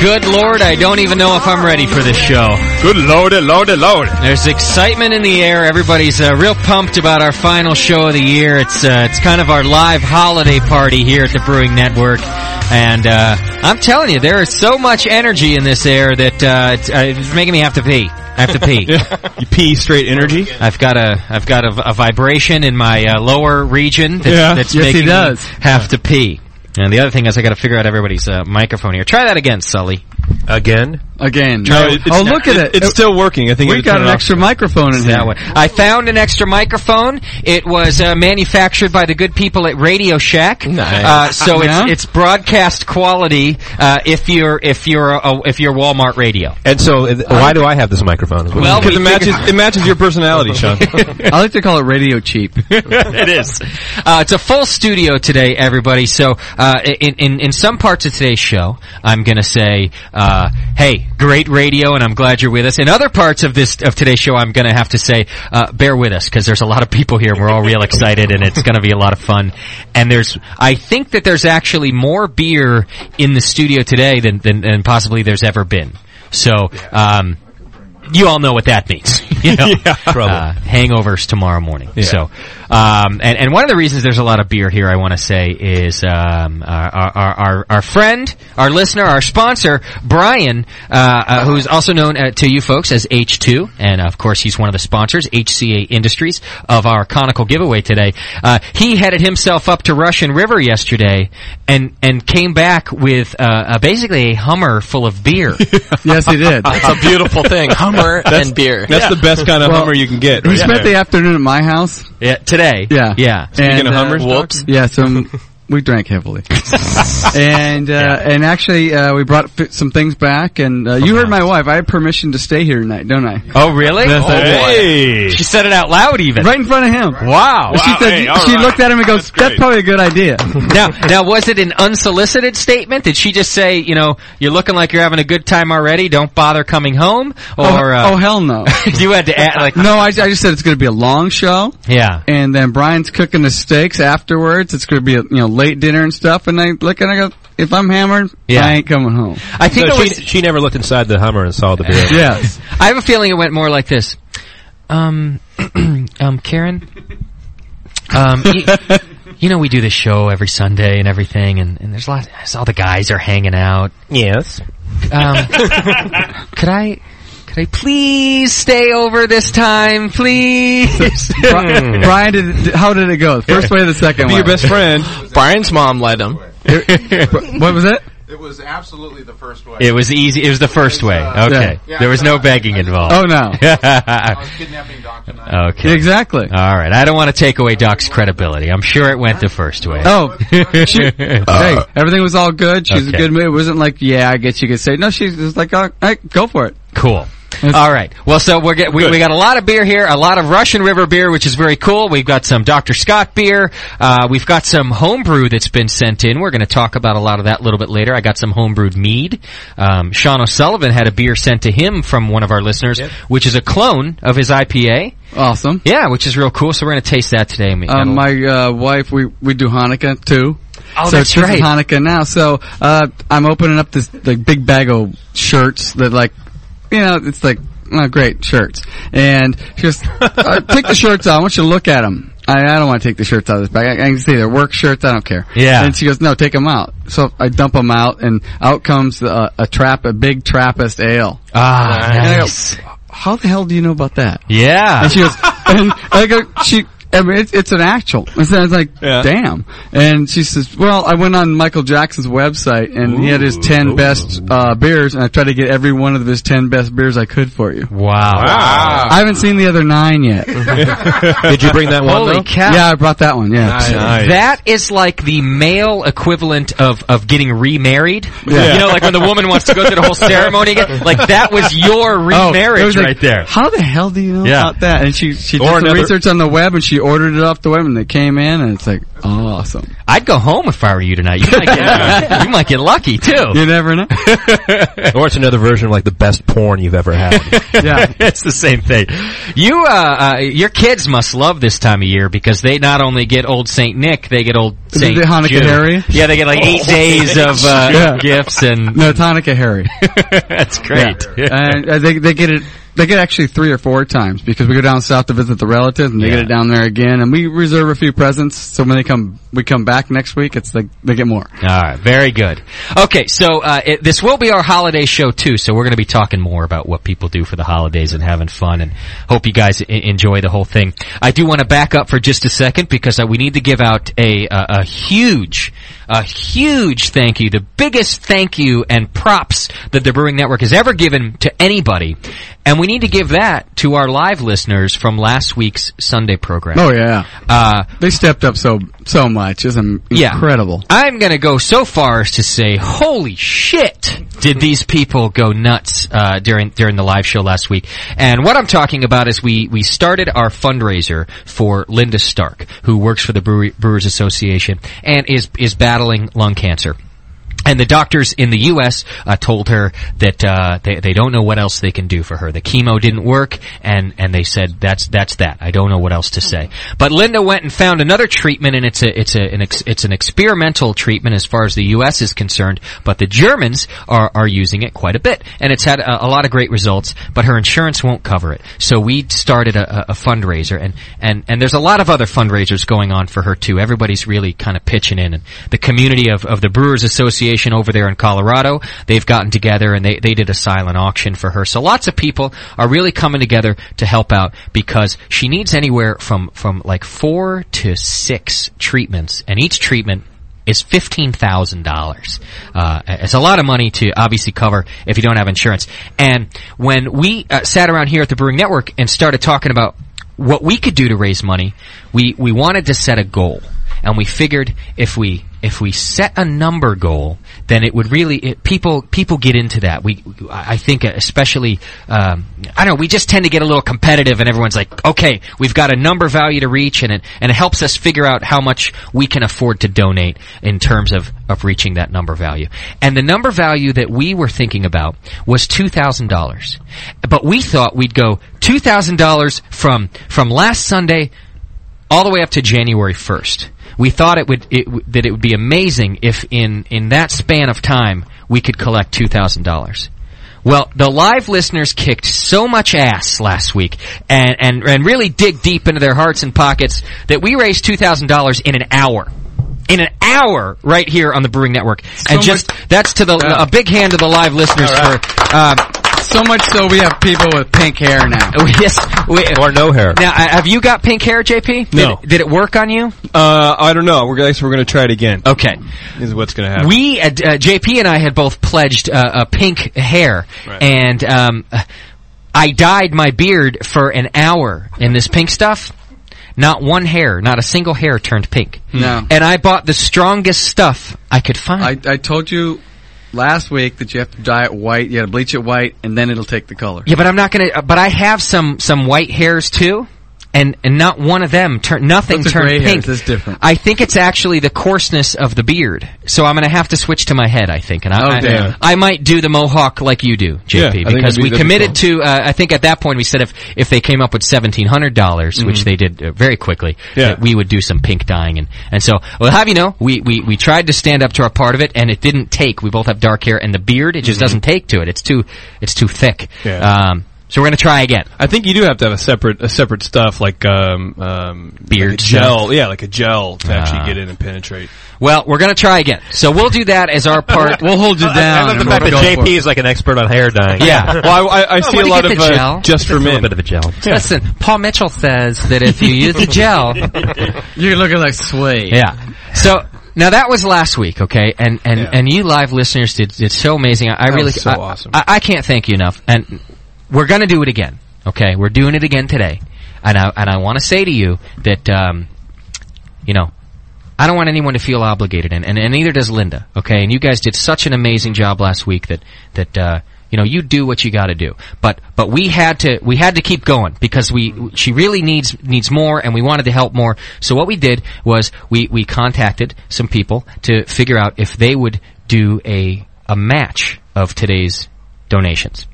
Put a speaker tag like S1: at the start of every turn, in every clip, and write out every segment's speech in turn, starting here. S1: Good lord, I don't even know if I'm ready for this show.
S2: Good lordy, lordy, lordy.
S1: There's excitement in the air. Everybody's uh, real pumped about our final show of the year. It's uh, it's kind of our live holiday party here at the Brewing Network, and uh, I'm telling you, there is so much energy in this air that uh, it's, uh, it's making me have to pee. I have to pee.
S2: You pee straight energy?
S1: I've got a I've got a, a vibration in my uh, lower region that's,
S2: Yeah.
S1: that's
S2: Yes, he
S1: making
S2: does.
S1: me have to pee. And the other thing is, I got to figure out everybody's uh, microphone here. Try that again, Sully.
S2: Again?
S3: again.
S2: oh, look at it. It's still working. I think
S3: we got an extra microphone in
S1: that
S3: here.
S1: way. I found an extra microphone. It was uh, manufactured by the good people at Radio Shack.
S2: Nice.
S1: Uh, so
S3: Yeah?
S1: it's it's broadcast quality. Uh, if you're if you're a, if you're Walmart Radio,
S2: And so, uh, why do I have this microphone?
S1: Well,
S2: because
S1: we
S2: it matches, it matches your personality, Sean.
S3: I like to call it radio cheap.
S1: it is. Uh, it's a full studio today, everybody. So uh, in, in in some parts of today's show, I'm going to say, uh, "Hey, great radio," and I'm glad you're with us. In other parts of this of today's show, I'm going to have to say, uh, "Bear with us," because there's a lot of people here. and We're all real excited, and it's going to be a lot of fun. And there's, I think that there's actually more beer in the studio today than than, than possibly there's ever been. So. Um, you all know what that means. You know? Uh, hangovers tomorrow morning. So, um, and, and one of the reasons there's a lot of beer here, I want to say, is um, our, our, our, our friend, our listener, our sponsor, Brian, uh, uh, who's also known uh, to you folks as H2, and of course he's one of the sponsors, HCA Industries, of our conical giveaway today. Uh, he headed himself up to Russian River yesterday and, and came back with uh, uh, basically a Hummer full of beer.
S3: yes, he did.
S4: It's a beautiful thing. Hummer and beer.
S2: That's the best kind of
S3: Well,
S2: Hummer you can get.
S3: He
S2: right
S3: spent
S2: there.
S3: the afternoon at my house.
S1: yeah, today.
S3: Yeah.
S1: Yeah.
S3: and,
S2: of
S3: uh,
S2: Hummers,
S4: Whoops.
S3: yeah, so um, we drank heavily. and uh, and actually, uh, we brought fi- some things back. And uh, you heard my wife. I have permission to stay here tonight, don't I?
S1: Oh, really?
S2: That's it. Hey.
S1: She said it out loud, even.
S3: Right in front of him.
S1: Wow.
S3: She, said,
S2: hey, all
S3: she
S2: right.
S3: looked at him and goes,
S2: That's
S3: "That's
S2: great.
S3: probably a good idea."
S1: now, now, was it an unsolicited statement? Did she just say, you know, you're looking like you're having a good time already. Don't bother coming home, or
S3: oh,
S1: uh,
S3: oh hell no!
S1: you had to add like,
S3: no, I, I just said it's going to be a long show.
S1: yeah.
S3: and then Brian's cooking the steaks afterwards. It's going to be a you know late dinner and stuff. And I look and I go, if I'm hammered,
S1: Yeah.
S3: I ain't coming home.
S1: I think
S2: No,
S1: it
S2: she,
S1: was.
S2: she never looked inside the Hummer and saw the beer.
S3: Yes,
S1: I have a feeling it went more like this. Um, um, Karen. Um, you, you know we do this show every Sunday and everything, and, and there's a lot. All the guys are hanging out.
S2: Yes.
S1: Um, could I? Could I please stay over this time, please?
S3: Bri- Brian. Did, it- how did it go? The First way, or the second
S2: Be
S3: way.
S2: your best friend.
S4: Brian's mom led him.
S3: what was it?
S5: It was absolutely the first way.
S1: It was easy. It was the first way. Okay.
S5: Yeah.
S1: There was no begging involved.
S3: Oh no.
S5: I was kidnapping Doc tonight.
S1: okay.
S3: exactly.
S1: All right. I don't want to take away Doc's credibility. I'm sure it went the first way.
S3: Oh,
S2: Uh,
S3: hey, everything was all good. She's
S1: Okay.
S3: a good mood. It wasn't like, yeah, I guess you could say. No, she's just like, all right, go for it.
S1: Cool. All right. Well, so we're get, we, we got a lot of beer here, a lot of Russian River beer, which is very cool. We've got some Dr. Scott beer. Uh, we've got some homebrew that's been sent in. We're going to talk about a lot of that a little bit later. I got some homebrewed mead. Um, Sean O'Sullivan had a beer sent to him from one of our listeners, which is a clone of his IPA.
S3: Awesome.
S1: Yeah, which is real cool. So we're going to taste that today. and we-
S3: Uh, my uh, wife, we we do Hanukkah too.
S1: Oh,
S3: so
S1: that's
S3: it's just
S1: right.
S3: Hanukkah now. So uh, I'm opening up this like big bag of shirts that like, you know, it's like not great shirts. And she goes, uh, take the shirts out. I want you to look at them. I, I don't want to take the shirts out of this bag. I, I can see they're work shirts. I don't care.
S1: Yeah.
S3: And she goes, no, take them out. So I dump them out, and out comes uh, a trap, a big Trappist ale.
S1: ah,
S3: And I go,
S1: nice.
S3: How the hell do you know about that?
S1: Yeah.
S3: And she goes, and I go, she, I mean, it's, it's an actual. And so I was like,
S6: Yeah.
S3: damn. And she says, well, I went on Michael Jackson's website and he had his 10 best, uh, beers and I tried to get every one of his 10 best beers I could for you.
S1: Wow.
S3: I haven't seen the other nine yet.
S6: Did you bring that one?
S1: Holy
S6: though?
S1: cow.
S3: yeah, I brought that one, yeah.
S6: Nice.
S1: That is like the male equivalent of, of getting remarried.
S3: Yeah.
S1: You know, like when the woman wants to go through the whole ceremony again. Like that was your
S3: Oh, it
S1: remarriage
S3: was like,
S1: right there.
S3: How the hell do you know
S1: Yeah.
S3: about that? And she she did
S6: Or
S3: some
S6: another-
S3: research on the web and she ordered it off the web and they came in and it's like awesome.
S1: I'd go home if I were you tonight. You might get, you might get lucky too.
S3: You never know.
S6: Or it's another version of like the best porn you've ever had.
S3: yeah.
S1: it's the same thing. You, uh, uh, your kids must love this time of year because they not only get old Saint Nick, they get old Saint
S3: the Hanukkah
S1: Jude.
S3: Harry?
S1: Yeah, they get like eight days of uh,
S3: Yeah.
S1: gifts, and
S3: No, Tonica Harry.
S1: Mm-hmm. that's great.
S3: and uh, they they get it. They get actually three or four times because we go down south to visit the relatives, and they get
S1: Yeah.
S3: it down there again. And we reserve a few presents, so when they come, we come back next week. It's like they get more.
S1: All right, very good. Okay, so uh, it, this will be our holiday show too. So we're going to be talking more about what people do for the holidays and having fun, and hope you guys I- enjoy the whole thing. I do want to back up for just a second because uh, we need to give out a uh, a huge, a huge thank you, the biggest thank you and props that the Brewing Network has ever given to anybody, and we need to give that to our live listeners from last week's Sunday program.
S3: Oh yeah,
S1: Uh,
S3: they stepped up so so much. It's um,
S1: yeah.
S3: incredible.
S1: I'm gonna go so far as to say, holy shit, did these people go nuts, uh, during, during the live show last week. And what I'm talking about is we, we started our fundraiser for Linda Stark, who works for the Brewer- Brewers Association and is, is battling lung cancer. And the doctors in the U.S. Uh, told her that uh, they, they don't know what else they can do for her. The chemo didn't work, and, and they said that's that's that. I don't know what else to say. But Linda went and found another treatment, and it's a it's a an ex, it's an experimental treatment as far as the U.S. is concerned. But the Germans are are using it quite a bit, and it's had a, a lot of great results. But her insurance won't cover it, so we started a, a, a fundraiser, and and and there's a lot of other fundraisers going on for her too. Everybody's really kind of pitching in, and the community of, of the Brewers Association over there in Colorado, they've gotten together and they, they did a silent auction for her. So lots of people are really coming together to help out because she needs anywhere from, from like four to six treatments and each treatment is fifteen thousand dollars. Uh, it's a lot of money to obviously cover if you don't have insurance. And when we uh, sat around here at the Brewing Network and started talking about what we could do to raise money, we we wanted to set a goal, and we figured if we if we set a number goal, then it would really it, people people get into that. We I I think uh, especially um, I don't know we just tend to get a little competitive, and everyone's like, okay, we've got a number value to reach, and it and it helps us figure out how much we can afford to donate in terms of of reaching that number value. And the number value that we were thinking about was two thousand dollars, but we thought we'd go two thousand dollars from from last Sunday all the way up to January 1st. We thought it would it, w- that it would be amazing if in in that span of time we could collect two thousand dollars. Well, the live listeners kicked so much ass last week and, and, and really dig deep into their hearts and pockets that we raised $2,000 in an hour. In an hour right here on the Brewing Network. and just, that's to the, a big hand to the live listeners for, uh,
S3: So much so we have people with pink hair now.
S1: yes. We,
S6: or no hair.
S1: now, uh, have you got pink hair, JP?
S7: No.
S1: Did, did it work on you?
S7: Uh, I don't know. We're gonna, so we're gonna try it again.
S1: Okay.
S7: Is what's gonna happen.
S1: We, uh, d- uh, JP and I had both pledged uh, uh, pink hair,
S7: Right.
S1: and um, uh, I dyed my beard for an hour in this pink stuff. Not one hair, not a single hair turned pink.
S3: Hmm. No.
S1: And I bought the strongest stuff I could find.
S3: I, I told you last week that you have to dye it white. You got to bleach it white, and then it'll take the color.
S1: Yeah, but I'm not gonna. uh, But I have some some white hairs too, and and not one of them turned nothing
S3: Those are
S1: turned
S3: gray
S1: pink.
S3: hairs, that's different.
S1: I think it's actually the coarseness of the beard. So I'm gonna have to switch to my head. I think, and I
S3: Oh,
S1: I,
S3: damn.
S1: I might do the mohawk like you do,
S7: Yeah, I
S1: JP,
S7: think
S1: because
S7: that'd be- that'd
S1: we
S7: be
S1: committed to. Uh, I think at that point we said if if they came up with seventeen hundred dollars, which they did uh, very quickly,
S7: Mm-hmm. Yeah.
S1: that we would do some pink dyeing, and and so well, have you know, we we we tried to stand up to our part of it, and it didn't take. We both have dark hair, and the beard it just doesn't take to it. It's too it's too thick.
S7: Mm-hmm. Yeah.
S1: Um, so we're gonna try again.
S7: I think you do have to have a separate a separate stuff like um um
S1: Beard
S7: like a gel yeah like a gel
S1: Ah.
S7: to actually get in and penetrate.
S1: Well, we're gonna try again. So we'll do that as our part. Uh,
S3: We'll hold you down.
S6: I love the
S3: and
S6: fact
S3: we'll
S6: that
S3: go for
S6: JP
S3: it.
S6: is like an expert on hair dyeing.
S1: yeah.
S7: Well, I, I, I see
S1: where'd
S7: a
S1: you
S7: lot
S1: get
S7: of
S1: the
S7: uh,
S1: gel?
S7: just for
S6: a
S7: men.
S6: little bit of a gel.
S1: Listen, Paul Mitchell says that if you use the gel,
S3: You're looking like Sway.
S1: yeah. So now that was last week, okay? And and
S7: Yeah.
S1: and you live listeners did it's so amazing. I, I
S7: That
S1: really
S7: was so
S1: I,
S7: awesome.
S1: I, I can't thank you enough. And we're gonna do it again, okay? We're doing it again today, and I and I want to say to you that um, you know. I don't want anyone to feel obligated, and, and, and neither does Linda. Okay, and you guys did such an amazing job last week that that uh, you know you do what you got to do. But but we had to we had to keep going because we she really needs needs more, and we wanted to help more. So what we did was we we contacted some people to figure out if they would do a a match of today's donations.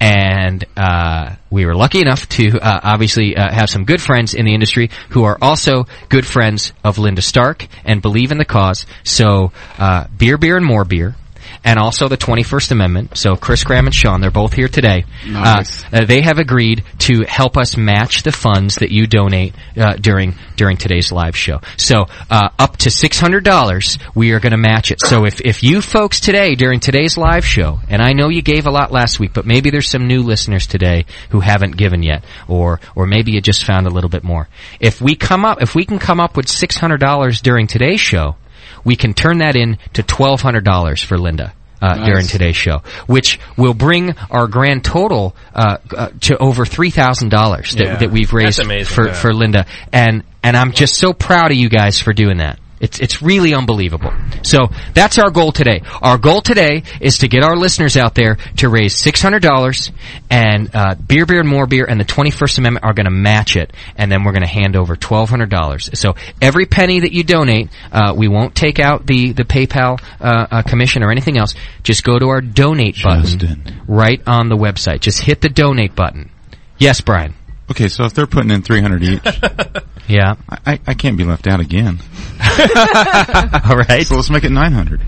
S1: And uh, we were lucky enough to uh, obviously uh, have some good friends in the industry who are also good friends of Linda Stark and believe in the cause. So, uh, beer, beer, and more beer. And also the 21st Amendment. So Chris Graham and Sean, they're both here today.
S3: Nice.
S1: Uh, uh, they have agreed to help us match the funds that you donate uh, during during today's live show. So uh, up to six hundred dollars, we are going to match it. So if if you folks today during today's live show, and I know you gave a lot last week, but maybe there's some new listeners today who haven't given yet, or or maybe you just found a little bit more. If we come up, if we can come up with six hundred dollars during today's show, we can turn that in to twelve hundred dollars for Linda uh, during today's show, which will bring our grand total uh, uh, to over three thousand dollars that,
S7: Yeah.
S1: that we've raised
S6: amazing,
S1: for
S6: yeah.
S1: for Linda. And and I'm just so proud of you guys for doing that. It's it's really unbelievable. So that's our goal today. Our goal today is to get our listeners out there to raise six hundred dollars, and uh, beer, beer, and more beer, and the Twenty First Amendment are going to match it, and then we're going to hand over twelve hundred dollars. So every penny that you donate, uh, we won't take out the the PayPal uh, uh, commission or anything else. Just go to our donate button right on the website. Just hit the donate button. Yes, Brian.
S8: Okay, so if they're putting in 300 each,
S1: Yeah.
S8: I- I, I can't be left out again.
S1: All right.
S8: So let's make it 900.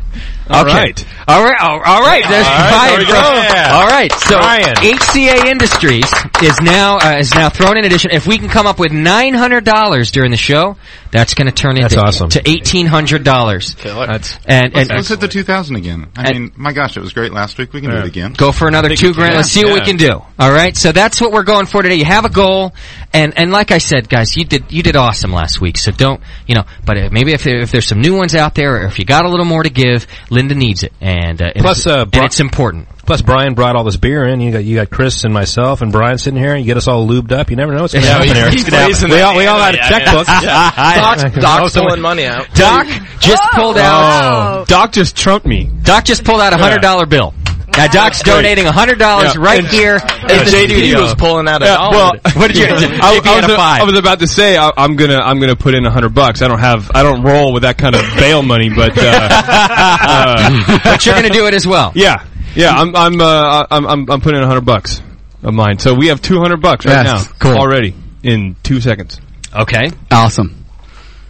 S7: All
S1: Okay.
S7: right.
S1: All right. All, all right. There's
S6: All right, there
S1: Brian.
S6: we
S1: bro.
S6: go. Yeah.
S1: All right. So
S6: Brian.
S1: HCA Industries is now uh, is now thrown in addition. If we can come up with nine hundred dollars during the show, that's going to turn into
S6: That's awesome.
S1: to eighteen hundred dollars.
S7: That's
S1: And, and
S8: Let's hit the 2000 again. I mean, my gosh, it was great last week. We can do it again.
S1: go for another two grand. Let's see what we
S7: Yeah.
S1: can do. All right. So that's what we're going for today. You have a goal, and and like I said, guys, you did you did awesome last week. So don't you know? But uh, maybe if there- if there's some new ones out there, or if you got a little more to give, Linda needs it, and uh, and
S6: Plus,
S1: it's-
S6: uh,
S1: and
S6: Bri-
S1: it's important.
S6: Plus, Brian brought all this beer in. You got you got Chris and myself and Brian sitting here. and You get us all lubed up. You never know what's going to happen here.
S9: he's blazing
S6: We
S9: the
S6: all we all had
S9: hand, yeah,
S6: checkbooks.
S9: Doc's, Doc's pulling money out.
S1: Oh,
S9: Oh!
S1: Doc just pulled out.
S7: Oh. Doc just trumped me.
S1: Doc just pulled out a hundred dollar bill. Now Doc's donating a hundred dollars
S7: Yeah.
S1: right here. in the
S9: JD
S1: studio.
S9: was pulling out a
S7: Yeah,
S9: dollar.
S7: well, what did you? I,
S1: JP
S7: I
S1: had
S7: was
S1: a
S7: a-
S1: five.
S7: I was about to say I, I'm gonna I'm gonna put in a hundred bucks. I don't have I don't roll with that kind of bail money, but uh, uh,
S1: but you're going to do it as well.
S7: yeah, yeah. I'm I'm uh, I'm I'm, I'm putting in a hundred bucks of mine. So we have two hundred bucks right
S3: Yes,
S7: now,
S3: cool.
S7: already in two seconds.
S1: Okay,
S3: Awesome.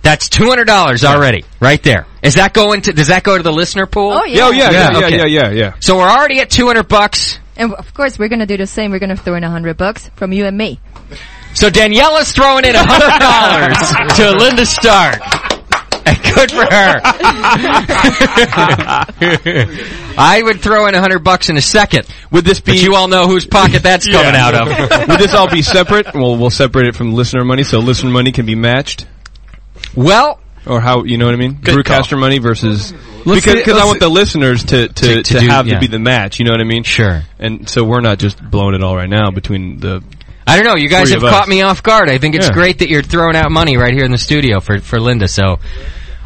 S1: that's two hundred dollars already, right there. Is that going to? Does that go to the listener pool?
S10: Oh
S7: Yeah,
S10: yeah.
S7: oh, yeah, yeah, yeah,
S1: okay.
S7: yeah, yeah, yeah.
S1: So we're already at two hundred bucks.
S10: And of course, we're gonna do the same. We're gonna throw in a hundred bucks from you and me.
S1: So Daniela's throwing in a hundred dollars to Linda Stark. Good for her. I would throw in a hundred bucks in a second.
S7: Would this be?
S1: But you all know whose pocket that's coming out of.
S7: Would this all be separate? Well, we'll separate it from listener money, so listener money can be matched.
S1: Well,
S7: or how you know what I mean? Brewcaster money versus because
S1: Let's see-
S7: cause I
S1: let's
S7: want
S1: see-
S7: the listeners to to, to,
S1: To- to do-
S7: have
S1: yeah.
S7: to be the match. You know what I mean?
S1: Sure.
S7: And so we're not just blowing it all right now between the.
S1: I don't know. You guys
S7: three
S1: have
S7: of us.
S1: caught me off guard. I think it's
S7: Yeah.
S1: great that you're throwing out money right here in the studio for, for Linda. So,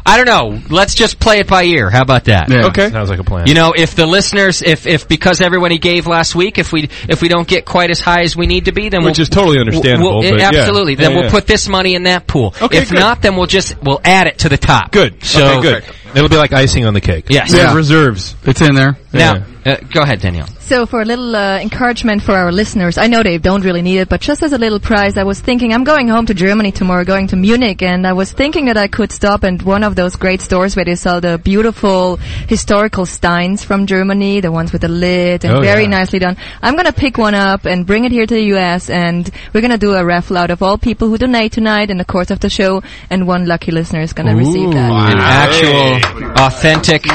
S1: I don't know. Let's just play it by ear. How about that?
S6: Okay. Sounds like a plan.
S1: You know, if the listeners, if if because everybody gave last week, if we if we don't get quite as high as we need to be, then
S7: Which
S1: we'll,
S7: is totally
S1: we'll-
S7: understandable,
S1: we'll-
S7: but yeah.
S1: absolutely. Then
S7: Yeah,
S1: we'll
S7: yeah.
S1: put this money in that pool.
S7: Okay,
S1: if
S7: good.
S1: not, then we'll just we'll add it to the top.
S7: Good.
S1: So
S7: Okay, good.
S6: It'll be like icing on the cake.
S1: Yes.
S6: We have
S1: Yeah.
S7: reserves.
S3: It's in there.
S1: Now, uh, go ahead, Danielle.
S10: So for a little uh, encouragement for our listeners, I know they don't really need it, but just as a little prize, I was thinking I'm going home to Germany tomorrow, going to Munich, and I was thinking that I could stop at one of those great stores where they sell the beautiful historical steins from Germany, the ones with the lid and
S11: Oh,
S10: very
S11: yeah.
S10: nicely done. I'm gonna pick one up and bring it here to the U.S. and we're gonna do a raffle out of all people who donate tonight in the course of the show, and one lucky listener is gonna receive that.
S1: An actual, authentic.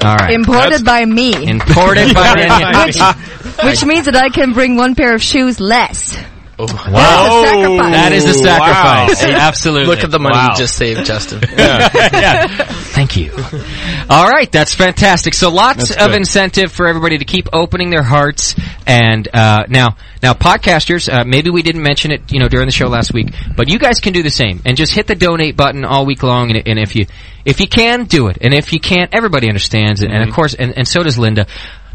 S1: All right.
S10: Imported by me.
S1: Imported by Danielle.
S10: Which- Which means that I can bring one pair of shoes less.
S3: Oh,
S1: Wow.
S10: sacrifice.
S1: That is a sacrifice. Absolutely.
S9: Look at the money
S1: Wow.
S9: you just saved, Justin.
S1: Thank you. All right, that's fantastic. So lots
S9: That's
S1: of
S9: good.
S1: incentive for everybody to keep opening their hearts. And uh, now, now podcasters, uh, maybe we didn't mention it, you know, during the show last week, but you guys can do the same and just hit the donate button all week long. And, and if you if you can, do it. And if you can't, everybody understands. And,
S9: Mm-hmm.
S1: and of course, and, and so does Linda.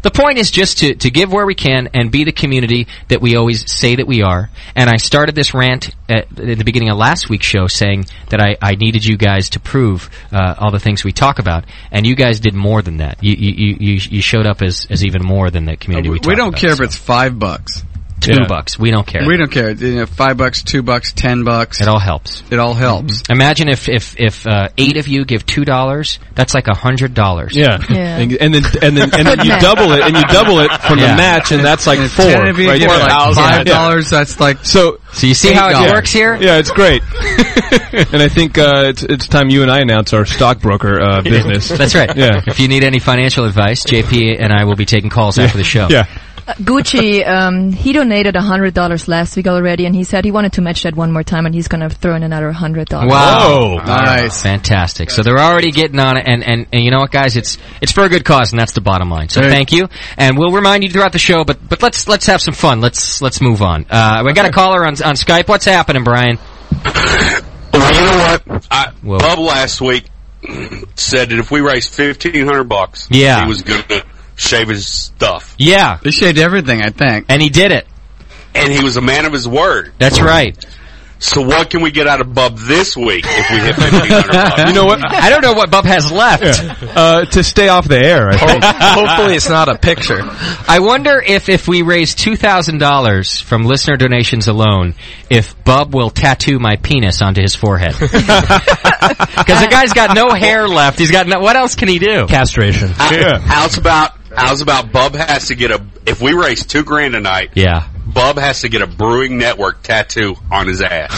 S1: The point is just to, to give where we can and be the community that we always say that we are. And I started this rant at, at the beginning of last week's show saying that I, I needed you guys to prove uh, all the things we talk about. And you guys did more than that. You, you, you, you showed up as, as even more than the
S7: Uh,
S1: community we, talk
S3: We don't
S1: about.
S3: care if it's five bucks.
S1: Two bucks. We don't care.
S3: We don't care. You know, five bucks, two bucks, ten bucks. It
S1: all helps.
S3: It all helps.
S1: Imagine if, if, if uh, eight of you give $2, that's like a $100.
S7: Yeah.
S3: Yeah.
S7: And, and then and then and then you
S3: Good
S7: double it and you double it from
S1: Yeah.
S7: the match and that's like four.
S3: Ten of you
S7: right?
S3: for
S7: Yeah.
S3: like five
S7: Yeah.
S3: dollars. That's like
S7: so.
S1: So you see how it works here?
S7: Yeah, it's great. and I think uh, it's it's time you and I announce our stockbroker uh, business.
S1: That's right.
S7: Yeah.
S1: If you need any financial advice, JP and I will be taking calls after the show.
S7: Yeah.
S10: Uh, Gucci, um, he donated hundred dollars last week already, and he said he wanted to match that one more time, and he's gonna throw in another hundred dollars.
S1: Wow.
S3: Nice.
S1: Fantastic. So they're already getting on it and, and, and you know what guys, it's it's for a good cause and that's the bottom line. So
S12: Right.
S1: thank you. And we'll remind you throughout the show, but but let's let's have some fun. Let's let's move on. Uh we got a caller on on Skype. What's happening, Brian?
S13: Well, you know what? I,
S1: Whoa.
S13: Bub last week said that if we raised fifteen hundred bucks,
S1: Yeah.
S13: he was going to shave his stuff,
S1: Yeah.
S3: They shaved everything, I think.
S1: And he did it.
S13: and he was a man of his word.
S1: That's right.
S13: So what can we get out of Bub this week if we hit fifteen hundred bucks?
S7: You know what?
S1: I don't know what Bub has left.
S7: Uh, to stay off the air. I think.
S1: Hopefully it's not a picture. I wonder if if we raise $2,000 from listener donations alone, if Bub will tattoo my penis onto his forehead. Because the guy's got no hair left. He's got no, what else can he do?
S6: Castration.
S13: I- How's about how's about Bub has to get a if we raise two grand tonight?
S1: Yeah.
S13: Bub has to get a Brewing Network tattoo on his ass.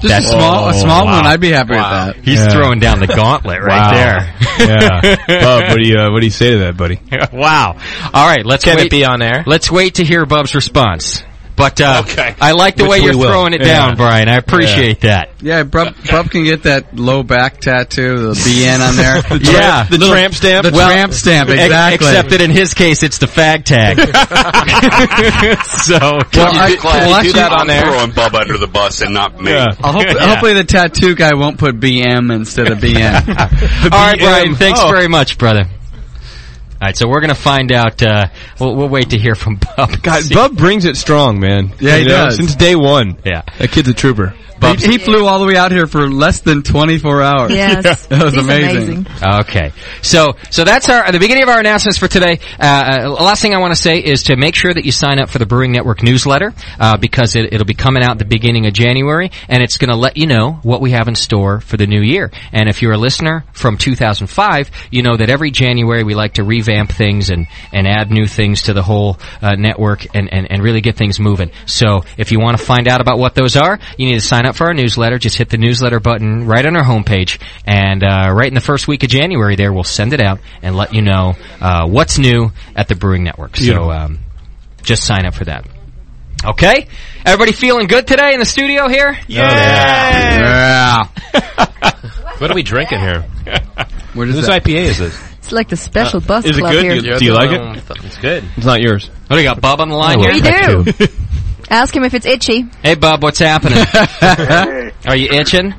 S3: Just a small, a small
S13: wow.
S3: one. I'd be happy
S13: Wow.
S3: with that.
S1: Oh, He's throwing down the gauntlet right
S7: Wow.
S1: there.
S7: Ah. yeah. Bub, what do you uh, what do you say to that, buddy?
S1: wow. All right, let's
S7: Can it
S1: wait.
S7: be on air?
S1: Let's wait to hear Bub's response. But uh, I like the
S3: Which
S1: way
S3: we
S1: you're
S3: will.
S1: throwing it
S3: Yeah.
S1: down, Brian. I appreciate that.
S3: Yeah, Bub, Bub can get that low back tattoo, the BN on there.
S1: The tramp- Yeah. the
S3: Little-
S1: tramp stamp?
S3: The
S1: Well,
S3: tramp stamp,
S1: ex-
S3: exactly.
S1: except that in his case, it's the fag tag. so
S3: Well, I- well,
S13: do
S3: actually-
S13: that on air. Throwing Bub under the bus and not me.
S3: I'll hope- Hopefully the tattoo guy won't put BM instead of BN.
S1: All right, Brian.
S3: BM.
S1: Thanks
S3: Oh.
S1: very much, brother. All right, so we're going to find out. Uh, we'll, we'll wait to hear from Bub.
S7: God, Bub brings it strong, man.
S3: Yeah, he
S7: You know,
S3: does.
S7: Since day one.
S1: Yeah.
S7: That kid's a trooper.
S3: He, he flew all the way out here for less than 24 hours.
S10: Yes.
S3: that was
S10: He's
S3: amazing.
S10: amazing.
S1: Okay, so so that's our the beginning of our announcements for today. Uh, uh, last thing I want to say is to make sure that you sign up for the Brewing Network newsletter uh, because it, it'll be coming out the beginning of January, and it's going to let you know what we have in store for the new year. And if you're a listener from 2005, you know that every January we like to revamp. revamp things and, and add new things to the whole uh, network and, and, and really get things moving. So if you want to find out about what those are, you need to sign up for our newsletter. Just hit the newsletter button right on our homepage, and uh, right in the first week of January, there we'll send it out and let you know uh, what's new at the Brewing Network. So
S12: Beautiful.
S1: um, just sign up for that. Okay, everybody feeling good today in the studio here?
S6: Yeah. what are we drinking here?
S3: What
S6: is Whose
S1: that?
S6: IPA is this?
S10: It's like the special
S6: Uh,
S10: bus
S6: is it
S10: club
S6: good?
S10: here.
S6: You- do you like it?
S7: It's good. It's not yours.
S1: What do you got, Bob on the line
S7: I
S1: here?
S7: would
S10: Oh, We do. Ask him if it's itchy.
S1: Hey, Bob, what's happening? Are you itching?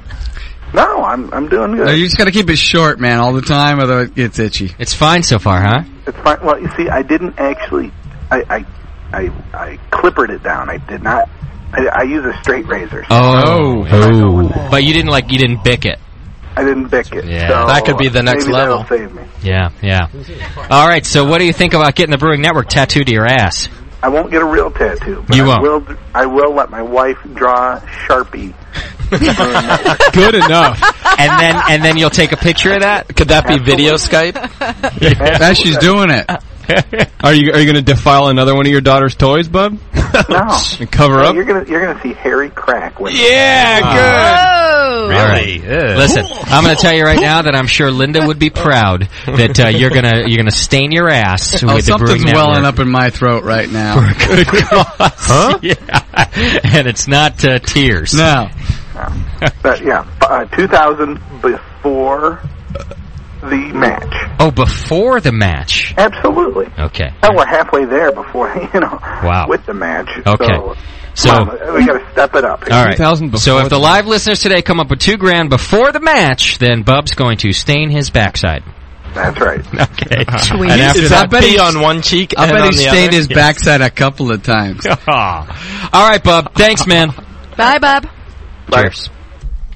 S11: No, I'm I'm doing good.
S3: No, you just got to keep it short, man, all the time, otherwise it gets itchy.
S1: It's fine so far, huh?
S11: It's fine. Well, you see, I didn't actually. I I I, I clippered it down. I did not. I, I use a straight razor. So
S1: Oh, but you didn't like you didn't bick it.
S11: I didn't bick it.
S1: Yeah.
S11: so
S1: That could be the next
S11: maybe that'll
S1: level.
S11: Save me.
S1: Yeah, yeah. All right. So, what do you think about getting the Brewing Network tattooed to your ass?
S11: I won't get a real tattoo. But
S1: You
S11: I
S1: won't.
S11: will. I will let my wife draw Sharpie.
S1: Good enough. And then and then you'll take a picture of that. Could that be video Skype?
S3: That she's doing it.
S7: Are you are you going to defile another one of your daughter's toys, bub?
S11: No.
S7: and cover
S11: Hey,
S7: up.
S11: You're gonna you're gonna see hairy crack. When
S1: Yeah,
S11: good.
S1: All right. Listen, I'm going to tell you right now that I'm sure Linda would be proud that uh, you're going to you're going to stain your ass
S3: Oh,
S1: with the
S3: something's
S1: Brewing
S3: welling
S1: Network.
S3: up in my throat right now.
S1: huh? Yeah. And it's not uh, tears.
S3: No.
S11: But yeah, uh, 2000 before the match.
S1: Oh, before the match.
S11: Absolutely.
S1: Okay.
S11: Well, we're halfway there before you know
S1: Wow.
S11: with the match.
S1: Okay.
S11: So,
S1: So-
S11: come on, we got to step it up.
S1: All right. So if the live listeners today come up with two grand before the match, then Bub's going to stain his backside.
S11: That's right.
S1: Okay.
S3: Sweet.
S1: And after
S3: It's
S1: that,
S3: not pee on
S1: one cheek.
S3: I bet he stained his backside a couple of times.
S1: All right, Bub. Thanks, man.
S10: Bye, Bob.
S1: Cheers.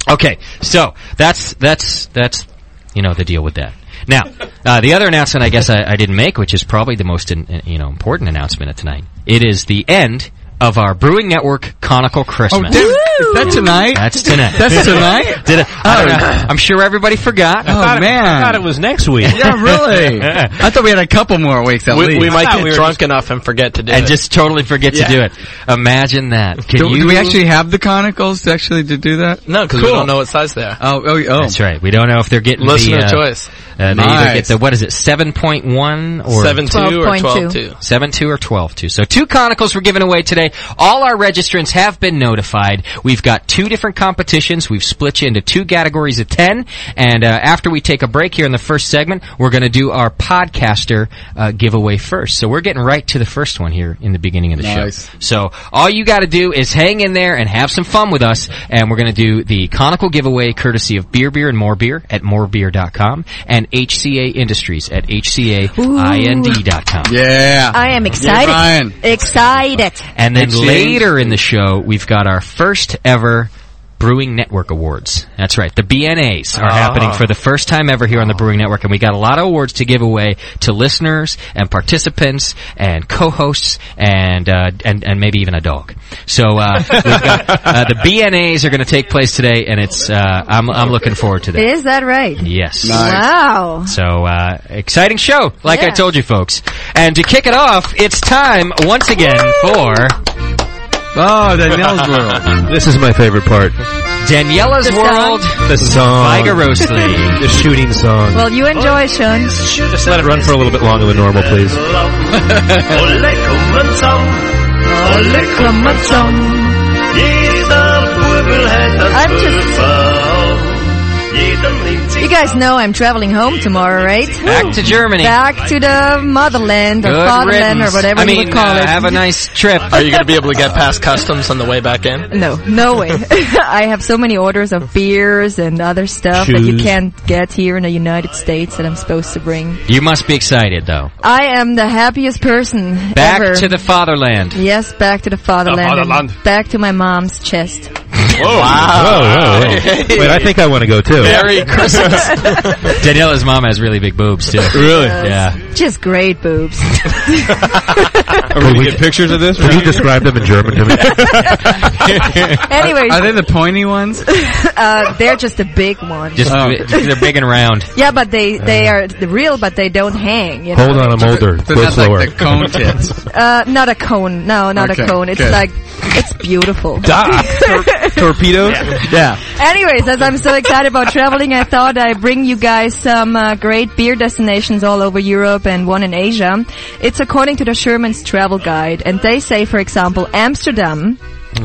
S1: Okay, so that's that's that's you know the deal with that. Now, uh, the other announcement I guess I, I didn't make, which is probably the most in, in- you know important announcement of tonight. It is the end of our Brewing Network Conical Christmas.
S3: damn. Is that tonight?
S1: That's tonight.
S3: That's tonight? Oh,
S1: Did it, I don't know. Oh, I'm sure everybody forgot.
S3: I thought it- I Oh, man. thought it
S1: was next week.
S3: Yeah, really? I thought we had a couple more weeks at
S9: We,
S3: least.
S9: we might get drunk enough and forget to do
S1: and
S9: it.
S1: just totally forget
S9: Yeah.
S1: to do it. Imagine that. Can
S3: Do,
S1: you
S3: do we actually have the conicals to actually to do that?
S9: No, because we don't know what size they are.
S3: Oh, oh, oh.
S1: That's right. We don't know if they're getting
S9: Listener
S1: the, uh,
S9: choice.
S1: Uh, they either get
S9: Nice.
S1: the what is it, seven point one or
S9: 7.2 or 12.2.
S1: 7.2 or 12.2. So two conicals were given away today. All our registrants have been notified. We've got two different competitions. We've split you into two categories of 10. And uh, after we take a break here in the first segment, we're going to do our podcaster uh, giveaway first. So we're getting right to the first one here in the beginning of the
S3: Nice.
S1: show. So all you got to do is hang in there and have some fun with us. And we're going to do the conical giveaway courtesy of Beer Beer and More Beer at morebeer.com and HCA Industries at HCAIND.com.
S3: Yeah.
S10: I am excited. Excited.
S1: And then
S3: Exchange.
S1: later in the show, we've got our first ever Brewing Network Awards. That's right. The BNAs are
S12: Ah.
S1: happening for the first time ever here on the Brewing Network, and we got a lot of awards to give away to listeners and participants and co-hosts and uh, and and maybe even a dog. So uh, we've got uh, the BNAs are going to take place today, and it's uh, I'm I'm looking forward to that.
S10: Is that right?
S1: Yes.
S10: Wow.
S1: So uh, exciting show, like I
S10: Yeah.
S1: told you, folks. And to kick it off, it's time once again for
S3: oh Danielle's
S6: world. This is my favorite part.
S1: Daniela's
S10: The
S1: world.
S6: The song.
S1: By Garosli.
S6: the shooting song.
S10: Well, you enjoy, Sean.
S6: Just let it run for a little bit longer than normal, please.
S10: I'm just. You guys know I'm traveling home tomorrow, right?
S1: Back to Germany.
S10: Back to the motherland or fatherland or
S9: riddance.
S10: whatever
S9: I
S10: you
S9: mean,
S10: would call
S9: uh,
S10: it.
S9: have
S1: a nice trip.
S9: Are you going to be able to get past customs on the way back in?
S10: No, no way. I have so many orders of beers and other stuff that you
S1: Shoes.
S10: can't get here in the United States that I'm supposed to bring.
S1: You must be excited, though.
S10: I am the happiest person
S1: Back
S10: ever.
S1: to the fatherland.
S10: Yes, back to the fatherland. and
S1: fatherland.
S10: Back to my mom's chest.
S14: Whoa.
S2: Wow. Whoa, whoa, whoa. Wait, I think I want to go too.
S15: Merry Christmas.
S1: Daniela's mom has really big boobs too.
S11: Really?
S1: Yeah.
S10: Just great boobs.
S11: Are we going to get pictures of this?
S2: Can you describe them in German to me?
S10: Anyways,
S3: Are they the pointy ones?
S10: uh, they're just a big one.
S1: Just,
S2: Oh.
S1: just- they're big and round.
S10: yeah, but they they are the real, but they don't hang. You know?
S2: Uh. Hold on, I'm older.
S3: They're
S2: go
S3: not
S2: slower.
S3: like the cone tits.
S10: Uh, not a cone. No, not
S3: Okay,
S10: a cone. It's
S3: good.
S10: like it's beautiful.
S11: torpedoes?
S3: Yeah.
S10: Anyways, as I'm so excited about traveling, I thought I'd bring you guys some uh, great beer destinations all over Europe and one in Asia. It's according to the Sherman's Travel Guide, and they say, for example, Amsterdam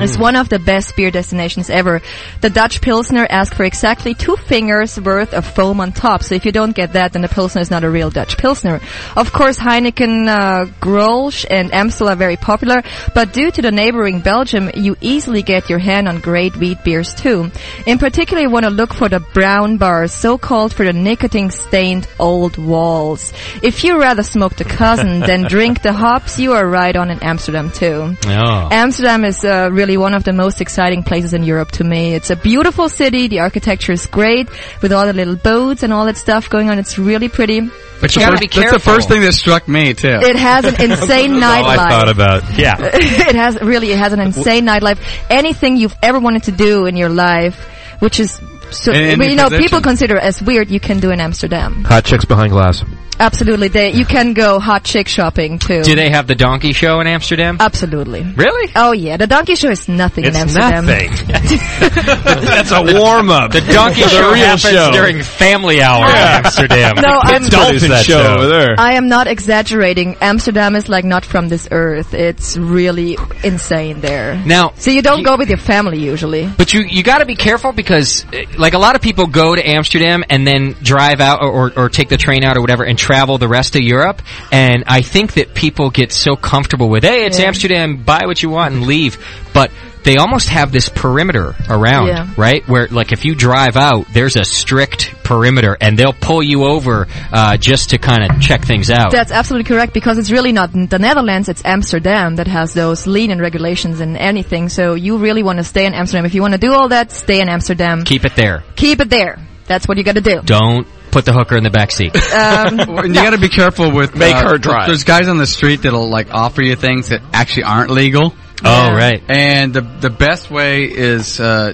S10: is
S3: Mm.
S10: one of the best beer destinations ever. The Dutch Pilsner asked for exactly two fingers worth of foam on top, so if you don't get that, then the Pilsner is not a real Dutch Pilsner. Of course, Heineken, uh, Grolsch, and Amstel are very popular, but due to the neighboring Belgium, you easily get your hand on great wheat beers too. In particular, you want to look for the brown bars, so called for the nicotine stained old walls. If you rather smoke the cousin than drink the hops, you are right on in Amsterdam too.
S1: Oh.
S10: Amsterdam is uh, really one of the most exciting places in Europe to me. It's a beautiful city. The architecture is great with all the little boats and all that stuff going on. It's really pretty.
S3: But
S10: You gotta be
S3: That's the first thing that struck me too.
S10: It has an insane
S3: That's all I
S10: nightlife.
S3: thought
S2: about. Yeah.
S10: it has really it has an insane nightlife. Anything you've ever wanted to do in your life, which is so,
S2: In any
S10: you know
S2: position.
S10: people consider as weird, you can do in Amsterdam.
S2: Hot chicks behind glass.
S10: Absolutely, they you can go hot chick shopping too.
S1: Do they have the donkey show in Amsterdam?
S10: Absolutely.
S1: Really?
S10: Oh yeah, the donkey show is nothing
S1: It's
S10: in Amsterdam.
S1: nothing.
S11: That's a warm up.
S1: The donkey
S11: For the
S1: show
S11: real
S1: happens
S11: show.
S1: during family hour in Amsterdam.
S10: No, I'm-
S11: Dolphin
S2: that
S11: show
S2: show.
S11: over there.
S10: I am not exaggerating. Amsterdam is like not from this earth. It's really insane there.
S1: Now-
S10: so you don't go with your family usually.
S1: But you you got to be careful because eh, like a lot of people go to Amsterdam and then drive out or, or, or take the train out or whatever and travel the rest of Europe and I think that people get so comfortable with hey it's
S16: Yeah.
S1: Amsterdam buy what you want and leave but they almost have this perimeter around
S16: Yeah.
S1: right where like if you drive out there's a strict perimeter and they'll pull you over uh, just to kind of check things out
S10: That's absolutely correct because it's really not the Netherlands, it's Amsterdam that has those lenient regulations and anything. So you really want to stay in Amsterdam. If you want to do all that, stay in Amsterdam.
S1: keep it there
S10: Keep it there. That's what you got to do.
S1: don't put the hooker in the back seat
S10: Um,
S3: And you got to be careful with uh,
S1: Make her
S3: th-
S1: drive.
S3: There's guys on the street that'll like offer you things that actually aren't legal.
S1: Oh, Yeah. right.
S3: And the the best way is uh,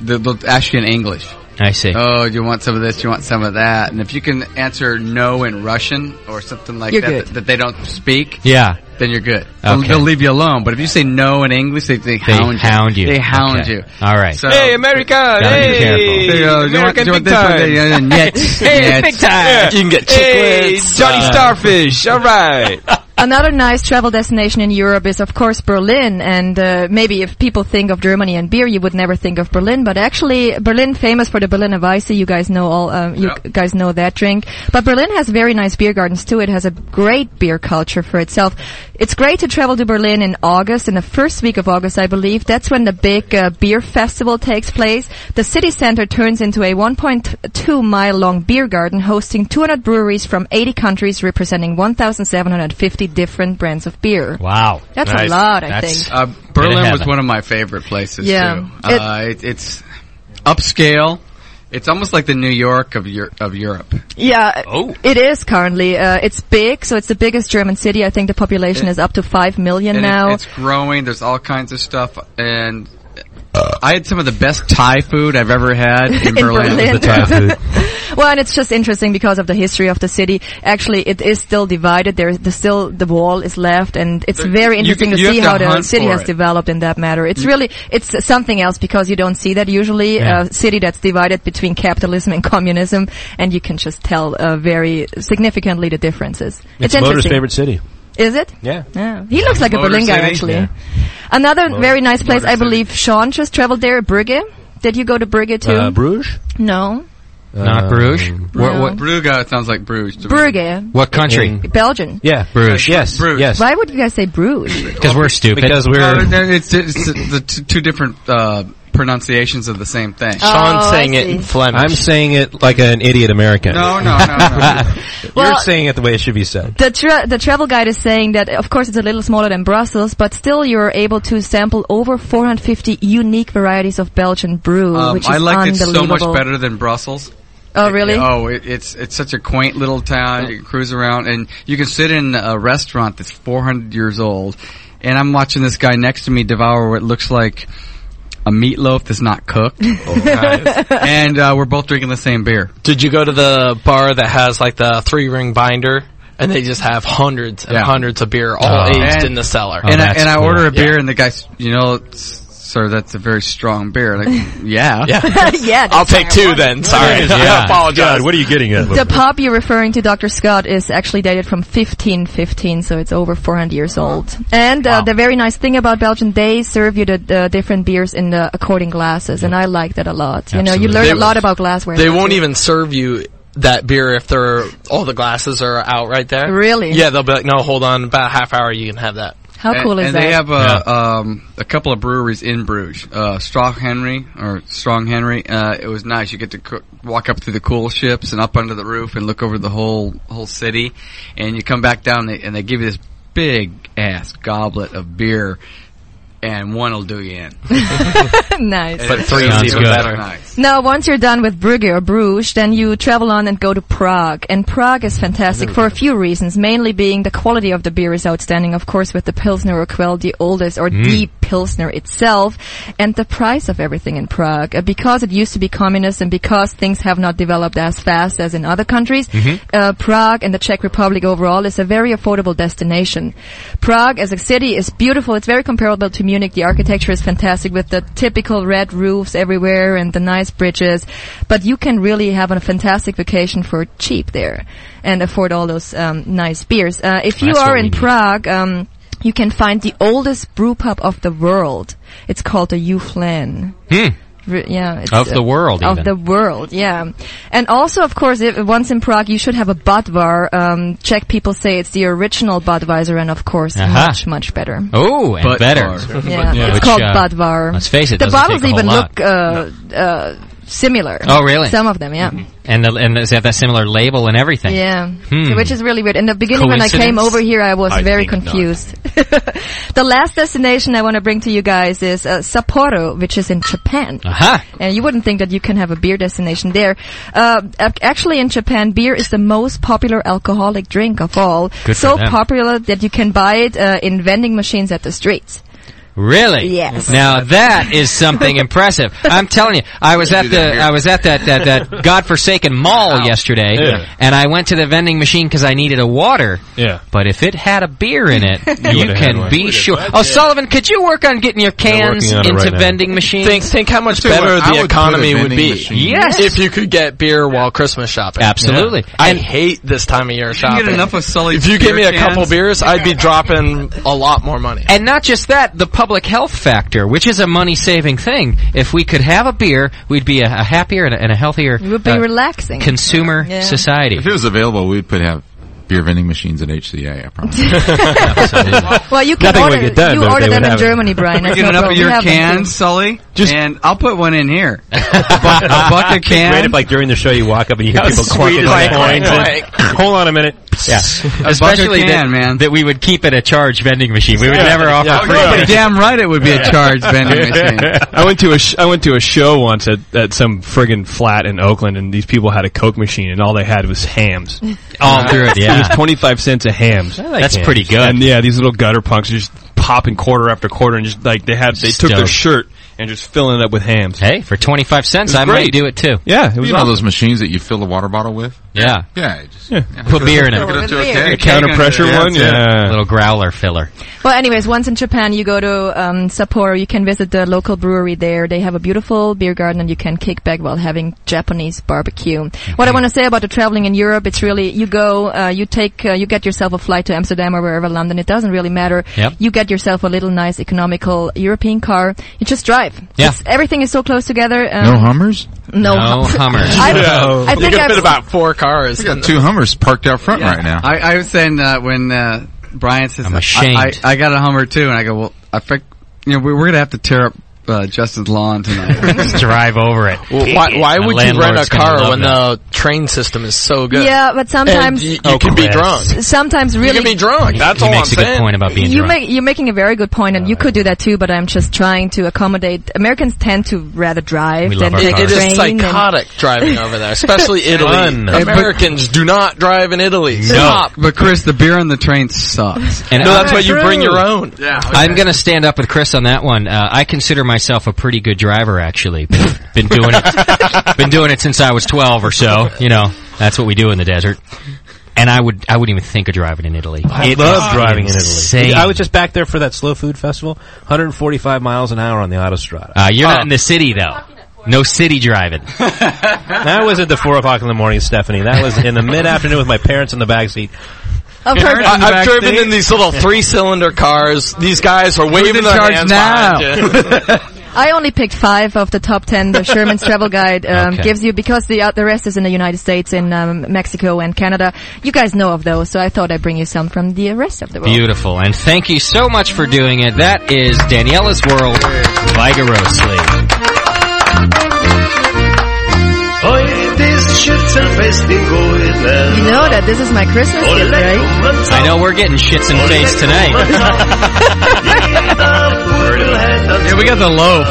S3: they'll they'll ask you in English.
S1: I see.
S3: Oh, do you want some of this? Do you want some of that? And if you can answer no in Russian or something like
S1: You're
S3: that
S1: good.
S3: that that they don't speak,
S1: Yeah.
S3: then you're good. They'll,
S1: Okay.
S3: they'll leave you alone. But if you say no in English, they, they, hound,
S1: hound you.
S3: They hound
S1: Okay.
S3: you.
S1: All right.
S11: Hey, America!
S3: Gotta
S11: Hey,
S3: be careful. There you go. You want-
S11: American
S3: you want
S11: big
S3: this
S11: time.
S3: one? Yeah, yeah, yeah. Yes.
S11: Hey,
S3: Yes.
S11: big time.
S3: Yeah. You can get
S11: Hey,
S3: chiclets.
S11: Johnny
S3: Uh,
S11: Starfish. All right.
S10: Another nice travel destination in Europe is, of course, Berlin. And uh, maybe if people think of Germany and beer, you would never think of Berlin. But actually, Berlin famous for the Berliner Weisse. You guys know all. Um, you guys know that drink. But Berlin has very nice beer gardens too. It has a great beer culture for itself. It's great to travel to Berlin in August, in the first week of August, I believe. That's when the big uh, beer festival takes place. The city center turns into a 1.2 mile long beer garden hosting 200 breweries from 80 countries representing 1,750 different brands of beer.
S1: Wow.
S10: That's a Nice. lot, I think.
S3: Uh,
S10: Bit of
S3: Berlin
S10: heaven.
S3: was one of my favorite places,
S10: Yeah.
S3: too. Uh, it, it's upscale. It's almost like the New York of, Eur- of Europe.
S10: Yeah,
S3: Oh.
S10: it is currently. Uh, it's big, so it's the biggest German city. I think the population is up to 5 million
S3: And it-
S10: now.
S3: it's growing. There's all kinds of stuff. And I had some of the best Thai food I've ever had in,
S10: In
S3: Berlin.
S10: Berlin. The Thai food. Well, and it's just interesting because of the history of the city. Actually, it is still divided. There is there's still the wall is left, and it's very
S3: you
S10: interesting
S3: can-
S10: to
S3: you
S10: see
S3: have to
S10: how the
S3: hunt
S10: city
S3: for
S10: has
S3: it.
S10: developed in that matter. It's
S3: You-
S10: really it's something else because you don't see that usually.
S3: Yeah.
S10: A city that's divided between capitalism and communism, and you can just tell uh, very significantly the differences. It's,
S2: It's, Motor's
S10: interesting.
S2: favorite city.
S10: Is it?
S2: Yeah.
S10: He looks like a
S2: Motor
S10: Berlin guy,
S2: City?
S10: actually.
S2: Yeah.
S10: Another
S2: Motor-
S10: very nice place,
S2: Motor
S10: I believe. Sean just traveled there. Brugge. Did you go to Brugge too?
S3: Uh, Bruges? Um,
S10: No.
S1: Not Uh, Bruges?
S10: What- what-
S3: Brugge sounds like Bruges. to me.
S10: Brugge.
S1: What country?
S10: Belgian.
S2: Yeah,
S1: Bruges. Yes,
S3: Bruges. Yes.
S10: Why would you guys say Bruges?
S1: Because we're stupid.
S2: Because we're
S3: No, no, it's, it's the t- two different uh, pronunciations of the same
S10: Oh,
S3: thing.
S9: Sean's saying it in Flemish.
S6: I'm saying it like an idiot American.
S3: No, no, no, no.
S6: You're
S10: Well-
S6: saying it the way it should be said.
S10: The, tra- the travel guide is saying that, of course, it's a little smaller than Brussels, but still you're able to sample over 450 unique varieties of Belgian brew,
S3: Um,
S10: which is
S3: I liked it so
S10: unbelievable.
S3: much better than Brussels.
S10: Oh, really?
S3: Oh, it, it's it's such a quaint little town. You can cruise around, and you can sit in a restaurant that's 400 years old. And I'm watching this guy next to me devour what looks like a meatloaf that's not cooked.
S6: Oh,
S3: and uh, we're both drinking the same beer.
S9: Did you go to the bar that has like the three ring binder? And they just have hundreds and
S3: Yeah.
S9: hundreds of beer all
S3: Oh.
S9: aged
S3: And-
S9: in the cellar.
S1: Oh,
S6: Oh,
S3: and I, and I order a beer, and the guy, s- you know, s- sir, that's a very strong beer. Like, yeah,
S10: yeah.
S9: I'll take two then. Sorry. I apologize.
S6: what are you getting at?
S10: The pub you're referring to, Dr. Scott, is actually dated from 1515, so it's over 400 years old. And uh, the very nice thing about Belgium, they serve you the, the different beers in the according glasses, and I like that a lot. You know, you
S9: Absolutely.
S10: learn
S9: They-
S10: a lot about glassware.
S9: They
S10: there,
S9: won't
S10: too.
S9: even serve you that beer if they're all the glasses are out right there.
S10: Really?
S9: Yeah, they'll be like, no, hold on, about a half hour you can have that.
S10: How
S3: and,
S10: cool is
S3: and
S10: that?
S3: they have a, um, a couple of breweries in Bruges. Uh, Strong Henry or Strong Henry. Uh, it was nice. You get to co- walk up through the cool ships and up under the roof and look over the whole whole city. And you come back down and they, and they give you this big ass goblet of beer, and one will do you in.
S10: nice.
S3: And it's
S9: three's
S3: really
S9: even better.
S3: Nice.
S10: Now, once you're done with Brugge or Bruges, then you travel on and go to Prague. And Prague is fantastic for a few reasons, mainly being the quality of the beer is outstanding, of course, with the Pilsner or Quell, the oldest or
S17: Mm.
S10: the Pilsner itself, and the price of everything in Prague. Uh, Because it used to be communist and because things have not developed as fast as in other countries,
S11: Mm-hmm.
S17: Mhm.
S10: uh, Prague and the Czech Republic overall is a very affordable destination. Prague as a city is beautiful. It's very comparable to Munich. The architecture is fantastic with the typical red roofs everywhere and the nice bridges. But you can really have a fantastic vacation for cheap there and afford all those um, nice beers. Uh, if you
S17: That's
S10: are
S17: what we
S10: in
S17: need.
S10: Prague, um, you can find the oldest brew pub of the world. It's called the Uflan.
S1: Hmm.
S10: Re- yeah, it's, uh,
S1: Of the world,
S10: of
S1: even.
S10: the world, yeah. And also, of course, if, once in Prague, you should have a Budvar. Um, Czech people say it's the original Budweiser, and of course,
S1: Uh-huh.
S10: much much better.
S1: Oh, and
S3: Butt
S1: better.
S3: bar.
S10: yeah, it's
S1: Which,
S10: called
S1: uh,
S10: Budvar.
S1: Let's face it,
S10: the
S1: doesn't
S10: bottles
S1: take a whole
S10: even
S1: lot.
S10: look uh, uh, similar.
S1: Oh, really?
S10: Some of them, yeah.
S1: and the, and they have that similar label and everything.
S10: Yeah,
S1: Hmm.
S10: So, which is really weird. In the beginning, when I came
S1: Coincidence?
S10: over here, I was
S1: I
S10: very
S1: think not.
S10: confused. the last destination I want to bring to you guys is uh, Sapporo, which is in Japan.
S1: Aha.
S10: And you wouldn't think that you can have a beer destination there. Uh, ac- actually, in Japan, beer is the most popular alcoholic drink of all.
S1: Good for
S10: so
S1: them.
S10: popular that you can buy it uh, in vending machines at the streets.
S1: Really?
S10: Yes.
S1: Now that is something impressive. I'm telling you, I was at the I was at that that that godforsaken mall yesterday,
S7: Yeah.
S1: and I went to the vending machine because I needed a water.
S7: Yeah.
S1: But if it had a beer in it,
S7: You
S1: you,
S7: would've had
S1: can
S7: one.
S1: be
S7: Would've
S1: sure. Oh, Sullivan, could you work on getting your cans
S9: working on
S1: into
S9: it right now.
S1: vending machines?
S9: Think, think how much
S1: Tell you
S9: better
S1: what, I
S9: the
S1: would
S9: economy
S1: put a
S9: would
S1: vending
S9: be.
S1: machine. Yes.
S9: If you could get beer while Christmas shopping.
S1: Absolutely.
S9: Yeah. I hate this time of year shopping.
S3: enough of Sully's
S9: If you give
S3: beer
S9: me a
S3: cans.
S9: couple beers, I'd be dropping a lot more money.
S1: And not just that, the public health factor, which is a money saving thing. If we could have a beer, we'd be a, a happier and a, and a healthier
S10: It would be
S1: uh,
S10: relaxing.
S1: consumer
S10: Yeah.
S1: society.
S8: If it was available, we'd put have beer vending machines at HCA. I promise.
S10: Well, you can
S8: Nothing would
S10: order,
S8: get done,
S10: you
S8: but
S10: order
S8: they
S10: them
S8: would
S10: in
S8: have it.
S10: Germany, Brian.
S3: We
S10: That's
S3: get
S10: no
S3: enough
S10: problem.
S3: of
S10: You
S3: your
S10: have them too.
S3: cans, Sully, and I'll put one in here. a, buck, a buck a can.
S6: Great if like during the show you walk up and you hear
S3: How
S6: people clunking
S3: sweet
S6: their
S3: is
S6: coins.
S3: that?
S6: and- Hold on a minute. Yeah.
S1: Especially
S3: bucket can,
S1: that, that we would keep it a charge vending machine. We would
S6: Yeah.
S1: never offer
S6: Yeah.
S1: free.
S6: Yeah.
S1: beer.
S3: Damn right it would be a charge vending machine.
S7: I went to a sh- I went to a show once at, at some friggin' flat in Oakland, and these people had a Coke machine, and all they had was hams.
S1: All through it, yeah.
S7: it was twenty five cents a hams.
S1: like That's hams. pretty good.
S7: And yeah, these little gutter punks just popping quarter after quarter, and just like they had they took their
S1: Stoked.
S7: shirt and just filling it up with hams.
S1: Hey, for twenty five cents, I might do it too.
S7: Yeah, it was
S8: you know
S7: awesome.
S8: those machines that you fill a water bottle with.
S1: Yeah.
S8: Yeah, it just,
S7: Yeah.
S1: Put beer in it.
S8: Hook it up to a
S1: Your
S8: keg.
S1: counter pressure
S8: Yeah,
S1: one,
S8: that's it.
S1: yeah. Little growler filler.
S10: Well, anyways, once in Japan, you go to um, Sapporo. You can visit the local brewery there. They have a beautiful beer garden, and you can kick back while having Japanese barbecue. What I want to say about the traveling in Europe, it's really you go, uh, you take, uh, you get yourself a flight to Amsterdam or wherever London. It doesn't really matter.
S17: Yep.
S10: You get yourself a little nice, economical European car. You just drive.
S17: Yeah.
S10: It's- everything is so close together. Um,
S8: No Hummers.
S10: No,
S1: No Hummers.
S10: I, I think I've
S9: four cars.
S8: We got two Hummers parked out front right now.
S3: I, I was saying uh, when uh, Brian says,
S8: I'm ashamed.
S3: I, I, I got a Hummer too, and I go, well, I think you know we, we're gonna have to tear up uh, Justin's lawn tonight.
S1: Just drive over it.
S9: Well, why, why
S1: The
S9: would you rent a
S1: landlord's gonna
S9: car
S1: love
S9: when
S1: that.
S9: the train system is so good?
S10: Yeah, but
S9: And
S10: sometimes-
S9: you, you
S1: Oh,
S9: can be
S1: Chris.
S9: drunk.
S10: S- Sometimes really
S9: You can be drunk. That's
S1: he
S9: all
S1: makes
S9: I'm
S1: a
S9: saying.
S1: good point about being
S10: you
S1: drunk.
S10: make, you're making a very good point, and you could do that too. But I'm just trying to accommodate. Americans tend to rather drive
S1: We love
S10: than
S1: our
S10: take
S9: It-
S10: the
S9: it
S10: train.
S9: is
S10: and-
S9: psychotic driving over there, especially Italy.
S1: Fun.
S9: Americans do not drive in Italy. Stop.
S3: But Chris, the beer on the train sucks.
S1: And
S9: No,
S1: I-
S9: that's why you bring your own. Yeah.
S1: I'm going to stand up with Chris on that one. Uh, I consider myself a pretty good driver, actually. Been, been doing it, been doing it since I was 12 or so. You know, that's what we do in the desert. And I would, I wouldn't even think of driving in Italy.
S6: I
S1: It
S6: love
S1: is
S6: driving in
S1: insane.
S6: Italy. I was just back there for that slow food festival. 145 miles an hour on the autostrada.
S1: Uh, you're not in the city though. No city driving.
S6: that was at the four o'clock in the morning, Stephanie. That was in the mid afternoon with my parents in the back seat.
S1: Oh,
S10: Of
S9: I,
S10: course,
S9: I've driven in these little three-cylinder cars. These guys are waving their
S3: charge
S9: hands
S3: now?
S9: behind you.
S10: I only picked five of the top ten the Sherman's Travel Guide um,
S1: Okay.
S10: gives you because the uh, the rest is in the United States, in um, Mexico and Canada. You guys know of those, so I thought I'd bring you some from the rest of the world.
S1: Beautiful. And thank you so much for doing it. That is Daniela's World vigorously.
S10: You know that this is my Christmas gift, right?
S1: I know we're getting shits and face tonight.
S9: Yeah, we got the low.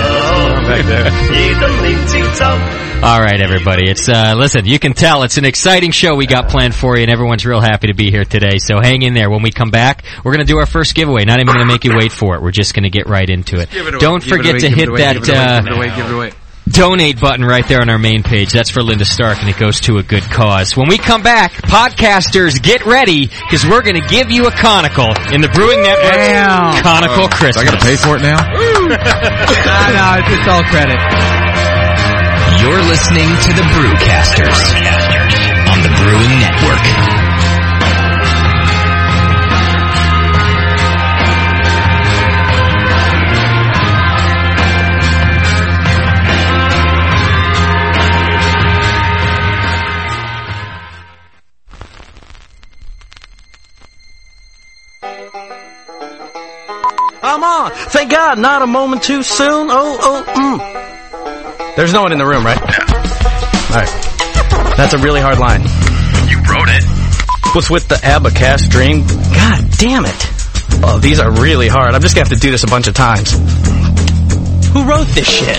S1: All right, everybody. It's uh, listen. You can tell it's an exciting show we got planned for you, and everyone's real happy to be here today. So hang in there. When we come back, we're gonna do our first giveaway. Not even gonna make you wait for it. We're just gonna get right into it.
S3: Give it away,
S1: Don't
S3: give it
S1: forget
S3: away,
S1: to
S3: give it
S1: hit
S3: away,
S1: that
S3: give it away,
S1: uh,
S3: give it away, give it away.
S1: donate button right there on our main page. That's for Linda Stark, and it goes to a good cause. When we come back, podcasters, get ready because we're gonna give you a conical in the Brewing Network Conical
S17: I
S1: Christmas.
S17: got to pay for it now.
S3: Nah, nah, it's, it's all credit.
S12: You're listening to the Brewcasters on the Brewing Network.
S9: I'm on. Thank God, not a moment too soon. Oh, oh, mm. There's no one in the room, right? All right. That's a really hard line. You wrote it. Was with the Abacast dream. God damn it. Oh, these are really hard. I'm just gonna have to do this a bunch of times. Who wrote this shit?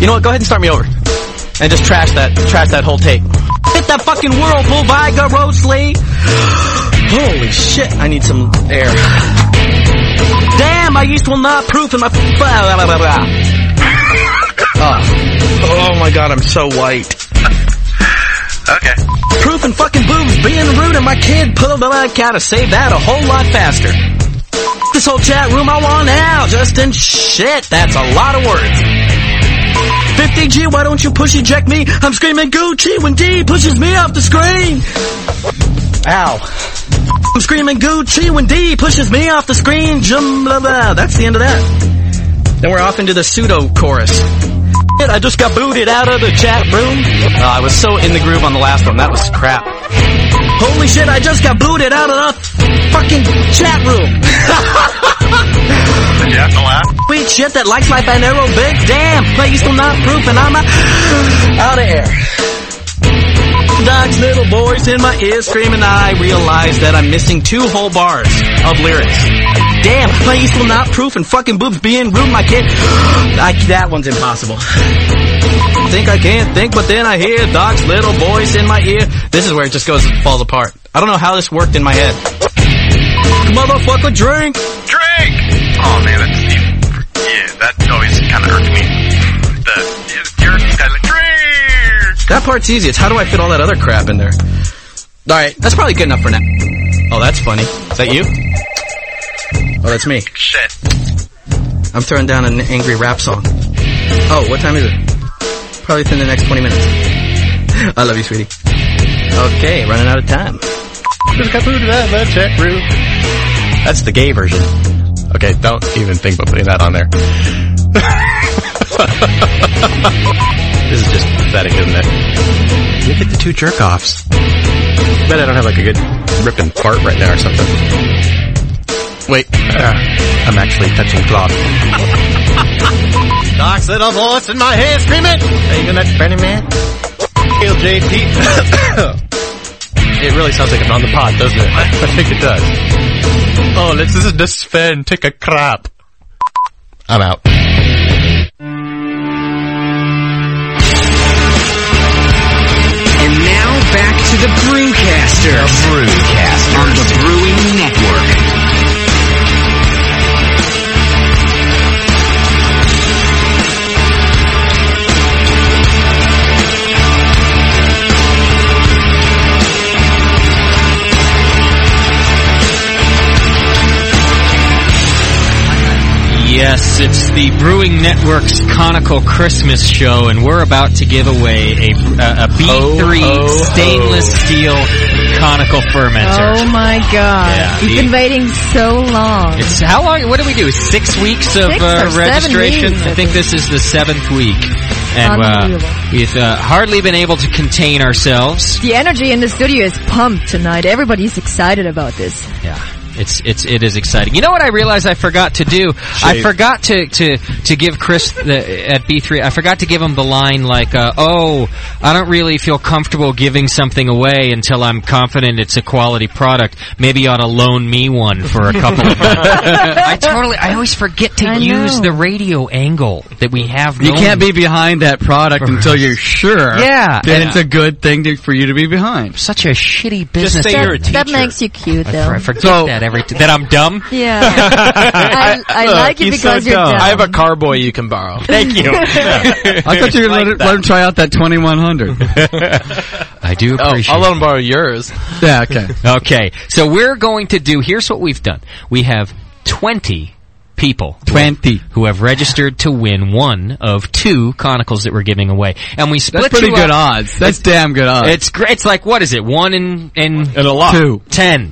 S9: You know what? Go ahead and start me over, and just trash that, trash that whole take. Hit that fucking whirlpool vigorously. Holy shit! I need some air. Damn, my yeast will not proof in my. Blah, blah, blah, blah. oh. oh my god, I'm so white. Okay. Proof and fucking boobs being rude, and my kid pulled the leg out to save that a whole lot faster. F- This whole chat room I want out, Justin. Shit, that's a lot of words. 50G, why don't you push eject me? I'm screaming Gucci when D pushes me off the screen. Ow. I'm screaming Gucci when D pushes me off the screen. Jum, blah, blah. That's the end of that. Then we're off into the pseudo chorus. Shit, I just got booted out of the chat room. Oh, I was so in the groove on the last one. That was crap. Holy shit, I just got booted out of the fucking chat room. yeah, the laugh. Sweet shit that likes life and aerobic. Damn, please will not proof and I'm a- out of air. Doc's little voice in my ear screaming, I realize that I'm missing two whole bars of lyrics. Damn, playing still not proof and fucking boobs being rude, my kid. I, that one's impossible. Think I can't think, but then I hear Doc's little voice in my ear. This is where it just goes falls apart. I don't know how this worked in my head. Motherfucker, drink!
S13: Drink! Oh man, that's yeah, that always kind of irked me. The you're kind of drink.
S9: That part's easy. It's how do I fit all that other crap in there? All right, that's probably good enough for now. Oh, that's funny. Is that you? Oh, that's me.
S13: Shit.
S9: I'm throwing down an angry rap song. Oh, what time is it? Probably within the next 20 minutes. I love you, sweetie. Okay, running out of time. That's the gay version.
S13: Okay, don't even think about putting that on there. this is just pathetic, isn't it? Look at the two jerk offs. Bet I don't have like a good ripping fart right now or something. Wait, uh, I'm actually touching cloth.
S6: Knocks little voice in my head screaming, Are you gonna burn him, man? Kill JP. it really sounds like I'm on the pot, doesn't it? I think it does. Oh, let's this is the Sven take a crap. I'm out.
S11: And now back to the Brewcaster. The Brewcaster on the Brewing Network.
S1: Yes, it's the Brewing Network's Conical Christmas Show, and we're about to give away a, uh, a, a B3
S11: ho,
S1: stainless steel conical fermenter.
S10: Oh my god.
S1: Yeah,
S10: You've
S1: the-
S10: been waiting so long.
S1: It's how long? What do we do? Six weeks of
S10: Six
S1: uh,
S10: or seven
S1: registration.
S10: weeks,
S1: I
S10: I
S1: think this is the seventh week, and uh,
S10: Unbelievable.
S1: we've uh, hardly been able to contain ourselves.
S10: The energy in the studio is pumped tonight. Everybody's excited about this.
S1: Yeah. It's it's it is exciting. You know what I realized I forgot to do? I forgot to to to give Chris the, at B three. I forgot to give him the line like, uh, "Oh, I don't really feel comfortable giving something away until I'm confident it's a quality product. Maybe you ought to loan me one for a couple of I totally. I always forget to use the radio angle that we have.
S3: You
S1: known.
S3: can't be behind that product until you're sure.
S1: Yeah.
S3: that
S1: Yeah.
S3: it's a good thing to, for you to be behind.
S1: Such a shitty
S3: business.
S10: that, that makes you cute, though.
S1: I forget that every t- that I'm dumb.
S10: Yeah. I, I like it because you're dumb.
S6: I have a carboy you can borrow.
S1: Thank you.
S3: I thought you were going to let, it- let him try out that 2100.
S1: I do appreciate.
S6: Oh, I'll let him borrow yours.
S3: yeah, okay.
S1: Okay, so we're going to do. Here's what we've done. We have 20 people, 20 who have registered to win one of two conicals that we're giving away, and we split.
S3: pretty
S1: you
S3: good
S1: up.
S3: odds. That's damn good odds.
S1: It's great. It's like what is it? One in in and
S18: a lot.
S3: Two.
S1: ten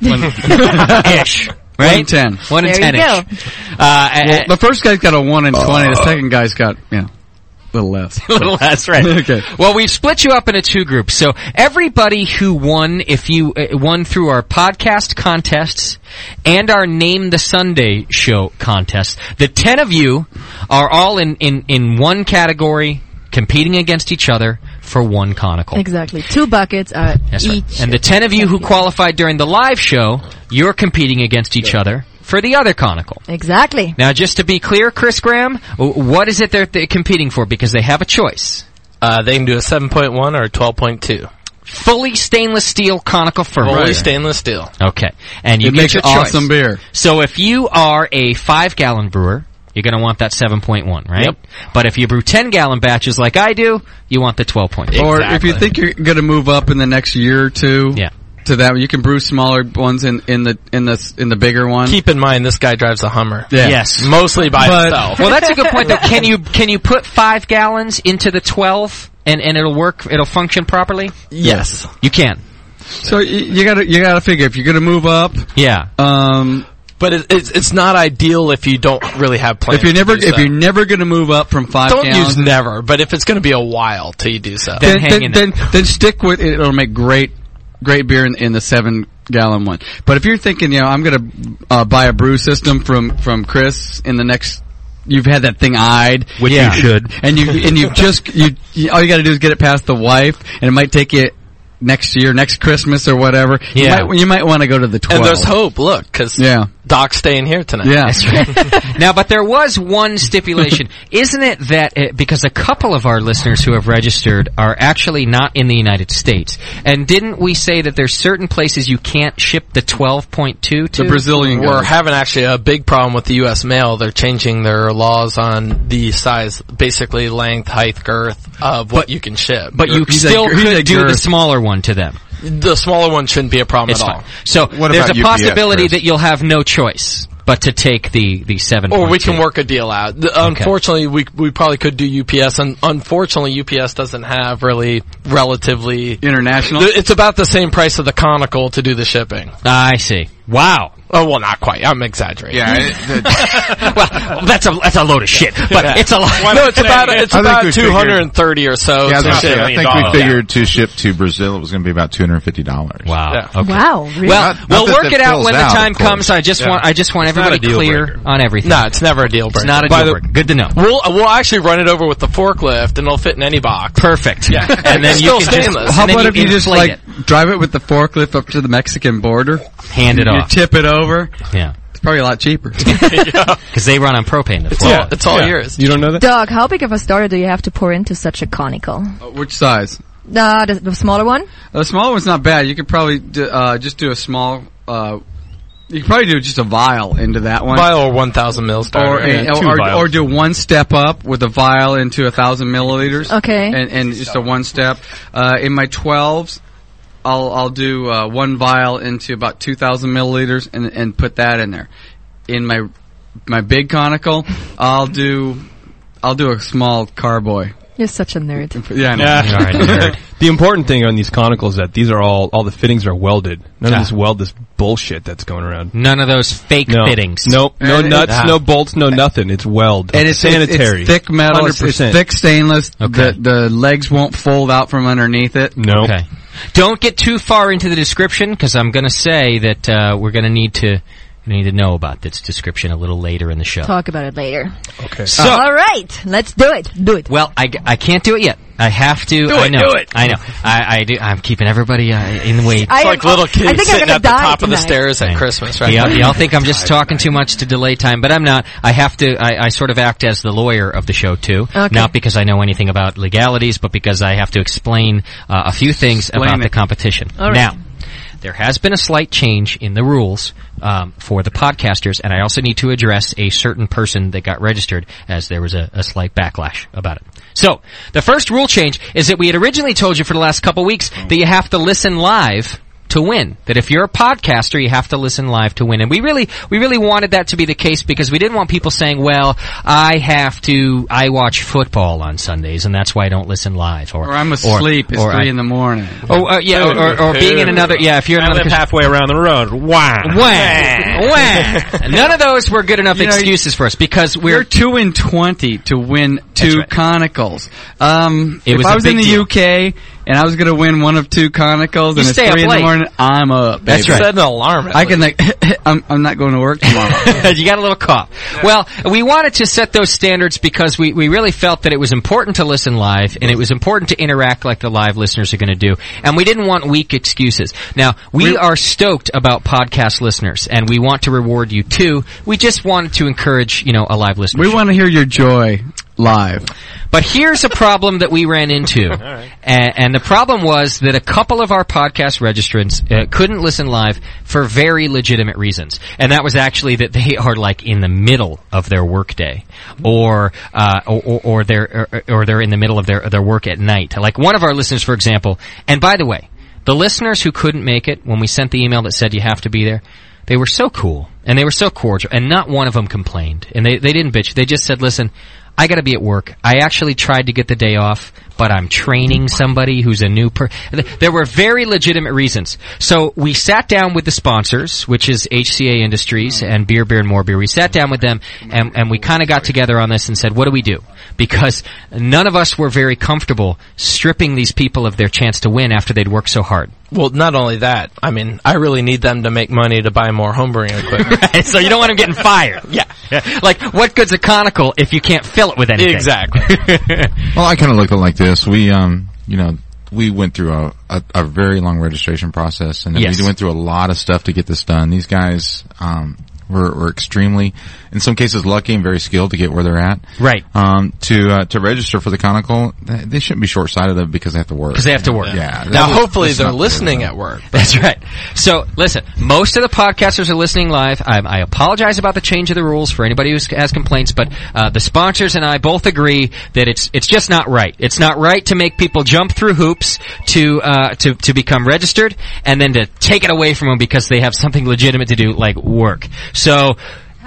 S1: ish. Right?
S3: One in ten.
S1: One in ten ish. Uh, and-
S3: Well, the first guy's got a one in twenty. The second guy's got you know, a little less.
S1: a little less, right?
S3: Okay.
S1: Well, we've split you up into two groups. So everybody who won, if you uh, won through our podcast contests and our Name the Sunday show contest, the ten of you are all in in in one category, competing against each other for one conical.
S10: Exactly. Two buckets are
S1: That's right.
S10: each.
S1: And the ten of you who qualified during the live show, you're competing against each other for the other conical.
S10: Exactly.
S1: Now, just to be clear, Chris Graham, w- what is it they're, they're competing for? Because they have a choice.
S6: Uh, they can do a 7.1 or a 12.2.
S1: Fully stainless steel conical fermenter.
S6: Fully stainless steel.
S1: Okay. And you
S6: It
S1: get
S6: makes
S1: your
S6: awesome
S1: choice.
S6: beer.
S1: So if you are a five gallon brewer, you're going to want that 7.1, right?
S3: Yep.
S1: But if you brew 10 gallon batches like I do, you want the 12.1.
S3: Or if you think you're going to move up in the next year or two, yeah. to that you can brew smaller ones in, in the in the in the bigger one.
S6: Keep in mind, this guy drives a Hummer.
S3: Yeah.
S1: Yes.
S6: Mostly by
S3: But-
S6: himself.
S1: Well, that's a good point though. Can you, can you put five gallons into the 12 and, and it'll work, it'll function properly?
S6: Yes.
S1: You can.
S3: So y- you got to you got to figure if you're going to move up.
S1: Yeah.
S3: Um,
S6: but it, it's it's not ideal if you don't really have plans.
S3: If you're
S6: to
S3: never
S6: do
S3: if
S6: so.
S3: you're never going to move up from five,
S6: don't
S3: gallons,
S6: use never, but if it's going to be a while till you do so,
S3: then then, then, then stick with it. It'll make great great beer in, in the seven gallon one. But if you're thinking, you know, I'm going to uh, buy a brew system from from Chris in the next. You've had that thing eyed,
S1: Which you Yeah. should.
S3: and you and you've just you, you all you got to do is get it past the wife, and it might take you next year, next Christmas or whatever.
S6: Yeah.
S3: you might, you might want to go to the twelve.
S6: and there's hope. Look, because
S3: Yeah.
S6: Doc's staying here tonight.
S3: Yeah.
S1: now, but there was one stipulation, isn't it? That uh because a couple of our listeners who have registered are actually not in the United States, and didn't we say that there's certain places you can't ship the 12.2 to
S6: We're having actually a big problem with the U.S. mail. They're changing their laws on the size, basically length, height, girth of what you can ship.
S1: but you still could do the smaller one to them.
S6: The smaller one shouldn't be a problem
S1: It's
S6: at all.
S1: fine. So there's a possibility that you'll have no choice but to take the the seven.
S13: Oh,
S6: Or we can work a deal out. The- Unfortunately, we we probably could do UPS, and unfortunately, UPS doesn't have really relatively
S3: international.
S6: It's about the same price of the conical to do the shipping.
S1: I see. Wow.
S13: Oh well, not quite. I'm exaggerating.
S8: Yeah,
S1: Oh,
S13: well, that's a that's a load of shit. But
S8: Yeah.
S13: it's a lot.
S8: What
S13: no,
S8: I'm
S13: it's about
S8: saying
S13: it's
S8: is- I think
S13: about
S8: we
S13: two hundred and thirty or so.
S8: yeah, I, was
S13: to
S8: gonna
S13: a
S8: say, I
S13: million
S8: think we
S13: dollars.
S8: figured to ship to Brazil it was going to be about two hundred and fifty dollars.
S1: Wow.
S13: Yeah.
S1: Okay.
S13: Wow, really?
S1: Well,
S13: Not- not
S1: we'll
S13: that
S1: work
S13: that
S1: it out
S13: fills
S1: when the
S13: out, of
S1: time
S13: course.
S1: comes. I just
S13: Yeah.
S1: want I just want
S13: It's not a
S1: everybody
S13: deal
S1: clear
S13: breaker.
S1: on everything.
S13: No, it's never a deal breaker.
S1: It's not a
S13: By
S1: deal
S13: the-
S1: breaker. Good to know.
S13: We'll we'll actually run it over with the forklift, and it'll fit in any box.
S1: Perfect.
S13: Yeah,
S1: And then
S13: It's still
S1: you can just-
S13: stainless.
S3: How
S13: And then
S3: about if you just
S13: inflate
S3: like drive it with the forklift up to the Mexican border,
S1: hand it
S3: you
S1: off.
S3: tip it over?
S1: Yeah,
S3: it's probably a lot cheaper.
S1: because they run on propane. The
S3: It's
S1: floor.
S3: all- it's all Yeah. yours. You don't know that?
S10: Doug, how big of a starter do you have to pour into such a conical?
S3: Which size?
S10: Uh, the, the smaller one?
S3: The small one's not bad. You could probably do, uh, just do a small. Uh, you could probably do just a vial into that one.
S13: Vial or one thousand mils. starter.
S3: Or,
S13: Yeah, two
S3: or, or,
S13: vials.
S3: or do one step up with a vial into a thousand milliliters.
S10: Okay.
S3: And, and just a one step. Uh, in my twelves, I'll I'll do uh, one vial into about two thousand milliliters and and put that in there. In my my big conical, I'll do I'll do a small carboy.
S10: You're such a nerd.
S3: Yeah, I know.
S7: Yeah.
S3: All right, nerd.
S7: the important thing on these conicals is that these are all all the fittings are welded. None
S1: Yeah.
S7: of this weld this bullshit that's going around.
S1: None of those fake
S7: no.
S1: fittings.
S7: Nope. No
S1: And it-
S7: nuts.
S1: Ah.
S7: No bolts. No nothing. It's weld.
S3: And it's
S7: sanitary.
S3: It's, it's thick metal. It's, it's
S7: 100%.
S3: thick stainless. The, the legs won't fold out from underneath it.
S7: No.
S1: Okay. Don't get too far into the description because I'm going to say that uh, we're going to need to need to know about this description a little later in the show.
S10: Talk about it later.
S7: Okay.
S1: So-
S10: All right, let's do it. Do it.
S1: Well, I, I can't do it yet. I have to.
S10: Do
S1: I
S10: it,
S1: know.
S10: do it.
S1: I know. I, I do. I'm keeping everybody uh, in the way.
S10: I It's like am- little I kids think I'm sitting gonna at the die top of the tonight.
S13: stairs at Christmas, right?
S1: Y'all, y'all think I'm just talking too much to delay time, but I'm not. I have to. I, I sort of act as the lawyer of the show too,
S13: Okay.
S1: not because I know anything about legalities, but because I have to explain uh, a few things
S13: Explain
S1: about
S13: it.
S1: the competition.
S13: All right.
S1: Now, there has been a slight change in the rules um, for the podcasters, and I also need to address a certain person that got registered as there was a, a slight backlash about it. So, the first rule change is that we had originally told you for the last couple weeks that you have to listen live to win. That if you're a podcaster, you have to listen live to win. And we really, we really wanted that to be the case because we didn't want people saying, well, I have to, I watch football on Sundays and that's why I don't listen live. Or,
S3: Or I'm asleep. it's
S1: or
S3: three
S1: I-
S3: in the morning.
S1: Oh, uh, yeah, or, or, or being in another, yeah, if you're in
S3: I
S1: another
S3: live
S7: halfway around the road. Wah.
S1: Wah. Wah. None of those were good enough
S3: You know,
S1: excuses for us because we're,
S3: We're two and twenty to win two conicals. Um,
S1: It
S3: if
S1: was
S3: I
S1: a
S3: was in
S1: big
S3: the
S1: deal.
S3: UK and I was going to win one of two conicals,
S1: You
S3: and
S1: stay
S3: it's
S1: up
S3: three in
S1: late.
S3: the morning, I'm up.
S1: That's
S3: baby.
S1: right. Set an alarm at
S3: I can like, I'm, I'm not going to work tomorrow.
S1: you got a little cough. Well, we wanted to set those standards because we, we really felt that it was important to listen live and it was important to interact like the live listeners are going to do. And we didn't want weak excuses. Now, we, are stoked about podcast listeners and we want to reward you too. We just wanted to encourage, you know, a live listener.
S3: we want to hear your joy live.
S1: But here's a problem that we ran into, and, and the problem was that a couple of our podcast registrants uh, couldn't listen live for very legitimate reasons, and that was actually that they are like in the middle of their workday, or, uh, or or or they're or, or they're in the middle of their their work at night. Like one of our listeners, for example, and by the way, the listeners who couldn't make it when we sent the email that said you have to be there, they were so cool and they were so cordial and not one of them complained and they, they didn't bitch. They just said, listen, I gotta be at work. I actually tried to get the day off, but I'm training somebody who's a new per, there were very legitimate reasons. So we sat down with the sponsors, which is HCA Industries and Beer, Beer and More Beer. We sat down with them and, and we kinda got together on this and said, what do we do? Because none of us were very comfortable stripping these people of their chance to win after they'd worked so hard.
S13: Well, not only that. I mean, I really need them to make money to buy more homebrewing equipment.
S1: Right, so you don't want him getting fired. yeah. Like, what good's a conical if you can't fill it with anything?
S13: Exactly.
S8: Well, I kind of look at it like this. We, um, you know, we went through a, a, a very long registration process and
S1: Yes.
S8: we went through a lot of stuff to get this done. These guys, um, were, were extremely, in some cases, lucky and very skilled to get where they're at.
S1: Right.
S8: Um, to, uh, to register for the conical, they, they shouldn't be short-sighted of it because they have to work.
S1: Because they have to work.
S8: Yeah.
S1: Now,
S8: That-
S1: hopefully
S8: that's
S1: they're
S8: not-
S13: listening at work.
S1: That's right. So, listen, most of the podcasters are listening live. Um, I, I apologize about the change of the rules for anybody who has complaints, but uh, the sponsors and I both agree that it's it's just not right. It's not right to make people jump through hoops to uh, to to become registered and then to take it away from them because they have something legitimate to do, like work. So,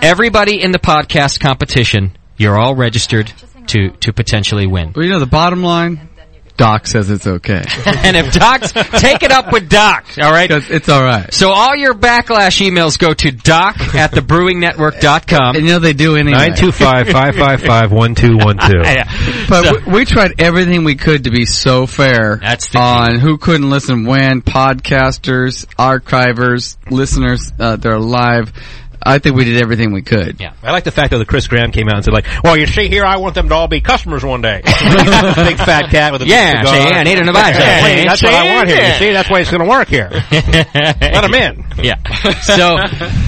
S1: everybody in the podcast competition, you're all registered to to potentially win.
S3: Well, you know, the bottom line Doc says it's okay.
S1: and if Doc's, take it up with Doc, all right?
S3: it's all right.
S1: So all your backlash emails go to doc at thebrewingnetwork.com.
S3: And you know they do anyway.
S2: 925-555-1212.
S3: But we, we tried everything we could to be so fair on who couldn't listen when, podcasters, archivers, listeners uh, that are live. I think we did everything we could.
S2: Yeah. I like the fact though that Chris Graham came out and said like, "Well, you see here, I want them to all be customers one day." Big fat cat with a big
S1: Yeah,
S2: cigar.
S1: see, I need an advisor.
S2: Yeah,
S1: Please,
S2: that's what I want here. You
S1: yeah.
S2: see, that's why it's going to work here. Let him in.
S1: Yeah. So,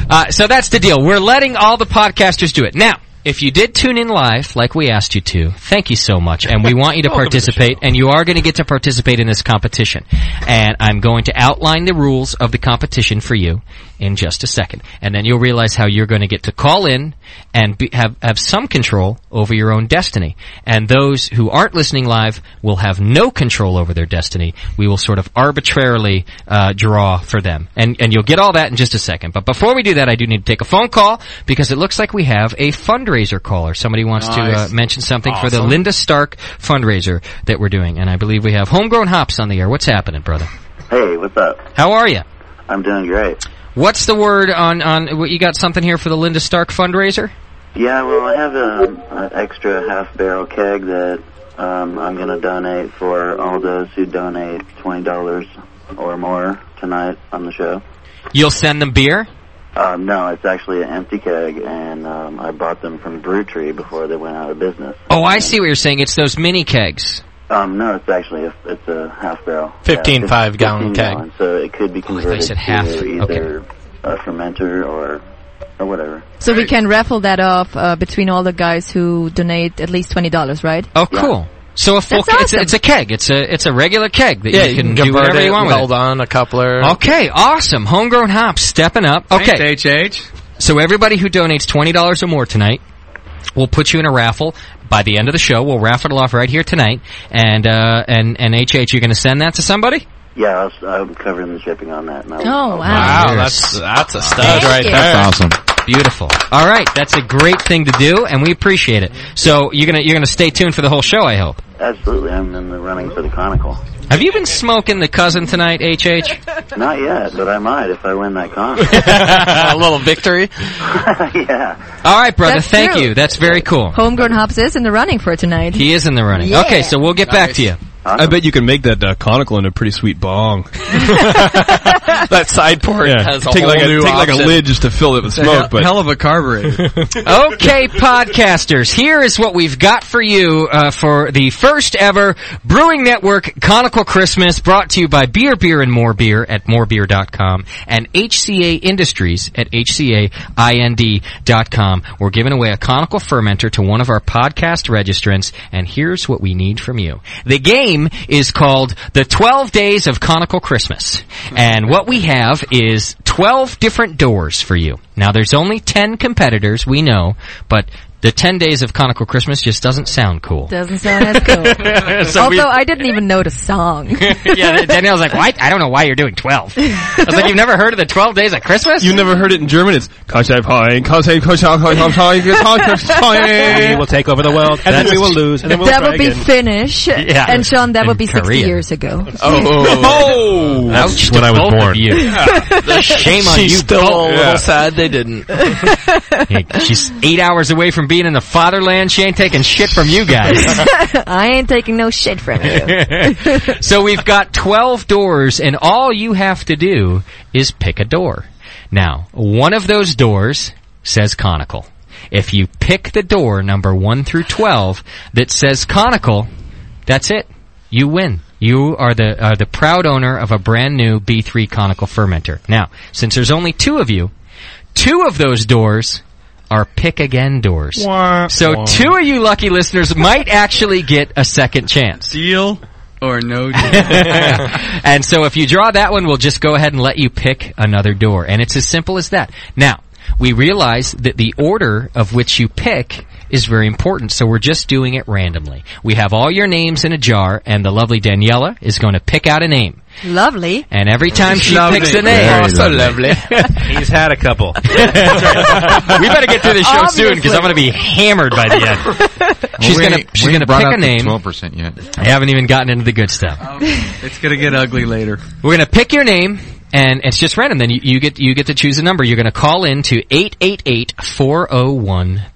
S1: uh, so that's the deal. We're letting all the podcasters do it. Now, if you did tune in live, like we asked you to, thank you so much. And we want you to participate, and you are going to get to participate in this competition. And I'm going to outline the rules of the competition for you in just a second. And then you'll realize how you're going to get to call in and be, have, have some control over your own destiny. And those who aren't listening live will have no control over their destiny. We will sort of arbitrarily uh, draw for them. And, and you'll get all that in just a second. But before we do that, I do need to take a phone call because it looks like we have a fundraiser caller. Somebody wants
S11: Nice.
S1: to uh, mention something for the
S11: Awesome.
S1: Linda Stark fundraiser that we're doing. And I believe we have Homegrown Hops on the air. What's happening, brother?
S19: Hey, what's up?
S1: How are you?
S19: I'm doing great.
S1: What's the word on, on what you got something here for the Linda Stark fundraiser?
S19: Yeah, well, I have um, an extra half barrel keg that um, I'm going to donate for all those who donate $20 or more tonight on the show.
S1: You'll send them beer?
S19: Um, no, it's actually an empty keg, and um, I bought them from Brew Tree before they went out of business.
S1: Oh, I see what you're saying. It's those mini kegs.
S19: Um, no, it's actually a, it's a half barrel.
S1: 15
S19: fif-
S1: five gallon
S19: 15
S1: keg. Oh,
S19: gallon, so it could be converted
S1: said half.
S19: to either a fermenter or or whatever.
S10: So we can raffle that off uh, between all the guys who donate at least twenty dollars, right?
S1: Oh, cool. So a full
S10: That's
S1: ke- it's, a,
S10: awesome.
S1: it's a keg. It's a it's a regular keg that
S6: yeah,
S1: you can, do
S6: convert
S1: whatever
S6: it,
S1: you want with.
S6: weld on a coupler.
S1: it. Okay, awesome. Homegrown hops stepping up. Okay,
S3: HH.
S1: So everybody who donates twenty dollars or more tonight, we'll put you in a raffle. By the end of the show, we'll raffle it off right here tonight. And uh, and and HH, you're going to send that to somebody.
S19: Yeah, I was, I'm covering the shipping on that. And I was,
S10: Oh,
S1: Wow,
S6: Wow, that's that's a stud right there.
S1: awesome. Beautiful. All right, that's a great thing to do, and we appreciate it. So you're gonna you're gonna stay tuned for the whole show. I hope.
S19: Absolutely, I'm in the running for the Chronicle.
S1: Have you been smoking the cousin tonight, HH?
S19: Not yet, but I might if I win that Chronicle.
S6: a little victory.
S19: yeah.
S1: All right, brother.
S10: That's
S1: thank
S10: true.
S1: you. That's very cool.
S10: Homegrown Hops is in the running for tonight.
S1: He is in the running.
S10: Yeah.
S1: Okay, so we'll get back to you.
S7: I bet you can make that uh, conical into a pretty sweet bong.
S6: that side port
S7: Yeah.
S6: has a
S7: take
S6: whole
S7: like a,
S6: new
S7: take like a
S6: option.
S7: lid just to fill it with
S6: It's a
S7: smoke.
S6: hell-
S7: but
S6: hell
S3: of a carburetor.
S1: okay, podcasters, here is what we've got for you uh, for the first ever Brewing Network Conical Christmas brought to you by Beer, Beer, and More Beer at morebeer.com and HCA Industries at hcaind.com. We're giving away a conical fermenter to one of our podcast registrants, and here's what we need from you. The game is called The 12 Days of Conical Christmas, and what we have is 12 different doors for you. Now there's only 10 competitors, we know, but the 10 days of Conical Christmas just doesn't sound cool.
S10: Doesn't sound as cool.
S1: So we-
S10: Although I didn't even know the song.
S1: yeah, Danielle's like, "Why? I don't know why you're doing 12. I was like, "You've never heard of the 12 days of Christmas?"
S7: you never heard it in German. It's Kashev High, Kashev Kashev Kashev High, Kashev High.
S2: We will take over the world, and then we will lose, and then we'll
S10: that
S2: try
S10: would be
S2: again.
S10: Finnish,
S2: Yeah.
S10: and Sean, that
S2: In
S10: would be sixty
S2: Korean.
S10: years ago.
S6: Oh,
S2: That's when I was born.
S1: Shame on
S6: She's
S1: you
S6: Still
S1: both.
S6: a
S1: Yeah.
S6: little sad they didn't.
S1: She's eight hours away from being in the fatherland. She ain't taking shit from you guys.
S10: I ain't taking no shit from you.
S1: so we've got 12 doors and all you have to do is pick a door. Now, one of those doors says conical. If you pick the door number 1 through 12 that says conical, that's it. You win. You are the are the proud owner of a brand new B3 conical fermenter. Now, since there's only two of you, two of those doors are pick again doors. so
S3: wah.
S1: two of you lucky listeners might actually get a second chance.
S3: Deal or no deal.
S1: and so if you draw that one, we'll just go ahead and let you pick another door. And it's as simple as that. Now, we realize that the order of which you pick is very important, so we're just doing it randomly. We have all your names in a jar, and the lovely Daniela is going to pick out a name.
S10: Lovely.
S1: And every time she picks a name, Oh,
S2: He's had a couple.
S1: we better get through this show soon because I'm going to be hammered by the end. she's gonna she's gonna pick a name.
S8: Twelve percent yet.
S1: I haven't even gotten into the good stuff.
S3: it's gonna get ugly later.
S1: We're gonna pick your name, and it's just random. Then you, you get you get to choose a number. You're gonna call in to 888-401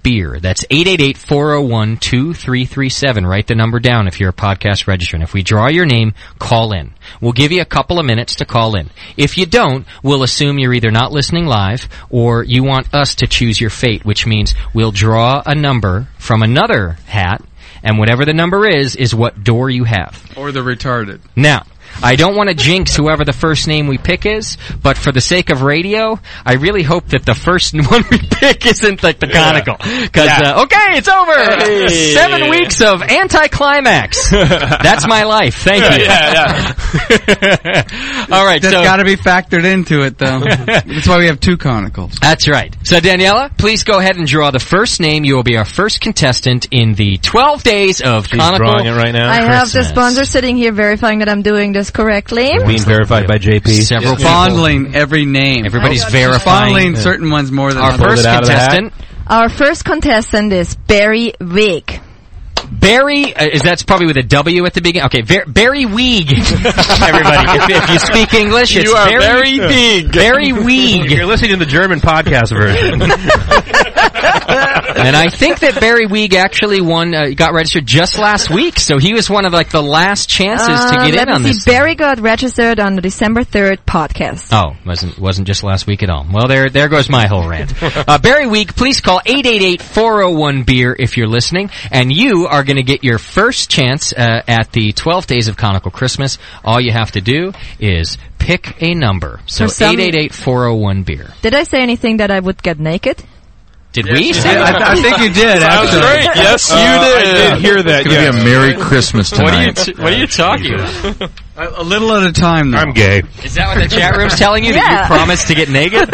S1: beer. That's 888-401-2337. Write the number down if you're a podcast registrant. If we draw your name, call in. We'll give you a couple of minutes to call in. If you don't, we'll assume you're either not listening live or you want us to choose your fate, which means we'll draw a number from another hat. And whatever the number is, is what door you have.
S3: Or the retarded.
S1: Now, I don't want to jinx whoever the first name we pick is, but for the sake of radio, I really hope that the first one we pick isn't like the conical. Cause,
S12: Yeah.
S1: uh, okay, it's over!
S12: Hey.
S1: Seven weeks of anticlimax. That's my life. Thank you. All right,
S3: That's
S1: so-
S3: got to be factored into it, though. That's why we have two conicals.
S1: That's right. So Daniela, please go ahead and draw the first name. You will be our first contestant in the 12 days of She's Conical.
S6: drawing it right now.
S10: I have the sponsor sitting here verifying that I'm doing this correctly.
S6: Being verified by JP.
S1: Several
S3: fondling every name.
S1: Everybody's
S3: Just
S1: verifying.
S3: Fondling
S1: Yeah.
S3: certain ones more than
S1: Our
S3: others.
S1: Oh, first contestant,
S10: Our first contestant is Barry Wick.
S1: Barry, uh, is that's probably with a W at the beginning. Okay, Ver- Barry Weig. Everybody, if, if you speak English, it's
S6: you are
S1: Barry,
S6: very big.
S1: Barry Weig.
S6: You're listening to the German podcast version.
S1: and I think that Barry Weig actually won, uh, got registered just last week, so he was one of like the last chances to
S10: Uh,
S1: get
S10: let
S1: in
S10: me
S1: on
S10: see.
S1: this.
S10: Barry got registered on the December 3rd podcast.
S1: Oh, wasn't wasn't just last week at all. Well, there there goes my whole rant. Uh, Barry Week, please call 888-401-BEER E if you're listening, and you are going to get your first chance uh, at the 12 Days of Conical Christmas. All you have to do is pick a number. So
S10: For some-
S1: 888-401-BEER.
S10: Did I say anything that I would get naked?
S1: Did we?
S10: Yes,
S1: say
S10: you did.
S1: that?
S10: I- I think you did,
S1: Sounds
S10: actually.
S1: great.
S11: Uh,
S10: Yes, you
S1: Uh, did.
S8: I did hear that. It's gonna be yes. a Merry Christmas
S1: What are you?
S8: tonight.
S1: T- what are you talking about?
S3: A little at a time. Though. I'm
S6: gay.
S1: Is that what the chat room's telling you?
S12: Yeah.
S1: That you promised to get naked?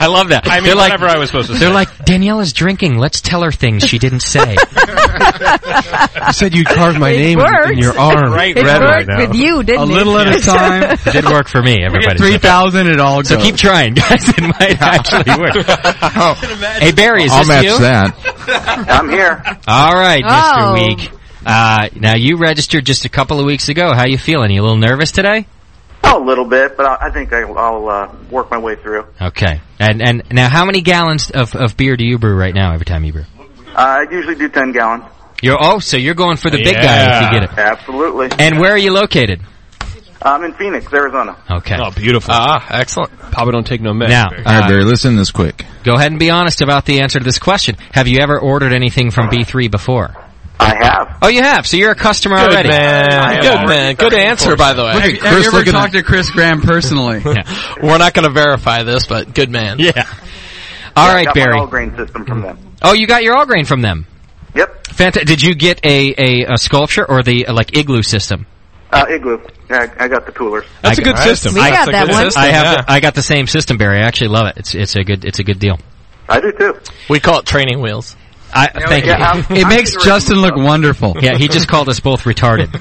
S1: I love that.
S12: I mean,
S1: they're like,
S12: whatever I was supposed to
S1: They're
S12: say.
S1: like, Daniela's drinking. Let's tell her things she didn't say.
S6: You said you carved my
S1: It
S6: name in- in
S1: works.
S6: your arm.
S1: Right, It red right worked now. with you, didn't
S3: A little
S1: it?
S3: at a time.
S1: It did work for me, everybody.
S3: 3,000 it all
S1: So
S3: goes.
S1: keep trying, guys. It might actually work. Hey, Barry, is
S8: I'll
S1: this
S8: match
S1: you?
S8: that.
S11: I'm here.
S1: All right,
S11: Oh.
S1: Mr. Week. Uh, now, you registered just a couple of weeks ago. How you feeling? You a little nervous today?
S11: Oh, a little bit, but I I think I'll, I'll uh, work my way through.
S1: Okay. And and now, how many gallons of, of beer do you brew right now every time you brew?
S11: Uh, I usually do 10 gallons.
S1: You're Oh, so you're going for the big guy if you get it.
S11: Absolutely.
S1: And where are you located?
S11: I'm in Phoenix, Arizona.
S1: Okay.
S7: Oh, beautiful. Ah, excellent. Papa don't take no mess.
S1: Now,
S8: All right,
S1: uh,
S8: Barry, listen this quick.
S1: Go ahead and be honest about the answer to this question. Have you ever ordered anything from B3 before?
S11: I have.
S1: Oh, you have. So you're a customer
S13: Good
S1: already.
S13: man. Good man. Good answer, by the way.
S3: Look at Have you Chris ever looking at- talked to Chris Graham personally?
S13: We're not going to verify this, but good man.
S1: Yeah. All right,
S11: got my
S1: Barry.
S11: all grain system from them.
S1: Oh, you got your all grain from them.
S11: Yep.
S1: Fantastic. Did you get a, a, a sculpture or the uh, like igloo system?
S11: Uh, igloo. I, I got the coolers.
S1: I got-
S11: We
S1: I-
S11: got
S1: I-
S11: that one.
S1: I have. The, I got the same system, Barry. I actually love it. It's it's a good it's a good deal.
S11: I do too.
S13: We call it training wheels.
S1: I, thank
S13: yeah,
S1: you.
S13: I'm- It I'm makes getting ready
S3: Justin look wonderful.
S1: Yeah, he just called us both retarded.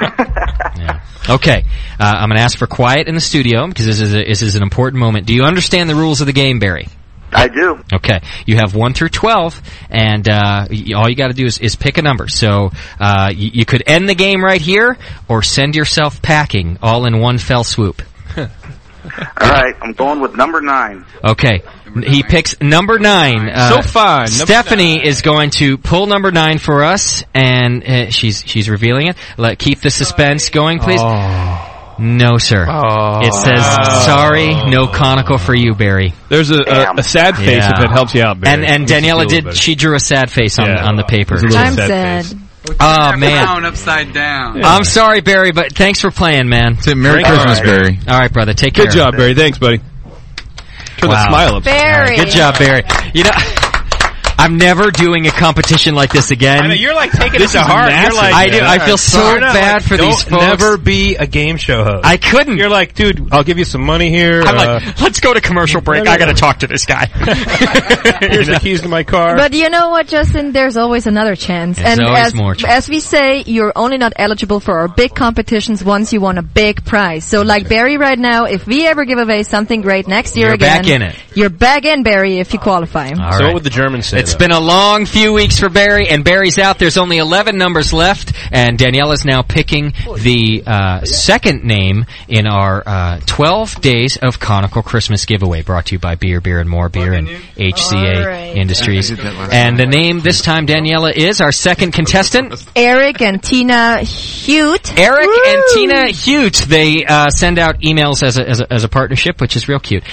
S1: Yeah. Okay, uh, I'm going to ask for quiet in the studio because this is a, this is an important moment. Do you understand the rules of the game, Barry?
S11: I do.
S1: Okay, you have one through twelve, and uh, y- all you got to do is, is pick a number. So uh, y- you could end the game right here, or send yourself packing all in one fell swoop.
S11: All right, I'm going with number nine.
S1: Okay. He picks number nine. Uh,
S11: So far, number
S1: Stephanie is going to pull number nine for us, and uh, she's she's revealing it. Let keep the suspense going, please.
S7: Oh.
S1: No, sir. It says sorry, no conical for you, Barry.
S7: There's a, a, a sad face if it helps you out, Barry.
S1: And and
S7: Makes you feel
S1: Daniela
S7: better.
S1: did. She drew a sad face on on the paper.
S7: It's a little I'm sad sad.
S1: Oh man.
S3: Down, upside down.
S1: I'm sorry, Barry, but thanks for playing, man.
S8: Merry Thank you. Christmas, Barry.
S1: All right, brother. Take care.
S7: Good job, Barry. Thanks, buddy. Turn the smile up.
S1: Barry. Good job, Barry. You know, I'm never doing a competition like this again.
S6: I know, you're like taking
S1: This
S6: it to
S1: is
S6: heart.
S1: massive.
S6: You're like,
S1: I do. I
S6: "All
S1: feel
S6: right,
S1: so
S6: sorry."
S1: bad for
S6: Don't
S1: these folks.
S6: Never be a game show host.
S1: I couldn't.
S6: You're like, dude, I'll give you some money here. uh,
S1: I'm like, let's go to commercial break. I got to talk to this guy.
S6: Here's the keys to my car.
S10: But you know what, Justin? There's always another chance.
S1: There's
S10: and
S1: always
S10: as,
S1: more chance.
S10: as we say, you're only not eligible for our big competitions once you won a big prize. So like Barry right now, if we ever give away something great next year
S1: You're
S10: again,
S1: back in it.
S10: You're back in, Barry, if you qualify.
S1: All
S6: so
S1: right.
S6: what would the Germans say?
S1: It's It's been a long few weeks for Barry, and Barry's out. There's only 11 numbers left, and Danielle is now picking the uh, second name in our uh, 12 Days of Conical Christmas giveaway, brought to you by Beer, Beer, and More Beer and HCA
S10: Alright.
S1: Industries.
S11: I did that last
S1: And the name this time, Daniela, is our second contestant.
S10: Eric and Tina Hute.
S1: Eric and Tina Hute. They uh, send out emails as a, as a as a partnership, which is real cute,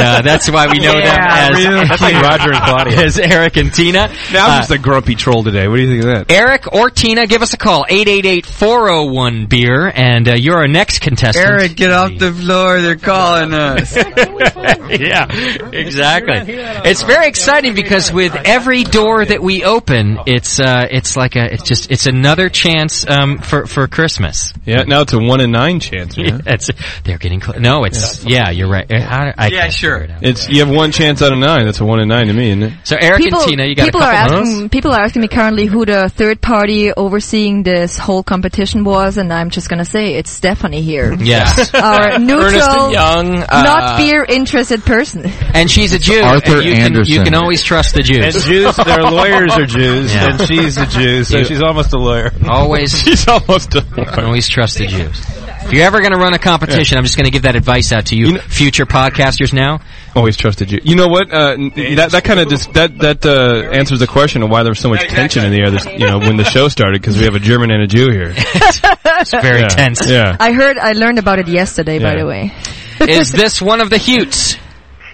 S1: uh, that's why we know
S7: Yeah,
S1: them
S7: real
S1: as
S7: That's like cute. Roger and Claudia.
S1: as Eric and Tina.
S7: Now I'm
S1: Uh,
S7: just a grumpy troll today. What do you think of that?
S1: Eric or Tina, give us a call 888-401 beer, and uh, you're our next contestant.
S3: Eric, get off the floor. They're calling us.
S1: yeah, exactly. It's very exciting because with every door that we open, it's uh, it's like a it's just it's another chance um, for for Christmas.
S7: Yeah, now it's a one in nine chance.
S1: Yeah, it's, they're getting close. No, it's yeah, you're right. Uh, how- I can't figure it out.
S7: It's you have one chance out of nine. That's a one in nine to me, isn't it?
S1: So Eric
S10: people, people are asking people are asking me currently who the third party overseeing this whole competition was, and I'm just gonna say it's Stephanie here.
S1: Yes.
S10: our
S1: Ernest
S10: neutral,
S1: and Young, uh,
S10: not beer interested person.
S1: And she's a Jew.
S11: Arthur
S1: and you
S11: Anderson.
S1: Can, you can always trust the Jews.
S7: And Jews, their lawyers are Jews,
S1: Yeah.
S7: and she's a Jew, so
S1: You-
S7: she's almost a lawyer.
S1: Always.
S7: she's almost a lawyer.
S1: can always trust the Jews. If you're ever going to run a competition, I'm just going to give that advice out to you, future podcasters now.
S7: Always trust the Jew. You know what? Uh, n- that that kind of just that that uh, answers the question of why there was so much tension in the air. This, you know, when the show started because we have a German and a Jew here.
S10: it's
S1: very
S7: Yeah.
S1: tense.
S7: Yeah.
S10: I heard, I learned about it yesterday, by
S7: Yeah.
S10: the way.
S1: Is this one of the Hutes?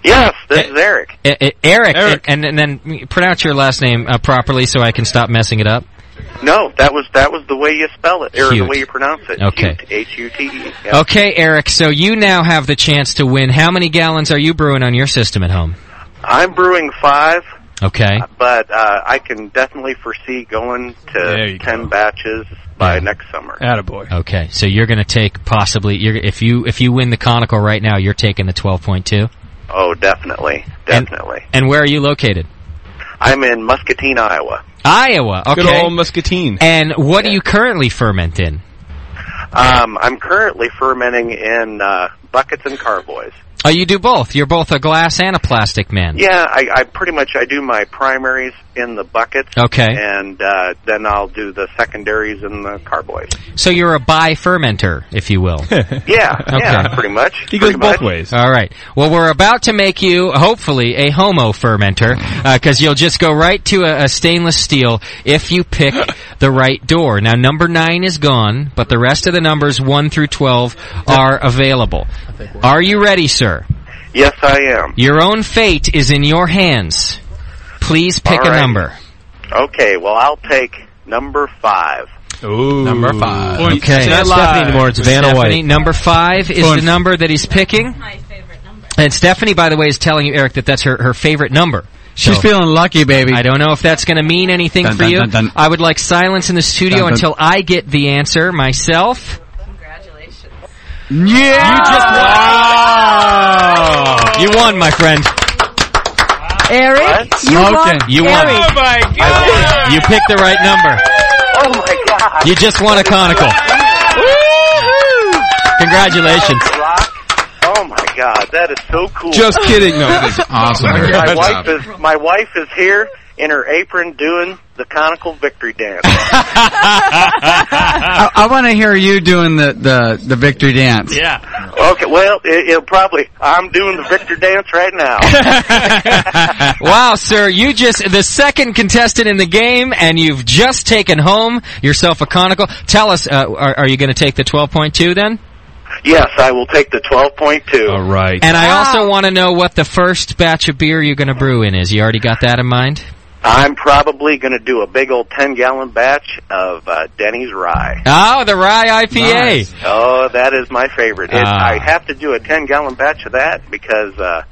S20: Yes, this is Eric.
S1: I- I- Eric, And, and then pronounce your last name uh, properly so I can stop messing it up.
S20: No, that was that was the way you spell it, or the
S1: Cute.
S20: way you pronounce it.
S1: Okay.
S20: H U T E.
S1: Okay, Eric. So you now have the chance to win. How many gallons are you brewing on your system at home?
S20: I'm brewing five,
S1: Okay.
S20: but uh, I can definitely foresee going to ten batches by next summer.
S7: Attaboy.
S1: Okay. So you're going to take possibly you're if you if you win the conical right now, you're taking the 12.2.
S20: Oh, definitely, definitely.
S1: And where are you located?
S20: I'm in Muscatine, Iowa.
S1: Iowa. Okay.
S20: Good old
S7: Muscatine.
S1: And what do you currently ferment in?
S20: Um, I'm currently fermenting in uh, buckets and carboys.
S1: Oh, you do both. You're both a glass and a plastic man.
S20: Yeah, I, I pretty much I do my primaries in the buckets.
S1: Okay.
S20: and uh, then I'll do the secondaries in the carboys.
S1: So you're a bi fermenter, if you will.
S20: Yeah, yeah,
S1: Okay.
S20: pretty much.
S7: He
S20: pretty much.
S1: All right. Well, we're about to make you, hopefully, a homo fermenter because you'll just go right to a, a stainless steel if you pick the right door. Now, number nine is gone, but the rest of the numbers one through twelve are available. Are you ready, sir?
S20: Yes, I am.
S1: Your own fate is in your hands. Please pick
S20: All
S1: a
S20: right.
S1: number.
S20: Okay, well, I'll take number five.
S7: Ooh.
S1: Number five.
S7: Point.
S1: Okay.
S7: It's not Stephanie anymore, it's Vanna
S1: Stephanie,
S7: White.
S1: Number five is
S7: Point.
S1: the number that he's picking. My favorite number. And Stephanie, by the way, is telling you, Eric, that that's her, her favorite number.
S3: She's feeling lucky, baby.
S1: I don't know if that's going to mean anything
S3: Dun,
S1: for
S3: dun,
S1: you.
S3: dun, dun.
S1: I would like silence in the studio
S3: Dun, dun.
S1: until I get the answer myself.
S3: Yeah. You
S1: just wow. You won, my friend.
S10: Eric, you won.
S1: You won.
S10: Eric.
S7: my
S1: god! You picked the right number.
S20: Oh my god!
S1: You just won a conical. Congratulations.
S20: Oh my god, that is so cool.
S7: Just kidding. No, it is
S11: awesome.
S20: my wife is my wife is here in her apron doing the conical victory dance.
S3: I, I want to hear you doing the, the, the victory dance.
S20: yeah. Okay. Well, it, it'll probably. I'm doing the victory dance right now.
S1: wow, sir, you just the second contestant in the game, and you've just taken home yourself a conical. Tell us, uh, are, are you going to take the twelve point two then?
S20: yes, I will take the twelve point two. All
S7: right.
S1: And I also want to know what the first batch of beer you're going to brew in is. You already got that in mind?
S20: I'm probably going to do a big old ten gallon batch of uh, Denny's rye.
S1: Oh, the rye IPA.
S20: Oh, that is my favorite. It,
S1: Ah.
S20: I have to do a 10 gallon batch of that because uh,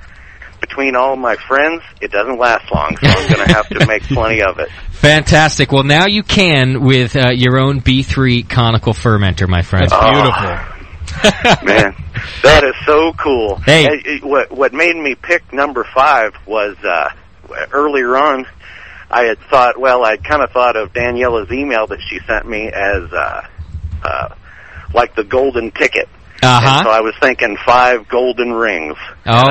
S20: between all my friends, it doesn't last long, so I'm going to have to make plenty of it.
S1: Fantastic. Well, now you can with uh, your own B3 conical fermenter, my friend.
S20: That's beautiful. Man, that is so cool.
S1: Hey.
S20: And it- what, what made me pick number five was uh, earlier on, I had thought, well, I kind of thought of Daniela's email that she sent me as uh, uh, like the golden ticket.
S1: Uh-huh.
S20: And so I was thinking five golden rings.
S1: All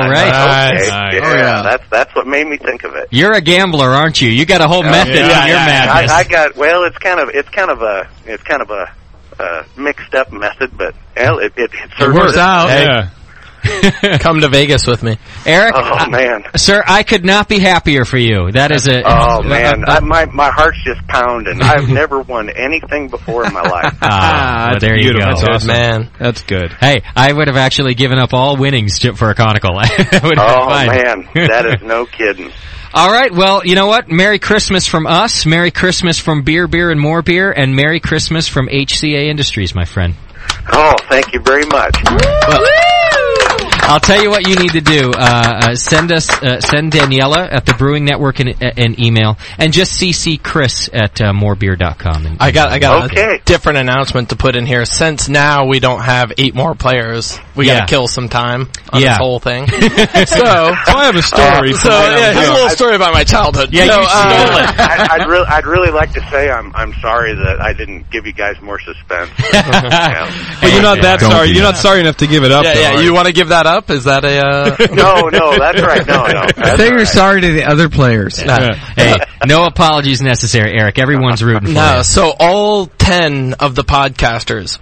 S20: And I
S1: right.
S20: thought,
S1: Nice.
S20: okay,
S1: Nice.
S20: Yeah,
S1: Oh, yeah.
S20: That's that's what made me think of it.
S1: You're a gambler, aren't you? You got a whole
S20: Oh,
S1: method
S20: yeah,
S1: to your
S20: yeah.
S1: madness.
S20: I, I got well. It's kind of it's kind of a it's kind of a uh, mixed up method, but well, it it, it, serves us.
S6: Hey, come to Vegas with me,
S1: Eric.
S20: Oh man,
S1: Sir, I could not be happier for you. That is a
S20: Oh man, I, my my heart's just pounding. I've never won anything before in my life.
S1: Ah,
S7: That's
S1: there you
S7: beautiful.
S1: go.
S7: That's awesome.
S6: man.
S7: That's good.
S1: Hey, I would have actually given up all winnings to, for a conical. That would've been
S20: oh
S1: fine.
S20: man, that is no kidding.
S1: All right. Well, you know what? Merry Christmas from us. Merry Christmas from Beer, Beer, and More Beer, and Merry Christmas from HCA Industries, my friend.
S20: Oh, thank you very much.
S1: I'll tell you what you need to do. Uh, uh, send us, uh, send Daniela at the Brewing Network an, an email, and just CC Chris at uh, morebeer.com. And,
S6: I got I
S20: Oh,
S6: got
S1: Okay.
S6: a different announcement to put in here. Since now we don't have eight more players, we
S1: Yeah.
S6: got to kill some time on
S1: Yeah.
S6: this whole thing. so I
S7: have a
S20: story
S6: Uh, so
S20: from when I
S6: yeah,
S20: was
S6: here's a
S20: young.
S6: little story about my childhood. So, uh,
S20: I, I'd really, I'd really like to say I'm, I'm sorry that I didn't give you guys more suspense. Yeah.
S7: But you're not that
S6: Don't
S7: sorry.
S6: do
S7: You're not sorry enough to give it up.
S6: yeah,
S7: though,
S6: yeah.
S7: are
S6: You want to give that up? Is that a? Uh,
S20: No, no, that's right. No, no.
S3: Say you're sorry to the other players. Uh,
S1: Hey, no apologies necessary, Eric. Everyone's rooting for
S6: No,
S1: you.
S6: so all 10 of the podcasters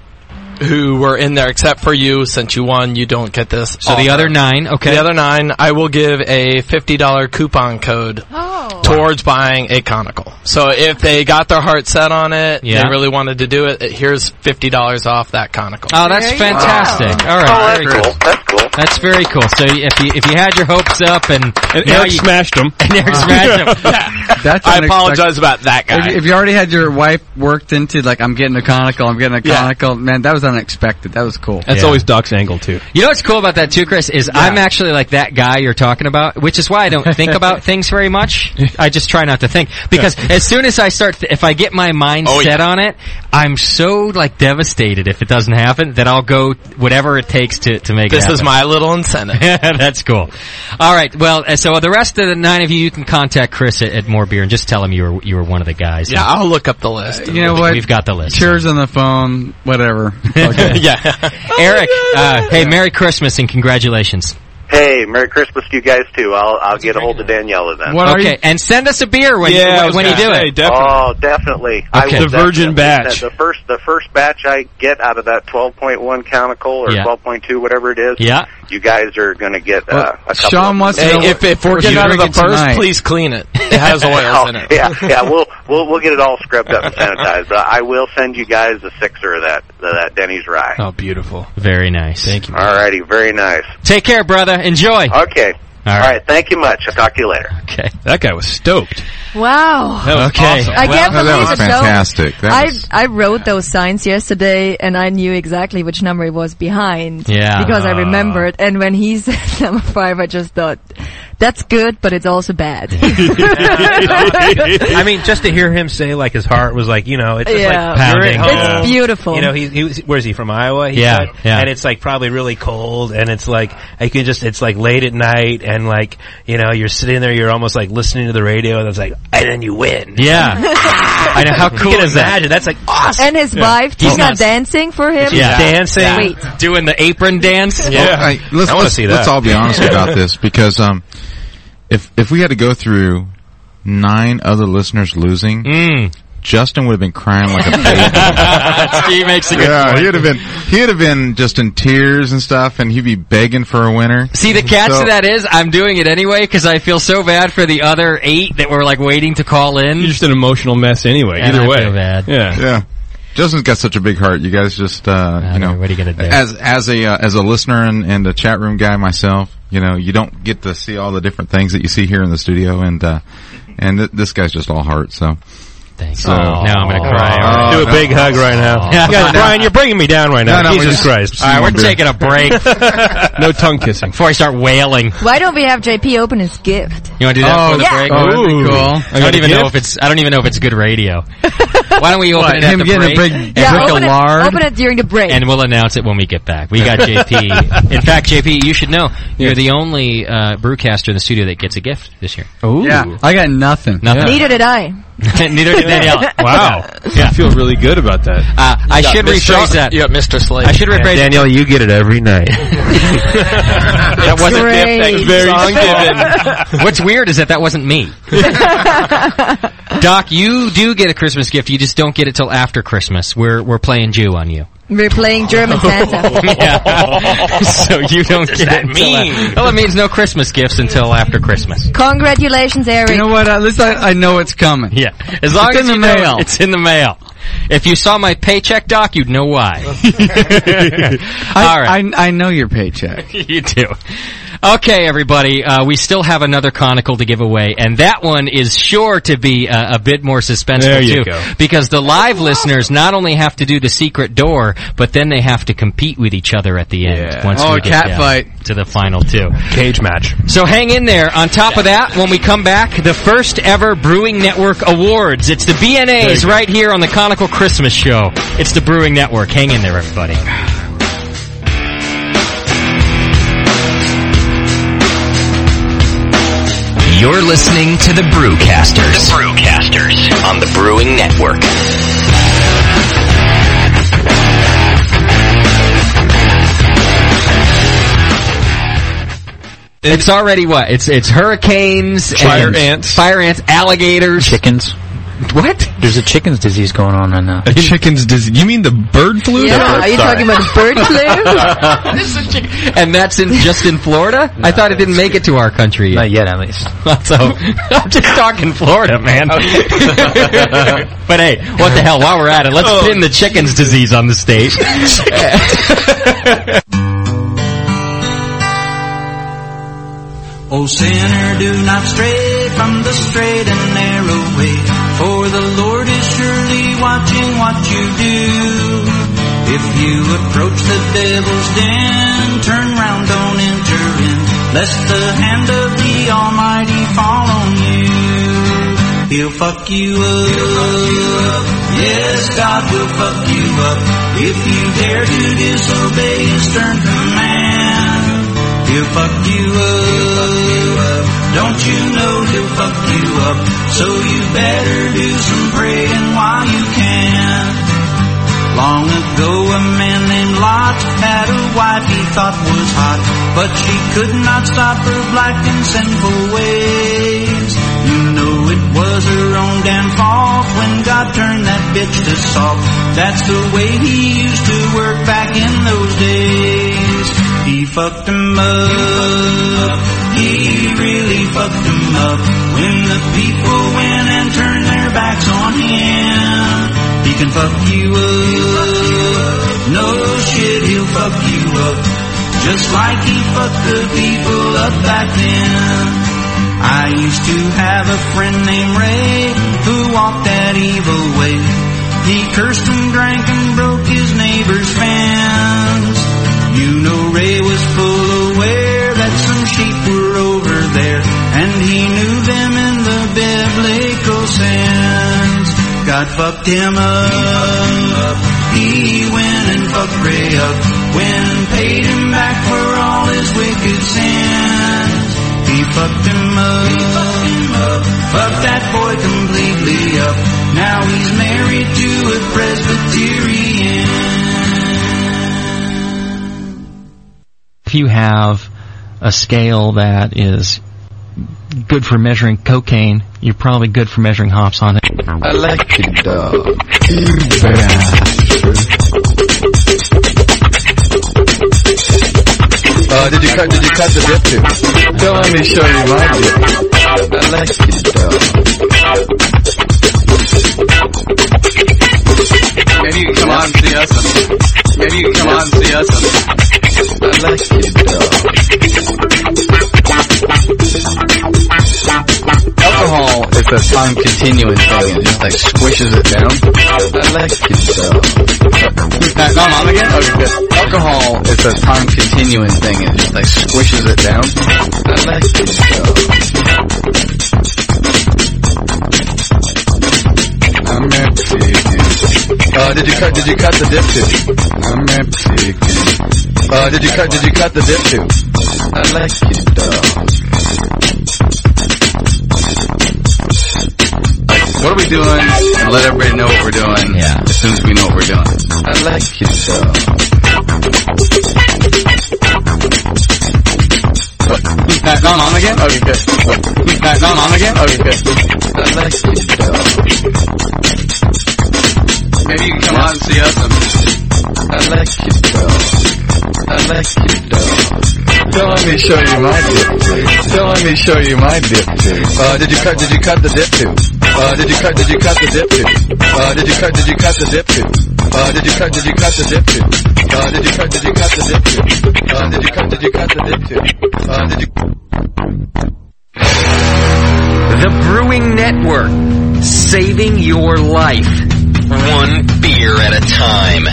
S6: who were in there, except for you, since you won, you don't get this.
S1: So the other nine, okay.
S6: The other nine, I will give a $50 coupon code towards buying a conical. So if they got their heart set on it,
S1: Yeah.
S6: they really wanted to do it, here's $50 off that conical.
S1: Oh, that's fantastic! All right,
S6: Oh, that's
S1: very
S6: cool.
S1: cool. That's very cool. So if you if you had your hopes up and,
S7: And
S1: now
S7: Eric
S1: you-
S7: smashed them.
S1: and Eric smashed them,
S3: That's
S6: I
S3: unexpected.
S6: apologize about that guy.
S3: If, if you already had your wife worked into like I'm getting a conical, I'm getting a
S6: Yeah.
S3: conical, man, that was unexpected. That was cool.
S7: That's always Doc's angle too.
S1: You know what's cool about that too, Chris, is I'm actually like that guy you're talking about, which is why I don't think about things very much. I just try not to think because as soon as I start, th- if I get my mind
S6: Oh,
S1: set on it, I'm so like devastated if it doesn't happen that I'll go whatever it takes to to make
S6: This
S1: it.
S6: is
S1: happen.
S6: my little incentive.
S1: That's cool. All right. Well, uh, so the rest of the nine of you, you can contact Chris at, at More Beer and just tell him you were you were one of the guys.
S6: Yeah, I'll look up the list.
S3: You know what?
S1: We've got the list.
S3: Cheers on the phone, whatever.
S6: yeah.
S1: Eric, uh, hey, Merry Christmas and congratulations.
S20: Hey, Merry Christmas to you guys too. I'll, I'll get a hold of Daniela then.
S1: okay, and send us a beer when
S7: Yeah, I
S1: you,
S7: was
S1: when you
S7: gonna
S1: do
S7: say,
S1: it.
S7: definitely.
S20: Oh, definitely. I
S1: Okay.
S20: will
S1: The virgin
S20: definitely-
S1: batch.
S20: The, the first, the first batch I get out of that 12.1 conical or
S1: Yeah.
S20: 12.2, whatever it is.
S1: Yeah.
S20: You guys are going to get uh, a couple.
S3: Sean wants to
S6: Hey,
S3: know
S6: if,
S3: what-
S6: if we're
S3: what
S6: getting
S3: you
S6: out of the
S3: drinking
S6: first,
S3: tonight.
S6: please clean it. It has
S20: Oh,
S6: oils in it.
S20: Yeah, yeah, we'll we'll we'll get it all scrubbed up and sanitized. But I will send you guys a sixer of that of that Denny's rye.
S6: Oh, beautiful.
S1: Very nice. Thank you.
S20: All righty, very nice.
S1: Take care, brother. Enjoy.
S20: Okay.
S1: All right.
S20: All right, thank you much. I'll talk to you later.
S1: Okay.
S7: That guy was stoked.
S10: Wow.
S7: That was
S1: Okay.
S7: awesome.
S10: I can't
S8: No, that
S10: believe
S8: was
S10: it. though.
S8: fantastic. That
S10: I
S8: was-
S10: I wrote those signs yesterday, and I knew exactly which number it was behind.
S8: Yeah.
S10: because I
S8: Ah.
S10: remembered. And when he said number five, I just thought, "That's good, but it's also bad."
S2: I mean, just to hear him say like his heart was like you know it's just
S10: Yeah.
S2: like pounding.
S10: You're at home. It's beautiful.
S2: You know, he, he was, where's he from? Iowa. He
S1: Yeah,
S2: said?
S1: yeah.
S2: And it's like probably really cold, and it's like I can just it's like late at night, and like you know you're sitting there, you're almost like listening to the radio, and it's like and then you win.
S1: Yeah. I know how cool
S2: you can
S1: is that?
S2: imagine. That's like awesome.
S10: and his
S2: Yeah.
S10: wife,
S2: He's
S10: she's not
S2: not-
S10: dancing for him.
S2: She's dancing.
S10: Wait,
S1: Doing the apron dance.
S8: Oh, I- let's, let's- let's all be honest about this because um, if if we had to go through nine other listeners losing,
S1: Mm.
S8: Justin would have been crying like a baby.
S1: Steve makes a good
S8: yeah,
S1: point.
S8: he'd have been he'd have been just in tears and stuff, and he'd be begging for a winner.
S1: See, the catch
S8: So-
S1: to that is I'm doing it anyway because I feel so bad for the other eight that were like waiting to call in.
S7: You're just an emotional mess anyway.
S1: And
S7: Either
S1: I
S7: way.
S1: feel bad.
S7: Yeah.
S8: Yeah. Justin's got such a big heart. You guys just, uh, you know,
S1: what are you gonna do?
S8: As as a uh, as a listener and, and a chat room guy myself, you know, you don't get to see all the different things that you see here in the studio, and uh, and th- this guy's just all heart. So,
S1: thanks.
S8: So,
S1: Now I'm gonna cry.
S8: Oh,
S2: Do a
S8: no.
S2: big hug right
S1: Oh.
S2: now,
S8: Yeah.
S2: guys. Brian, you're bringing me down right now.
S8: No, no, we
S2: Jesus
S8: just-
S2: Christ!
S8: All right, we're taking
S1: a break.
S7: no tongue kissing
S1: before I start wailing.
S10: why don't we have JP open his gift?
S1: You want to do that
S10: Oh,
S1: for the
S10: yeah.
S1: break?
S10: Oh,
S3: that'd be Ooh. cool.
S1: I
S3: I got
S1: don't
S3: a
S1: even know
S3: gift?
S1: if it's. I don't even know if it's good radio. Why don't we open
S3: What,
S1: it at
S3: him
S1: the
S3: getting a
S1: break?
S3: big
S10: Yeah, open, it, open it during the break.
S1: and we'll announce it when we get back. We got JP. In fact, JP, you should know you're the only uh, brewcaster in the studio that gets a gift this year.
S3: Yeah, I got nothing.
S1: Nothing.
S10: Neither did I.
S1: Neither did Danielle.
S7: Wow. I feel really good about that.
S1: Uh, I should rephrase that.
S13: You got Mr. Slade.
S1: I should rephrase that.
S21: Daniel, you get it every night.
S13: that wasn't
S1: Great.
S13: Dip's
S1: Very
S13: song
S1: given. What's weird is that that wasn't me. Doc, you do get a Christmas gift. You just don't get it till after Christmas. We're we're playing Jew on you.
S22: We're playing German Santa.
S13: Oh.
S1: so you don't get it. until af- well, it means no Christmas gifts until after Christmas.
S22: Congratulations, Eric.
S3: You know what? At least I, I know it's coming.
S1: Yeah. As long
S3: It's
S1: as
S3: in
S1: you
S3: the
S1: know
S3: mail.
S1: it's in the mail. If you saw my paycheck, Doc, you'd know why. All right.
S3: I, I know your paycheck.
S1: you do. Okay, everybody, uh, we still have another conical to give away, and that one is sure to be uh, a bit more suspenseful
S7: There you
S1: too,
S7: go.
S1: because the live listeners not only have to do the secret door, but then they have to compete with each other at the end. Once
S3: Oh,
S1: we
S3: a
S1: get
S3: cat
S1: down
S3: fight.
S1: to the final two
S21: cage match.
S1: So hang in there. On top of that, when we come back, the first ever Brewing Network Awards. It's the
S21: There you
S1: BNA's
S21: go.
S1: right here on the Conical Christmas Show. It's the Brewing Network. Hang in there, everybody.
S12: You're listening to the Brewcasters. The Brewcasters on the Brewing Network.
S1: It's already what? It's it's hurricanes,
S23: Fire
S1: and
S23: ants.
S1: fire ants, alligators,
S23: chickens.
S1: What?
S23: There's a chicken's disease going on right now.
S7: A chicken's disease. You mean the bird flu?
S23: Yeah,
S7: The bird-
S23: are you talking
S1: about bird
S23: flu?
S1: This is chicken- and that's in just in Florida. I thought it didn't make it to our country. Yet. Not
S23: yet, at least.
S1: so I'm just talking Florida, man. but hey, what the hell? While we're at it, let's
S12: Oh.
S1: pin the chicken's disease on the stage.
S24: O Oh, sinner, do not stray from the straight and narrow way, for the Lord is surely watching what you do. If you approach the devil's den, turn round, don't enter in, lest the hand of the Almighty fall on you. He'll fuck you up. Yes, God will fuck you up if you dare to disobey His stern command. He'll fuck you up. Don't you know he'll fuck you up? So you better do some praying while you can. Long ago a man named Lot had a wife he thought was hot, but she could not stop her black and sinful ways. You know it was her own damn fault when God turned that bitch to salt. That's the way he used to work back in those days. He fucked him up. He really fucked him up. When the people went and turned their backs on him. He can fuck you up. No shit, he'll fuck you up. Just like he fucked the people up back then. I used to have a friend named Ray who walked that evil way. He cursed and drank and broke his neighbor's fence. You know Ray was full aware that some sheep were over there, and he knew them in the biblical sense. God fucked him up. He went and fucked Ray up, went and paid him back for all his wicked sins. He fucked him up. He fucked him up. Fucked that boy completely up. Now he's married to a Presbyterian.
S23: If you have a scale that is good for measuring cocaine, you're probably good for measuring hops on it.
S12: Electric dog.
S25: Uh, did you cut? Did you cut the dip too? Don't let me show you my dip. I like it though. Maybe you can come on and see us. Maybe you can come on and see us. I like it though. Alcohol is a time continuous thing. It just like squishes it down. I like it though. Back on, on again? Okay, good. Alcohol is a time continuous thing. It just like squishes it down. I like it though. I'm empty again. Uh, did you cut? Did you cut the dip too? I'm empty again. Uh, did you cut? Did you cut the dip too? I like it though. what are we doing? And let everybody know what we're doing. Yeah. As soon as we know what we're doing. I like you so. Is that gone on again? Okay, good. Is that gone on again? Okay, good. I like you so. Maybe you can come on and see us. I like you so. I like you so. Don't let me show you my dip tube. Don't let me show you my dip tube. Uh, did you cut? Did you cut the dip tube? Uh, did you cut? Did you cut the dip tube? Uh, did you cut? Did you cut the dip tube? Uh, did you cut? Did you cut the dip tube? Uh, did you cut? Did you cut the dip tube? Uh, did you cut? Did you cut the dip tube? Uh, did you?
S12: The Brewing Network, saving your life one beer at a time.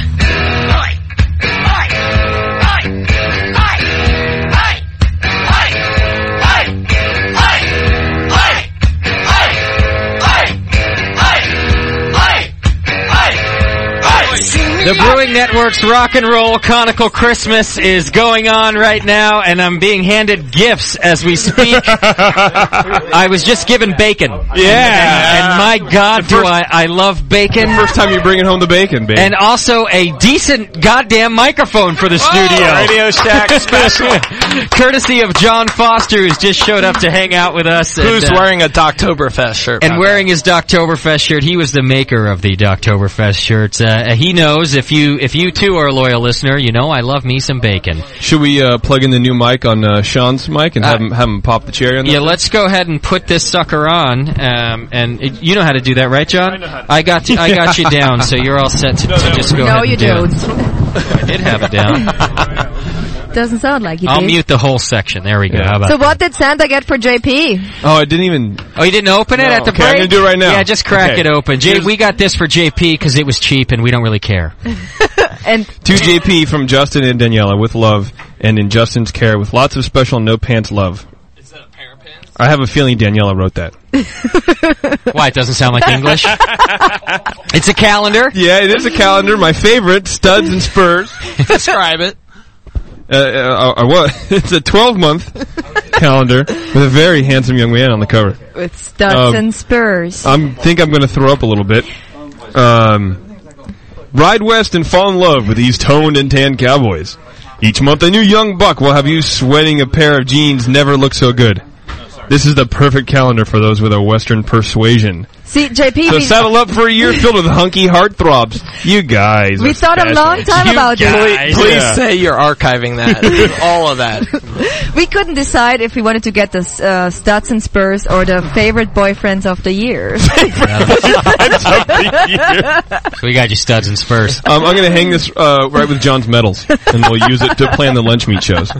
S1: The Brewing Network's Rock and Roll Conical Christmas is going on right now, and I'm being handed gifts as we speak. I was just given bacon. Yeah, and, and my God, do I, I love bacon.
S7: First time you're bringing home the bacon, baby.
S1: And also a decent goddamn microphone for the studio.
S7: Radio Shack special.
S1: Courtesy of John Foster, who's just showed up to hang out with us.
S13: Who's
S1: and, uh,
S13: wearing a Doctoberfest shirt? by
S1: and
S13: the way?
S1: wearing his Doctoberfest shirt, he was the maker of the Doctoberfest shirts. Uh, he knows if you if you too are a loyal listener, you know I love me some bacon.
S7: Should we uh, plug in the new mic on uh, Sean's mic and have him have him pop the cherry on that?
S1: Yeah, let's go ahead and put this sucker on. Um, and it, you know how to do that, right, John? I, got you, I got you down, so you're all set to, to just go
S10: no,
S1: ahead
S10: you
S1: and do it.
S10: don't.
S1: I did have it down.
S10: Doesn't sound like you
S1: I'll
S10: did.
S1: mute the whole section. There we go. How about
S10: So what did Santa get for JP?
S7: Oh, I didn't even.
S1: Oh, you didn't open it
S10: No.
S1: at the
S7: Okay, I'm
S1: break?
S7: gonna do it right now.
S1: Yeah, just crack
S7: Okay.
S1: it open. J-
S7: Here's-
S1: we got this for JP because it was cheap and we don't really care.
S7: To JP from Justin and Daniela with love and in Justin's care with lots of special no pants love. Is that a pair of pants? I have a feeling Daniela wrote that.
S1: Why? It doesn't sound like English. it's a calendar.
S7: Yeah, it is a calendar. My favorite, studs and spurs.
S13: Describe it.
S7: Uh, uh, uh, what? It's a 12 month calendar with a very handsome young man on the cover.
S10: With studs
S7: Um,
S10: and spurs.
S1: Uh,
S7: I think I'm going to throw up a little bit. Um, ride west and fall in love with these toned and tanned cowboys. Each month, a new young buck will have you sweating a pair of jeans never look so good. This is the perfect calendar for those with a western persuasion.
S10: See, JP,
S7: So
S10: we,
S7: saddle up for a year filled with hunky heartthrobs. You guys.
S10: we
S7: are
S10: thought a
S7: special.
S10: long time about
S13: Please,
S10: this.
S13: Oh, please
S7: Yeah.
S13: say you're archiving that. All of that.
S10: We couldn't decide if we wanted to get the uh, studs and spurs or the favorite boyfriends of the year.
S1: we got you studs and spurs.
S7: Um, I'm going to hang this uh, right with John's medals, and we'll use it to plan the lunch meet shows.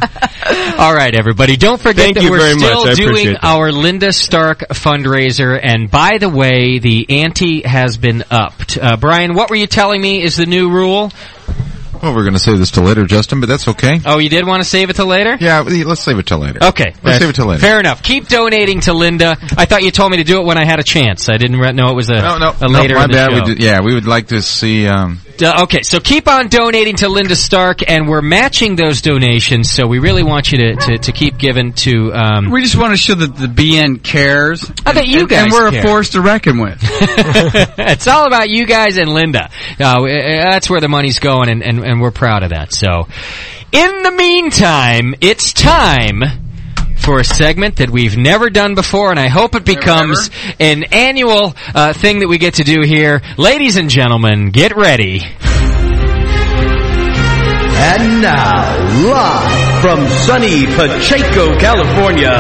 S1: All right, everybody. Don't forget
S7: Thank
S1: that
S7: you
S1: we're
S7: very
S1: still
S7: much. I
S1: doing
S7: appreciate that.
S1: our Linda Stark fundraiser. And by the way, the ante has been upped. Uh, Brian, what were you telling me is the new rule?
S8: Well, we're going to save this till later, Justin, but that's okay.
S1: Oh, you did want to save it till later?
S8: Yeah, let's save it till later.
S1: Okay.
S8: Let's
S1: that's-
S8: save it till later.
S1: Fair enough. Keep donating to Linda. I thought you told me to do it when I had a chance. I didn't re- know it was a, Uh, a later
S8: no, my
S1: in the
S8: bad.
S1: show.
S8: We did, yeah, we would like to see. Um,
S1: Uh, okay, so keep on donating to Linda Stark, and we're matching those donations. So we really want you to, to, to keep giving to. Um,
S3: We just want to show that the BN cares.
S1: I bet you
S3: and,
S1: guys
S3: And we're
S1: care.
S3: a force to reckon with.
S1: it's all about you guys and Linda. Uh, we- uh, that's where the money's going, and, and, and we're proud of that. So, in the meantime, it's time for a segment that we've never done before, and I hope it becomes an annual uh, thing that we get to do here. Ladies and gentlemen, get ready.
S9: And now, live from sunny Pacheco, California,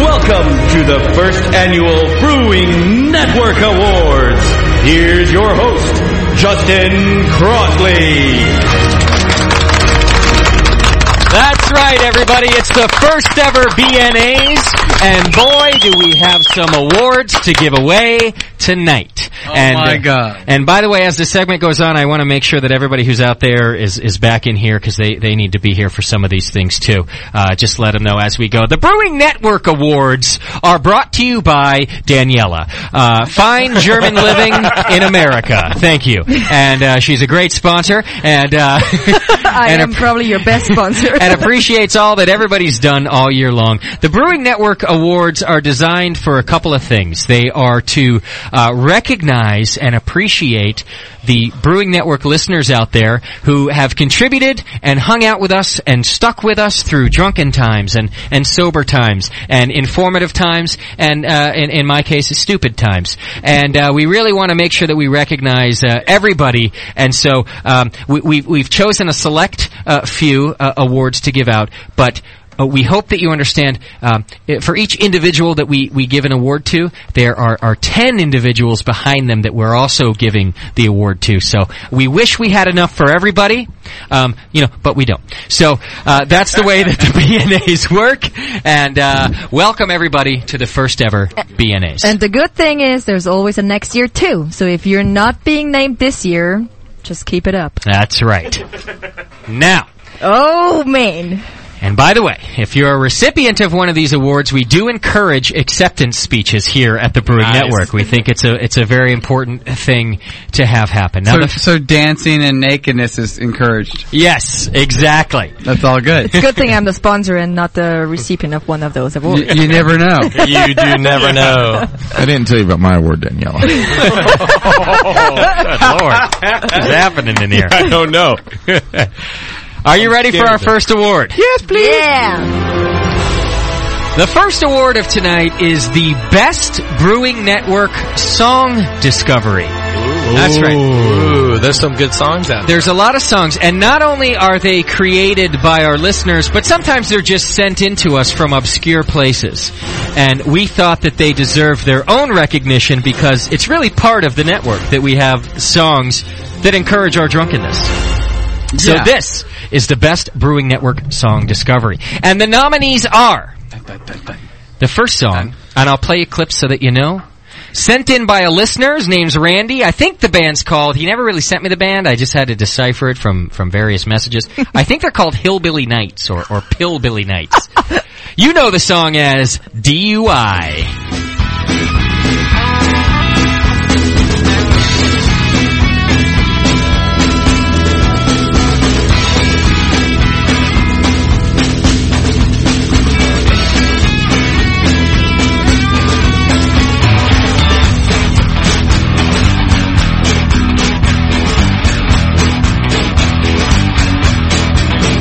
S9: welcome to the first annual Brewing Network Awards. Here's your host, Justin Crossley.
S1: That's right, everybody. It's the first ever BNAs, and boy, do we have some awards to give away tonight. and,
S3: Oh
S1: uh,
S3: my God.
S1: And by the way, as this segment goes on, I want to make sure that everybody who's out there is, is back in here because they, they need to be here for some of these things too. Uh, just let them know as we go. The Brewing Network Awards are brought to you by Daniela. Uh, fine German living in America. Thank you. And, uh, she's a great sponsor and, uh,
S22: I
S1: and
S22: am probably your best sponsor.
S1: and appreciates all that everybody's done all year long. The Brewing Network Awards are designed for a couple of things. They are to uh, recognize and appreciate the Brewing Network listeners out there who have contributed and hung out with us and stuck with us through drunken times and, and sober times and informative times and, uh, in, in my case, stupid times. And uh, we really want to make sure that we recognize uh, everybody. And so um, we, we've, we've chosen a select uh, few uh, awards to give out, but uh, we hope that you understand um, i- for each individual that we, we give an award to, there are, are 10 individuals behind them that we're also giving the award to. So we wish we had enough for everybody, um, you know, but we don't. So uh, that's the way that the BNAs work. And uh, welcome everybody to the first ever BNAs.
S22: And the good thing is there's always a next year too. So if you're not being named this year, just keep it up.
S1: That's right. Now,
S22: Oh man.
S1: And by the way, if you're a recipient of one of these awards, we do encourage acceptance speeches here at the Brewing Network. We think it's a it's a very important thing to have happen. Now,
S3: So,
S1: the,
S3: so dancing and nakedness is encouraged.
S1: Yes, exactly.
S3: That's all good.
S22: It's a good thing I'm the sponsor and not the recipient of one of those awards.
S3: You- you never know.
S8: You do
S21: never know.
S8: I didn't tell you about my award, Daniela.
S1: what's happening in here?
S7: I don't know.
S1: Are you ready for
S7: scared
S1: our
S7: of it.
S1: first award?
S22: Yes, please. Yeah.
S1: The first award of tonight is the Best Brewing Network Song Discovery. That's right.
S13: Ooh, there's some good songs out there.
S1: There's a lot of songs, and not only are they created by our listeners, but sometimes they're just sent in to us from obscure places. And we thought that they deserved their own recognition because it's really part of the network that we have songs that encourage our drunkenness. So
S12: Yeah.
S1: this is the best Brewing Network song discovery. And the nominees are the first song, and I'll play a clip so that you know. Sent in by a listener, his name's Randy. I think the band's called. He never really sent me the band. I just had to decipher it from from various messages. I think they're called Hillbilly Nights or or Pillbilly Nights. you know the song as DUI.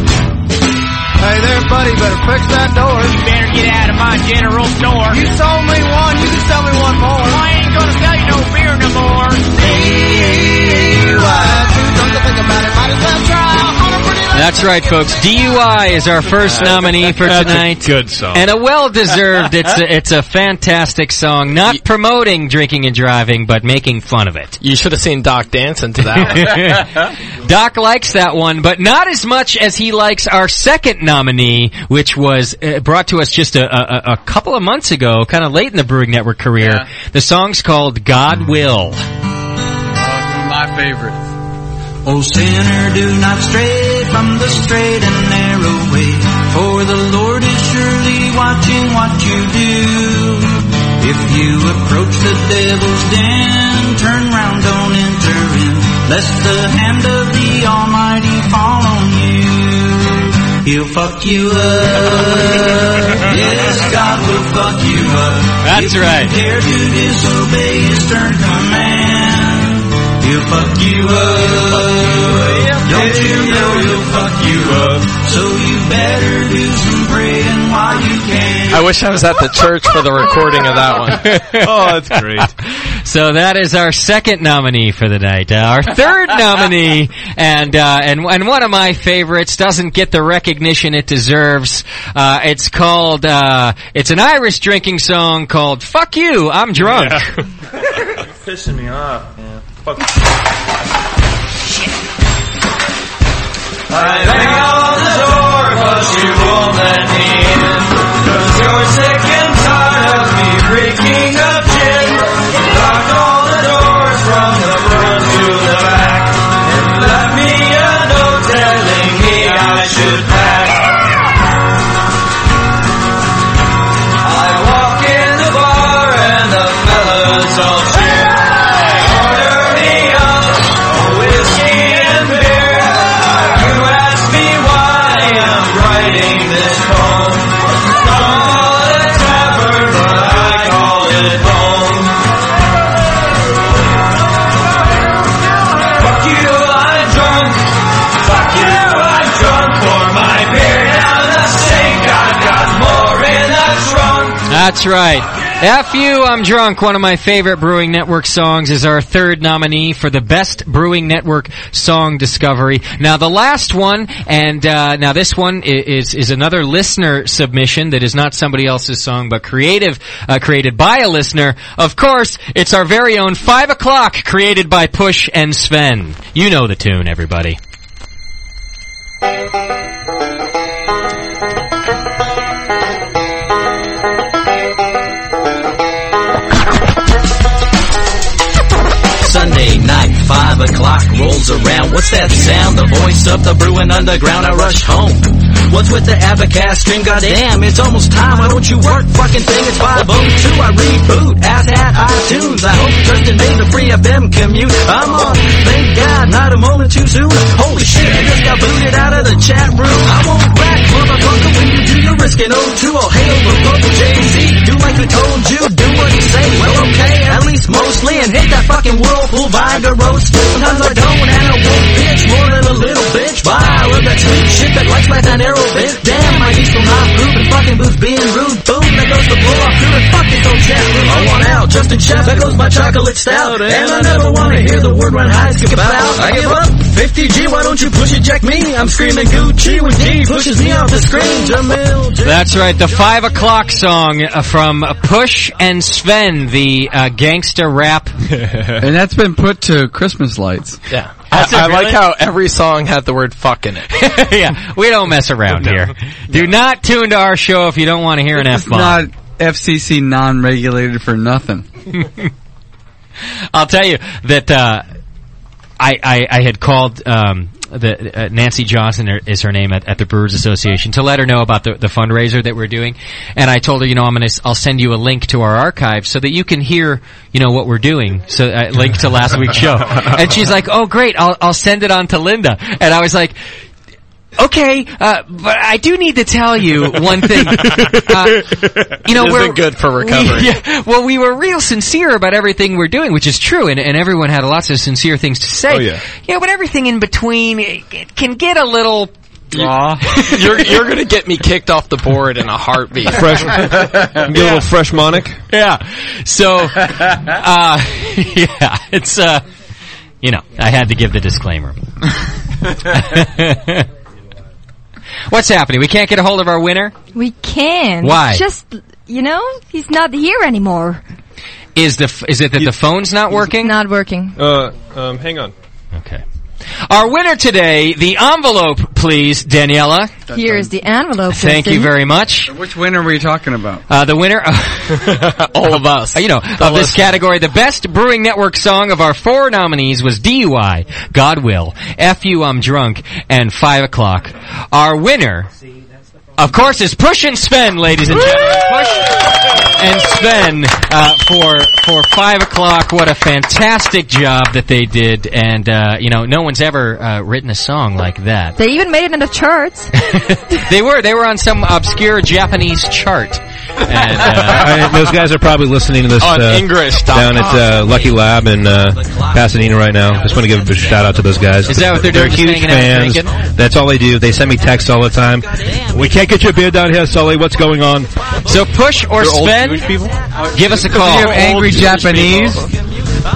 S24: Hey there, buddy, better fix that door. You better get out of my general store. You sold me one, you can sell me one more. I ain't gonna sell you no beer no more. DUI, too drunk to think about it, might as well try.
S1: That's right, folks. DUI is our first nominee for
S7: That's a
S1: tonight.
S7: good song.
S1: and a well deserved. It's a, it's a fantastic song. Not promoting drinking and driving, but making fun of it.
S13: You should have seen Doc dancing to that one.
S1: Doc likes that one, but not as much as he likes our second nominee, which was uh, brought to us just a, a, a- a couple of months ago, kind of late in the Brewing Network career. The song's called
S13: Hmm.
S1: God Will.
S3: My favorite.
S24: Oh, sinner, do not stray from the straight and narrow way, for the Lord is surely watching what you do. If you approach the devil's den, turn round, don't enter in, lest the hand of the Almighty fall on you. He'll fuck you up. Yes, God will fuck you up.
S1: That's
S24: if
S1: right.
S24: You dare to disobey His stern command. He'll fuck you up. Don't you know he'll fuck you up? So you better do some praying while you can.
S13: I wish I was at the church for the recording of that one.
S7: oh, that's great.
S1: So that is our second nominee for the night. Uh, our third nominee, and uh, and and one of my favorites doesn't get the recognition it deserves. Uh, it's called uh, it's an Irish drinking song called "Fuck You, I'm Drunk."
S5: Pissing me off, man. Fuck.
S24: I bang on the door, but you won't let me in. Cause you're sick and tired of me reeking of gin. You lock all the doors,
S1: That's right. F you, I'm drunk. One of my favorite Brewing Network songs is our third nominee for the best Brewing Network song discovery. Now the last one, and uh, now this one i- is is another listener submission that is not somebody else's song, but creative uh, created by a listener. Of course, it's our very own Five O'clock, created by Push and Sven. You know the tune, everybody.
S9: Sunday night, five o'clock rolls around. What's that sound? The voice of the brewing underground. I rush home. What's with the abacus string? Goddamn, it's almost time. Why don't you work? Fucking thing, it's 502. I reboot out at iTunes. I hope Kirsten made the free FM commute. I'm on. Thank God, not a moment too soon. Holy shit, I just got booted out of the chat room. I won't back, motherfucker, when you do your risk oh and O2. I'll hail the vocal Jay-Z. Do like we told you, do what he say. Well, okay, at least mostly, and hit that fucking whirlpool Viagra roast. Sometimes I don't, and I won't bitch more than a little bitch. Vile of that sweet shit that likes like an arrow bitch. Damn, my knees will not move, and fucking booth being rude. Boom, that goes the blow off through and fucking don't chat room. I want out, Justin Chef, that goes my chocolate stout. And I never wanna hear the word when highs skip out. I give up. 50G, why don't you push it, jack me? I'm screaming Gucci when D pushes me off the screen. Jamil
S1: That's right, the five o'clock song uh, from Push and Sven, the uh, gangster rap.
S3: and that's been put to Christmas lights.
S13: Yeah.
S1: That's it,
S13: I, I
S1: really?
S13: like how every song had the word fuck in it.
S1: yeah, we don't mess around here. Do not tune to our show if you don't want to hear an
S3: It's
S1: F bomb.
S3: not FCC non-regulated for nothing.
S1: I'll tell you that uh, I, I I had called um, the uh, Nancy Johnson er- is her name at, at the Brewers Association to let her know about the, the fundraiser that we're doing, and I told her you know I'm gonna s- I'll send you a link to our archive so that you can hear you know what we're doing. So uh, link to last week's show, and she's like, oh great, I'll I'll send it on to Linda, and I was like. Okay, uh, but I do need to tell you one thing. Uh, you know,
S13: This
S1: we're
S13: isn't good for recovery.
S1: We, yeah, well, we were real sincere about everything we're doing, which is true, and, and everyone had lots of sincere things to say.
S7: Oh, yeah.
S1: Yeah, but everything in between it, it can get a little. Draw.
S13: you're you're gonna get me kicked off the board in a heartbeat.
S7: Fresh, get a little fresh monic.
S1: Yeah. So, uh, yeah, it's uh, you know, I had to give the disclaimer. What's happening? We can't get a hold of our winner.
S10: We can.
S1: Why?
S10: It's Just you know, he's not here anymore.
S1: Is the f- is it that the phone's not working?
S10: Not working.
S7: Uh, um, hang on.
S1: Okay. Our winner today, the envelope, please, Daniela.
S10: Here is the envelope.
S1: Thank you
S10: Justin.
S1: very much.
S3: Which winner were you talking about?
S1: Uh, the winner, all of us, you know, of this category, the best Brewing Network song of our four nominees was DUI, God Will, F You I'm Drunk, and Five O'Clock. Our winner, of course, is Push and Sven, ladies and gentlemen. Push and Sven uh, for for Five O'Clock. What a fantastic job that they did, and uh, you know, no one's ever uh, written a song like that
S10: They even made it in the charts.
S1: they were. They were on some obscure Japanese chart. And, uh,
S6: I- those guys are probably listening to this
S1: On
S6: uh,
S1: Ingress.com.
S6: down at uh, Lucky Lab in uh, Pasadena right now. Just want to give a shout out to those guys.
S1: Is that what they're doing, just
S6: huge
S1: hanging out and
S6: fans. That's all they do. They send me texts all the time. We can't get you a beer down here, Sully. What's going on?
S1: So push or Sven, give us a call.
S3: you have angry Japanese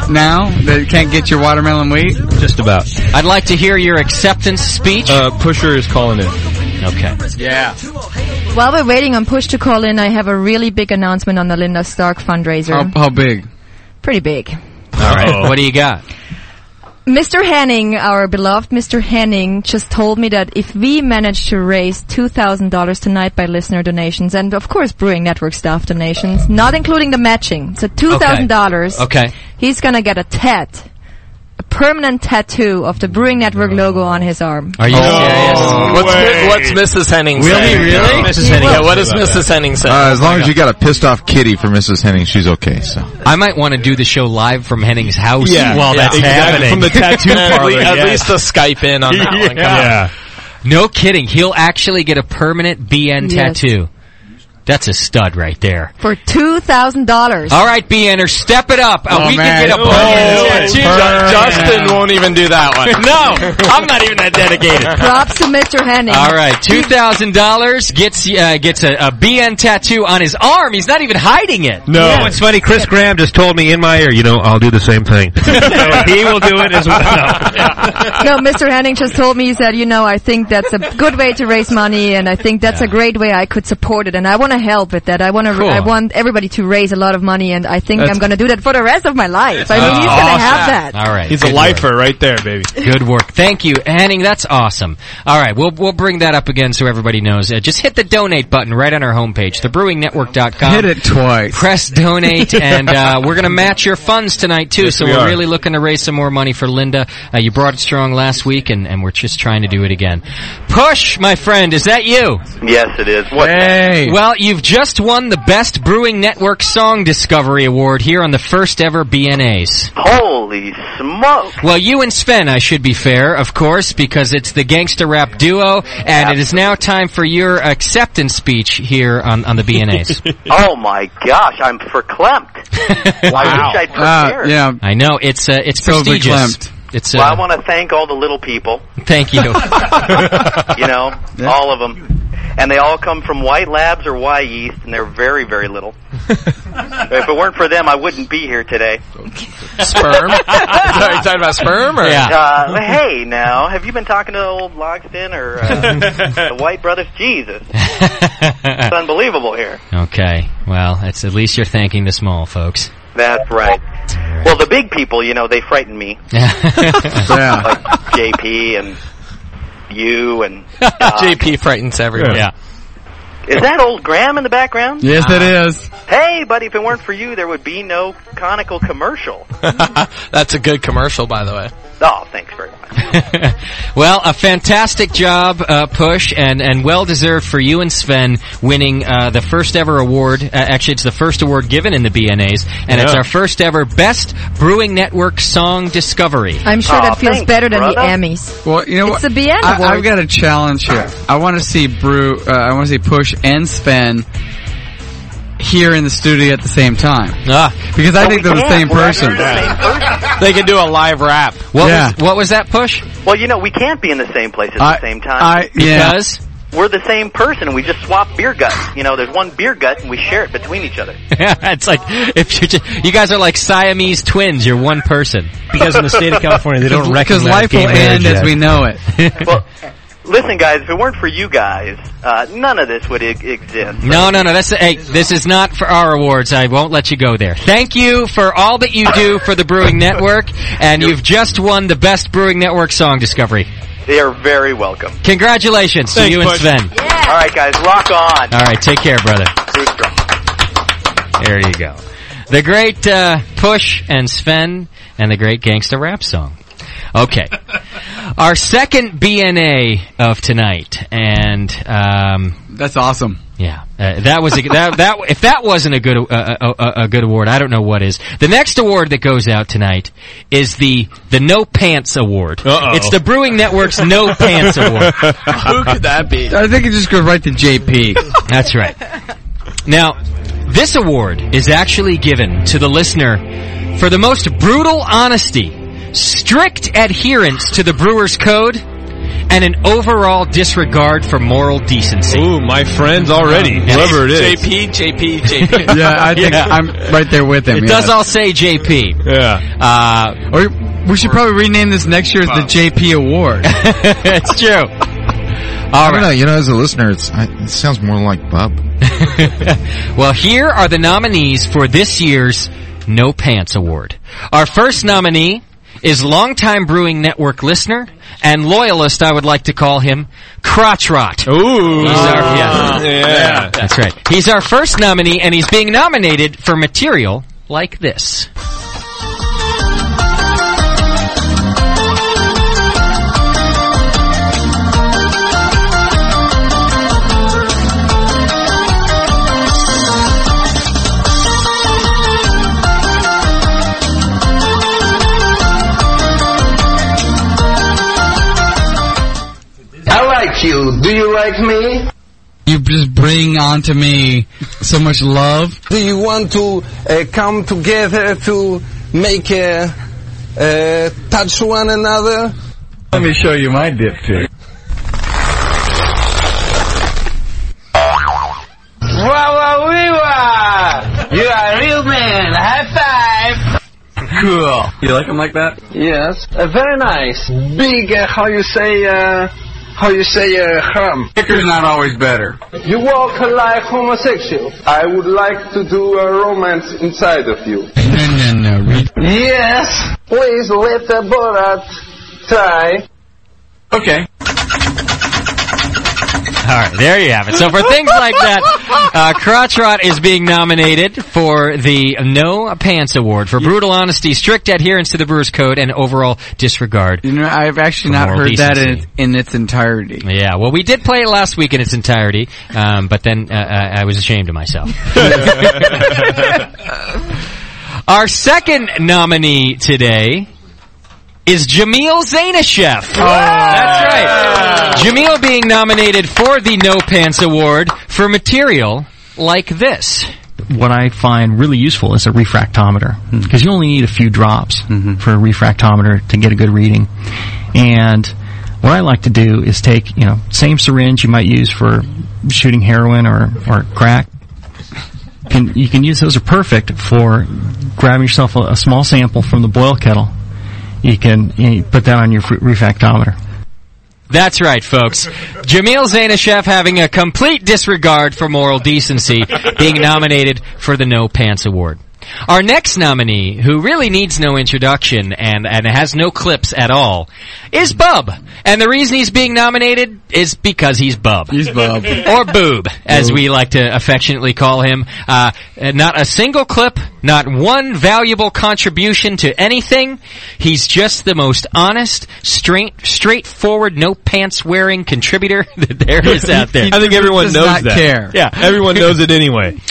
S3: now that can't get your watermelon wheat?
S6: Just about.
S1: I'd like to hear your acceptance speech.
S7: Uh, Pusher is calling in.
S1: Okay.
S13: Yeah.
S10: While we're waiting on push to call in, I have a really big announcement on the Linda Stark fundraiser.
S3: How big?
S1: Oh.
S10: Pretty big.
S1: All
S7: Oh.
S1: right. What do you got?
S10: Mr. Henning, our beloved Mr. Henning, just told me that if we manage to raise $2,000 tonight by listener donations, and of course Brewing Network staff donations, not including the matching, so $2,000,
S1: Okay.
S10: he's gonna get a tat, a permanent tattoo of the Brewing Network logo on his arm.
S1: Are you serious?
S13: Oh, What's, Mi- what's Mrs. Henning
S1: Will
S13: say?
S1: he really?
S13: Mrs.
S1: He
S13: Henning.
S1: will.
S13: Yeah, what does Mrs. Henning say?
S8: Uh, as long as you got a pissed off kitty for Mrs. Henning, she's okay. So
S1: I might want to do the show live from Henning's house
S13: Yeah,
S1: while
S13: yeah,
S1: that's
S13: exactly.
S1: happening.
S13: From the tattoo At parlor, lea- at yes. least a Skype in on that one. Come on. Yeah.
S1: No kidding. He'll actually get a permanent BN
S10: Yes.
S1: tattoo. That's a stud right there.
S10: for two thousand dollars.
S1: All right, B Enter, step it up. Uh,
S10: Oh,
S1: we
S10: man.
S1: can get a
S10: Oh,
S1: burn
S10: Ju-
S1: tattoo.
S13: oh, Justin won't even do that one. No, I'm not even that dedicated.
S10: Props to Mr. Henning.
S1: All right, two thousand dollars gets uh, gets a, a BN tattoo on his arm. He's not even hiding it.
S6: No, it's funny. Chris Graham just told me in my ear, you know, I'll do the same thing. he will do it as well.
S10: No, Mr. Henning just told me, he said, you know, I think that's a good way to raise money and I think that's a great way I could support it and I want to help with that. I want to,
S1: Cool.
S10: I want everybody to raise a lot of money and I think
S1: That's-
S10: I'm going to do that for the rest of my life. I mean,
S1: That's
S10: he's going to have that.
S1: All right,
S7: He's a
S1: good
S7: lifer right there, baby.
S1: Good work. Thank you, Henning. That's awesome. All right, we'll we'll bring that up again so everybody knows. Uh, just hit the donate button right on our homepage, thebrewingnetwork.com.
S3: Hit it twice.
S1: Press donate, and uh, we're going to match your funds tonight too.
S3: Yes,
S1: so
S3: we
S1: we are
S3: are.
S1: really looking to raise some more money for Linda. Uh, you brought it strong last week, and, and we're just trying to do it again. Push, my friend, is that you?
S17: Yes, it is. What?
S1: Well, you've just won the Best Brewing Network Song Discovery Award here on the first ever BNAs.
S17: Holy smoke!
S1: Well, you and Sven, I should be fair, of course, because it's the gangster rap duo, and it is now time for your acceptance speech here on, on the BNAs.
S17: Oh my gosh, I'm verklempt. I wish
S1: Uh,
S17: I'd prepared.
S3: Uh, yeah,
S1: I know it's uh, it's
S3: So
S1: prestigious.
S3: verklempt.
S1: It's
S17: Well, I
S1: uh,
S17: want to thank all the little people.
S1: thank you.
S17: you know, all of them. And they all come from White Labs or Y Yeast, and they're very, very little. if it weren't for them, I wouldn't be here today.
S13: Sperm? Are you talking about sperm? Or?
S17: Uh, hey, now, have you been talking to old Logston or uh, the White Brothers? Jesus. It's unbelievable here.
S1: okay, well, it's at least you're thanking the small folks.
S17: That's right. Well, the big people, you know, they frighten me. Like JP and you and...
S13: JP frightens everyone.
S1: Yeah.
S17: Is that old Graham in the background?
S13: Yes, it
S17: it
S13: Uh.
S17: is. Hey, buddy, if it weren't for you, there would be no conical commercial.
S13: That's a good commercial, by the way.
S17: Oh, thanks very much.
S1: Well, a fantastic job, uh, Push, and, and well deserved for you and Sven winning uh, the first ever award. Uh, actually, it's the first award given in the BNAs, and it's
S10: Yeah.
S1: our first ever Best Brewing Network Song Discovery.
S10: I'm sure that feels better than the Emmys.
S3: Well, you know
S10: It's the BN
S3: I,
S10: award.
S3: I've got a challenge here. I want to see Brew. Uh, I want to see Push and Sven here in the studio at the same time.
S1: Ah,
S3: because I think they're the same person.
S13: They can do a live rap.
S1: What,
S3: Yeah.
S1: was, what was that push?
S17: Well, you know, we can't be in the same place at
S3: I-
S17: the same time.
S3: I- yeah.
S1: Because?
S17: We're the same person. We just swap beer guts. You know, there's one beer gut and we share it between each other.
S1: it's like if you're just, you guys are like Siamese twins. You're one person.
S6: Because in the state of California, they don't Because- because recognize life gay will marriage end as yet. we know
S1: it.
S17: well, listen, guys, if it weren't for you guys, uh, none of this would I- exist.
S1: No, no, no. That's hey, this is not for our awards. I won't let you go there. Thank you for all that you do for the Brewing Network, and you've just won the Best Brewing Network Song Discovery.
S17: They are very welcome.
S1: Congratulations to you and Sven. Uh,
S17: All right, guys, lock on.
S1: All right, take care, brother.
S17: Brew strong.
S1: There you go. The great uh, Push and Sven and the great gangsta rap song. Okay. Our second BNA of tonight and um
S3: That's awesome.
S1: Yeah. Uh, that was a, that that if that wasn't a good uh, a, a- a good award, I don't know what is. The next award that goes out tonight is the the No Pants Award.
S13: Uh-oh.
S1: It's the Brewing Network's No Pants Award.
S13: Who could that be?
S3: I think it just goes right to JP.
S1: That's right. Now, this award is actually given to the listener for the most brutal honesty, strict adherence to the brewer's code, and an overall disregard for moral decency. Ooh,
S7: my friends already.
S1: Um,
S7: Whoever it is.
S13: JP, JP, JP.
S3: yeah, I think
S1: Yeah.
S3: I'm right there with him.
S1: It
S3: yeah.
S1: does all say JP.
S7: Yeah.
S1: Uh,
S3: or we should probably rename this next year as the JP Award.
S1: it's true.
S8: I don't know. You know, as a listener, it's, I, it sounds more like Bub.
S1: Well, here are the nominees for this year's No Pants Award. Our first nominee is longtime Brewing Network listener and loyalist, I would like to call him, Crotch Rot.
S7: Ooh. Ah.
S1: He's our, uh, yeah.
S7: Yeah.
S1: That's right. He's our first nominee, and he's being nominated for material like this.
S26: I like you. Do you like me?
S3: you just bring onto me so much love.
S27: Do you want to uh, come together to make a uh, touch one another?
S5: Let me show you my dipstick.
S11: Wow, wow, wee, You are a real man. High five.
S5: Cool. You like him like that?
S27: Yes, uh, very nice. Big, uh, how you say, uh, how you say, uh, hum.
S5: Picker's not always better.
S27: You walk like homosexual. I would like to do a romance inside of you.
S3: No, no, no.
S27: Yes. Please let the Borat try.
S5: Okay.
S1: All right, there you have it. So for things like that, uh, Crotch Rot is being nominated for the No Pants Award for brutal honesty, strict adherence to the Brewers Code, and overall disregard.
S3: You know, I've actually
S1: For
S3: not
S1: moral
S3: heard
S1: decency.
S3: that in, in its entirety.
S1: Yeah, well, we did play it last week in its entirety, um, but then uh, I I was ashamed of myself. Our second nominee today is Jamil Zainashev. That's right. Jamil being nominated for the No Pants Award for material like this.
S22: what I find really useful is a
S1: Hmm.
S22: refractometer because you only need a few drops
S1: Mm-hmm.
S22: for a refractometer to get a good reading. And what I like to do is take you know same syringe you might use for shooting heroin or or crack. Can, you can use those are perfect for grabbing yourself a, a small sample from the boil kettle. You can you put that on your fr- refractometer.
S1: That's right, folks. Jamil Zainashev having a complete disregard for moral decency, being nominated for the No Pants Award. Our next nominee, who really needs no introduction and, and has no clips at all, is Bub. And the reason he's being nominated is because he's Bub. He's
S3: Bub.
S1: Or Boob, as we like to affectionately call him. Uh, not a single clip, not one valuable contribution to anything. He's just the most honest, straight, straightforward, no pants wearing contributor that there is out there.
S7: I think everyone knows that. Yeah, everyone knows it anyway.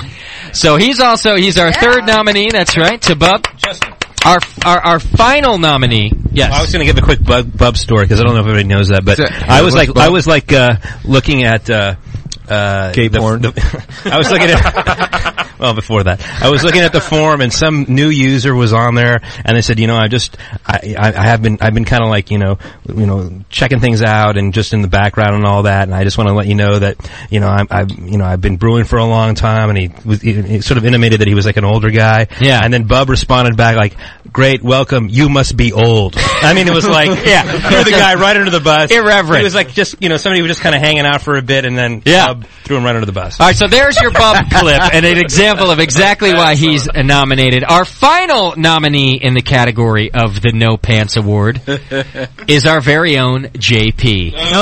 S1: So he's also he's our third nominee. That's right, to Bub. Justin. Our, our our final nominee. Yes.
S2: I was going to give a quick bub, bub story because I don't know if everybody knows that, but
S1: So-
S2: I was
S1: Yeah,
S2: like
S1: what's
S2: I
S1: Bub?
S2: was like uh, looking at uh, uh, gay porn. I was looking at well before that. I was looking at the forum and some new user was on there and they said, you know, I just I, I, I have been I've been kind of like you know you know checking things out and just in the background and all that, and I just want to let you know that you know I'm, I've you know I've been brewing for a long time, and he was he, he sort of intimated that he was like an older guy. Yeah, and then Bub responded back like, "Great, welcome. You must be old." I mean, it was like, yeah, threw the guy right under the bus.
S1: Irreverent.
S2: It was like just you know somebody who was just kind of hanging out for a bit, and then
S1: Yeah.
S2: Bub threw him right under the bus.
S1: All right, so there's your bub clip and an example of exactly why he's nominated. Our final nominee in the category of the No Pants Award is our very own JP.
S11: Oh!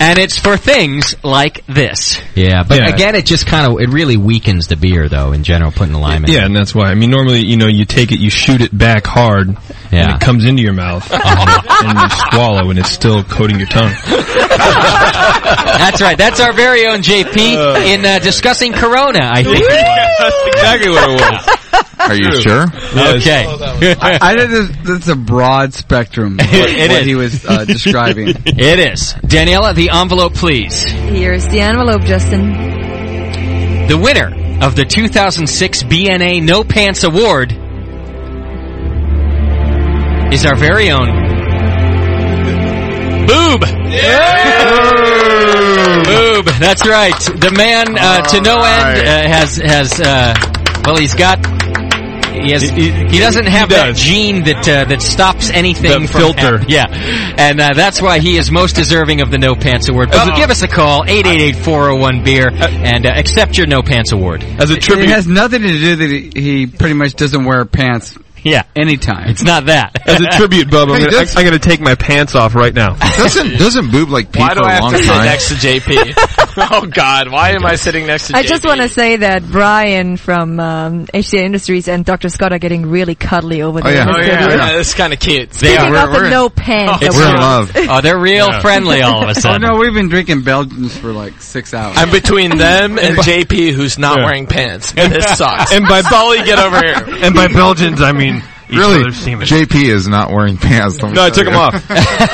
S1: And it's for things like this.
S28: Yeah, but
S7: Yeah.
S28: again, it just kind of it really weakens the beer, though. In general, putting the lime in.
S7: Yeah, and that's why. I mean, normally, you know, you take it, you shoot it back hard, and
S28: Yeah.
S7: it comes into your mouth,
S1: Uh-huh.
S7: and you swallow, and it's still coating your tongue.
S1: That's right. That's our very own JP in uh, discussing Corona. I think that's
S7: exactly what it was.
S8: Are you sure?
S1: Okay.
S3: I, I think this, this is a broad spectrum. What,
S1: It
S3: what
S1: is.
S3: he was uh, describing.
S1: It is Daniela. The envelope, please.
S29: Here's the envelope, Justin.
S1: The winner of the 2006 BNA No Pants Award is our very own Boob. Boob. That's right. The man uh, to no end uh, has has uh, well, he's got. He, has, he, doesn't have that gene that uh, that stops anything
S7: The
S1: from
S7: filter.
S1: hap- yeah, and uh, that's why he is most deserving of the No Pants Award. But give us a call 888-401 beer and uh, accept your No Pants Award.
S7: As a
S3: It has nothing to do that he, he pretty much doesn't wear pants.
S1: Yeah,
S3: anytime.
S1: It's not that.
S7: As a tribute, Bub, I'm
S3: Hey,
S7: gonna,
S3: that's-
S7: I'm gonna take my pants off right now.
S8: Doesn't doesn't boob like pee
S6: Why
S8: for
S6: do I
S8: a
S6: have
S8: long
S6: to sit
S8: time?
S6: next to JP? oh God, why am I sitting next to
S10: I
S6: JP?
S10: just want to say that Brian from um, HCA Industries and Dr. Scott are getting really cuddly over there. in the
S6: oh, yeah.
S10: studio.
S6: yeah. It's kind of cute.
S10: Speaking of the no pants,
S6: It's
S10: award,
S6: real love.
S1: Oh, they're real friendly all of a sudden.
S3: Oh, no, we've been drinking Belgians for like six hours.
S6: I'm between them and JP, who's not wearing pants. And this sucks.
S7: And by
S6: Sully, get over here.
S7: And by Belgians, I mean
S30: each
S8: really,
S30: other's semen.
S8: JP is not wearing pants. let me
S7: No, I took
S8: tell you.
S7: them off.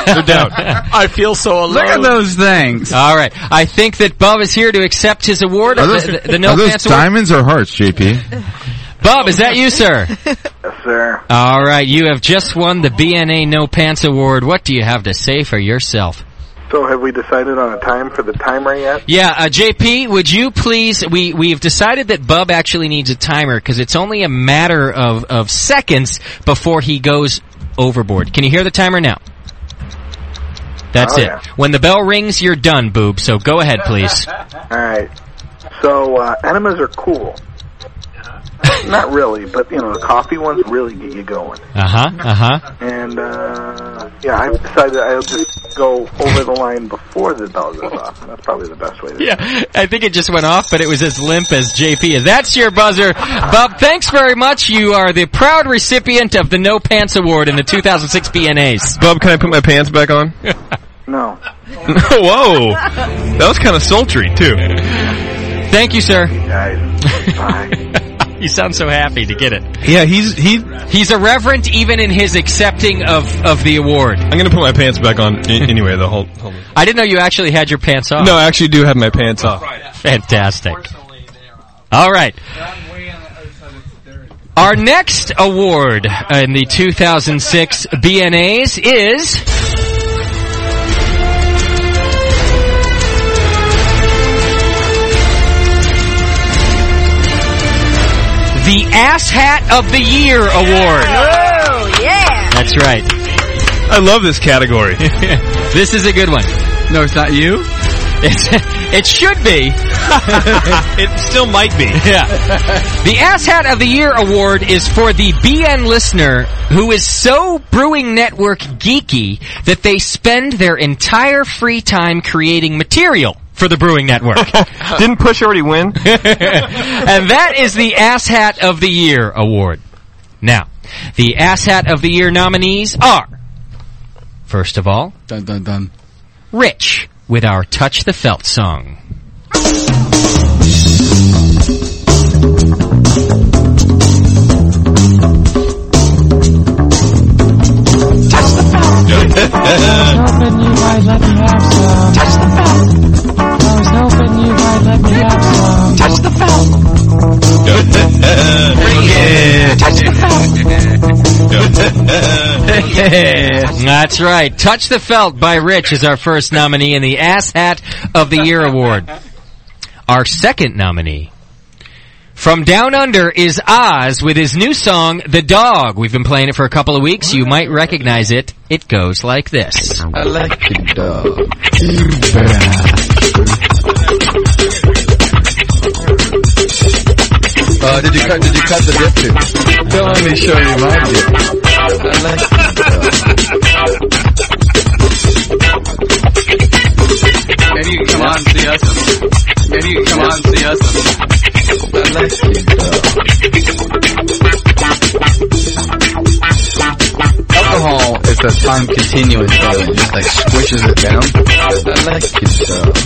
S8: They're down.
S1: I feel so alone.
S31: Look at those things.
S1: All right. I think that Bub is here to accept his award.
S8: Are
S1: the-
S8: those,
S1: the, the no
S8: are those
S1: pants award.
S8: diamonds or hearts, JP?
S1: Bub, is that you, sir?
S5: Yes, sir.
S1: All right. You have just won the BNA No Pants Award. What do you have to say for yourself?
S5: So have we decided on a time for the timer yet?
S1: Yeah, uh, JP, would you please? We we've decided that Bub actually needs a timer because it's only a matter of of seconds before he goes overboard. Can you hear the timer now? That's
S5: Oh,
S1: it.
S5: yeah.
S1: When the bell rings, you're done, boob. So go ahead, please.
S5: All right. So uh, enemas are cool. Not really, but you know the coffee ones really get you going.
S1: Uh huh. Uh huh.
S5: And uh, yeah, I've decided I'll just go over the line before the bell goes off. That's probably the best way to.
S1: Yeah, I think it just went off, but it was as limp as JP is. That's your buzzer, Bub. Thanks very much. You are the proud recipient of the No Pants Award in the 2006 BNAs.
S7: Bub, can I put my pants back on?
S5: No.
S7: Whoa, that was kind of sultry too.
S1: Thank you, sir.
S5: Bye.
S1: you sound so happy to get it.
S7: Yeah, he's he
S1: he's a reverend even in his accepting of of the award.
S7: I'm gonna put my pants back on a- anyway. The whole. whole
S1: I didn't know you actually had your pants off.
S7: No, I actually do have my pants
S26: uh,
S7: off.
S1: Fantastic. All right. Our next award in the 2006 BNAs is the Ass Hat of the Year Award.
S25: Oh, yeah.
S1: That's right.
S7: I love this category.
S1: this is a good one.
S31: No, it's not you.
S1: It's, it should be.
S7: it still might be.
S1: Yeah. The Ass Hat of the Year award is for the BN listener who is so Brewing Network geeky that they spend their entire free time creating material for the Brewing Network.
S7: Didn't Push already win?
S1: and that is the Ass Hat of the Year award. Now, the Ass Hat of the Year nominees are, first of all,
S31: Dun dun dun.
S1: Rich with our Touch the Felt song.
S25: Touch the felt.
S1: That's right. Touch the Felt by Rich is our first nominee in the Ass Hat of the Year Award. Our second nominee from Down Under is Oz with his new song, The Dog. We've been playing it for a couple of weeks. You might recognize it. It goes like this. I like the
S25: Uh, did you cut? Did you cut the dip too? Don't let me show you my dip.
S31: Maybe you can come on and see us. Maybe you can come on and see us.
S3: Alcohol is a time continuous feeling. Just like squishes it down.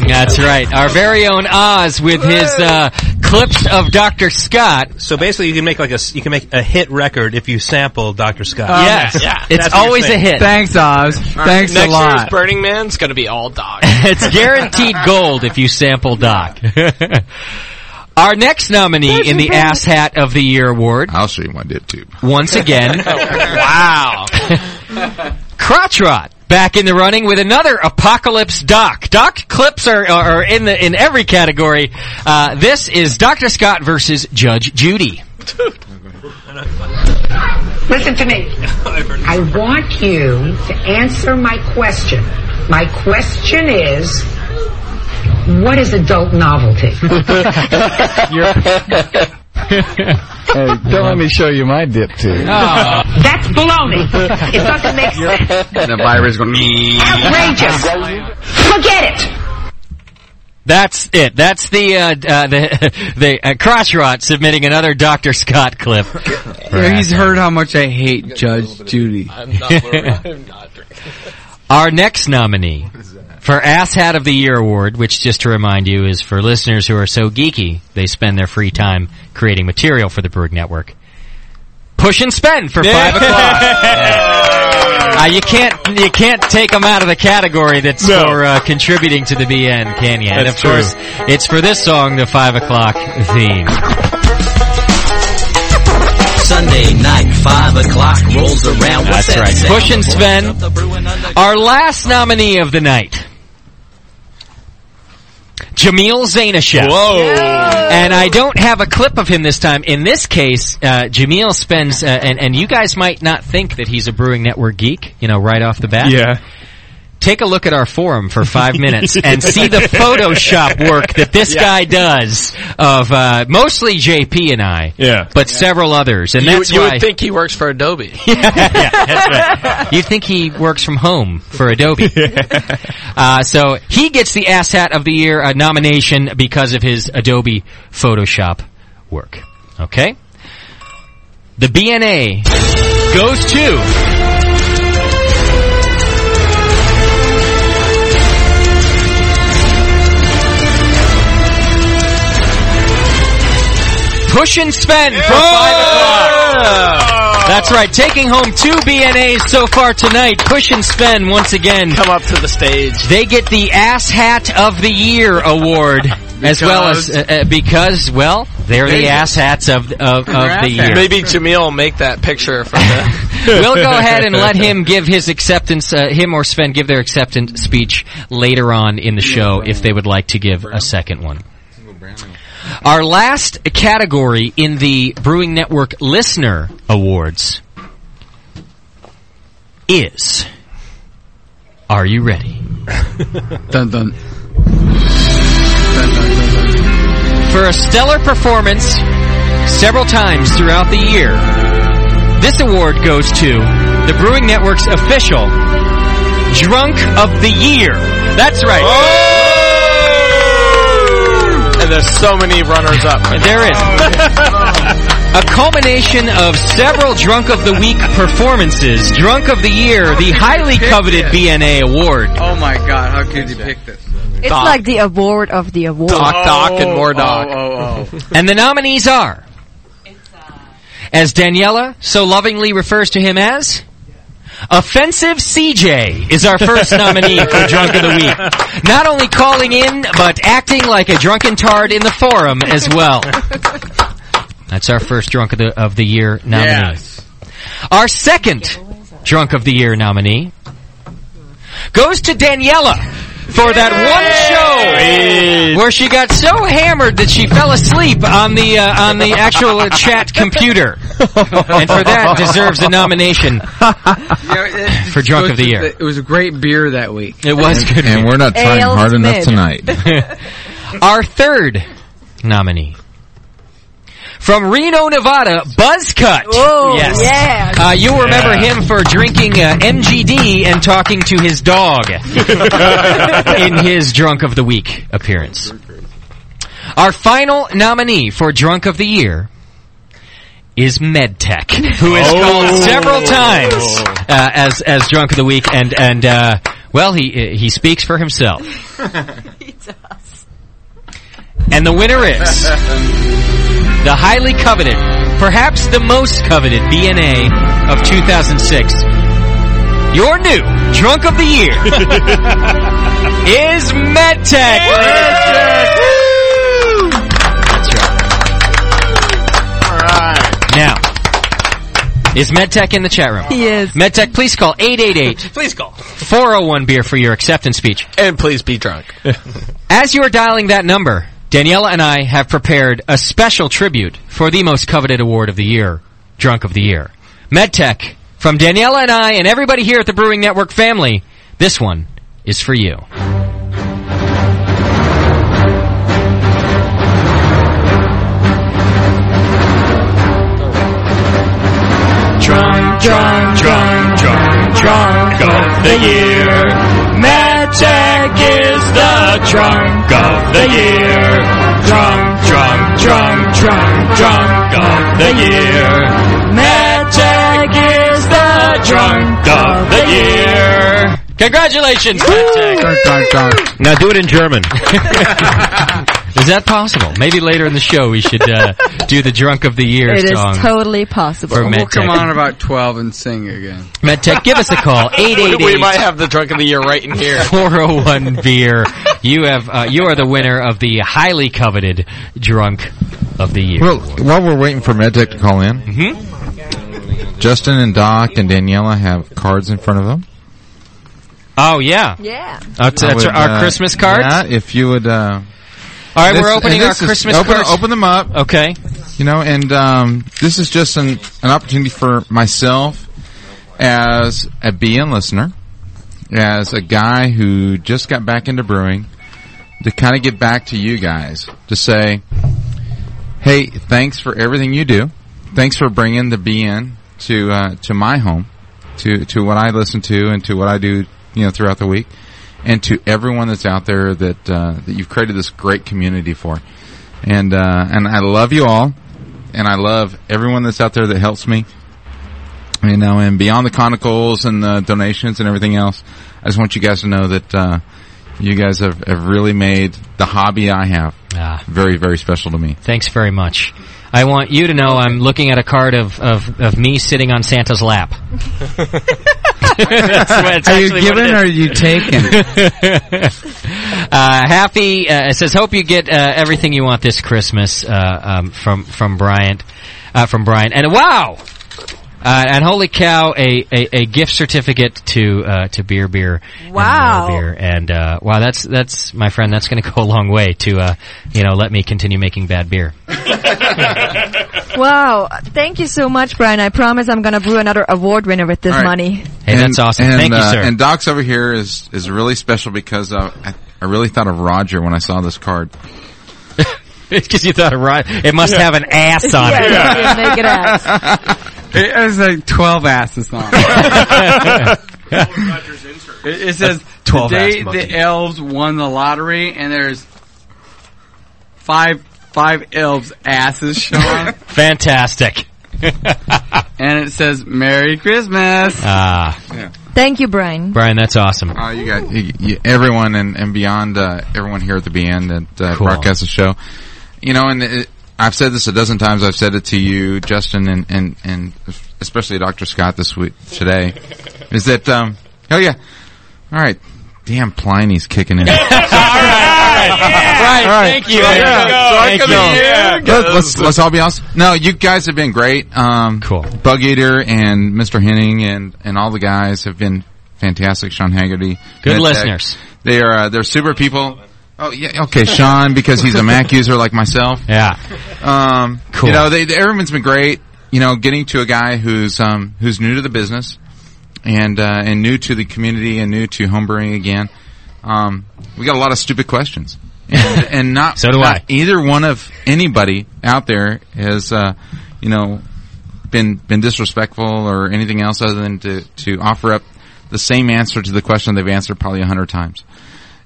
S1: That's right. Our very own Oz with his uh, clips of Dr. Scott.
S2: So basically, you can make like a s- you can make a hit record if you sample Dr. Scott.
S1: Um, Yes. yeah. It's
S2: That's what you're
S1: always a
S2: saying.
S1: hit.
S31: Thanks, Oz. Thanks
S1: a
S6: Next
S1: lot.
S6: year's Burning Man's gonna be all dog.
S1: it's guaranteed gold if you sample Doc. Our next nominee in the Ass Hat of the Year award.
S8: I'll show you my dip tube.
S1: Once again,
S6: wow.
S1: Crotch Rot back in the running with another Apocalypse Doc. Doc clips are, are, are in the in every category. Uh, this is Doctor Scott versus Judge Judy.
S11: Listen to me. I want you to answer my question. My question is, what is adult novelty?
S3: Hey, don't let me show you my dip too.
S11: That's baloney. It doesn't make sense.
S3: The virus going.
S11: Outrageous. Forget it.
S1: That's it. That's the uh, d- uh, the the uh, Crotch Rot submitting another Doctor Scott clip.
S31: Yeah, he's heard how much I hate Judge Judy.
S1: Our next nominee for Ass Hat of the Year award, which just to remind you is for listeners who are so geeky they spend their free time creating material for the Berg Network. push and spend for five o'clock. Uh, you can't you can't take them out of the category that's for uh, contributing to the BN, can you? and of
S21: That's true.
S1: course, it's for this song, the five o'clock theme.
S20: Sunday night, 5 o'clock rolls around. What's
S1: That's
S20: that
S1: right.
S20: sound?
S1: Bush and Sven, our last nominee of the night. Jamil Zainashev. Whoa. And I don't have a clip of him this time. In this case, uh, Jamil spends, uh, and, and you guys might not think that he's a Brewing Network geek, you know, right off the bat.
S7: Yeah.
S1: Take a look at our forum for five minutes and see the Photoshop work that this
S7: Yeah.
S1: guy does of uh, mostly JP and I, yeah. but several others. And
S13: you,
S1: that's
S13: you
S1: why
S13: would think he works for Adobe.
S1: you think he works from home for Adobe. uh, so he gets the Ass Hat of the Year uh, nomination because of his Adobe Photoshop work. Okay? The BNA goes to. Push and spend for five o'clock. That's right. Taking home two BNAs so far tonight. Push and spend once again. Come up to the stage. They get the Ass Hat of the Year award, as well as uh, uh, because well they're the
S13: They're-
S1: ass hats of of, of the year.
S13: Maybe Jamil will make that picture for the.
S1: we'll go ahead and let him give his acceptance, uh, him or Sven give their acceptance speech later on in the show if they would like to give a second one. Our last category in the Brewing Network Listener Awards is Are you ready?
S3: dun dun.
S1: For a stellar performance several times throughout the year, this award goes to the Brewing Network's official Drunk of the Year. That's right.
S13: Oh! And there's so many runners up.
S1: There is. A culmination of several Drunk of the Week performances. Drunk of the Year, the highly coveted BNA award.
S3: Oh my god, how could you pick this?
S10: It's like the award of the award.
S3: Oh, oh,
S1: And the nominees are, as Daniela so lovingly refers to him as, Offensive CJ is our first nominee for Drunk of the Week. Not only calling in, but acting like a drunken tard in the forum Um, as well. That's our first Drunk of the, of the Year nominee. Our second Drunk of the Year nominee goes to Daniela for that one show where she got so hammered that she fell asleep on the uh, on the actual uh, chat computer, and for that deserves a nomination for Drunk of the Year.
S3: It was a great beer that week.
S1: It was
S3: And-
S1: good.
S3: and we're not trying Ale hard enough Smith.
S1: tonight. Our third nominee. From Reno, Nevada, Buzzcut.
S10: Whoa,
S1: yes.
S10: yeah.
S1: Uh, you'll remember
S10: Yeah.
S1: him for drinking uh, MGD and talking to his dog in his Drunk of the Week appearance. Our final nominee for Drunk of the Year is MedTech, who has
S12: Oh.
S1: called several times uh, as as Drunk of the Week, and and uh, well, he he speaks for himself. And the winner is the highly coveted, perhaps the most coveted BNA of 2006. Your new Drunk of the Year is MedTech. That's right. Now, is MedTech in the chat room?
S10: He is.
S1: MedTech, please call 888.
S13: Please call.
S1: 401 beer for your acceptance speech.
S13: And please be drunk.
S1: As you are dialing that number, Daniela and I have prepared a special tribute for the most coveted award of the year, Drunk of the Year. MedTech, from Daniela and I and everybody here at the Brewing Network family, this one is for you.
S32: Drunk, drunk, drunk, drunk, drunk of the year. MedTech is the drunk of the year. Drunk, drunk, drunk, drunk, drunk of the year. MedTech is the drunk of the year.
S1: Congratulations, MedTech.
S3: Dun, dun, dun.
S21: Now do it in German.
S1: Is that possible? Maybe later in the show we should uh, do the drunk of the year
S10: It is
S1: song.
S10: totally possible.
S1: For
S3: We'll
S1: Medtech.
S3: come on about 12 and sing again.
S1: MedTech, give us a call. 888.
S6: We might have the drunk of the year right in here.
S1: 401 beer. You have uh, you are the winner of the highly coveted drunk of the year.
S8: Well, while we're waiting for MedTech to call in,
S1: Mm-hmm.
S8: Justin and Doc and Daniela have cards in front of them.
S1: Oh yeah, yeah. That's,
S8: I
S1: that's
S8: would,
S1: our
S8: uh,
S1: Christmas cards.
S8: Yeah, if you would. Uh,
S1: All right,
S8: this-
S1: we're opening
S8: and
S1: our
S8: this is-
S1: Christmas
S8: open,
S1: cards.
S8: Open them up.
S1: Okay.
S8: You know, and um, this is just an, an opportunity for myself as a BN listener, as a guy who just got back into brewing, to kind of get back to you guys to say, hey, thanks for everything you do. Thanks for bringing the BN to uh, to my home, to to what I listen to and to what I do, you know, throughout the week, and to everyone that's out there that uh, that you've created this great community for. And uh, and I love you all, and I love everyone that's out there that helps me. You know, and beyond the conicals and the donations and everything else, I just want you guys to know that uh, you guys have, have really made the hobby I have
S1: Ah.
S8: very, very special to me.
S1: Thanks very much. I want you to know I'm looking at a card of, of, of me sitting on Santa's lap. That's what it's
S3: Are you
S1: actually what it
S3: giving
S1: is.
S3: or are you taking?
S1: uh, happy uh, it says hope you get uh, everything you want this Christmas uh, um, from from Bryant uh, from Brian and wow uh, and holy cow a, a, a gift certificate to uh, to beer beer and
S10: Wow.
S1: More beer and uh, wow that's that's my friend that's going to go a long way to uh, you know let me continue making bad beer
S10: Wow. Thank you so much, Brian. I promise I'm going to brew another award winner with this
S8: All right.
S10: money.
S1: Hey, that's awesome.
S8: And,
S1: Thank you,
S8: uh,
S1: sir.
S8: And Doc's over here is is really special because uh, I I really thought of Roger when I saw this card.
S1: because you thought of Roger, it must have an ass on it.
S3: It has like 12 asses on it. it. It says,
S13: Twelve ass
S3: today
S13: monkey."
S3: the elves won the lottery and there's five, five elves asses showing.
S1: Fantastic.
S3: and it says, Merry Christmas.
S1: Ah.
S10: Thank you, Brian.
S1: Brian, that's awesome.
S8: Uh, you got you, you, everyone and, and beyond uh, everyone here at the BN that uh, broadcasts the show. You know, and it, I've said this a dozen times. I've said it to you, Justin, and and, and especially Dr. Scott this week today. Is that um, oh yeah, all right. Damn, Pliny's kicking in.
S1: Right,
S32: thank you. Thank you.
S8: Let, us let's all be honest. No, you guys have been great. Um,
S1: cool.
S8: Bug Eater and Mr. Henning and and all the guys have been fantastic. Sean Haggerty,
S1: Good
S8: MedTech.
S1: listeners.
S8: They are uh, they're super people. Oh yeah, okay, Sean because he's a Mac user like myself.
S1: Yeah.
S8: Um,
S1: Cool.
S8: You know, they, they- everyone's been great. You know, getting to a guy who's um, who's new to the business and uh, and new to the community and new to homebrewing again. Um, we got a lot of stupid questions, and, and not so
S1: do
S8: not
S1: I.
S8: Either one of anybody out there has uh, you know been been disrespectful or anything else other than to to offer up the same answer to the question they've answered probably a hundred times.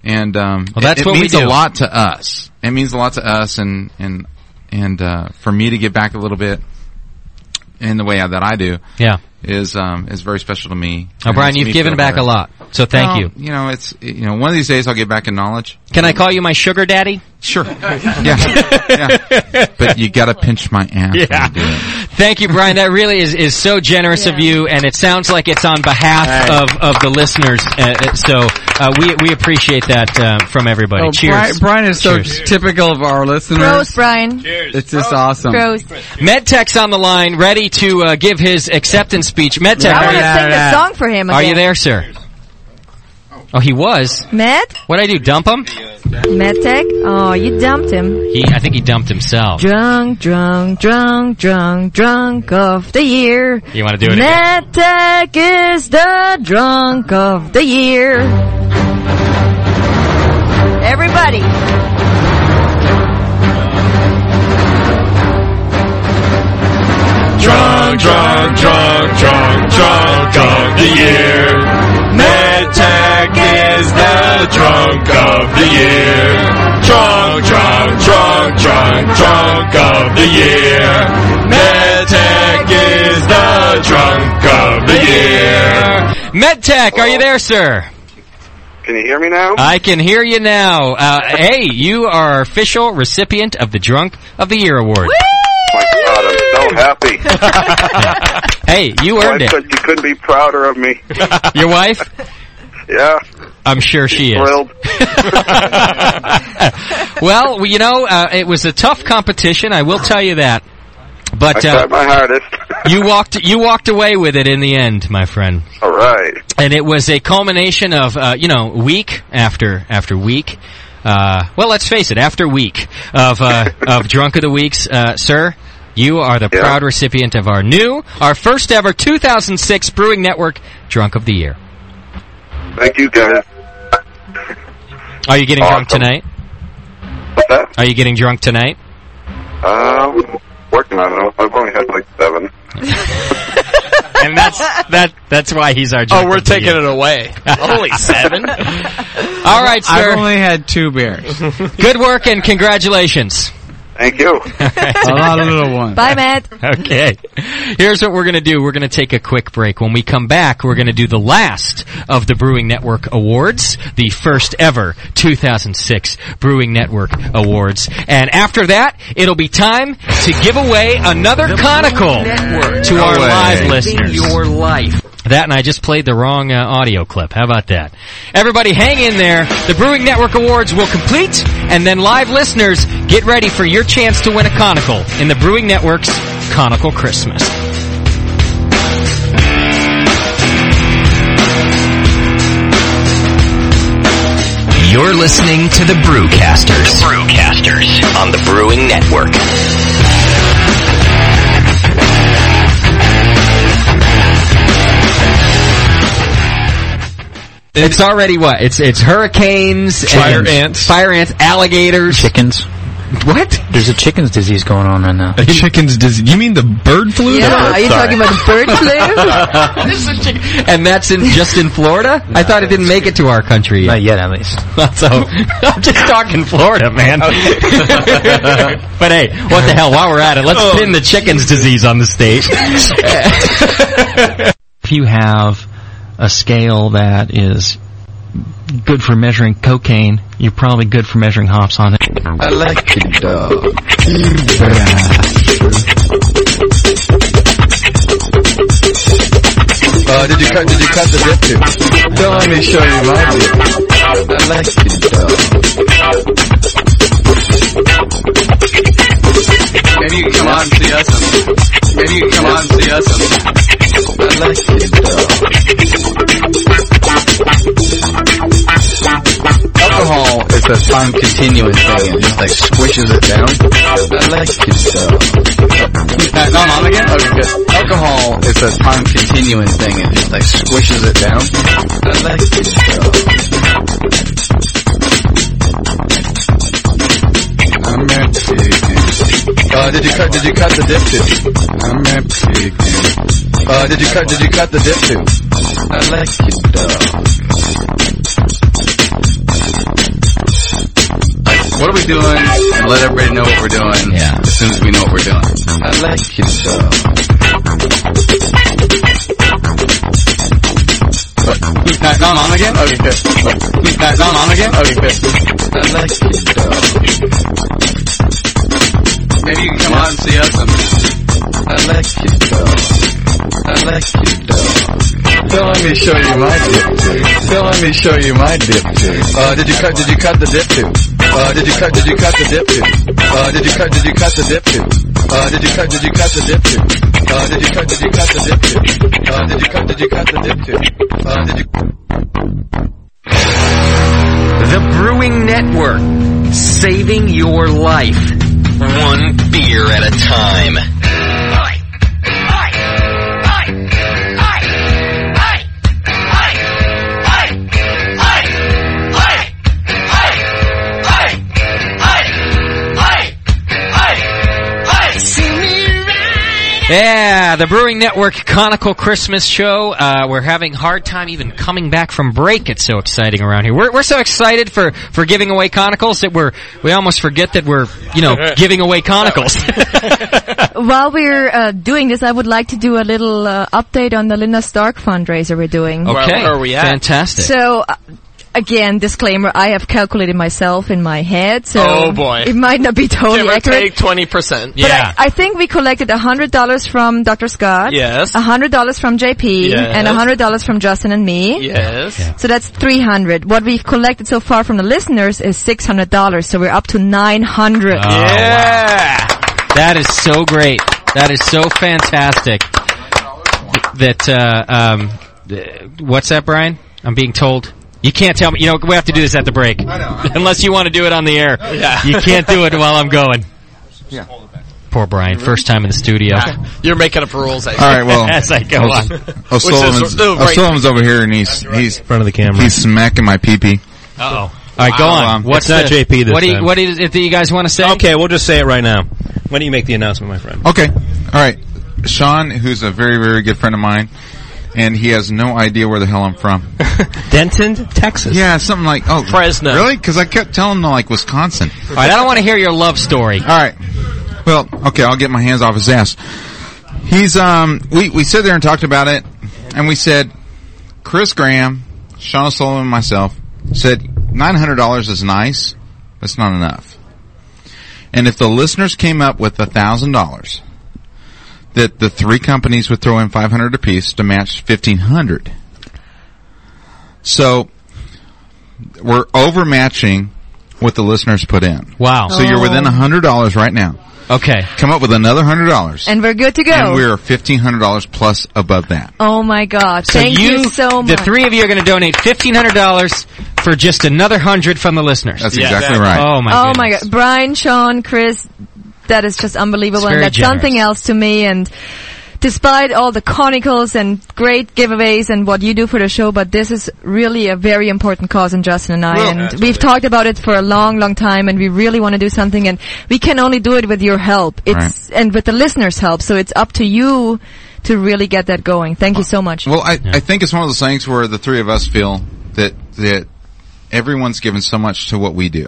S8: And um,
S1: Well, that's
S8: it, it
S1: what we
S8: means
S1: do.
S8: a lot to us. It means a lot to us, and and and uh, for me to get back a little bit in the way that I do,
S1: Yeah.
S8: is um, is very special to me.
S1: Oh, Brian,
S8: Makes
S1: you've
S8: me
S1: given
S8: feel
S1: back
S8: better.
S1: a lot, so thank
S8: Well,
S1: you.
S8: You know, it's you know one of these days I'll get back in knowledge.
S1: Can I call you my sugar daddy?
S8: Sure. yeah. But you got to pinch my ass. Yeah.
S1: Thank you, Brian. That really is, is so generous of you, and it sounds like it's on behalf of, of the listeners. Uh, uh, so uh, we we appreciate that uh, from everybody.
S3: Oh,
S1: Cheers,
S3: Brian, Brian is so typical of our listeners.
S10: Gross, Brian.
S3: It's just awesome.
S10: Gross.
S1: MedTech's on the line, ready to uh, give his acceptance speech. MedTech,
S10: I
S1: are
S10: want
S1: you-
S10: to sing the song for him.
S1: Are you
S10: again.
S1: there, sir? Oh, he was.
S10: Matt?
S1: What would I do? Dump him?
S10: Medtech? Oh, you dumped him.
S1: He, I think he dumped himself.
S10: Drunk, drunk, drunk, drunk, drunk of the year.
S1: You want to do it? Again?
S10: Medtech is the drunk of the year. Everybody.
S32: Drunk, drunk, drunk, drunk, drunk of the year. MedTech is the drunk of the year. Drunk, drunk, drunk, drunk, drunk of the year. MedTech is the drunk of the year.
S1: MedTech, are you there, sir?
S17: Can you hear me
S5: Um,
S17: now?
S1: I can hear you now. Uh, hey, you are our official recipient of the Drunk of the Year award.
S17: My God, I'm so happy.
S1: Hey, you
S17: Wife
S1: earned it.
S17: said you couldn't be prouder of me.
S1: Your wife?
S17: Yeah,
S1: I'm sure she is.
S17: thrilled.
S1: Well, we- you know, uh, it was a tough competition. I will tell you that. But
S17: I
S1: uh,
S17: tried my hardest.
S1: you walked you walked away with it in the end, my friend.
S17: All right.
S1: And it was a culmination of uh, you know week after after week. Uh, well, let's face it, after week of uh, of drunk of the weeks, uh, sir. You are the proud recipient of our new, our first ever 2006 Brewing Network Drunk of the Year.
S17: Thank you, guys.
S1: Are you getting drunk tonight? Are you getting drunk tonight?
S17: Uh, Um, working on it. I've only had like seven.
S1: and that's that. That's why he's our.
S6: Oh, we're taking it away. Holy seven!
S1: All right, sir.
S3: I've only had two beers.
S1: Good work and congratulations.
S17: Thank you.
S3: A lot of little ones.
S10: Bye, Matt.
S1: Okay. Here's what we're going to do. We're going to take a quick break. When we come back, we're going to do the last of the Brewing Network Awards, the first ever 2006 Brewing Network Awards. And after that, it'll be time to give away another conical to
S12: No
S1: our
S12: way.
S1: live
S12: Saving
S1: listeners.
S12: your
S1: life. That and I just played the wrong uh, audio clip. How about that? Everybody hang in there. The Brewing Network Awards will complete and then live listeners get ready for your chance to win a conical in the Brewing Network's Conical Christmas.
S12: You're listening to the Brewcasters. Brewcasters on the Brewing Network.
S1: It's already what? It's it's hurricanes, fire ants, fire ants, alligators,
S24: chickens.
S1: What?
S24: There's a chicken's disease going on right now.
S7: A chicken's disease. You mean the bird flu?
S24: Yeah, are you
S1: Sorry.
S24: talking about
S10: bird
S1: and that's in just in Florida. I thought it didn't make it to our country. Yet. Not
S24: yet, at least.
S1: so Oh, I'm just talking Florida, man. but hey, what the hell? While we're at it, let's
S12: Oh.
S1: pin the chicken's disease on the stage.
S24: if you have a scale that is good for measuring cocaine, you're probably good for measuring hops on it. I like the
S25: Uh, did you cut? Did you cut the dip too? Don't let me show you my dip. I like it though. Maybe you can come on see us. Maybe you can come on see us. I like it though. Alcohol is a time continuous thing. It just like squishes it down. I like it though. Back on, on again? Okay, good. Alcohol is a time continuous thing. It just like squishes it down. I like it though. I'm empty. Uh, did you cut? Did you cut the dip too? I'm empty. Uh, did you cut? Did you cut the dip too? I like it though. Like, what are we doing? Let everybody know what we're doing. Yeah. As soon as we know what we're doing. I like it though. Who's back on on again? Okay, good. Who's back on on again? Okay, good. I like it though. Maybe you can come on and see us. I like it though. I like it though. Don't let me show you my dip too. Don't let me show you my dip too. Uh, did you cut? Did you cut the dip too? Uh, did you cut? Did you cut the dip too? Uh, did you cut? Did you cut the dip too? Uh, did you cut? Did you cut the dip too? Uh, did you cut? Did you cut the dip too? Uh, did you cut? Did you cut the dip too? Uh, did you?
S12: The Brewing Network, saving your life one beer at a time.
S1: Yeah, the Brewing Network Conical Christmas Show. Uh, we're having a hard time even coming back from break. It's so exciting around here. We're, we're so excited for, for giving away conicals that we're we almost forget that we're you know giving away conicals.
S10: While we're uh, doing this, I would like to do a little uh, update on the Linda Stark fundraiser we're doing.
S1: okay, are we at? Fantastic.
S10: So, uh, again, disclaimer, I have calculated myself in my head, so
S6: Oh, boy.
S10: it might not be totally
S6: Give or
S10: accurate.
S6: take 20%.
S10: But I, I think we collected $100 from Dr. Scott.
S6: Yes.
S10: $100 from JP.
S6: Yes.
S10: And $100 from Justin and me.
S6: Yes. Yeah.
S10: So that's 300. What we've collected so far from the listeners is $600. So we're up to 900.
S1: yeah. Oh, That is so great. That is so fantastic. That uh, um, uh, what's that, Brian? I'm being told. You can't tell me. You know, we have to do this at the break. Unless you want to do it on the air.
S6: Yeah.
S1: You can't do it while I'm going. Poor Brian. First time in the studio.
S6: You're making up rules. I
S8: All right, well,
S1: As I go
S8: Os-
S1: on.
S8: O'Sullivan's,
S1: Which is- oh, right.
S8: O'Sullivan's over here, and he's he's in
S21: front of the camera.
S8: He's smacking my pee pee.
S1: Uh oh. All right, go
S21: Wow.
S1: on.
S21: It's
S1: What's
S21: not
S1: the-
S21: JP this
S1: What do you,
S21: time.
S1: what is it that you guys want to say?
S21: Okay, we'll just say it right now. Why don't you make the announcement, my friend?
S8: Okay. All right. Sean, who's a very, very good friend of mine, and he has no idea where the hell I'm from.
S21: Denton, Texas.
S8: Yeah, something like oh Fresno. Really? Because I kept telling him like Wisconsin. All
S1: right, I don't want to hear your love story. All
S8: right. Well, okay, I'll get my hands off his ass. He's um, we we sat there and talked about it, and we said, Chris Graham, Sean O'Sullivan, and myself said nine hundred dollars is nice, that's not enough. And if the listeners came up with a thousand dollars, that the three companies would throw in five hundred apiece to match fifteen hundred. So we're overmatching what the listeners put in.
S1: Wow.
S8: So you're within
S10: Oh.
S8: hundred dollars right now.
S1: Okay.
S8: Come up with another hundred dollars.
S10: And we're good to go.
S8: And we're fifteen hundred dollars plus above that.
S10: oh my God.
S1: So
S10: Thank
S1: you,
S10: you, so
S1: the
S10: much.
S1: three of you are going to donate fifteen hundred dollars for just another hundred from the listeners.
S8: That's Yeah, exactly exactly. right.
S1: Oh my.
S10: oh my God. Brian, Sean, Chris, that is just unbelievable.
S1: It's very
S10: and that's
S1: generous.
S10: something else to me. And despite all the conicals and great giveaways and what you do for the show, but this is really a very important cause in Justin and I.
S22: Well,
S10: and
S22: absolutely.
S10: we've talked about it for a long, long time and we really want to do something and we can only do it with your help. It's, and with the listeners' help. So it's up to you to really get that going. Thank you so much.
S8: Well, I, I think it's one of those things where the three of us feel that that everyone's given so much to what we do,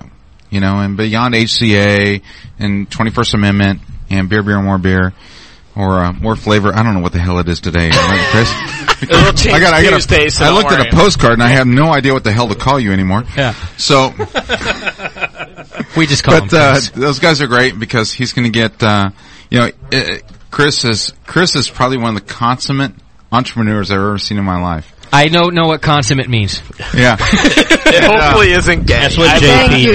S8: you know, and beyond HCA and 21st Amendment and beer, beer, more beer. Or uh, more flavor. I don't know what the hell it is today, right, Chris.
S6: It'll change
S8: I got. I got.
S6: Tuesday,
S8: A,
S6: so
S8: I
S6: don't
S8: looked at
S6: worry.
S8: a postcard and I have no idea what the hell to call you anymore.
S1: Yeah.
S8: So
S1: we just call
S8: but,
S1: him
S8: uh,
S1: Chris.
S8: those guys are great because he's going to get, uh, you know, uh, Chris is Chris is probably one of the consummate entrepreneurs I've ever seen in my life.
S1: I don't know what consummate means.
S8: Yeah,
S6: It hopefully isn't gay.
S1: That's what uh, I- JP Thank you,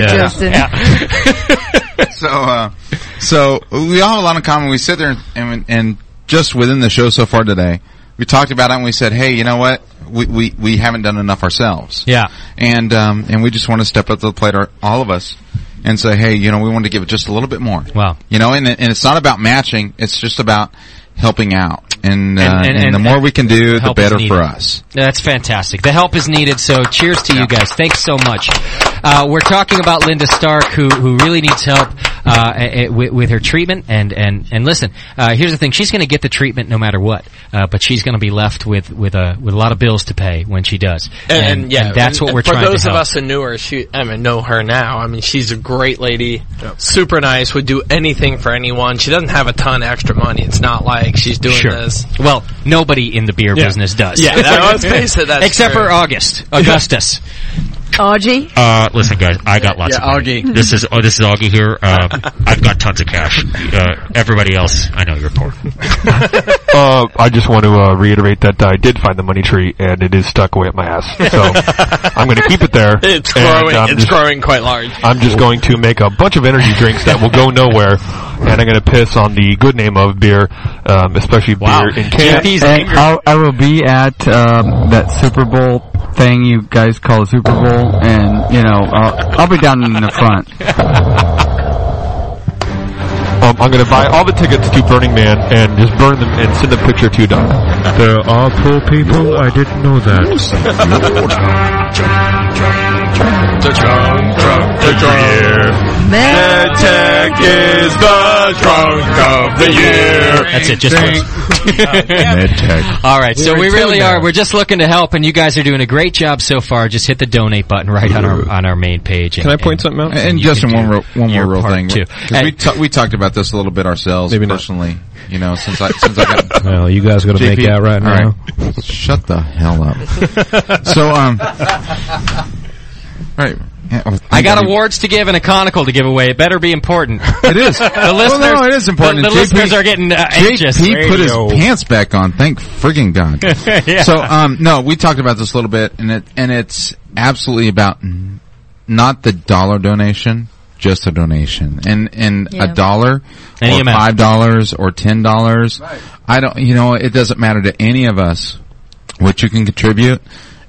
S1: does. Justin.
S8: so uh, so we all have a lot in common. We sit there and and just within the show so far today, we talked about it and we said, hey, you know what? We we, we haven't done enough ourselves.
S1: Yeah.
S8: and um, and we just want to step up to the plate, our, all of us, and say, hey, you know, we want to give it just a little bit more.
S1: Wow.
S8: You know, and and it's not about matching; it's just about helping out. And uh, and,
S1: And- and-
S8: the
S1: and-
S8: more we can do, the
S1: help is
S8: better
S1: needed.
S8: for us.
S1: That's fantastic. The help is needed, so cheers to you guys. Thanks so much. Uh, we're talking about Linda Stark, who who really needs help uh, eh, eh, with, with her treatment. And and and listen, uh, here's the thing: she's going to get the treatment no matter what, uh, but she's going to be left with with a with a lot of bills to pay when she does.
S6: And, and, yeah,
S1: that's what
S6: and
S1: we're
S6: for
S1: trying
S6: those
S1: to help.
S6: of us who knew her, she, I mean, know her now. I mean, she's a great lady, super nice, would do anything for anyone. She doesn't have a ton of extra money. It's not like she's doing
S1: Sure.
S6: this.
S1: Well, nobody in the beer business does.
S6: Yeah, that, let's face it, that's
S1: except
S6: true.
S1: for August Augustus.
S10: Augie?
S23: Uh, listen, guys, I got lots
S10: Yeah,
S23: of money.
S10: Augie.
S23: This is oh, this is Augie here. Uh, I've got tons of cash. Uh, everybody else, I know you're poor.
S26: uh, I just want to uh, reiterate that I did find the money tree and it is stuck away at my ass. So I'm going to keep it there.
S6: It's
S26: and
S6: growing.
S1: um,
S26: I'm
S6: It's
S26: just-
S6: growing quite large.
S26: I'm just going to make a bunch of energy drinks that will go nowhere, and I'm going to piss on the good name of beer, um, especially beer in cans.
S3: And I'll, I will be at um, that Super Bowl thing you guys call the Super Bowl, and you know I'll, I'll be down in the front.
S26: Um, I'm going to buy all the tickets to Burning Man and just burn them and send a picture to Don. There are poor people. I didn't know
S32: The drunk, drunk, the drunk. Medtech is the drunk of the year.
S1: That's it. Just words. All right, so
S26: We're
S1: we
S26: two
S1: really
S26: now.
S1: are. We're just looking to help, and you guys are doing a great job so far. Just hit the donate button right on our on our main page. And,
S8: Can I point
S1: something
S8: And, Justin, one, ro- one more real thing.
S1: too.
S8: 'Cause we, ta- we talked about this a little bit ourselves personally. You know, since I since I got
S21: Well, Oh, you guys are going to
S8: JP,
S21: make out right
S8: all
S21: now.
S8: right. Shut the hell up. so um, Right. Yeah, well,
S1: I got awards to give and a conical to give away. It better be important.
S8: It is.
S1: the listeners.
S8: Well, no, it is important.
S1: The,
S8: JP
S1: the listeners are getting uh, anxious.
S8: JP put his
S1: Radio.
S8: pants back on. Thank frigging God.
S1: Yeah.
S8: So, um, no, we talked about this a little bit, and it and it's absolutely about n- not the dollar donation, just a donation, and and
S1: Yeah.
S8: a dollar
S1: Any
S8: or
S1: amount.
S8: five dollars or ten dollars. I don't. You know, it doesn't matter to any of us what you can contribute.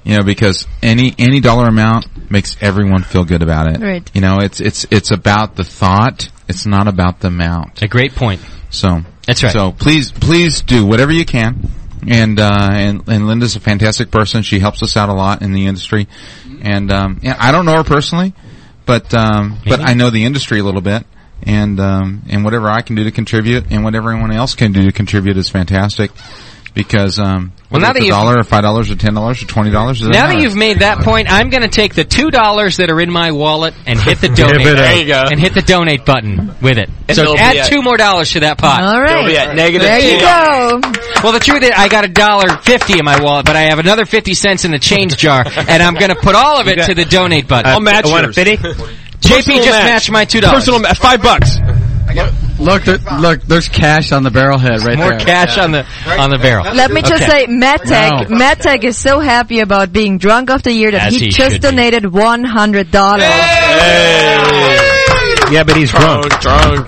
S8: You know, because any any dollar amount makes everyone feel good about it.
S1: Right.
S8: You know, it's it's it's about the thought. It's not about the amount.
S1: A great point.
S8: So
S1: That's right.
S8: So please please do whatever you can. And uh, and and Linda's a fantastic person. She helps us out a lot in the industry.
S1: Mm-hmm.
S8: And um, yeah, I don't know her personally, but um, but I know the industry a little bit. And um, and whatever I can do to contribute, and whatever anyone else can do to contribute is fantastic. Because um,
S1: Well,
S8: whether
S1: now that
S8: it's a
S1: you've-
S8: dollar or five dollars or ten dollars or twenty dollars.
S1: Now that you've made that point, I'm going to take the two dollars that are in my wallet and hit the
S8: uh,
S1: donate.
S6: Give it up. There you go.
S1: And hit the donate button with it.
S6: And
S1: so
S6: it'll be
S1: add
S6: at-
S1: two more dollars to that pot.
S6: All right. It'll be at negative
S10: There you go.
S1: Well, the truth is, I got a dollar fifty in my wallet, but I have another fifty cents in the change jar, and I'm going to put all of it to the donate
S7: Uh,
S1: button.
S6: I'll match
S1: Want a
S6: yours.
S1: fifty? JP just matched my two dollars.
S6: Personal ma- five bucks.
S3: Look, there, look, there's cash on the barrel head right
S1: More
S3: there.
S1: cash on the on the barrel.
S10: Let me just say, Matek,
S3: Wow.
S10: Matek is so happy about being drunk of the year that
S21: As
S10: he,
S21: he
S10: just
S21: should be.
S10: donated $100.
S21: Yeah, but he's drunk.
S6: Drunk,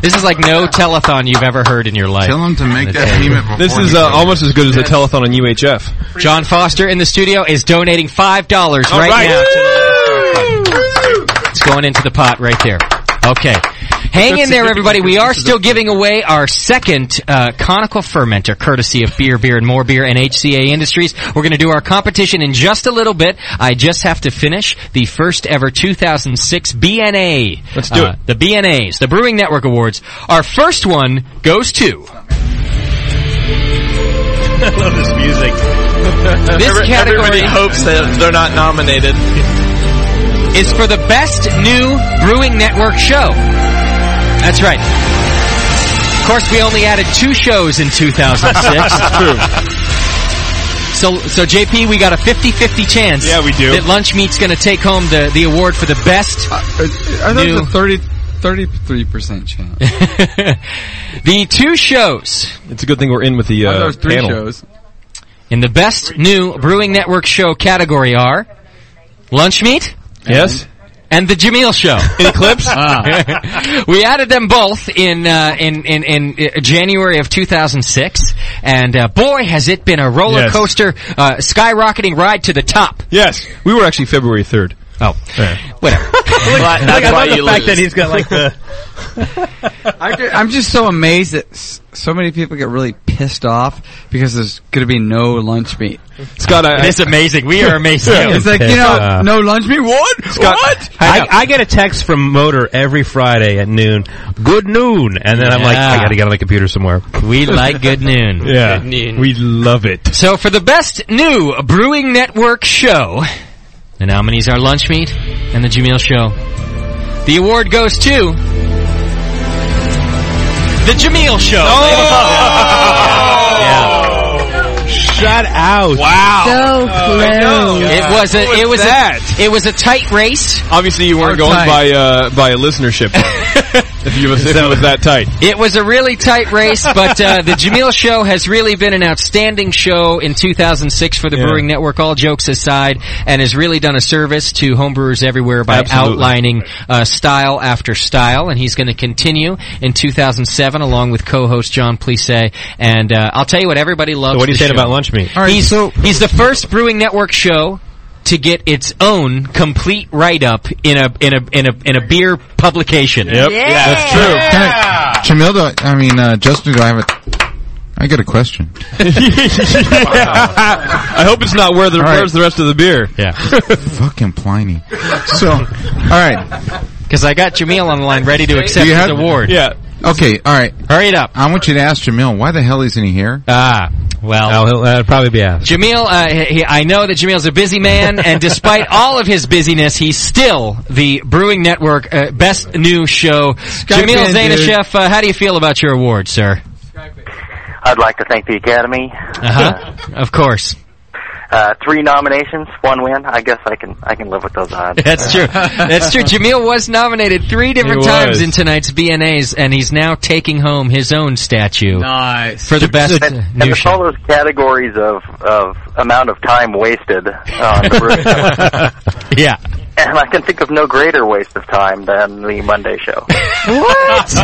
S1: This is like no telethon you've ever heard in your life. Tell
S8: him to make
S1: that payment
S7: This is uh, almost as good as the telethon on UHF.
S1: John Foster in the studio is donating five dollars
S7: All
S1: right,
S7: right.
S1: now. To the it's going into the pot right there. Okay, hang in there, everybody. We are still giving away our second uh, conical fermenter, courtesy of Beer, Beer, and More Beer and HCA Industries. We're going to do our competition in just a little bit. I just have to finish the first ever 2006 BNA. Let's
S7: do
S1: it. Uh, The BNAs, the Brewing Network Awards. Our first one goes to.
S6: I love this music.
S1: This
S6: Every-
S1: category-
S6: everybody hopes that they're not nominated.
S1: is for the best new Brewing Network show. That's right. Of course, we only added two shows in 2006.
S32: True.
S1: So, so JP, we got a 50-50 chance.
S7: Yeah, we do.
S1: That Lunch Meat's going to take home the, the award for the best
S6: Uh,
S3: I thought it
S1: new.
S3: was a 30, 33% chance.
S1: the two shows.
S7: It's a good thing we're in with the
S3: I thought it
S7: uh,
S3: was three
S7: panel.
S3: shows.
S1: In the best new Brewing Network show category are Lunch Meat.
S7: Yes.
S1: And the Jameel Show.
S7: Eclipse.
S3: Ah.
S1: we added them both in, uh, in in in uh, January of 2006, and uh, boy, has it been a roller
S7: Yes.
S1: coaster, uh, skyrocketing ride to the top.
S7: Yes, we were actually February third.
S1: Oh, whatever.
S6: Well, that's
S21: I
S6: why
S21: love the
S6: you
S21: fact
S6: lose.
S21: that he's got like the
S3: I am just so amazed that s- so many people get really pissed off because there's going to be no lunch meat.
S7: Scott, I-
S1: It's amazing. We are amazing.
S3: it's like you
S21: Pissed
S3: know,
S21: off.
S3: no lunch meat. What? what?
S21: I, I get a text from Motor every Friday at noon. Good noon, and then I'm like, I
S1: Yeah.
S21: got to get on my computer somewhere.
S1: We like good noon.
S21: Yeah,
S1: Good noon.
S21: we love it.
S1: So for the best new Brewing Network show, the nominees are Lunch Meat and the Jameel Show. The award goes to the Jameel Show.
S21: Shut out!
S7: Oh,
S1: Wow.
S7: no.
S1: It was a
S7: What
S1: it was
S7: was that?
S1: a it was a tight race.
S7: Obviously, you weren't going by uh, by listenership. if you if it was that tight,
S1: It was a really tight race, but uh, the Jameel Show has really been an outstanding show in 2006 for the
S7: Yeah.
S1: Brewing Network. All jokes aside, and has really done a service to homebrewers everywhere by
S7: Absolutely.
S1: outlining uh, style after style. And he's going to continue in 2007 along with co-host John Plisse. And uh, I'll tell you what, everybody loves.
S21: So what are you
S1: the
S21: saying
S1: show.
S21: about lunch meat?
S1: he's, he's the first Brewing Network show to get its own complete write up in a in a in a in a beer publication.
S8: Yep. Yeah.
S1: that's true.
S8: Jamilda, I mean uh, Justin, do I have a? I got a question.
S7: I hope it's not where the
S8: All right.
S7: where's the rest of the beer.
S1: Yeah,
S8: Fucking Pliny. So, all right.
S1: Because I got Jamil on the line ready to accept
S8: Do you
S1: his
S8: have-
S1: award.
S8: Okay. All right.
S1: Hurry it up.
S8: I want you to ask Jamil why the hell isn't he here?
S1: Ah. Well,
S21: Oh, he'll uh, probably be asked.
S1: Jamil, uh, he, I know that Jamil's a busy man, and despite all of his busyness, he's still the Brewing Network uh, best new show. Jamil
S5: in, dude.
S1: Zainashev, uh, how do you feel about your award, sir?
S5: I'd like to thank the Academy.
S1: Uh-huh. Uh huh. of course.
S22: Uh, three nominations, one win. I guess I can I can live with those odds.
S1: That's true. That's true. Jamil was nominated three different
S22: He
S1: times
S22: was.
S1: in tonight's BNAs, and he's now taking home his own statue.
S11: Nice.
S1: For the best
S22: and,
S1: uh,
S22: and
S1: new
S22: it's all those categories of of amount of time wasted on the brewing.
S1: Yeah.
S22: and I can think of no greater waste of time than the Monday show.
S1: what?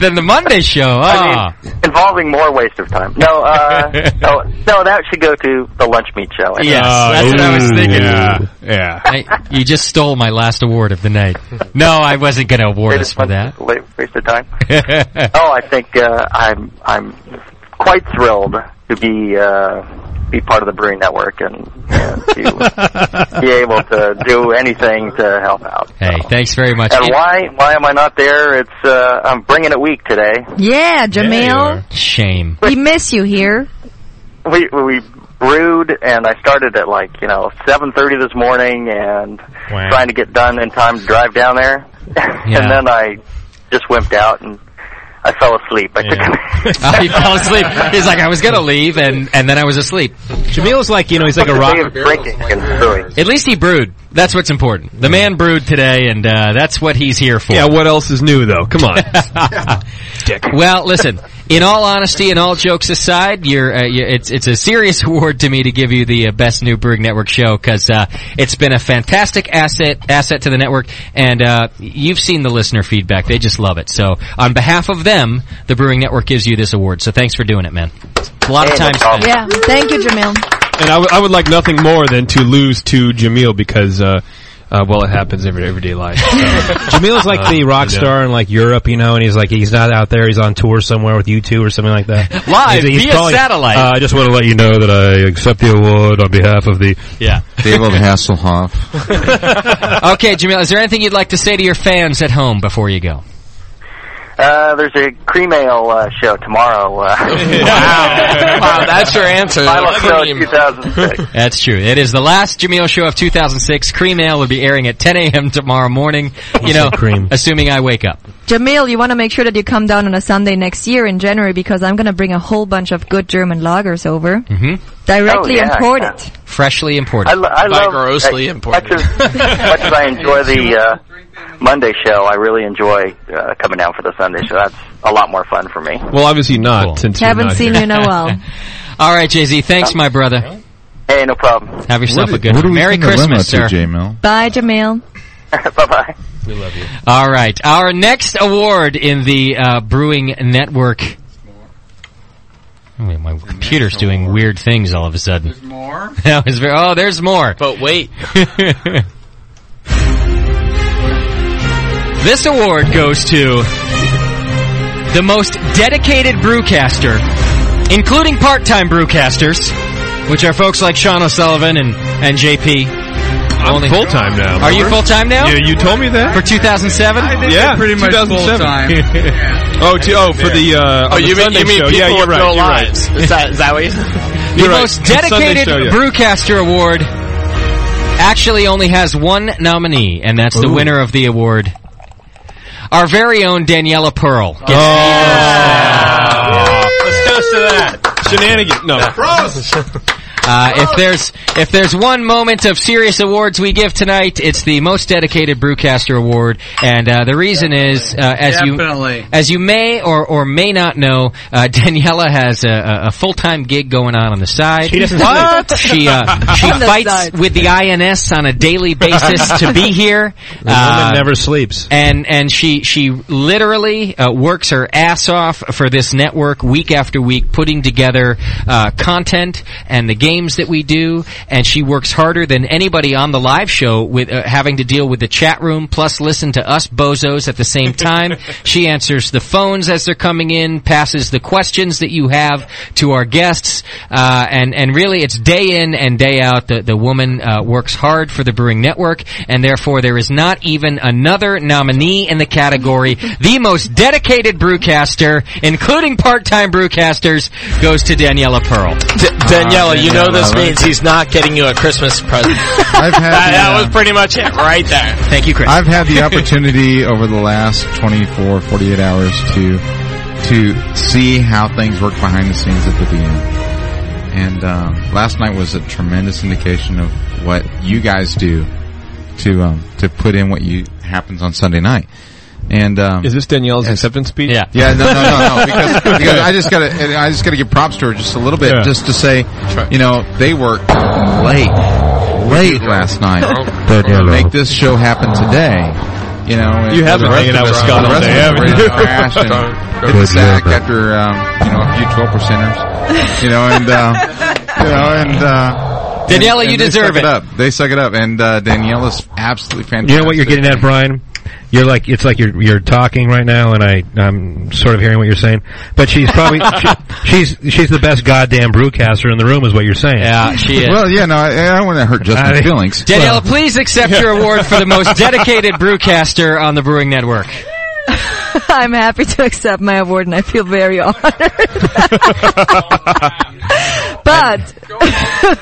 S1: then the Monday show. Ah.
S22: Involving more waste of time. No, uh, no, no, that should go to the lunch meat show. I think.
S1: Yes, that's what I was thinking.
S33: Oh, yeah.
S1: I, you just stole my last award of the night. No, I wasn't going to award us for that.
S22: Late waste of time. oh, I think uh, I'm I'm quite thrilled to be uh, be part of the Brewing Network and, and to be able to do anything to help out.
S1: Hey, thanks very much.
S22: And why why am I not there? It's uh, I'm bringing it week today.
S10: Yeah, Jamil.
S1: Shame.
S10: We miss you here.
S22: we we brewed and I started at like you know seven thirty this morning and trying to get done in time to drive down there,
S1: Yeah.
S22: and then I just wimped out and I fell asleep. I took
S1: Oh, he fell asleep. He's like, I was going to leave, and, and then I was asleep. Jamil's like, you know, he's like a rock.
S22: breaking and brewing.
S1: At least he brewed. That's what's important. The man brewed today, and uh, that's what he's here for.
S7: Yeah, what else is new though? Come on.
S1: Well, listen. In all honesty and all jokes aside, you're, uh, you it's it's a serious award to me to give you the uh, best new Brewing Network show because uh, it's been a fantastic asset asset to the network, and uh, you've seen the listener feedback; they just love it. So, on behalf of them, the Brewing Network gives you this award. So, thanks for doing it, man. A lot of time spent.
S10: Yeah. Thank you, Jamil.
S7: And I would- I would like nothing more than to lose to Jamil because, uh, uh, well, it happens every everyday life.
S2: Jamil's like
S21: Uh,
S2: the rock
S7: yeah.
S2: star in like Europe, you know, and he's like he's not out there. He's on tour somewhere with you two or something like that.
S1: Live
S2: He's- he's
S1: via
S2: probably-
S1: satellite.
S2: Uh,
S34: I just want to let you know that I accept the award on behalf of the
S1: Yeah.
S8: David Hasselhoff.
S1: okay, Jamil, is there anything you'd like to say to your fans at home before you go?
S22: Uh, there's a cream ale uh, show tomorrow. Uh,
S6: wow, that's your answer.
S22: Final show 2006.
S1: That's true. It is the last Jamil show of 2006. Cream Ale will be airing at 10 a.m. tomorrow morning. You know, assuming I wake up.
S10: Jamil, you want to make sure that you come down on a Sunday next year in January because I'm going to bring a whole bunch of good German lagers over.
S1: Mm-hmm.
S10: Directly
S22: Oh, yeah,
S10: imported.
S1: Freshly imported.
S22: I, lo- I love
S6: grossly
S22: as- Much as, much as I enjoy the uh, Monday show, I really enjoy uh, coming down for the Sunday show. That's a lot more fun for me.
S7: well, obviously not since
S22: Haven't
S7: you're not
S22: seen
S7: here.
S22: you in a while.
S1: All right, Jay Z. Thanks, my brother.
S22: Hey, no problem.
S1: Have yourself
S8: What
S1: a
S8: do-
S1: good
S8: what do
S1: one.
S8: we
S1: Merry
S8: send the limo
S1: Christmas,
S8: to,
S1: sir.
S8: J-Mill?
S10: Bye, Jamil.
S22: Bye-bye.
S6: We love you.
S1: All right. Our next award in the uh, Brewing Network.
S2: Oh,
S1: I mean, my computer's doing weird things all of a sudden. There's
S11: more?
S1: That was very, oh, there's more.
S6: But wait.
S1: this award goes to the most dedicated brewcaster, including part-time brewcasters, which are folks like Sean O'Sullivan and, and JP. I'm
S7: full-time now.
S1: Are you
S7: remember?
S1: full-time now?
S7: Yeah, you told me that.
S1: For 2007? I
S11: think they're
S7: yeah,
S11: pretty much
S7: 2007.
S11: full-time.
S7: oh, t- oh, for the uh,
S1: Oh,
S7: on the
S1: you mean-
S7: Sunday
S1: you mean
S7: show. yeah,
S1: people
S7: you're
S1: with
S7: right.
S1: no
S7: you're right.
S1: lives.
S6: Is that is that what? You,
S1: The
S7: You're right.
S1: most
S7: It's Sunday
S1: dedicated
S7: show, yeah.
S1: brewcaster award actually only has one nominee, and that's the
S7: Ooh.
S1: winner of the award. Our very own Daniela Pearl. Gets
S7: Oh,
S6: Let's toast to that.
S7: Shenanigans. No.
S1: Uh, if there's if there's one moment of serious awards we give tonight, it's the most dedicated brewcaster award, and uh, the reason is uh, as you
S11: Definitely.
S1: as you may or or may not know, uh, Daniela has a, a, a full time gig going on on the side.
S35: She doesn't
S1: What?
S35: sleep.
S1: she uh, she
S35: On the
S1: fights
S35: side.
S1: with the INS on a daily basis to be here. uh,
S2: The woman never sleeps.
S1: And and she she literally uh, works her ass off for this network week after week, putting together uh, content and the games that we do. And she works harder than anybody on the live show with uh, having to deal with the chat room plus listen to us bozos at the same time. she answers the phones as they're coming in, passes the questions that you have to our guests, uh, and and really it's day in and day out. The the woman uh, works hard for the Brewing Network, and therefore there is not even another nominee in the category. the most dedicated brewcaster, including part-time brewcasters, goes to Daniela Pearl.
S6: Daniela, you know this means he's not getting you a Christmas present.
S8: I've had
S6: that, that
S8: the, uh,
S6: was pretty much it right there.
S1: Thank you, Chris.
S8: I've had the opportunity over the last 24, 48 hours to to see how things work behind the scenes at the VM. And um, last night was a tremendous indication of what you guys do to um, to put in what you happens on Sunday night. And um,
S7: Is this Danielle's acceptance speech?
S8: Yeah. Yeah, no, no, no, no, because, because I just gotta, and I just gotta give props to her just a little bit,
S7: Yeah.
S8: just to say, you know, they worked late, late last night to make this show happen today. You know, and
S7: You have
S8: the
S7: been
S8: rest
S7: hanging
S8: of
S7: out with
S8: us-
S7: Scott
S8: the
S7: all
S8: rest
S7: day,
S8: of us
S7: haven't
S8: ready to
S7: you?
S8: Crash and hit the
S7: Good
S8: sack
S7: Lord.
S8: after um, you know a few twelve percenters. You know, and uh, you know, and. Uh,
S1: Daniela,
S8: and-
S1: you
S8: and they
S1: deserve
S8: suck
S1: it.
S8: up. They suck it up, and uh, Daniela's absolutely fantastic.
S2: You know what you're getting at, Brian? You're like it's like you're you're talking right now, and I I'm sort of hearing what you're saying. But she's probably she, she's she's the best goddamn brewcaster in the room, is what you're saying.
S1: Yeah,
S8: Well, yeah, no, I, I don't want to hurt Justin's
S2: I-
S8: feelings.
S1: Daniela, please accept your award for the most dedicated brewcaster on the Brewing Network.
S10: I'm happy to accept my award and I feel very honored. but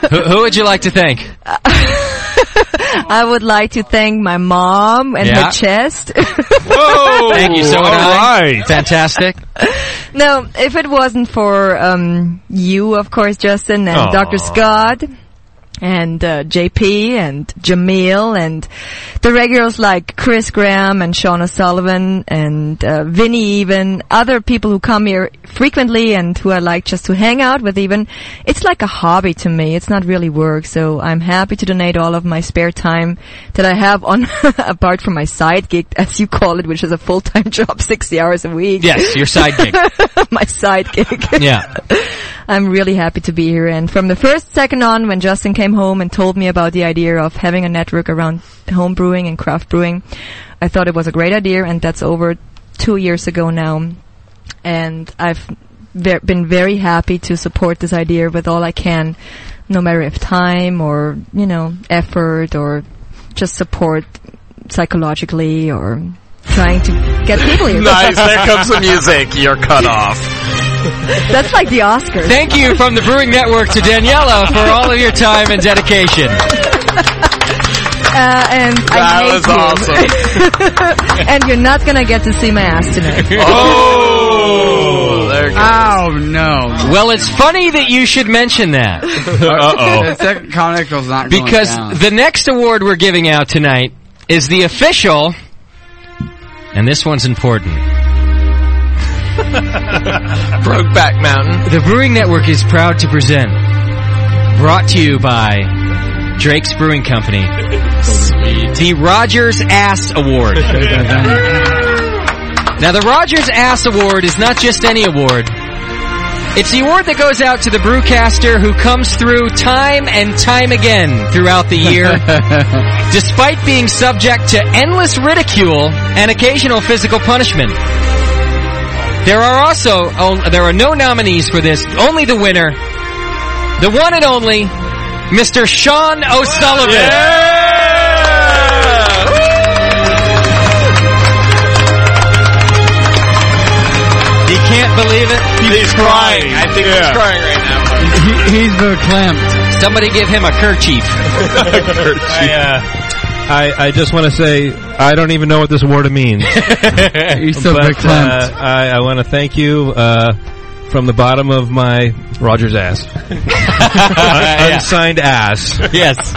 S1: who, who would you like to thank?
S10: I would like to thank my mom and
S1: Yeah.
S10: her chest.
S1: Whoa! Thank you so much. Fantastic.
S10: no, if it wasn't for um, you, of course, Justin and
S1: Aw.
S10: Dr. Scott and uh, JP and Jamil and the regulars like Chris Graham and Shauna Sullivan and uh, Vinny even, other people who come here frequently and who I like just to hang out with even, it's like a hobby to me. It's not really work. So I'm happy to donate all of my spare time that I have on, apart from my side gig, as you call it, which is a full-time job, 60 hours a week.
S1: Yes, your side gig.
S10: my side gig.
S1: Yeah.
S10: I'm really happy to be here. And from the first second on, when Justin came home and told me about the idea of having a network around home brewing and craft brewing, I thought it was a great idea. And that's over two years ago now. And I've ve- been very happy to support this idea with all I can, no matter if time or, you know, effort or just support psychologically or trying to get people here.
S6: nice. There comes the music. You're cut off.
S10: That's like the Oscars.
S1: Thank you from the Brewing Network to Daniela for all of your time and dedication.
S10: Uh, and
S1: That
S10: I hate
S1: was
S10: you.
S1: awesome.
S10: and you're not gonna get to see my ass tonight.
S1: Oh, there
S3: Oh no!
S1: Well, it's funny that you should mention that.
S3: The second Conical's not going
S1: Because
S3: down.
S1: the next award we're giving out tonight is the official, and this one's important.
S6: Brokeback Mountain.
S1: The Brewing Network is proud to present, brought to you by Drake's Brewing Company, the Rogers Ass Award. now, the Rogers Ass Award is not just any award. It's the award that goes out to the brewcaster who comes through time and time again throughout the year, despite being subject to endless ridicule and occasional physical punishment. There are also oh, there are no nominees for this. Only the winner, the one and only, Mr. Sean O'Sullivan. You can't believe it.
S6: He's crying. I think he's crying right now.
S1: he's verklempt. Somebody give him a kerchief.
S2: I, uh, I, I just want to say I don't even know what this award means.
S3: You're so
S2: But, uh,
S3: verklempt.
S2: I, I want to thank you uh, from the bottom of my Roger's ass, Un- unsigned ass.
S1: Yes.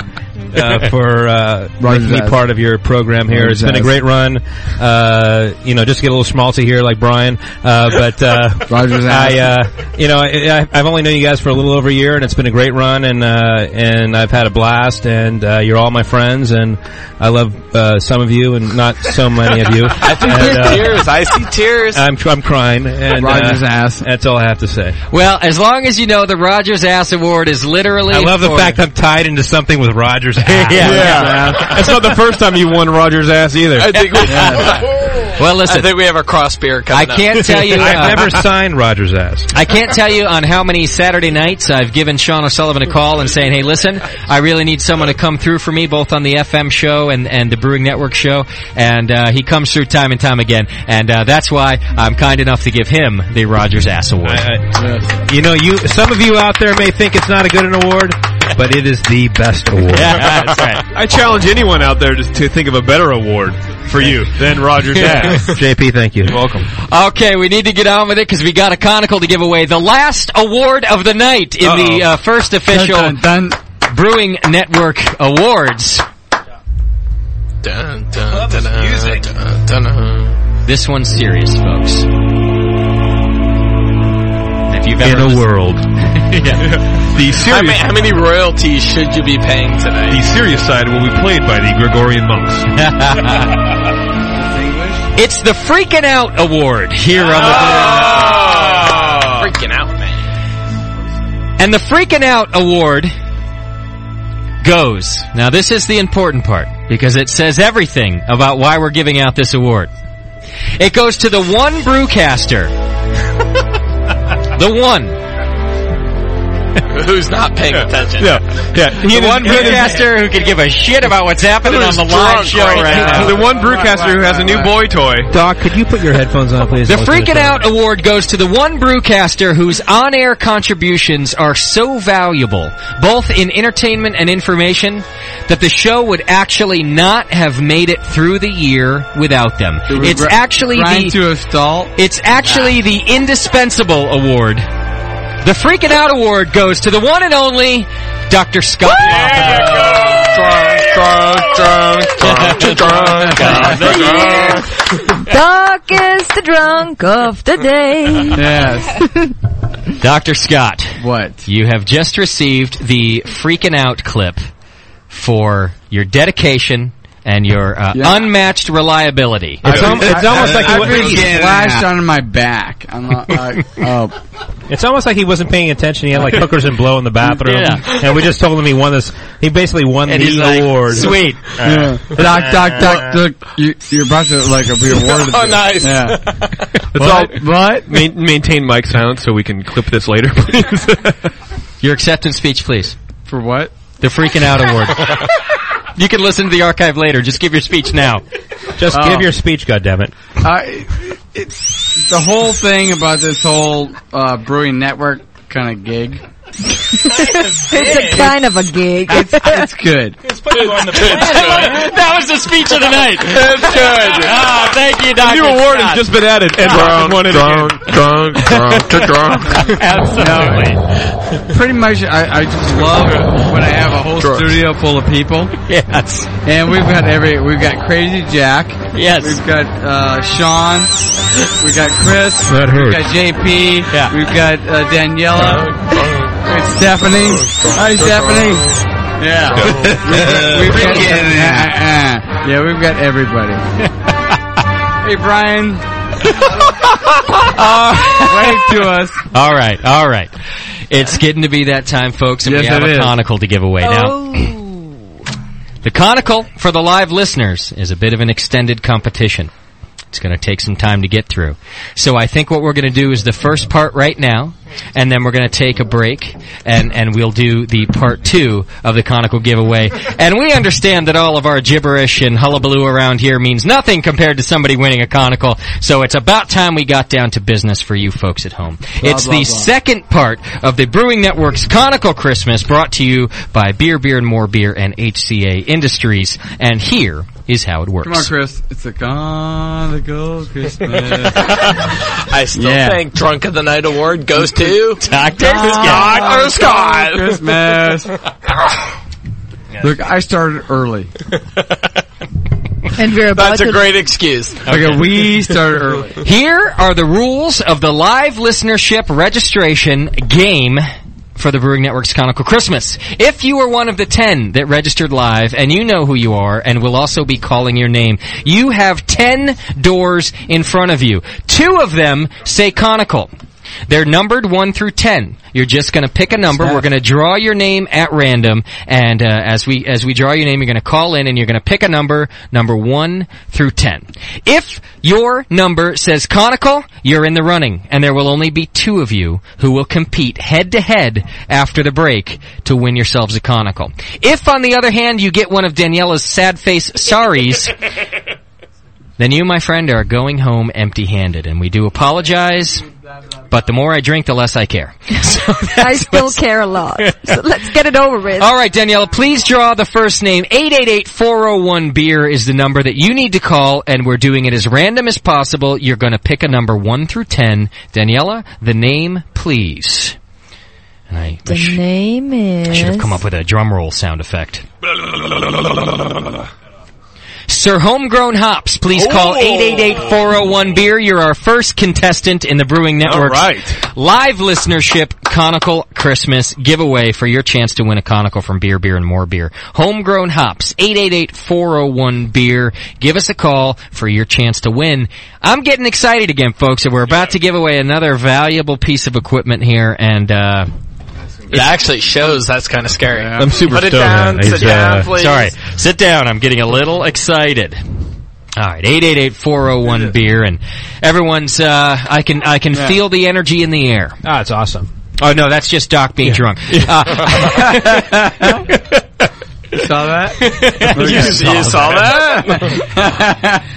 S2: Uh, for uh,
S3: Roger's
S2: making me
S3: ass.
S2: part of your program here.
S3: Roger's
S2: it's been
S3: ass.
S2: a great run. Uh, you know, just to get a little schmaltzy here, like Brian. Uh, but uh,
S3: Roger's ass.
S2: I, uh, you know, I, I- I've only known you guys for a little over a year, and it's been a great run, and uh, and I've had a blast, and uh, you're all my friends, and I love uh, some of you, and not so many of you.
S6: I think
S2: And,
S6: there's
S2: uh,
S6: tears. I see tears.
S1: Uh,
S2: I'm I'm crying. And,
S1: Roger's
S2: uh, ass. That's all I have to say.
S1: Well, as long as you know the Rogers Ass Award is literally.
S2: I love the
S1: for-
S2: fact I'm tied into something with Roger's ass.
S1: Yeah.
S7: That's not the first time you won Roger's ass either.
S6: I think we,
S1: Well, listen.
S6: I think we have a cross beer
S1: I
S6: coming up.
S1: can't tell you.
S2: I've
S1: uh,
S2: never signed Roger's ass.
S1: I can't tell you on how many Saturday nights I've given Sean O'Sullivan a call and saying, "Hey, listen, I really need someone to come through for me, both on the FM show and, and the Brewing Network show." And uh, he comes through time and time again, and uh, that's why I'm kind enough to give him the Rogers Ass Award.
S2: You know, you some of you out there may think it's not a good an award, but it is the best award.
S7: I challenge anyone out there just to think of a better award. for you. Then Roger Dash.
S2: JP, thank you.
S7: You're welcome.
S1: Okay, we need to get on with it because we got a conical to give away. The last award of the night in the uh, first official Brewing Network Awards.
S6: Dun, dun, dun, dun, music. Dun, dun, dun.
S1: This one's serious, folks. If you've
S6: In
S1: ever
S6: a
S1: listened-
S6: world.
S1: yeah.
S7: The serious
S6: How, ma- how many royalties should you be paying tonight?
S7: The serious side will be played by the Gregorian monks.
S1: It's the Freaking Out Award here on the
S6: Freaking out, man.
S1: And the Freaking Out Award goes. Now, this is the important part because it says everything about why we're giving out this award. It goes to the one brewcaster. the one.
S6: Who's not paying attention?
S1: Yeah,
S7: yeah.
S1: The one brewcaster who could give a shit about what's happening on the live show right, now.
S7: The one brewcaster who has a new boy toy.
S2: Doc, could you put your headphones on, please?
S1: The
S2: I was gonna
S1: Freaking
S2: say-
S1: Out Award goes to the one brewcaster whose on-air contributions are so valuable, both in entertainment and information, that the show would actually not have made it through the year without them.
S3: would
S1: It's
S3: gr-
S1: actually
S3: grind
S1: the
S3: to a stall.
S1: It's actually the indispensable award. The Freaking Out Award goes to the one and only Dr. Scott.
S10: Doc is the drunk of the day.
S1: Yes. Dr. Scott. What? You have just received the freaking out clip for your dedication and your uh, unmatched reliability.
S3: I've- I've- I've been slashed on my back. I'm not, I, oh.
S2: It's almost like he wasn't paying attention. He had like hookers and blow in the bathroom,
S3: Yeah.
S2: and we just told him he won this. He basically won
S3: And
S2: the
S3: he's like,
S2: award.
S3: "Sweet." Yeah.
S2: Uh,
S3: Doc, doc, doc, doc. You, you're about to like be awarded.
S2: Oh,
S3: this.
S2: nice.
S3: Yeah.
S7: That's all. What? Main, maintain mic silence so we can clip this later, please.
S1: Your acceptance speech, please.
S3: For what?
S1: The Freaking Out Award. you can listen to the archive later. Just give your speech now.
S2: Just
S3: Oh.
S2: give your speech, goddammit.
S3: I, it's the whole thing about this whole uh, brewing network kind of gig.
S10: it's a kind of a gig.
S3: It's, it's good.
S1: that was the speech of the night.
S7: That's good.
S1: Ah, thank you, Dr.
S7: New award
S1: Scott.
S7: has just been added. And Robin won it again.
S1: Absolutely.
S3: Pretty much, I, I just love when I have a whole studio full of people.
S1: Yes.
S3: And we've got every, we've got Crazy Jack.
S1: Yes.
S3: We've got, uh, Sean. We've got Chris.
S32: That hurts.
S3: We've got JP. Yeah. We've got, uh, Daniela. We've got Stephanie. Hi, Stephanie. Yeah. we've got, uh, uh, yeah, we've got everybody. hey, Brian. Uh,
S1: wave to us. All right, all right. It's getting to be that time, folks, and we
S3: Yes,
S1: have
S3: it
S1: a
S3: is.
S1: conical to give away now. The conical for the live listeners is a bit of an extended competition. It's going to take some time to get through. So I think what we're going to do is the first part right now, and then we're going to take a break, and, and we'll do the part two of the conical giveaway. And we understand that all of our gibberish and hullabaloo around here means nothing compared to somebody winning a conical. So it's about time we got down to business for you folks at home.
S12: Blah,
S1: it's
S12: blah,
S1: the
S12: blah.
S1: second part of the Brewing Network's Conical Christmas brought to you by Beer, Beer and More Beer and HCA Industries. And here is how it works.
S3: Come on, Chris. It's a gonna go Christmas.
S6: I still
S3: Yeah.
S6: think Drunk of the Night Award goes to
S1: Dr.
S6: Scott. Scott.
S3: Christmas. Look, I started early.
S10: And we're about
S6: That's a
S10: to-
S6: great excuse.
S3: Okay, we started early.
S1: Here are the rules of the live listenership registration game for the Brewing Network's Conical Christmas. If you are one of the 10 that registered live and you know who you are and will also be calling your name, you have 10 doors in front of you. Two of them say conical. They're numbered 1 through 10. You're just going to pick a number. We're going to draw your name at random and uh, as we as we draw your name you're going to call in and you're going to pick a number number 1 through 10. If your number says conical, you're in the running and there will only be two of you who will compete head to head after the break to win yourselves a conical. If on the other hand you get one of Daniela's sad face sorries, then you, my friend, are going home empty-handed, and we do apologize. But the more I drink, the less I care.
S22: I still care a lot. So let's get it over with.
S1: All right, Daniela, please draw the first name. 888-401-BEER is the number that you need to call, and we're doing it as random as possible. You're going to pick a number 1 through 10. Daniela, the name, please. And I,
S22: The name
S1: I
S22: is.
S1: should have come up with a drum roll sound effect. Sir Homegrown Hops, please call 888-401-BEER. You're our first contestant in the Brewing Network's live listenership Conical Christmas giveaway for your chance to win a Conical from Beer, Beer, and More Beer. Homegrown Hops, 888-401-BEER. Give us a call for your chance to win. I'm getting excited again, folks, and we're about to give away another valuable piece of equipment here, and, uh...
S6: It actually shows that's kind of scary.
S1: I'm super
S6: Put it
S1: stoked,
S6: down.
S1: man.
S6: Sit
S1: It's,
S6: down,
S1: uh,
S6: please.
S1: Sorry. Sit down. I'm getting a little excited. All right, 888-401 beer and everyone's uh I can I can
S2: Yeah.
S1: feel the energy in the air.
S2: Ah, it's awesome.
S1: Oh no, that's just Doc being drunk. Uh,
S2: Saw that?
S1: You saw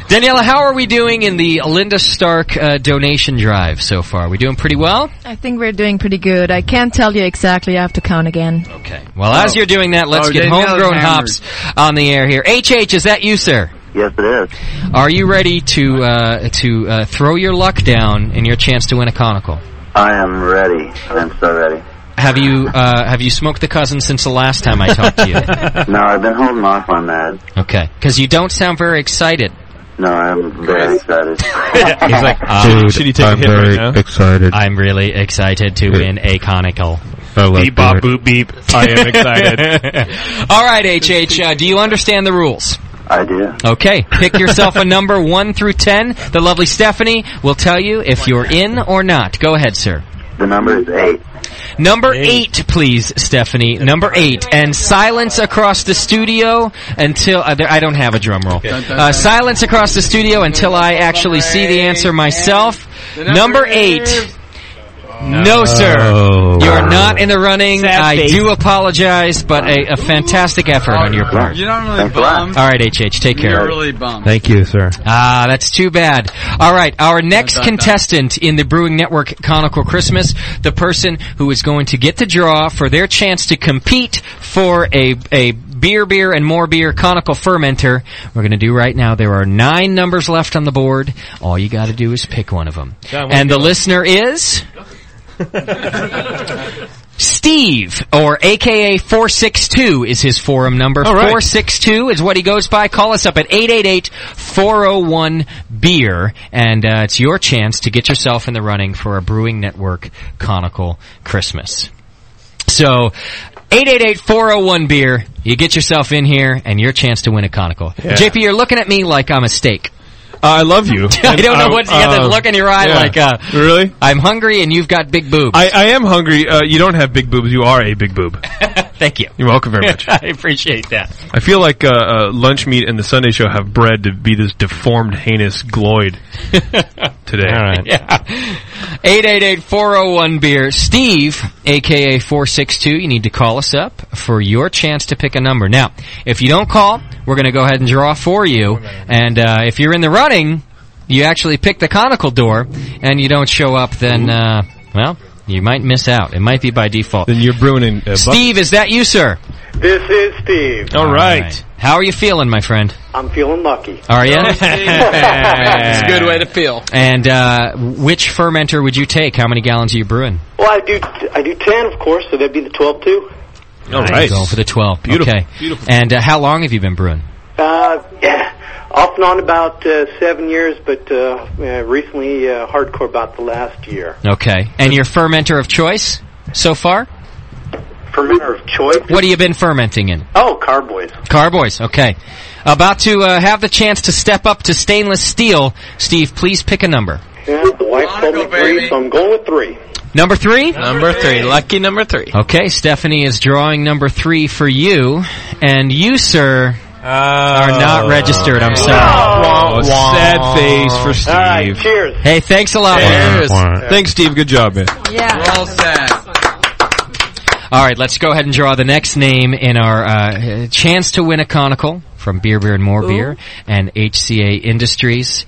S1: Daniela, how are we doing in the Linda Stark uh, donation drive so far? we doing pretty well?
S22: I think we're doing pretty good. I can't tell you exactly. I have to count again.
S1: Okay. Well, as
S22: Oh.
S1: you're doing that, let's
S22: Oh,
S1: get
S22: Daniela's
S1: homegrown
S22: hammered.
S1: hops on the air here. HH, is that you, sir?
S17: Yes, it is.
S1: Are you ready to uh, to uh, throw your luck down and your chance to win a conical?
S17: I am ready. I'm so ready.
S1: Have you uh, have you smoked the cousin since the last time I talked to you?
S17: no, I've been holding off on that.
S1: Okay, because you don't sound very excited.
S17: No, I'm very excited.
S1: He's like, uh,
S17: Dude, Should he take a I'm hit right very now?
S1: excited. I'm really excited to win a conical.
S26: Beep, bop, boop, beep. I am excited.
S1: All right, HH, uh, do you understand the rules?
S17: I do.
S1: Okay, pick yourself a number 1 through 10. The lovely Stephanie will tell you if you're in or not. Go ahead, sir.
S17: The number is eight.
S1: Number eight. please, Stephanie. Number eight, and silence across the studio until uh, there, I don't have a drum roll. Uh, silence across the studio until I actually see the answer myself. Number eight. No, sir. You are not in the running. I do apologize, but a, a fantastic effort on your part.
S3: You're not
S1: All
S3: really bummed.
S1: right, HH, take care.
S3: You're really bummed.
S1: Thank you, sir. Ah, that's too bad. All right, our next contestant in the Brewing Network Conical Christmas, the person who is going to get the draw for their chance to compete for a a beer, beer, and more beer conical fermenter. We're going to do right now. There are nine numbers left on the board. All you got to do is pick one of them.
S12: John, what
S1: and
S12: do
S1: the
S12: you-
S1: listener is. Steve, or AKA 462 is his forum number.
S12: All right.
S1: 462 is what he goes by. Call us up at 888-401-BEER, E and uh, it's your chance to get yourself in the running for a Brewing Network Conical Christmas. So, 888-401-BEER, E you get yourself in here, and your chance to win a conical.
S7: Yeah.
S1: JP, you're looking at me like I'm a steak.
S7: I love you.
S1: I don't
S7: And
S1: know what, you have
S7: uh,
S1: that look in your eye
S7: yeah.
S1: like, uh,
S7: Really?
S1: I'm hungry and you've got big boobs.
S7: I, I am hungry. Uh, you don't have big boobs. You are a big boob.
S1: Thank you.
S7: You're welcome very much.
S1: I appreciate that.
S7: I feel like uh, uh, lunch meat and the Sunday show have bred to be this deformed, heinous gloid today. All right.
S1: Yeah. 888-401-BEER. Steve, a.k.a. 462, you need to call us up for your chance to pick a number. Now, if you don't call, we're going to go ahead and draw for you. And uh, if you're in the running, you actually pick the conical door, and you don't show up, then, uh, well, you might miss out. It might be by default. Then
S7: you're uh, brewing in...
S1: Steve, is that you, sir?
S9: This is Steve.
S1: All right. How are you feeling, my friend?
S9: I'm feeling lucky.
S1: Are you?
S6: Oh, It's a good way to feel.
S1: And uh, which fermenter would you take? How many gallons are you brewing?
S9: Well, I do. I do ten, of course. So that'd be the twelve too.
S1: All right,
S9: right.
S1: Go for the 12.
S9: Beautiful.
S1: Okay.
S9: Beautiful.
S1: And uh, how long have you been brewing?
S9: Uh, yeah, off and on about uh, seven years, but uh, uh, recently uh, hardcore about the last year.
S1: Okay. And your fermenter of choice so far?
S9: Fermenter of choice.
S1: What have you been fermenting in?
S9: Oh, Carboys.
S1: Carboys. Okay. About to uh, have the chance to step up to stainless steel. Steve, please pick a number.
S9: Yeah, the wife told me three, so I'm going with three.
S1: Number three?
S6: Number three. Lucky number three.
S1: Okay, Stephanie is drawing number three for you. And you, sir, are not registered. I'm sorry.
S7: Oh, sad face for Steve.
S9: cheers.
S1: Hey, thanks a lot.
S7: Cheers. Thanks, Steve. Good job, man.
S9: Yeah.
S3: Well said.
S1: All right, let's go ahead and draw the next name in our uh, chance to win a conical from Beer Beer and More
S12: Ooh.
S1: Beer and HCA Industries.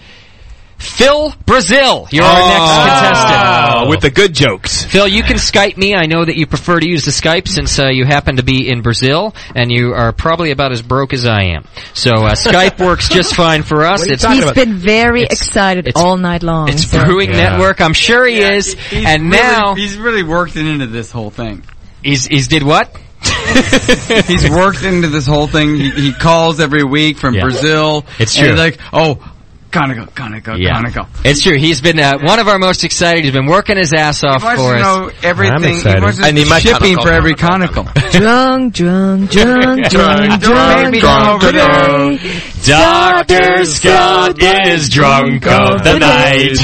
S1: Phil Brazil, you're our next contestant.
S11: Uh,
S7: with the good jokes.
S1: Phil, you can Skype me. I know that you prefer to use the Skype since uh, you happen to be in Brazil and you are probably about as broke as I am. So uh, Skype works just fine for us.
S10: He's
S1: It's-
S10: been very excited all night long.
S1: it's
S10: so-
S1: Brewing Network. I'm sure he is. and now
S3: he's really worked it into this whole thing.
S1: He's he's did what?
S3: he's worked into this whole thing. He, he calls every week from
S1: Yeah.
S3: Brazil.
S1: It's
S3: and
S1: true.
S3: he's like, oh, gotta go, gotta go,
S1: Yeah.
S3: gotta go.
S1: It's true. He's been uh, one of our most excited. He's been working his ass off
S3: wants
S1: for
S3: to
S1: us.
S3: know everything. I'm excited. He wants I need my shipping conical. for every conical.
S10: drunk, drunk, drunk, drunk, drunk,
S32: Baby,
S10: drunk
S32: come
S10: today.
S32: Dr. Scott is drunk of the night.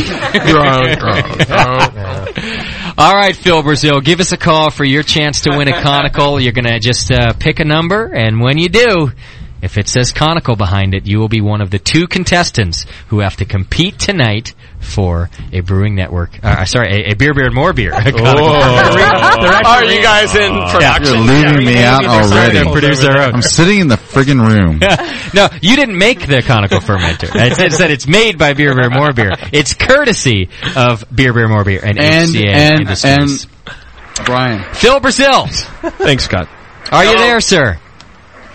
S1: All right, Phil Brazil, give us a call for your chance to win a conical. You're going to just uh, pick a number, and when you do, if it says conical behind it, you will be one of the two contestants who have to compete tonight for a brewing network. Uh, sorry, a, a beer, beer, and more beer. A conical.
S6: Oh. Are you guys in production?
S8: You're leaving me out already.
S1: Produce their own.
S8: I'm sitting in the friggin' room.
S1: no, you didn't make the conical fermenter. It said- it said it's made by Beer Beer More Beer. It's courtesy of Beer Beer More Beer and,
S3: And,
S1: HCA
S3: and,
S1: Industries.
S3: and Brian.
S1: Phil Brazil.
S7: Thanks, Scott.
S1: Are you there, sir?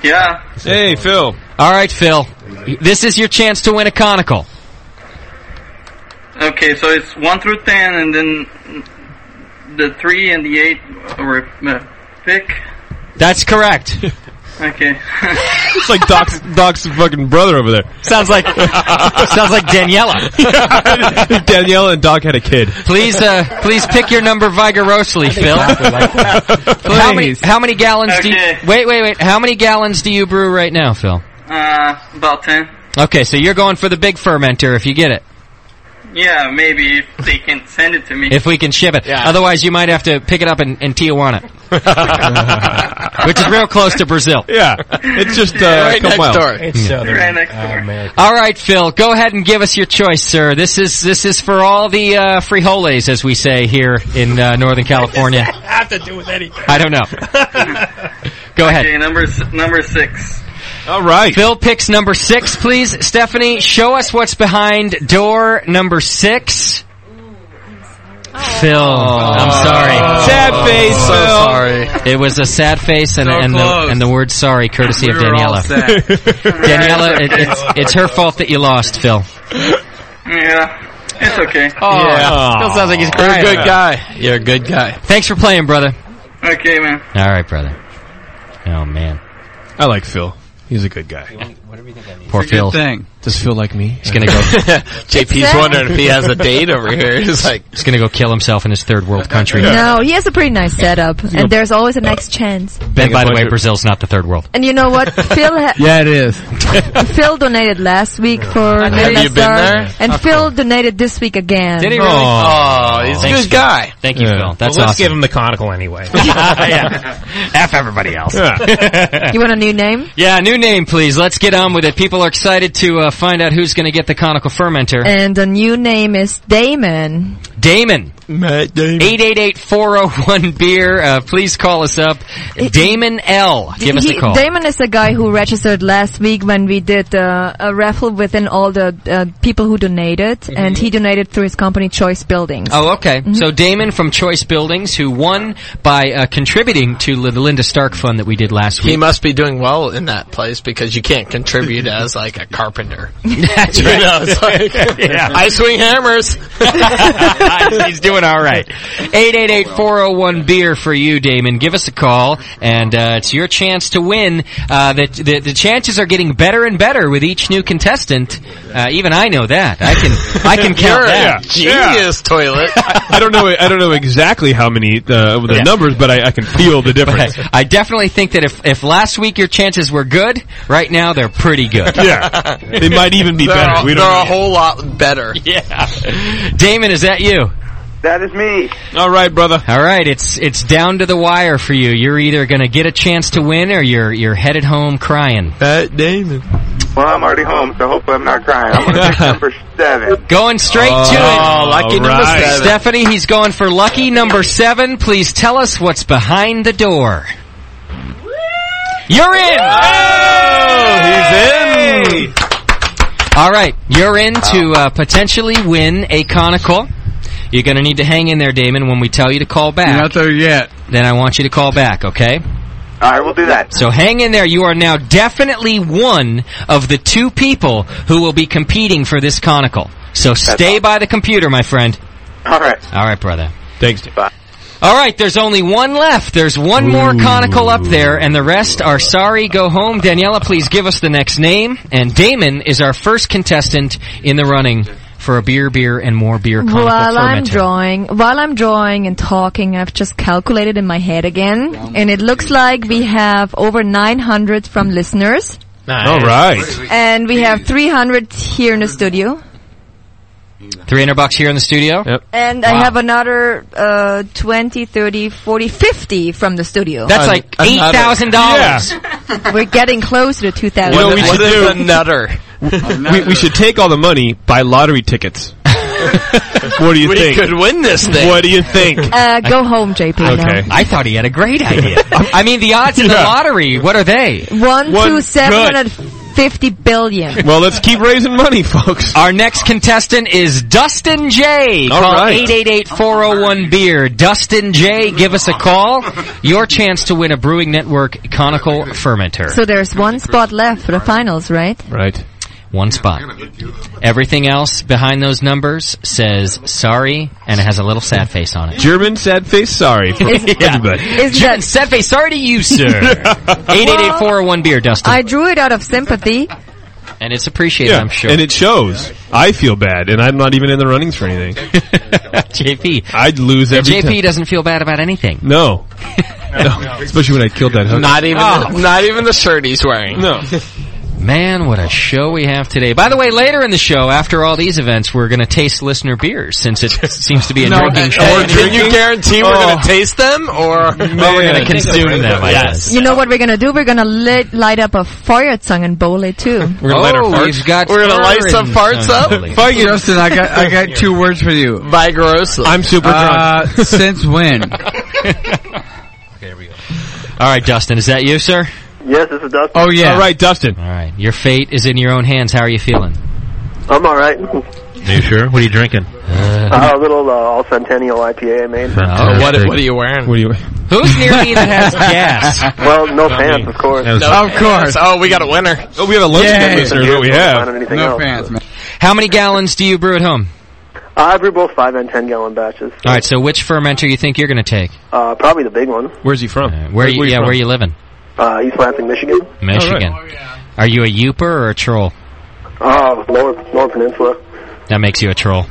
S7: Yeah. Hey, Phil.
S1: All right, Phil. This is your chance to win a conical.
S27: Okay, so it's 1 through 10, and then the 3 and the 8 were uh, pick.
S1: That's correct.
S27: Okay.
S7: It's like Doc's, Doc's fucking brother over there.
S1: Sounds like sounds like Daniela.
S7: Daniela and Doc had a kid.
S1: Please, uh, please pick your number vigorously, Phil. How many, how many gallons do
S27: Okay.
S1: you, wait, wait, wait. How many gallons do you brew right now, Phil?
S27: Uh, about 10.
S1: Okay, so you're going for the big fermenter if you get it.
S27: Yeah, maybe if they can send it to me.
S1: If we can ship it. Otherwise, you might have to pick it up in, in Tijuana. Which is real close to Brazil.
S7: Yeah. It's just, uh,
S27: Right
S7: come
S27: next
S7: well.
S27: door. It's uh,
S1: Yeah.
S27: Right next door.
S1: Hmm. All right, Phil, go ahead and give us your choice, sir. This is this is for all the uh, frijoles, as we say here in uh, Northern California.
S27: have to do with anything.
S1: I don't know. go ahead.
S27: Okay, number, s- number 6.
S7: All right.
S1: Phil picks number six, please. Stephanie, show us what's behind door number six. Phil, I'm sorry.
S7: Oh. Sad face,
S1: So
S7: Phil.
S1: sorry. It was a sad face and,
S7: So
S1: and, the,
S7: close.
S1: and the word sorry, courtesy of
S7: We were all
S1: Daniela.
S7: sad.
S1: Daniela, it, it's, it's her fault that you lost, Phil.
S27: Yeah, it's okay.
S7: Oh.
S3: Oh,
S1: Phil sounds like he's crying.
S6: You're a good guy. You're a good guy.
S1: Thanks for playing, brother.
S27: Okay, man.
S1: All right, brother. Oh man,
S7: I like Phil. He's a good guy.
S1: Poor
S7: It's a good
S1: Phil.
S7: thing.
S1: Does Phil like me? He's
S7: Yeah.
S1: gonna go.
S6: JP's wondering if he has a date over here. He's like,
S1: he's gonna go kill himself in his third world country.
S10: No, he has a pretty nice setup, and there's always a next chance.
S1: And by the way, Brazil's not the third world.
S10: And you know what? Phil ha-
S3: Yeah, it is.
S10: Phil donated last week for
S1: Have
S10: Nella
S1: you been
S10: Star,
S1: there?
S10: and Phil donated this week again.
S1: Did he really? Thanks, Phil. Thank you,
S21: Yeah.
S1: Phil. That's
S21: Well, let's
S1: awesome.
S21: give him the conical anyway.
S1: Yeah. F everybody else. Yeah.
S10: You want a new name?
S1: new name, please. Let's get on with it. People are excited to uh, find out who's going to get the conical fermenter.
S10: And the new name is Damon.
S1: Damon. Matt Damon. 888-401-BEER. Uh, please call us up. Damon L. Give us
S10: He-
S1: a call.
S10: Damon is the guy who registered last week when we did uh, a raffle within all the uh, people who donated, and he donated through his company Choice Buildings.
S1: Mm-hmm. Oh, okay. So Damon from Choice Buildings, who won by uh, contributing to the Linda Stark Fund that we did last week.
S6: he must be doing well in that place because you can't contribute as like a carpenter.
S1: That's
S6: You know, it's like, I swing hammers.
S1: He's doing all right. 888-401-BEER for you, Damon. Give us a call, and uh, it's your chance to win. Uh, the, the, the chances are getting better and better with each new contestant. Uh, even I know that. I can I can
S7: You're a
S1: count that.
S7: genius,
S6: toilet.
S7: I don't know. I don't know exactly how many uh, the
S1: Yeah.
S7: numbers, but I, I can feel the difference.
S1: But I definitely think that if, if last week your chances were good, right now they're pretty good.
S7: Yeah. They might even be
S6: They're
S7: better.
S6: a-
S7: We
S6: they're
S7: don't know
S6: a whole lot better.
S1: Yeah. Damon, is that you?
S17: That is me.
S7: All right, brother.
S1: All right, it's it's down to the wire for you. You're either going to get a chance to win or you're you're headed home crying.
S6: That Damon.
S17: Well, I'm already home, so hopefully I'm not crying. I'm gonna pick number seven.
S1: Going straight to it.
S17: Oh, lucky number right. seven.
S1: Stephanie, he's going for lucky number seven. Please tell us what's behind the door. You're in.
S36: Oh, he's in.
S1: All right, you're in to uh, potentially win a conical. You're going to need to hang in there, Damon. When we tell you to call back,
S3: not there yet.
S1: Then I want you to call back, okay?
S37: All right, we'll do that.
S1: So hang in there. You are now definitely one of the two people who will be competing for this conical. So stay by the computer, my friend.
S37: All right.
S1: All right, brother.
S38: Thanks.
S37: Bye.
S1: All right, there's only one left. There's one more conical up there, and the rest are sorry, go home. Daniela, please give us the next name. And Damon is our first contestant in the running for a beer, beer, and more beer conical
S10: While I'm
S1: fermenter.
S10: drawing, while I'm drawing and talking, I've just calculated in my head again, and it looks like we have over 900 from listeners,
S7: All right.
S10: and we have 300 here in the studio,
S1: 300 bucks here in the studio. Yep.
S10: and I have another uh, 20, 30, 40, 50 from the studio.
S1: That's An- like another. $8,000.
S10: We're getting close to 2,000.
S7: You know what we should do?
S6: nutter.
S7: we, we should take all the money, buy lottery tickets. what do you
S6: We
S7: think?
S6: could win this thing.
S7: What do you think?
S10: Uh, go home, JP. now.
S1: I thought he had a great idea. I mean, the odds in the
S7: Yeah.
S1: lottery, what are they?
S10: One,
S7: One
S10: two, seven hundred fifty billion.
S7: Well, let's keep raising money, folks.
S1: Our next contestant is Dustin J.
S7: All
S1: call
S7: right.
S1: 888-401-BEER. Dustin J, give us a call. Your chance to win a Brewing Network conical fermenter.
S10: So there's one spot left for the finals, right?
S1: Right. One spot. Everything else behind those numbers says sorry, and it has a little sad face on it.
S7: German sad face, sorry for
S1: Is-
S7: everybody.
S1: German sad face, sorry to you, sir. 888-401-BEER, Dustin.
S10: I drew it out of sympathy.
S1: and it's appreciated, I'm sure.
S7: And it shows. I feel bad, and I'm not even in the runnings for anything.
S1: JP.
S7: I'd lose every
S1: JP
S7: time.
S1: doesn't feel bad about anything.
S7: No. no. Especially when I killed that hooker.
S6: Not even,
S1: Oh.
S6: not even the shirt he's wearing.
S7: No.
S1: Man, what a show we have today. By the way, later in the show, after all these events, we're going to taste listener beers since it seems to be a
S6: No,
S1: drinking
S6: and-
S1: show.
S6: and can you guarantee we're going to taste them, or
S1: Well, we're going to consume them, I guess.
S10: You know what we're gonna do? We're gonna lit, light up a Feuerzeug and bowl it too.
S1: We're gonna light our Oh, farts? we've got We're gonna light fur some in- farts up? Totally.
S3: Justin, I got I got two words for you.
S6: Vigrosa.
S3: I'm
S7: super
S3: drunk. since when?
S1: All right, Dustin, is that you, sir?
S5: Yes, this is Dustin.
S19: Oh,
S1: All right,
S7: Dustin.
S1: All right. Your fate is in your own hands. How are you feeling?
S5: I'm all right.
S19: Are you sure? What are you drinking?
S5: Uh, a little uh, all centennial IPA, I made.
S19: Oh, what- what are
S6: you wearing?
S7: What are you
S1: Who's near me that
S5: Uh,
S1: has gas?
S5: Well, no pants, of course.
S6: Oh, we got a winner.
S7: Oh, we have a
S1: luncheon
S5: Nothing
S1: listener,
S5: here,
S1: what we
S5: don't
S1: have.
S5: find anything
S1: No
S5: else.
S1: fans, How many gallons do you brew at home?
S5: I brew both five and ten gallon batches.
S1: All right, so which fermenter you think you're going to take? Uh,
S5: Uh, probably the big one.
S7: Where's he from? Oh,
S1: Where, you, yeah, where you living?
S5: Uh, East Lansing, Michigan.
S1: Michigan. Are you a youper or a troll?
S5: Oh, lower Lower Peninsula.
S1: That makes you a troll.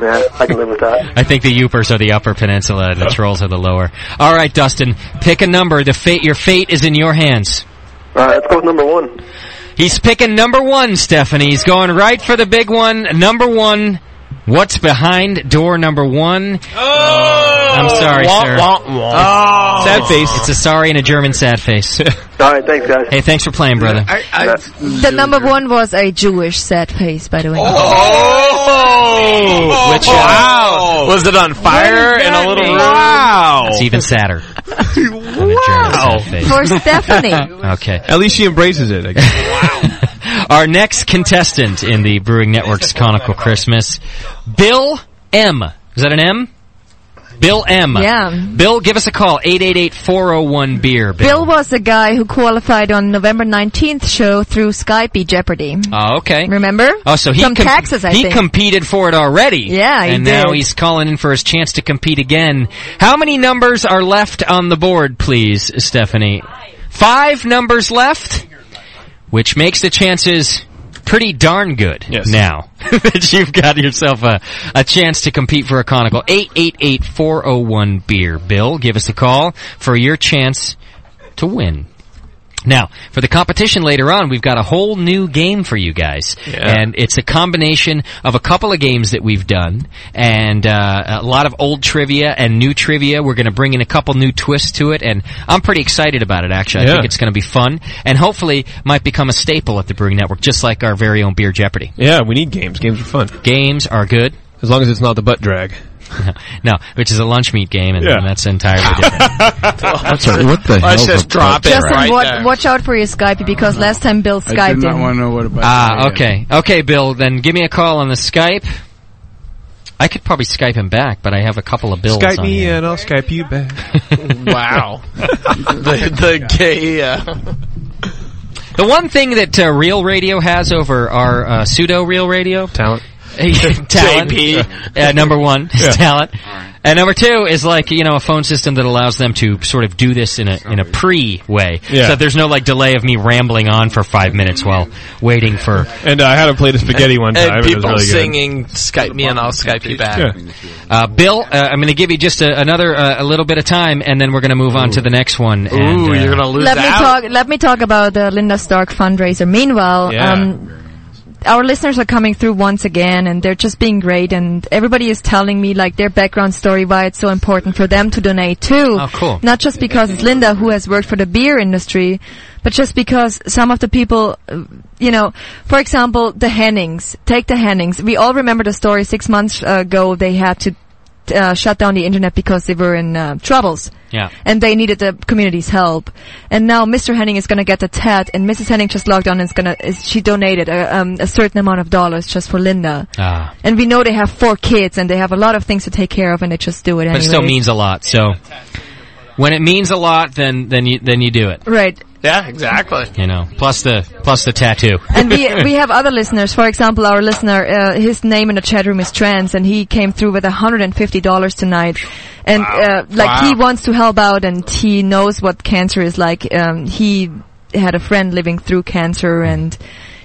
S5: Yeah, I can live with that.
S1: I think the Upers are the upper peninsula
S6: Oh.
S1: and the trolls are the lower. All right, Dustin, pick a number. The fate, your fate is in your hands.
S5: All right, let's go with number one.
S1: He's picking number one, Stephanie. He's going right for the big one. Number one. What's behind door number one? Oh, I'm sorry,
S6: Wah,
S1: sir.
S6: wah, wah. Oh.
S1: Sad face. It's a sorry and a German sad face. All
S5: right, thanks, guys.
S1: Hey, thanks for playing, brother.
S10: The number one was a Jewish sad face, by the way.
S6: Oh,
S1: Which, uh,
S6: wow! Was it on fire in a little room? Wow!
S1: It's even sadder. wow.
S10: For Stephanie.
S1: Okay.
S7: At least she embraces it. I guess.
S1: Our next contestant in the Brewing Network's Conical Christmas, Bill M. Is that an M? Bill M.
S10: Yeah.
S1: Bill, give us a call. 888-401-BEER. Bill.
S10: Bill was the guy who qualified on November 19th show through Skype Jeopardy.
S1: Oh, okay.
S10: Remember?
S1: Oh, so he
S10: From
S1: com-
S10: Texas, I
S1: he
S10: think.
S1: competed for it already.
S10: Yeah, he
S1: and now
S10: did.
S1: he's calling in for his chance to compete again. How many numbers are left on the board, please, Stephanie? Five numbers left, which makes the chances pretty darn good now that you've got yourself a, a chance to compete for a conical. 888-401-BEER. Bill, give us a call for your chance to win. Now, for the competition later on, we've got a whole new game for you guys. And it's a combination of a couple of games that we've done and uh, a lot of old trivia and new trivia. We're going to bring in a couple new twists to it and I'm pretty excited about it actually. I
S7: Yeah.
S1: think it's going to be fun and hopefully might become a staple at the Brewing Network just like our very own Beer Jeopardy.
S7: yeah, we need games. Games are fun.
S1: Games are good.
S7: As long as it's not the butt drag.
S1: no, which is a lunch meat game, and, and that's entirely different.
S3: That's a- what the Let's hell's just a- drop it
S10: Justin, watch, watch out for your Skype because last time Bill Skyped
S3: I did not
S10: in.
S3: want to know what about.
S1: Ah, okay, okay, Bill. Then give me a call on the Skype. I could probably Skype him back, but I have a couple of bills.
S6: Skype
S1: on
S6: me
S1: here.
S6: and I'll Skype you back. wow. the the gay. Uh,
S1: The one thing that uh, real radio has over our uh, pseudo real radio talent, talent,
S6: JP.
S1: Uh, number one is talent, and number two is like you know a phone system that allows them to sort of do this in a in a pre way,
S7: Yeah.
S1: so that there's no like delay of me rambling on for five minutes while waiting for.
S7: And uh, I had to play the spaghetti one time.
S1: And
S7: and it was
S1: people
S7: really good.
S1: sing-
S6: singing Skype me and I'll Skype you back.
S1: Uh, Bill, uh, I'm going to give you just a, another uh, a little bit of time, and then we're going to move on to the next one. and,
S6: Ooh,
S1: uh,
S6: you're gonna lose
S10: Let me
S6: out.
S10: talk. Let me talk about the Linda Stark fundraiser. Meanwhile,
S1: Yeah.
S10: um, our listeners are coming through once again, and they're just being great. And everybody is telling me like their background story, why it's so important for them to donate too.
S1: Oh, cool.
S10: Not just because it's Linda who has worked for the beer industry, but just because some of the people, uh, you know, for example, the Hennings. Take the Hennings. We all remember the story six months ago. They had to. Uh, shut down the internet because they were in uh, troubles
S1: Yeah.
S10: and they needed the community's help. And now Mr. Henning is going to get the TED, and Mrs. Henning just logged on and is going to she donated a, um, a certain amount of dollars just for Linda.
S1: Ah.
S10: And we know they have four kids, and they have a lot of things to take care of, and they just do it
S1: but
S10: anyway.
S1: it still means a lot. So when it means a lot, then then you then you do it.
S10: right.
S6: Yeah, exactly.
S1: You know, plus the plus the tattoo.
S10: and we we have other listeners. For example, our listener, uh, his name in the chat room is Trans, and he came through with hundred and fifty dollars tonight. And uh, like he
S22: Wow.
S10: wants to help out, and he knows what cancer is like. Um, he had a friend living through cancer, and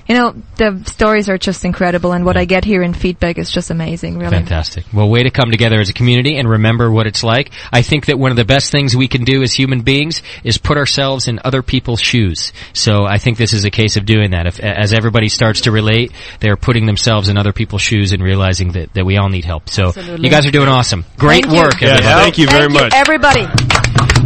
S10: you know the stories are just incredible. And what I get here in feedback is just amazing, really.
S1: Fantastic. Well, way to come together as a community and remember what it's like. I think that one of the best things we can do as human beings is put ourselves in other people's shoes. So I think this is a case of doing that. If, as everybody starts to relate, they're putting themselves in other people's shoes and realizing that, that we all need help. So
S10: Absolutely.
S1: you guys are doing awesome. Great
S10: Thank you.
S1: work.
S10: Yeah,
S1: everybody.
S7: thank you very
S10: Thank you, everybody.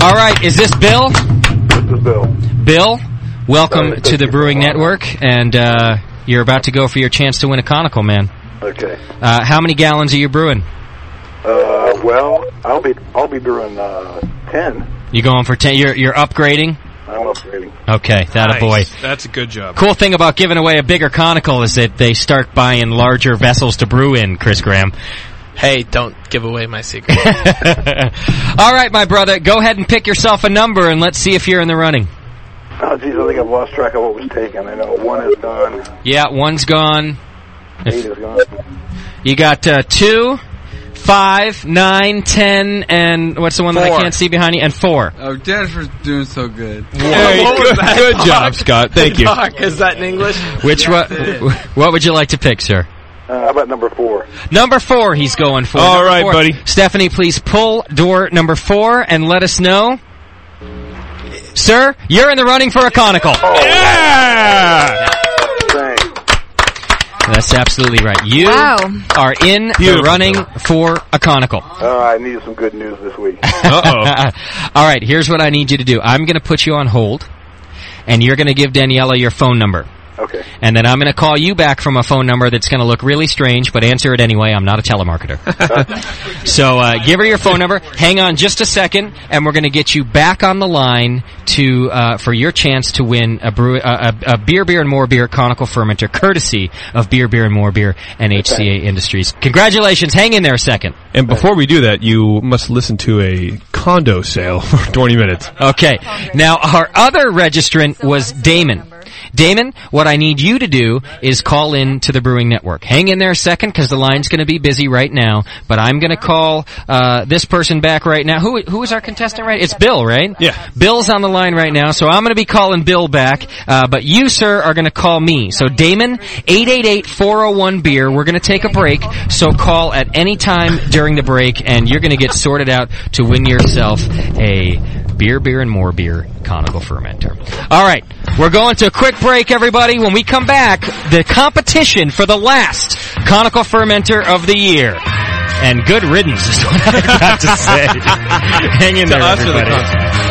S1: All right, is this Bill? This is Bill. Bill, welcome to the Brewing Network, and uh, you're about to go for your chance to win a conical, man.
S20: Okay.
S1: Uh, how many gallons are you brewing?
S20: Uh, well, I'll be I'll be brewing uh, ten.
S1: You going for ten? You're you're upgrading.
S20: I'm upgrading.
S1: Okay, that a boy.
S7: That's a good job.
S1: Cool thing about giving away a bigger conical is that they start buying larger vessels to brew in. Chris Graham.
S6: Hey, don't give away my secret.
S1: All right, my brother, go ahead and pick yourself a number, and let's see if you're in the running.
S20: Oh, geez, I think I've lost track of what was taken. I know one is gone,
S1: Yeah, one's gone.
S20: eight is gone.
S1: You got uh, two, five, nine, ten, and what's the one that I
S3: Four.
S1: can't see behind you? And four.
S3: Oh, Jennifer's doing so good.
S1: Hey, good- good job, Scott. Thank you.
S6: Fuck, is that in English?
S1: Which what? What would you like to pick, sir?
S20: Uh, how about number four?
S1: Number four, he's going for.
S20: All
S1: Number
S20: right,
S1: four.
S20: buddy.
S1: Stephanie, please pull door number four and let us know. Sir, you're in the running for a conical. Yeah! That's absolutely right. You
S20: Wow.
S1: are in the
S20: Beautiful.
S1: running for a conical.
S20: Uh, I needed some good news this week.
S5: Uh,
S1: All right, here's what I need you to do. I'm going to put you on hold, and you're going to give Daniela your phone number.
S20: Okay.
S1: And then I'm going to call you back from a phone number that's going to look really strange, but answer it anyway. I'm not a telemarketer. so uh, give her your phone number. Hang on just a second, and we're going to get you back on the line to uh, for your chance to win a, brew, uh, a, a beer, beer, and more beer conical fermenter, courtesy of Beer, Beer, and More Beer and HCA Industries. Congratulations. Hang in there a second.
S7: And before we do that, you must listen to a condo sale for 20 minutes.
S1: Okay. Now, our other registrant was Damon. Damon, what I need you to do is call in to the Brewing Network. Hang in there a second because the line's going to be busy right now. But I'm going to call uh, this person back right now. Who who is our contestant right? It's Bill, right? Yeah. Bill's on the line right now, so I'm going to be calling Bill back. Uh, but you, sir, are going to call me. So Damon, 888-401 beer. We're going to take a break, so call at any time during the break, and you're going to get sorted out to win yourself a beer, beer, and more beer conical fermenter. All right, we're going to a quick break, everybody. When we come back, the competition for the last conical fermenter of the year. And good riddance is what I got to say. Hang in
S32: To
S1: there,
S32: us or the
S1: everybody.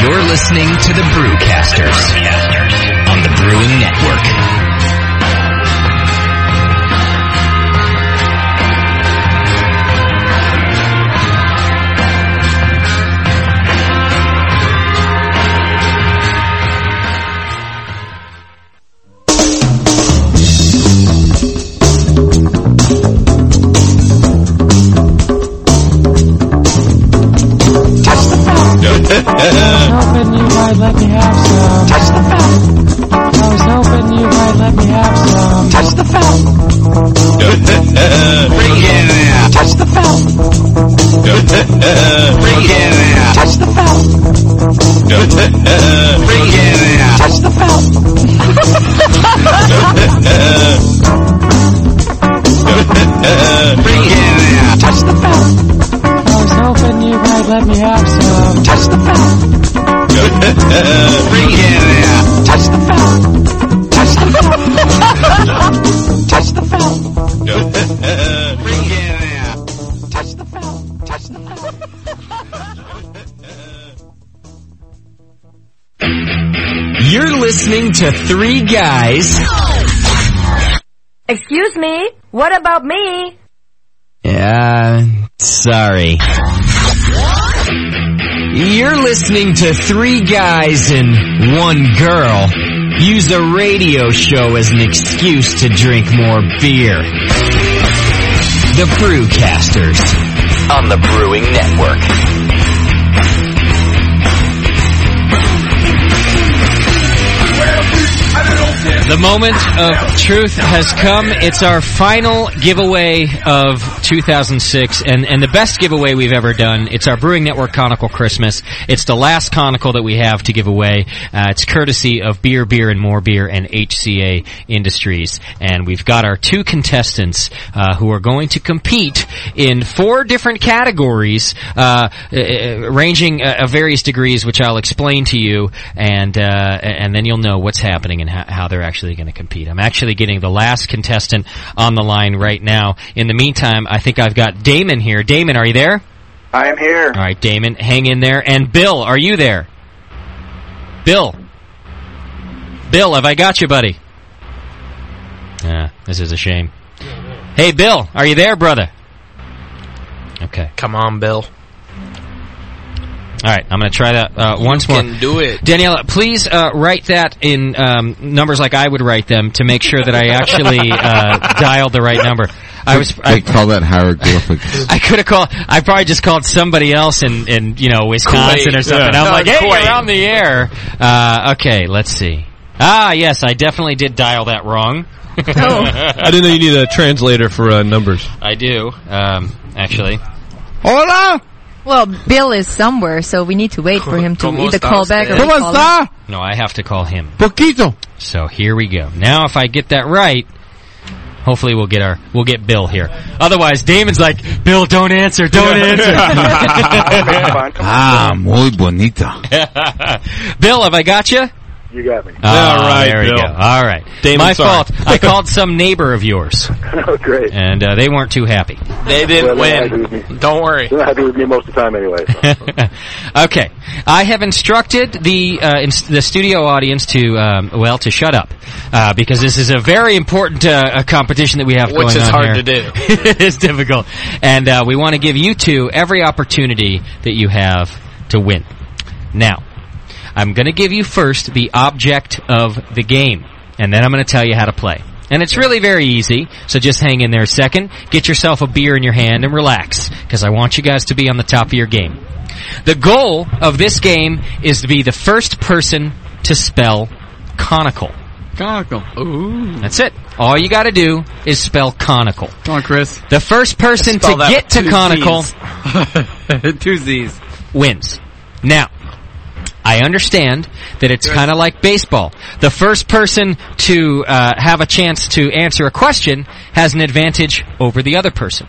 S12: You're listening to the Brewcasters on the Brewing Network.
S11: might let me have some. Touch the felt. I was hoping you might let me have some. Touch the felt. Bring it in there. Touch the felt. Bring it in there. Touch the felt. Bring it in there. Touch the felt. Bring it in there. Touch the felt. I was hoping you might let me have some. Touch the felt. Bring it in there. Touch the felt. Touch the felt. Touch the felt. Bring it in there. Touch the felt. Touch the
S12: You're listening to three guys.
S13: Excuse me, what about me?
S12: Yeah, sorry. You're listening to three guys and one girl use a radio show as an excuse to drink more beer. The Brewcasters on the Brewing Network.
S1: The moment of truth has come. It's our final giveaway of 2006, and, and the best giveaway we've ever done. It's our Brewing Network Conical Christmas. It's the last conical that we have to give away. Uh, it's courtesy of Beer, Beer, and More Beer and HCA Industries, and we've got our two contestants uh, who are going to compete in four different categories, uh, uh, ranging uh, of various degrees, which I'll explain to you, and uh, and then you'll know what's happening and how, how they're actually going to compete. I'm actually getting the last contestant on the line right now. In the meantime, I think I've got Damon here. Damon, are you there?
S20: I am here.
S1: All right, Damon, hang in there. And Bill, are you there? Bill, Bill, have I got you, buddy? Yeah, this is a shame. Hey, Bill, are you there, brother? Okay.
S6: Come on, Bill.
S1: All right, I'm going to try that uh, once
S6: You
S1: more.
S6: can do it.
S1: Daniela. Please uh, write that in um, numbers like I would write them to make sure that I actually uh, dialed the right number. I was
S8: They
S1: I,
S8: call that hieroglyphics.
S1: I could have called. I probably just called somebody else in, in you know Wisconsin
S12: Kuwait.
S1: or something.
S12: Yeah.
S1: I'm
S12: No,
S1: like, hey,
S12: Kuwait.
S1: you're on the air. Uh, okay, let's see. Ah, yes, I definitely did dial that wrong.
S10: Oh.
S7: I didn't know you need a translator for uh, numbers.
S1: I do um, actually.
S7: Hola.
S10: Well, Bill is somewhere, so we need to wait for him to
S1: ¿Cómo
S10: either call
S1: está
S10: back or
S1: usted? ¿Cómo
S10: recall
S1: está?
S10: him.
S1: No, I have to call him. So here we go. Now, if I get that right, hopefully we'll get our we'll get Bill here. Otherwise, Damon's like, Bill, don't answer, don't answer.
S8: ah, muy bonita.
S1: Bill, have I got you?
S20: You got me.
S1: Ah, there we go. All right,
S20: Damon,
S1: my
S20: sorry.
S1: fault. I called some neighbor of yours,
S20: oh, great.
S1: and uh, they weren't too happy.
S6: They didn't win. Don't worry.
S20: They're not happy with me most of the time anyway.
S1: okay, I have instructed the uh, ins- the studio audience to um, well to shut up uh, because this is a very important uh, uh, competition that we have
S6: Which
S1: going
S6: is
S1: on here.
S6: hard to do.
S1: it is difficult, and uh, we want to give you two every opportunity that you have to win. Now, I'm going to give you first the object of the game, and then I'm going to tell you how to play. And it's really very easy, so just hang in there a second, get yourself a beer in your hand, and relax, because I want you guys to be on the top of your game. The goal of this game is to be the first person to spell conical.
S3: Conical. Ooh.
S1: That's it. All you got to do is spell conical.
S3: Come on, Chris.
S1: The first person
S3: Spell
S1: to
S3: that
S1: get to
S3: with two
S1: conical
S3: Two Z's.
S1: wins. Now, I understand that it's kind of like baseball. The first person to uh, have a chance to answer a question has an advantage over the other person.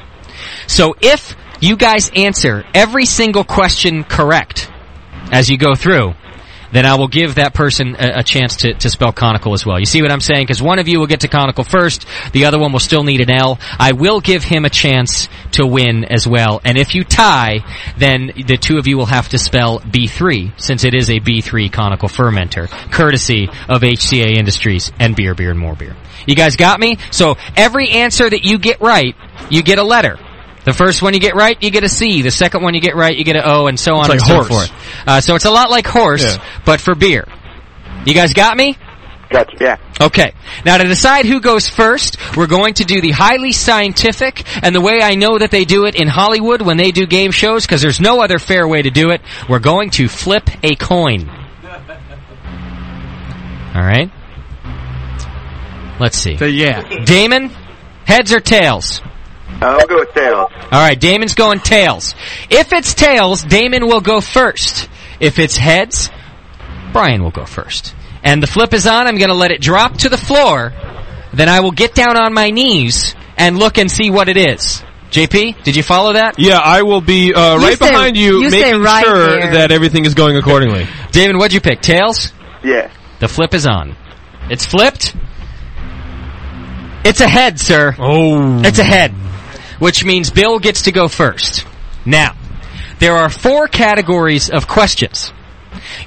S1: So if you guys answer every single question correct as you go through, then I will give that person a, a chance to, to spell conical as well. You see what I'm saying? Because one of you will get to conical first, the other one will still need an L. I will give him a chance to win as well. And if you tie, then the two of you will have to spell B3, since it is a B3 conical fermenter, courtesy of HCA Industries and Beer, Beer, and More Beer. You guys got me? So every answer that you get right, you get a letter. The first one you get right, you get a C. The second one you get right, you get an O, and so on
S2: It's like
S1: and so
S2: horse.
S1: forth. Uh, so it's a lot like horse, but for beer. You guys got me?
S20: Gotcha. Yeah.
S1: Okay. Now to decide who goes first, we're going to do the highly scientific, and the way I know that they do it in Hollywood when they do game shows, because there's no other fair way to do it, we're going to flip a coin. All right. Let's see.
S3: So yeah.
S1: Damon, heads or tails?
S17: I'll go with tails.
S1: All right, Damon's going tails. If it's tails, Damon will go first. If it's heads, Brian will go first. And the flip is on. I'm going to let it drop to the floor. Then I will get down on my knees and look and see what it is. JP, did you follow that?
S7: Yeah, I will be uh,
S1: You
S7: right
S1: stay-
S7: behind you,
S1: you stay
S7: making
S1: right
S7: sure
S1: there.
S7: that everything is going accordingly.
S1: Damon, what'd you pick? Tails?
S17: Yeah.
S1: The flip is on. It's flipped. It's a head, sir.
S7: Oh.
S1: It's a head. Which means Bill gets to go first. Now, there are four categories of questions.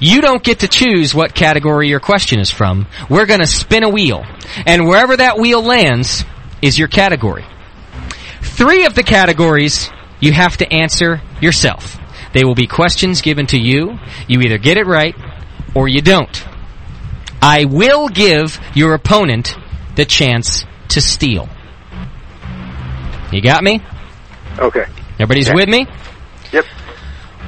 S1: You don't get to choose what category your question is from. We're gonna spin a wheel. And wherever that wheel lands is your category. Three of the categories you have to answer yourself. They will be questions given to you. You either get it right or you don't. I will give your opponent the chance to steal. You got me?
S17: Okay.
S1: Everybody's
S17: Yeah.
S1: with me?
S17: Yep.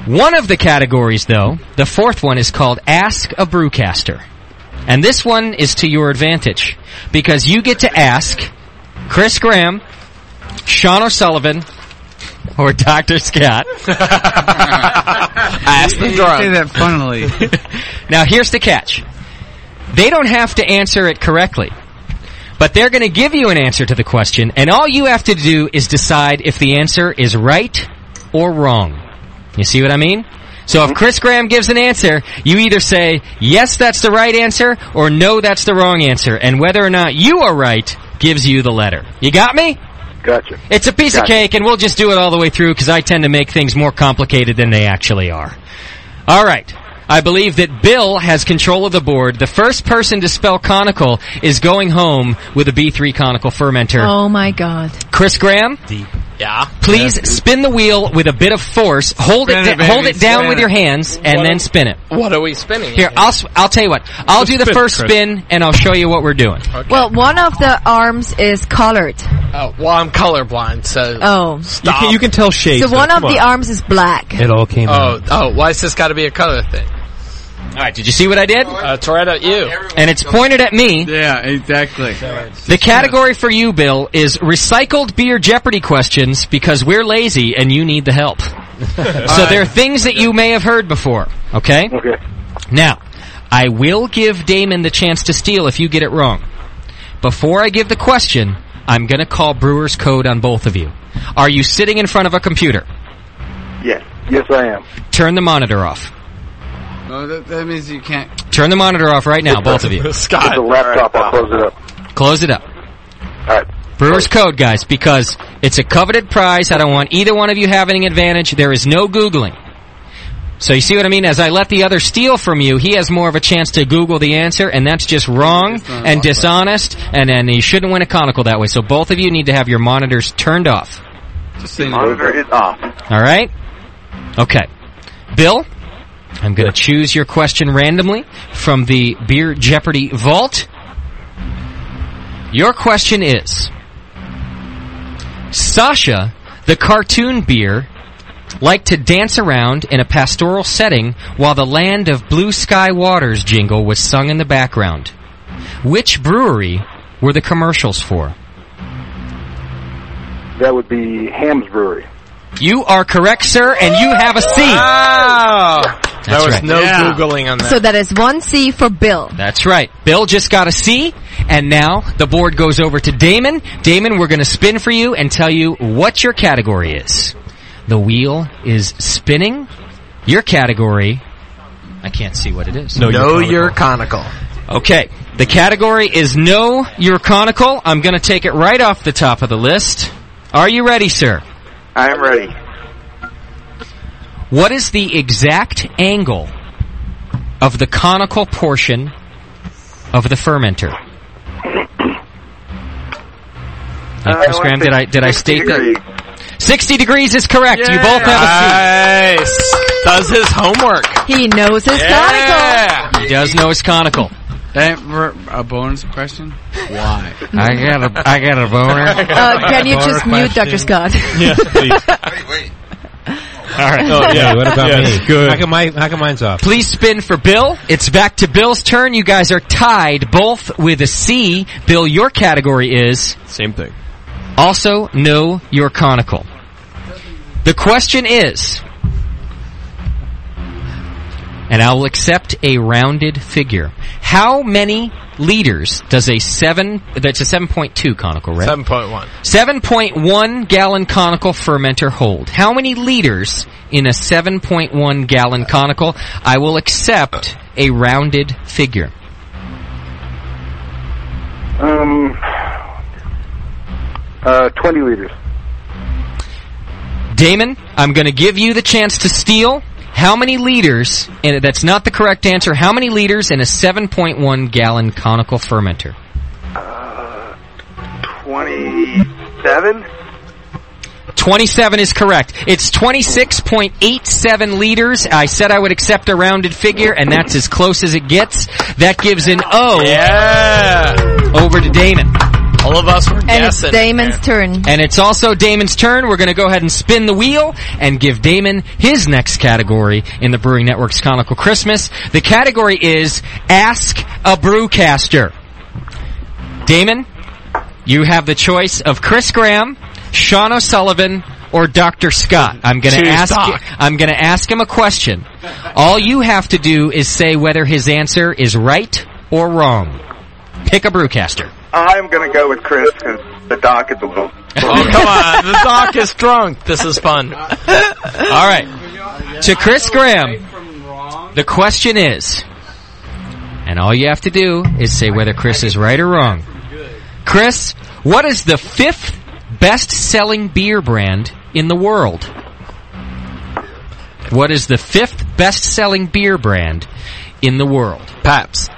S1: One of the categories, though, the fourth one is called Ask a Brewcaster. And this one is to your advantage because you get to ask Chris Graham, Sean O'Sullivan, or Dr. Scott. ask the drunk.
S3: Say that funnily.
S1: now here's the catch. They don't have to answer it correctly. But they're going to give you an answer to the question, and all you have to do is decide if the answer is right or wrong. You see what I mean? So if Chris Graham gives an answer, you either say, yes, that's the right answer, or no, that's the wrong answer. And whether or not you are right gives you the letter. You got me?
S17: Gotcha.
S1: It's a piece of
S17: Gotcha.
S1: cake, and we'll just do it all the way through because I tend to make things more complicated than they actually are. All right. I believe that Bill has control of the board. The first person to spell conical is going home with a B3 conical fermenter.
S10: Oh my god.
S1: Chris Graham?
S6: Yeah.
S1: Please spin the wheel with a bit of force. Hold
S6: Spin
S1: it,
S6: it,
S1: da-
S6: baby,
S1: hold it down
S6: spin
S1: with
S6: it.
S1: your hands, and
S6: What
S1: then
S6: a-
S1: spin it.
S6: What are we spinning?
S1: Here, I'll s- I'll tell you what. I'll do the
S6: Spin it,
S1: first
S6: Chris.
S1: spin, and I'll show you what we're doing.
S10: Well, one of the arms is colored.
S6: Oh, well, I'm colorblind, so
S10: Oh.
S6: stop.
S2: You can, you can tell shades.
S10: so
S2: though.
S10: one of
S2: Come
S10: the
S2: on.
S10: arms is black.
S2: It all came out.
S6: Oh, oh, why is this got to be a color thing?
S1: All right, did you see what I did?
S6: Uh, Toretta, you.
S1: And it's pointed at me.
S3: Yeah, exactly.
S1: The category for you, Bill, is recycled beer Jeopardy questions because we're lazy and you need the help. so there are things that you may have heard before, okay?
S17: Okay.
S1: Now, I will give Damon the chance to steal if you get it wrong. Before I give the question, I'm gonna call Brewer's Code on both of you. Are you sitting in front of a computer?
S17: Yes. Yes, I am.
S1: Turn the monitor off.
S3: No, that, that means you can't.
S1: Turn the monitor off right now, both of you.
S17: It's a laptop. I'll close it up.
S1: Close it up. Brewer's Code, guys, because it's a coveted prize. I don't want either one of you having an advantage. There is no Googling. So you see what I mean? As I let the other steal from you, he has more of a chance to Google the answer, and that's just wrong and dishonest, and then he shouldn't win a conical that way. So both of you need to have your monitors turned off.
S3: Just
S17: The monitor is off.
S1: All right? Okay. Bill, I'm going to choose your question randomly from the Beer Jeopardy vault. Your question is Sasha, the cartoon beer, liked to dance around in a pastoral setting while the Land of Blue Sky Waters jingle was sung in the background. Which brewery were the commercials for?
S20: That would be Ham's Brewery.
S1: You are correct, sir, and you have a C.
S6: Wow.
S1: That's
S6: there was
S1: right.
S6: no
S1: Yeah.
S6: Googling on that.
S10: So that is one C for Bill.
S1: That's right. Bill just got a C, and now the board goes over to Damon. Damon, we're going to spin for you and tell you what your category is. The wheel is spinning. Your category. I can't see what it is.
S6: know your conical.
S1: Okay. The category is Know Your Conical. I'm going to take it right off the top of the list. Are you ready, sir?
S17: I am ready.
S1: What is the exact angle of the conical portion of the fermenter? Now,
S17: Uh,
S1: Chris
S17: I
S1: Graham,
S17: think
S1: did I did I
S17: 60
S1: state that? Sixty degrees is correct. You both have a
S6: Nice. Does his homework.
S10: He knows his conical.
S1: C. He does know his conical.
S3: That were a bonus question. Why?
S1: I got a I got a boner.
S10: Uh, can you just mute Dr. Scott?
S1: Yes, please.
S2: All right. Oh, yeah.
S1: Hey, what about
S2: Yes,
S1: me?
S2: Good.
S1: How come
S2: my, how come mine's off?
S1: Please spin for Bill. It's back to Bill's turn. You guys are tied, both with a C. Bill, your category is
S2: same thing.
S1: Also, know your conical. The question is, and I'll accept a rounded figure. How many liters does a seven? That's a seven point two conical, right?
S6: 7.1.
S1: 7.1 gallon conical fermenter hold. How many liters in a 7.1 gallon conical? I will accept a rounded figure.
S20: Um, uh, 20 liters.
S1: Damon, I'm going to give you the chance to steal. How many liters, and that's not the correct answer, how many liters in a 7.1 gallon conical fermenter?
S17: 27?
S1: 27 is correct. It's 26.87 liters. I said I would accept a rounded figure, and that's as close as it gets. That gives an O. Yeah. Over to Damon.
S6: All of us were
S10: And it's Damon's turn.
S1: And it's also Damon's turn. We're going to go ahead and spin the wheel and give Damon his next category in the Brewing Network's Conical Christmas. The category is Ask a Brewcaster. Damon, you have the choice of Chris Graham, Sean O'Sullivan, or Dr. Scott. I'm going to
S6: Choose
S1: ask
S6: Doc.
S1: I'm going to ask him a question. All you have to do is say whether his answer is right or wrong. Pick a brewcaster.
S17: I'm going to go with Chris because the doc is a little.
S6: Oh, come on. The doc is drunk. This is fun.
S1: All right. To Chris Graham, the question is, and all you have to do is say whether Chris is right or wrong. Chris, what is the fifth best selling beer brand in the world? What is the fifth best selling beer brand in the world? Pabst.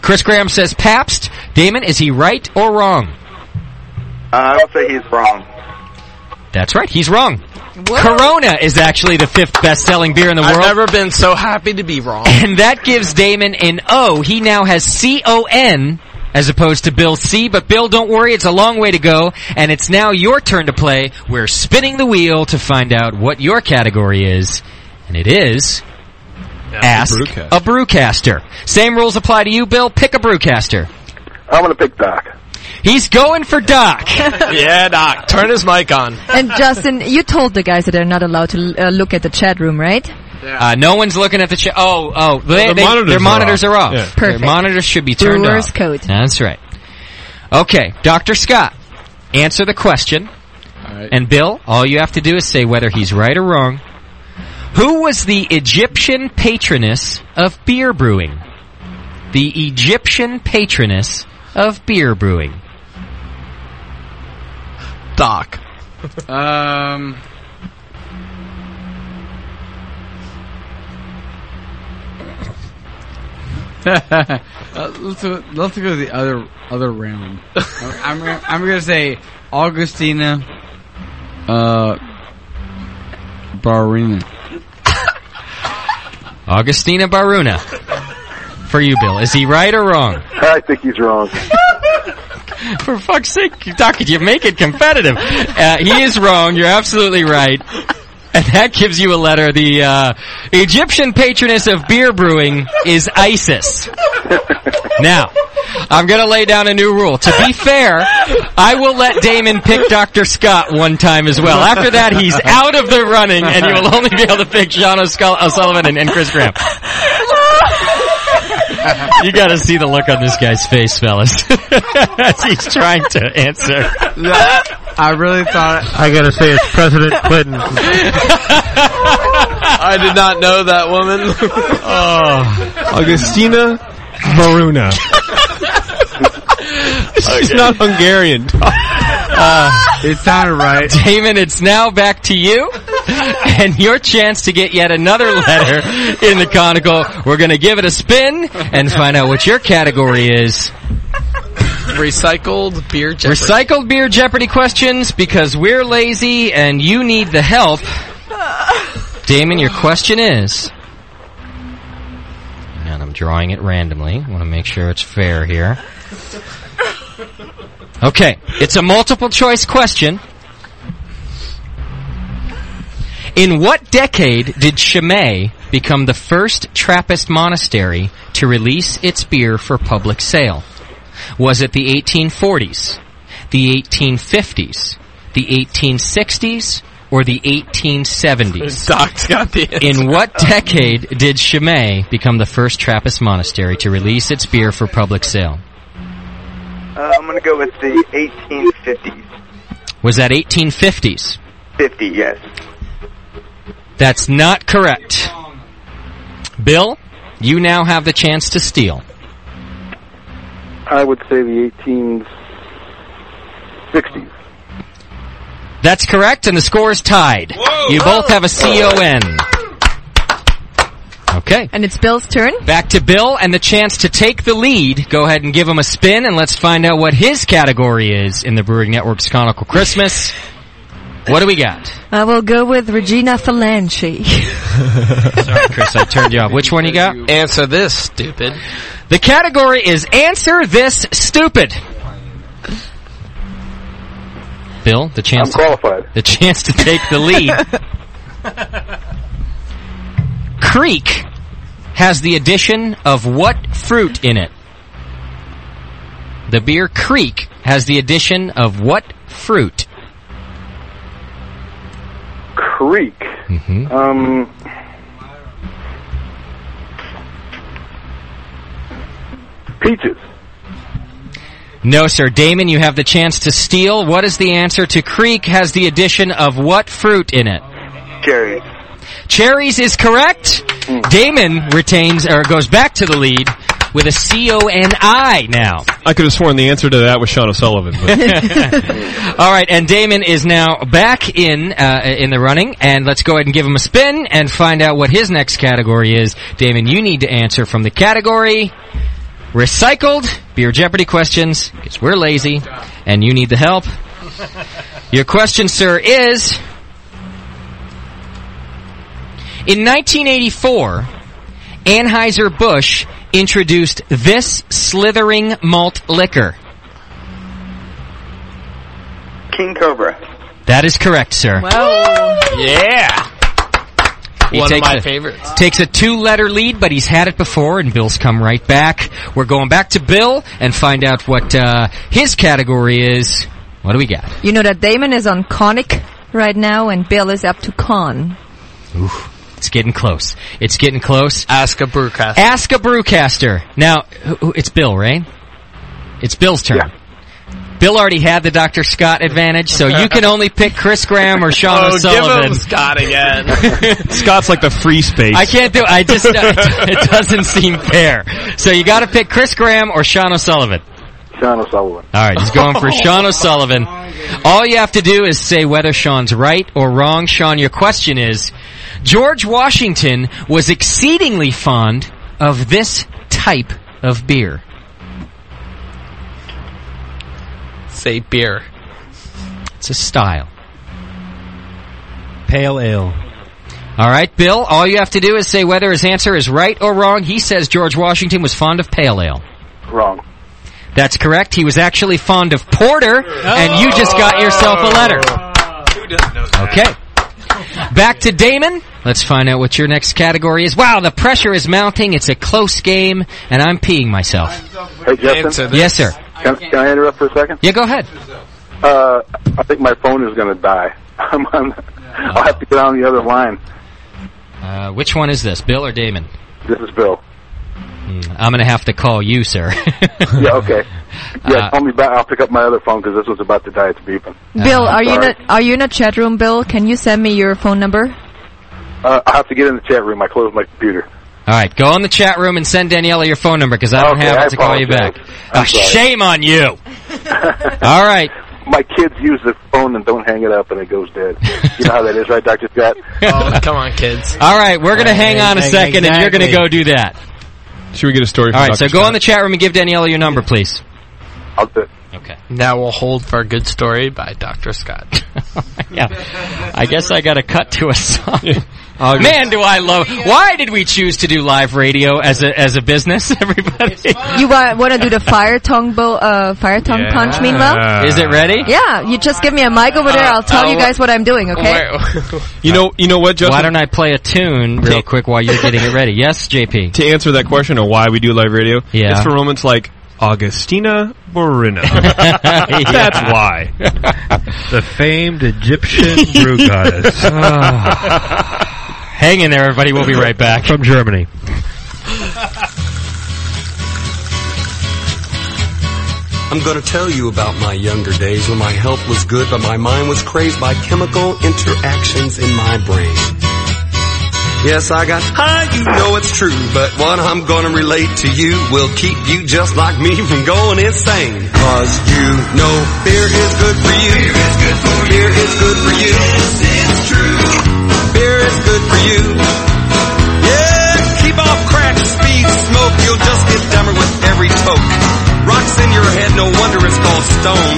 S1: Chris Graham says Pabst. Damon, is he right or wrong?
S17: Uh, I would say he's wrong.
S1: That's right, he's wrong. Corona is actually the fifth best selling beer in the
S6: I've
S1: world.
S6: never been so happy to be wrong.
S1: And that gives Damon an O. He now has C O N as opposed to Bill C. But Bill, don't worry, it's a long way to go, and it's now your turn to play. We're spinning the wheel to find out what your category is, and it is Ask
S32: brewcaster.
S1: a Brewcaster. Same rules apply to you, Bill. Pick a Brewcaster.
S20: I'm going to pick Doc.
S1: He's going for Doc.
S6: yeah, Doc. Turn his mic on.
S10: And Justin, you told the guys that they're not allowed to uh, look at the chat room, right?
S1: Uh, no one's looking at the chat. Oh, oh, they,
S10: The
S1: they-
S10: monitors
S1: their
S10: are
S1: monitors
S10: off.
S1: are off.
S10: Yeah. Perfect.
S1: Their monitors should be turned
S10: Brewer's
S1: off.
S10: code.
S1: That's right. Okay, Doctor Scott, answer the question. And Bill, all you have to do is say whether he's right or wrong. Who was the Egyptian patroness of beer brewing? The Egyptian patroness of beer brewing. Doc.
S3: Um. uh, let's, go- let's go to the other other round. I'm I'm, I'm gonna say Augustina, uh, Barina.
S1: Augustina Baruna. For you, Bill. Is he right or wrong?
S20: I think he's wrong.
S1: For fuck's sake, Doc, you make it competitive. Uh, he is wrong. You're absolutely right. And that gives you a letter. The uh, Egyptian patroness of beer brewing is Isis. Now, I'm going to lay down a new rule. To be fair, I will let Damon pick Dr. Scott one time as well. After that, he's out of the running, and you will only be able to pick Sean O'Scull- O'Sullivan and, and Chris Graham. You got to see the look on this guy's face, fellas, as he's trying to answer.
S3: I really thought
S24: I gotta say, it's President Clinton.
S6: I did not know that woman.
S24: oh, Augustina Varuna.
S7: She's not Hungarian.
S3: it sounded right.
S1: Uh, Damon, it's now back to you. And your chance to get yet another letter in the conical. We're going to give it a spin and find out what your category is.
S6: Recycled beer jeopardy.
S1: Recycled beer Jeopardy questions because we're lazy and you need the help. Damon, your question is. And I'm drawing it randomly. I want to make sure it's fair here. Okay, it's a multiple choice question. In what decade did Chimay become the first Trappist monastery to release its beer for public sale? Was it the 1840s, the 1850s, the 1860s, or the 1870s?
S6: Doc's got the
S1: In what decade did Chimay become the first Trappist monastery to release its beer for public sale?
S25: Uh, I'm going to go with the 1850s.
S1: Was that 1850s?
S25: 50, yes.
S1: That's not correct. Bill, you now have the chance to steal.
S20: I would say the 1860s.
S1: That's correct, and the score is tied. You both have a CON. Okay.
S22: And it's Bill's turn.
S1: Back to Bill and the chance to take the lead. Go ahead and give him a spin, and let's find out what his category is in the Brewing Network's Conical Christmas. What do we got?
S22: I will go with Regina Falanchi.
S1: Sorry, Chris, I turned you off. Which one you got?
S6: Answer this, stupid.
S1: The category is Answer This Stupid. Bill, the chance.
S20: I'm qualified.
S1: The chance to take the lead. Creek has the addition of what fruit in it? The beer Creek has the addition of what fruit?
S20: Creek.
S6: Mm-hmm.
S20: Um. Peaches.
S1: No, sir. Damon, you have the chance to steal. What is the answer to Creek has the addition of what fruit in it?
S25: Cherries.
S1: Cherries is correct. Damon retains or goes back to the lead with a C O N I now.
S7: I could have sworn the answer to that was Sean O'Sullivan. But
S1: All right, and Damon is now back in uh, in the running, and let's go ahead and give him a spin and find out what his next category is. Damon, you need to answer from the category recycled beer Jeopardy questions because we're lazy, and you need the help. Your question, sir, is. In 1984, Anheuser-Busch introduced this slithering malt liquor.
S25: King Cobra.
S1: That is correct, sir.
S6: Wow. Yeah.
S1: He
S6: One of
S1: takes
S6: my
S1: a-
S6: favorites.
S1: Takes a two-letter lead, but he's had it before, and Bill's come right back. We're going back to Bill and find out what uh, his category is. What do we got?
S22: You know that Damon is on conic right now, and Bill is up to con.
S1: Oof. It's getting close. It's getting close.
S6: Ask a brewcaster.
S1: Ask a brewcaster. Now, who- who- it's Bill, right? It's Bill's turn. Bill already had the Dr. Scott advantage, so you can only pick Chris Graham or Sean
S6: oh, give
S1: O'Sullivan.
S6: him Scott again.
S7: Scott's like the free space.
S1: I can't do it. I just, it doesn't seem fair. So you gotta pick Chris Graham or Sean O'Sullivan.
S20: Sean O'Sullivan.
S1: All right, he's going for Sean O'Sullivan. All you have to do is say whether Sean's right or wrong. Sean, your question is, George Washington was exceedingly fond of this type of beer.
S6: Say beer.
S1: It's a style.
S21: Pale ale.
S1: All right, Bill, all you have to do is say whether his answer is right or wrong. He says George Washington was fond of pale ale.
S25: Wrong.
S1: That's correct. He was actually fond of porter, and you just got yourself a letter. Okay. Back to Damon. Let's find out what your next category is. Wow, the pressure is mounting. It's a close game, and I'm peeing myself.
S20: Hey, Justin.
S1: Yes, sir.
S20: Can, can I interrupt for a second?
S1: Yeah, go ahead.
S20: Uh, I think my phone is going to die. I'm on, I'll have to get on the other line.
S1: Uh, which one is this, Bill or Damon? Hmm,
S20: This is Bill.
S1: I'm going to have to call you, sir.
S20: Yeah, okay. Yeah,
S1: Uh,
S20: call me back. I'll pick up my other phone because this was about to die. It's beeping.
S22: Bill, are you in
S20: Sorry.
S22: a, are you in a chat room, Bill? Can you send me your phone number?
S20: Uh, I'll have to get in the chat room. I closed my computer.
S1: All right, go in the chat room and send Daniela your phone number because I don't
S20: Okay,
S1: have it
S20: I
S1: to call you back.
S20: apologize.
S1: Ah,
S20: I'm sorry.
S1: shame on you. All right.
S20: My kids use the phone and don't hang it up, and it goes dead. You know how that is, right, Doctor Scott?
S6: Oh, come on, kids.
S1: All right, we're going to hang on a
S6: Exactly.
S1: second, and you're going to go do that.
S7: Should we get a story?
S1: All right, so
S6: Dr.
S1: go in the chat room and give Daniela your number, please.
S20: I'll do it.
S1: Okay.
S6: Now we'll hold for a good story by Dr. Scott.
S1: yeah. I guess I got to cut to a song. August. Man, do I love! Why did we choose to do live radio as a as a business? Everybody,
S22: You want, want to do the fire tongue bo- uh, fire tongue punch? Meanwhile,
S1: is it ready?
S22: yeah, you just give me a mic over there. I'll tell
S1: uh,
S22: you guys what I'm doing. Okay.
S7: You know, you know what, Justin?
S1: Why don't I play a tune real quick while you're getting it ready? Yes, JP.
S7: To answer that question of why we do live radio,
S1: Yeah.
S7: it's for moments like Augustina Moreno. That's why.
S21: the famed Egyptian brew goddess.
S1: Hang in there, everybody. We'll be right back
S21: from Germany.
S27: I'm going to tell you about my younger days when my health was good, but my mind was crazed by chemical interactions in my brain. Yes, I got high, you know it's true, but what I'm going to relate to you will keep you just like me from going insane. Cause you know beer is good for you. Beer is good for you. Beer is good for you. Yes, it's true. Beer is good for you. Yeah, keep off crack, speed, smoke. You'll just get dumber with every toke. Rocks in your head, no wonder it's called stone.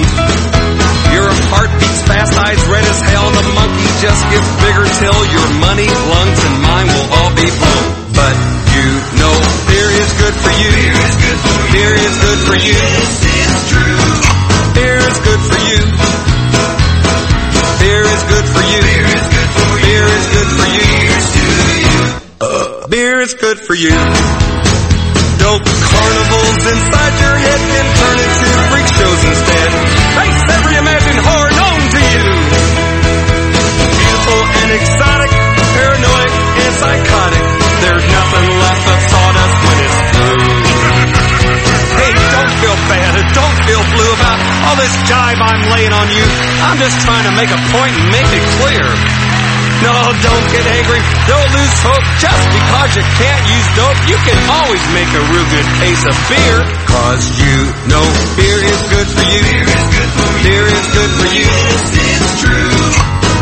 S27: Your heart beats fast, eyes red as hell. The monkey just gets bigger till your money, lungs, and mind will all be blown. But you know beer is good for you. Beer is good for you. Beer is good for you. This is true. Beer is good for you. Beer is good for you. Beer is good for you. Beer is good for you. Uh, beer is good for you. Dope carnivals inside your head can turn into freak shows instead. Face every imagined horror known to you. Beautiful and exotic, paranoid and psychotic. There's nothing left of sawdust when it's through. Hey, don't feel bad and don't feel blue about all this jive I'm laying on you. I'm just trying to make a point and make it clear. No, don't get angry. Don't lose hope. Just because you can't use dope, you can always make a real good case of beer. Cause you know beer is good for you. Beer is good for you. Beer is good for you. This is true.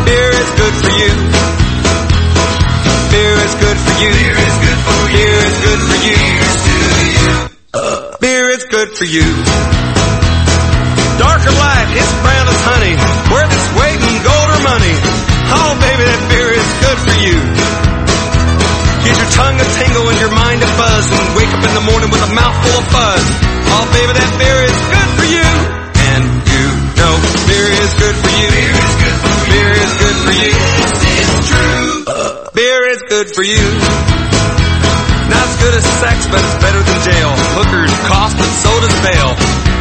S27: Beer is good for you. Beer is good for you. Beer is good for you. Beer is good for you. Uh, beer is good for you. Dark or light, it's brown as honey. Worth its weight in gold or money. Oh, baby, that beer is good for you. Get your tongue a tingle and your mind a buzz, and wake up in the morning with a mouthful of fuzz. Oh, baby, that beer is good for you. And you know beer is good for you. Beer is good for you. Beer is good for you. This is true. beer is good for you. Not as good as sex, but it's better than jail. Hookers cost and sodas fail.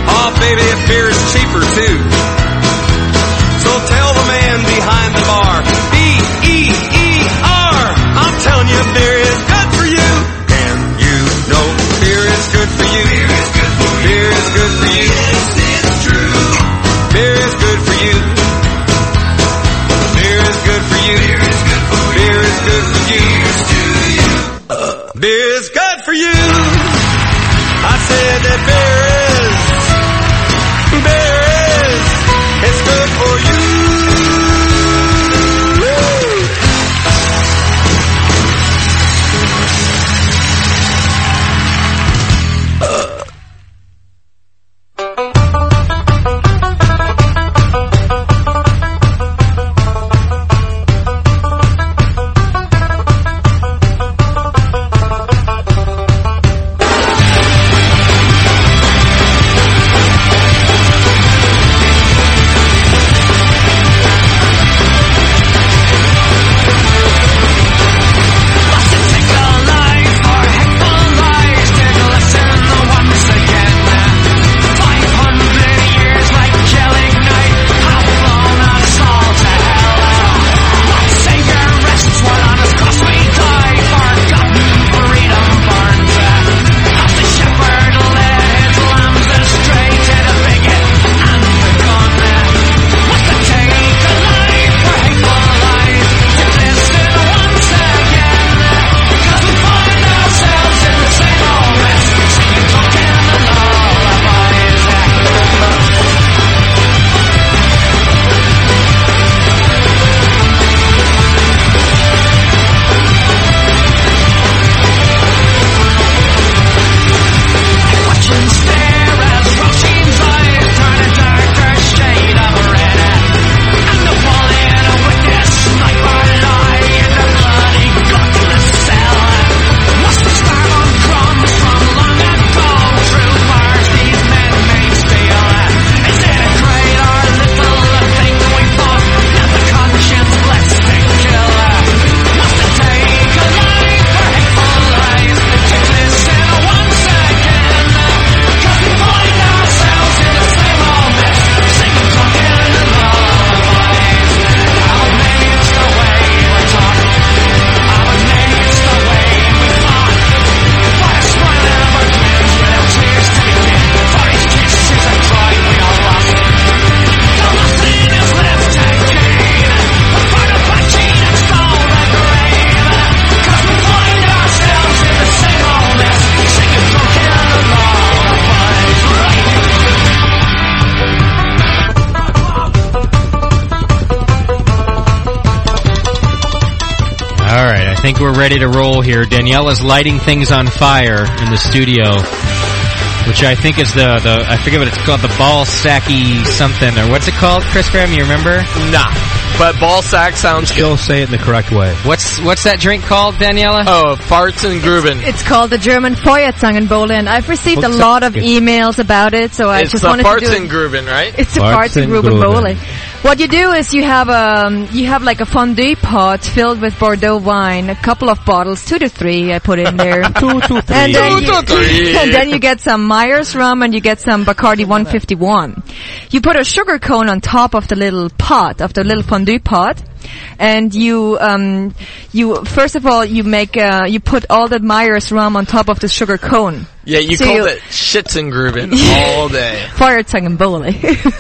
S27: Oh, baby, that beer is cheaper too. So tell the man behind the bar, B E E R. I'm telling you, beer is good for you. And you know, beer is good for you. Beer is good for you. Beer is good for you. Yes, it's true. Beer is good for you. Beer is good for you. Beer is good for you. Beer is good for you. Uh, beer is good for you. I said that beer is. Beer is. It's good for you.
S1: think we're ready to roll here. Daniela's lighting things on fire in the studio, which I think is the, the I forget what it's called, the ball sacky something, or what's it called, Chris Graham, you remember?
S6: Nah. But ball sack sounds
S2: Still say it in the correct way.
S1: What's what's that drink called, Daniela?
S6: Oh, farts and groovin.
S10: It's called the German Feuerzangenbowlen. I've received a lot of emails about it, so I
S6: it's
S10: just
S6: the
S10: wanted to do
S6: farts
S10: it.
S6: and groovin, right?
S10: It's a farts and Ruben Bowling. What you do is you have um you have like a fondue pot filled with Bordeaux wine, a couple of bottles, two to three. I put in there, two to three, and then,
S24: Two
S10: you,
S24: to three.
S10: and then you get some Myers rum and you get some Bacardi 151. You put a sugar cone on top of the little pot of the little fondue pot. And you, um, you first of all you make uh, you put all that Myers rum on top of the sugar cone.
S6: Yeah, you
S10: So
S6: called it shits and groovin all day.
S10: Fire tongue and bowling.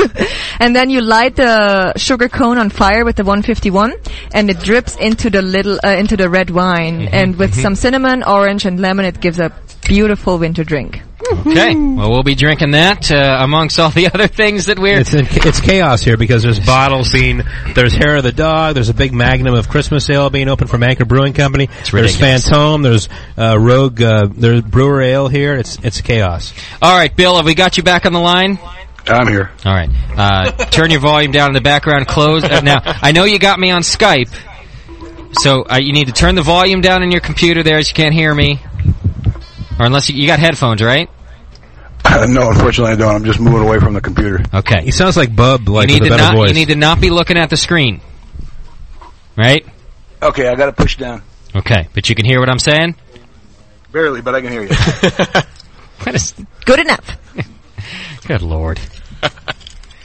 S10: and then you light the sugar cone on fire with the 151 and it drips into the little, uh, into the red wine. And with
S1: mhm.
S10: some cinnamon, orange and lemon, it gives a beautiful winter drink.
S1: Okay. Well, we'll be drinking that uh, amongst all the other things that we're.
S2: It's in, it's chaos here because there's bottles being there's hair of the dog. There's a big magnum of Christmas ale being opened from Anchor Brewing Company. there's
S1: ridiculous.
S2: Fantome. There's uh, Rogue. Uh, there's Brewer Ale here. It's it's chaos.
S1: All right, Bill, have we got you back on the line?
S5: I'm here.
S1: All right. Uh, turn your volume down in the background. Close uh, now. I know you got me on Skype, so uh, you need to turn the volume down in your computer there, so you can't hear me, or unless you, you got headphones, right?
S5: no, unfortunately, I don't. I'm just moving away from the computer.
S1: Okay.
S2: He sounds like Bub, like
S1: you need
S2: with a
S1: to
S2: better
S1: not.
S2: voice.
S1: You need to not be looking at the screen, right?
S5: Okay, I got to push down.
S1: Okay, but you can hear what I'm saying.
S5: Barely, but I can hear you.
S10: Good enough.
S1: Good lord.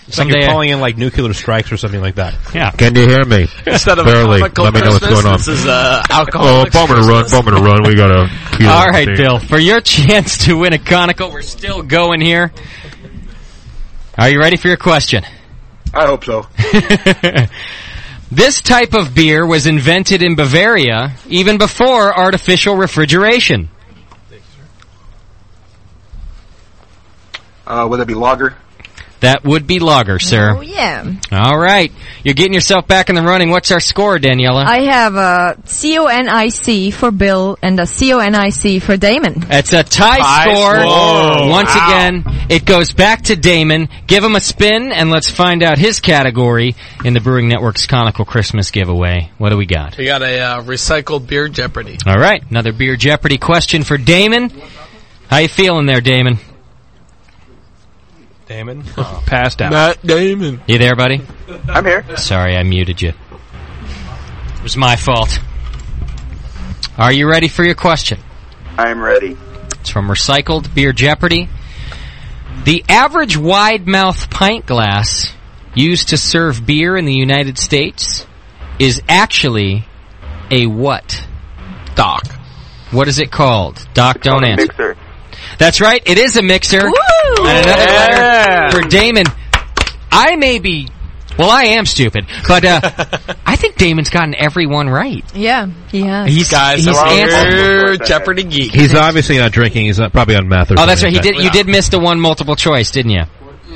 S2: It's like you're
S1: Someday I-
S2: calling in like nuclear strikes or something like that.
S1: Yeah.
S7: Can you hear me?
S2: Instead of
S7: Barely.
S2: comical
S7: Let me know what's
S2: Christmas,
S7: going on.
S2: this is, uh,
S7: oh,
S2: alcoholic
S7: bummer to run, bummer to run. We gotta. we gotta
S1: All right,
S7: see.
S1: Bill, for your chance to win a conical, we're still going here. Are you ready for your question?
S5: I hope so.
S1: This type of beer was invented in Bavaria even before artificial refrigeration.
S5: Uh, would that be lager?
S1: That would be lager, sir.
S10: Oh, yeah.
S1: All right. You're getting yourself back in the running. What's our score, Daniela?
S10: I have a C-O-N-I-C for Bill and a C-O-N-I-C for Damon.
S1: It's a tie,
S10: Tie
S1: score.
S10: score.
S1: Once
S10: Wow.
S1: again, it goes back to Damon. Give him a spin, and let's find out his category in the Brewing Network's Conical Christmas giveaway. What do we got?
S6: We got a uh, recycled beer Jeopardy.
S1: All right, another beer Jeopardy question for Damon. How you feeling there, Damon?
S2: Damon.
S1: Passed out.
S6: Matt Damon.
S1: You there, buddy?
S39: I'm here.
S1: Sorry, I muted you. It was my fault. Are you ready for your question?
S39: I'm ready.
S1: It's from Recycled Beer Jeopardy. The average wide mouth pint glass used to serve beer in the United States is actually a what? Doc. What is it called? Doc, don't answer.
S39: Mixer.
S1: That's right. It is a mixer. And another letter for Damon. I may be, well, I am stupid, but uh, I think Damon's gotten everyone right.
S10: Yeah, he has.
S6: guys,
S1: he's
S6: so we're
S1: answered.
S6: Jeopardy geek.
S2: He's obviously not drinking. He's not, probably on meth or
S1: Oh, that's
S2: something
S1: right. He
S2: like
S1: did. You
S2: that.
S1: did miss the one multiple choice, didn't you?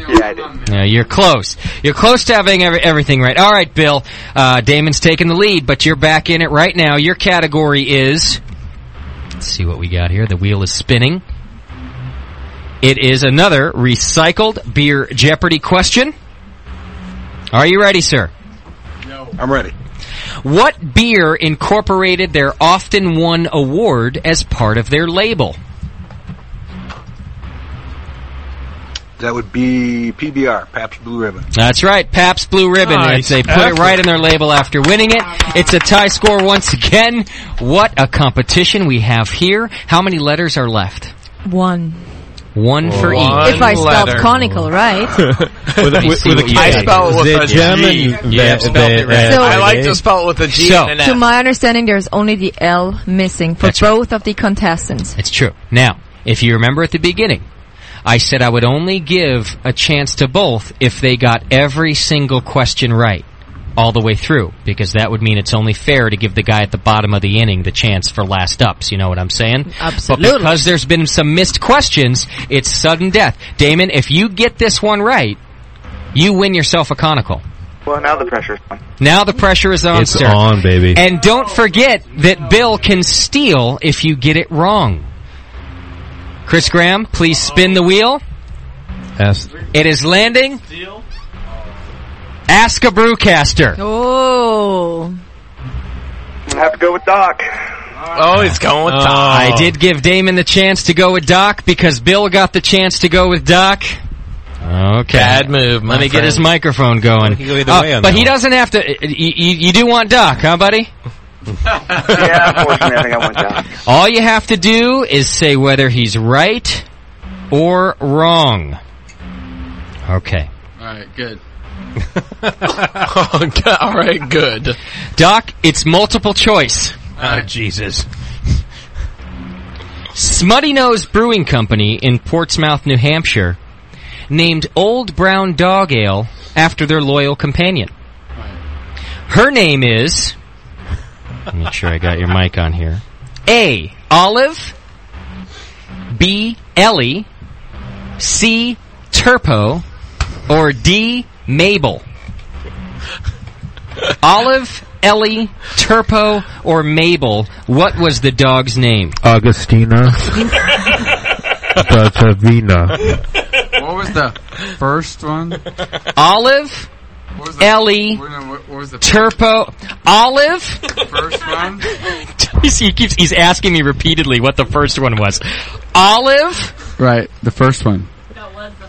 S39: Yeah, I did.
S1: Yeah, you're close. You're close to having every, everything right. All right, Bill. Uh, Damon's taking the lead, but you're back in it right now. Your category is. Let's see what we got here. The wheel is spinning. It is another recycled beer Jeopardy question. Are you ready, sir?
S5: No. I'm ready.
S1: What beer incorporated their often won award as part of their label?
S5: That would be PBR, Pabst Blue Ribbon.
S1: That's right, Pabst Blue Ribbon.
S5: Nice
S1: They they put
S5: effort.
S1: it right in their label after winning it. It's a tie score once again. What a competition we have here. How many letters are left?
S10: One.
S1: One for
S10: One
S1: each.
S10: If I spelled letter. conical, right?
S6: Let me see what you
S1: I
S6: got.
S1: spell it with
S6: The
S1: a G.
S6: German-
S1: Yeah,
S6: the-
S1: spelled it
S6: the-
S1: right.
S6: So- I like to spell it with a G
S1: So-
S6: and an
S10: To my understanding, there's only the L missing for both of the contestants.
S1: It's true. Now, if you remember at the beginning, I said I would only give a chance to both if they got every single question right all the way through, because that would mean it's only fair to give the guy at the bottom of the inning the chance for last ups. You know what I'm saying? Absolutely. But because there's been some missed questions, it's sudden death. Damon, if you get this one right, you win yourself a conical.
S25: Well, now the pressure's on.
S1: Now the pressure is on,
S2: It's
S1: sir.
S2: on, baby.
S1: And don't forget that Bill can steal if you get it wrong. Chris Graham, please spin the wheel.
S2: Yes.
S1: It is landing. Ask a brewcaster.
S22: Oh.
S25: I have to go with Doc.
S6: Oh, he's going with Doc.
S1: I did give Damon the chance to go with Doc because Bill got the chance to go with Doc. Okay.
S6: Bad move, my
S1: Let me get
S6: friend.
S1: his microphone going.
S6: can go either way on
S1: Uh, but
S6: that
S1: he
S6: one.
S1: doesn't have to. uh, You, you, you do want Doc, huh, buddy?
S25: yeah, unfortunately, I think I went Doc.
S1: All you have to do is say whether he's right or wrong. Okay.
S3: All right, good.
S1: Oh,
S6: All right, good.
S1: Doc, it's multiple choice.
S21: Ah, Jesus.
S1: Smutty Nose Brewing Company in Portsmouth, New Hampshire, named Old Brown Dog Ale after their loyal companion. Her name is. Make sure I got your mic on here. A. Olive. B. Ellie. C. Turpo. Or D. Mabel. Olive, Ellie, Turpo, or Mabel. What was the dog's name?
S24: Augustina. Batavina.
S3: What was the first one?
S1: Olive, Ellie, Turpo, Olive.
S3: First one.
S1: he keeps he's asking me repeatedly what the first one was. Olive,
S3: Right, the first one.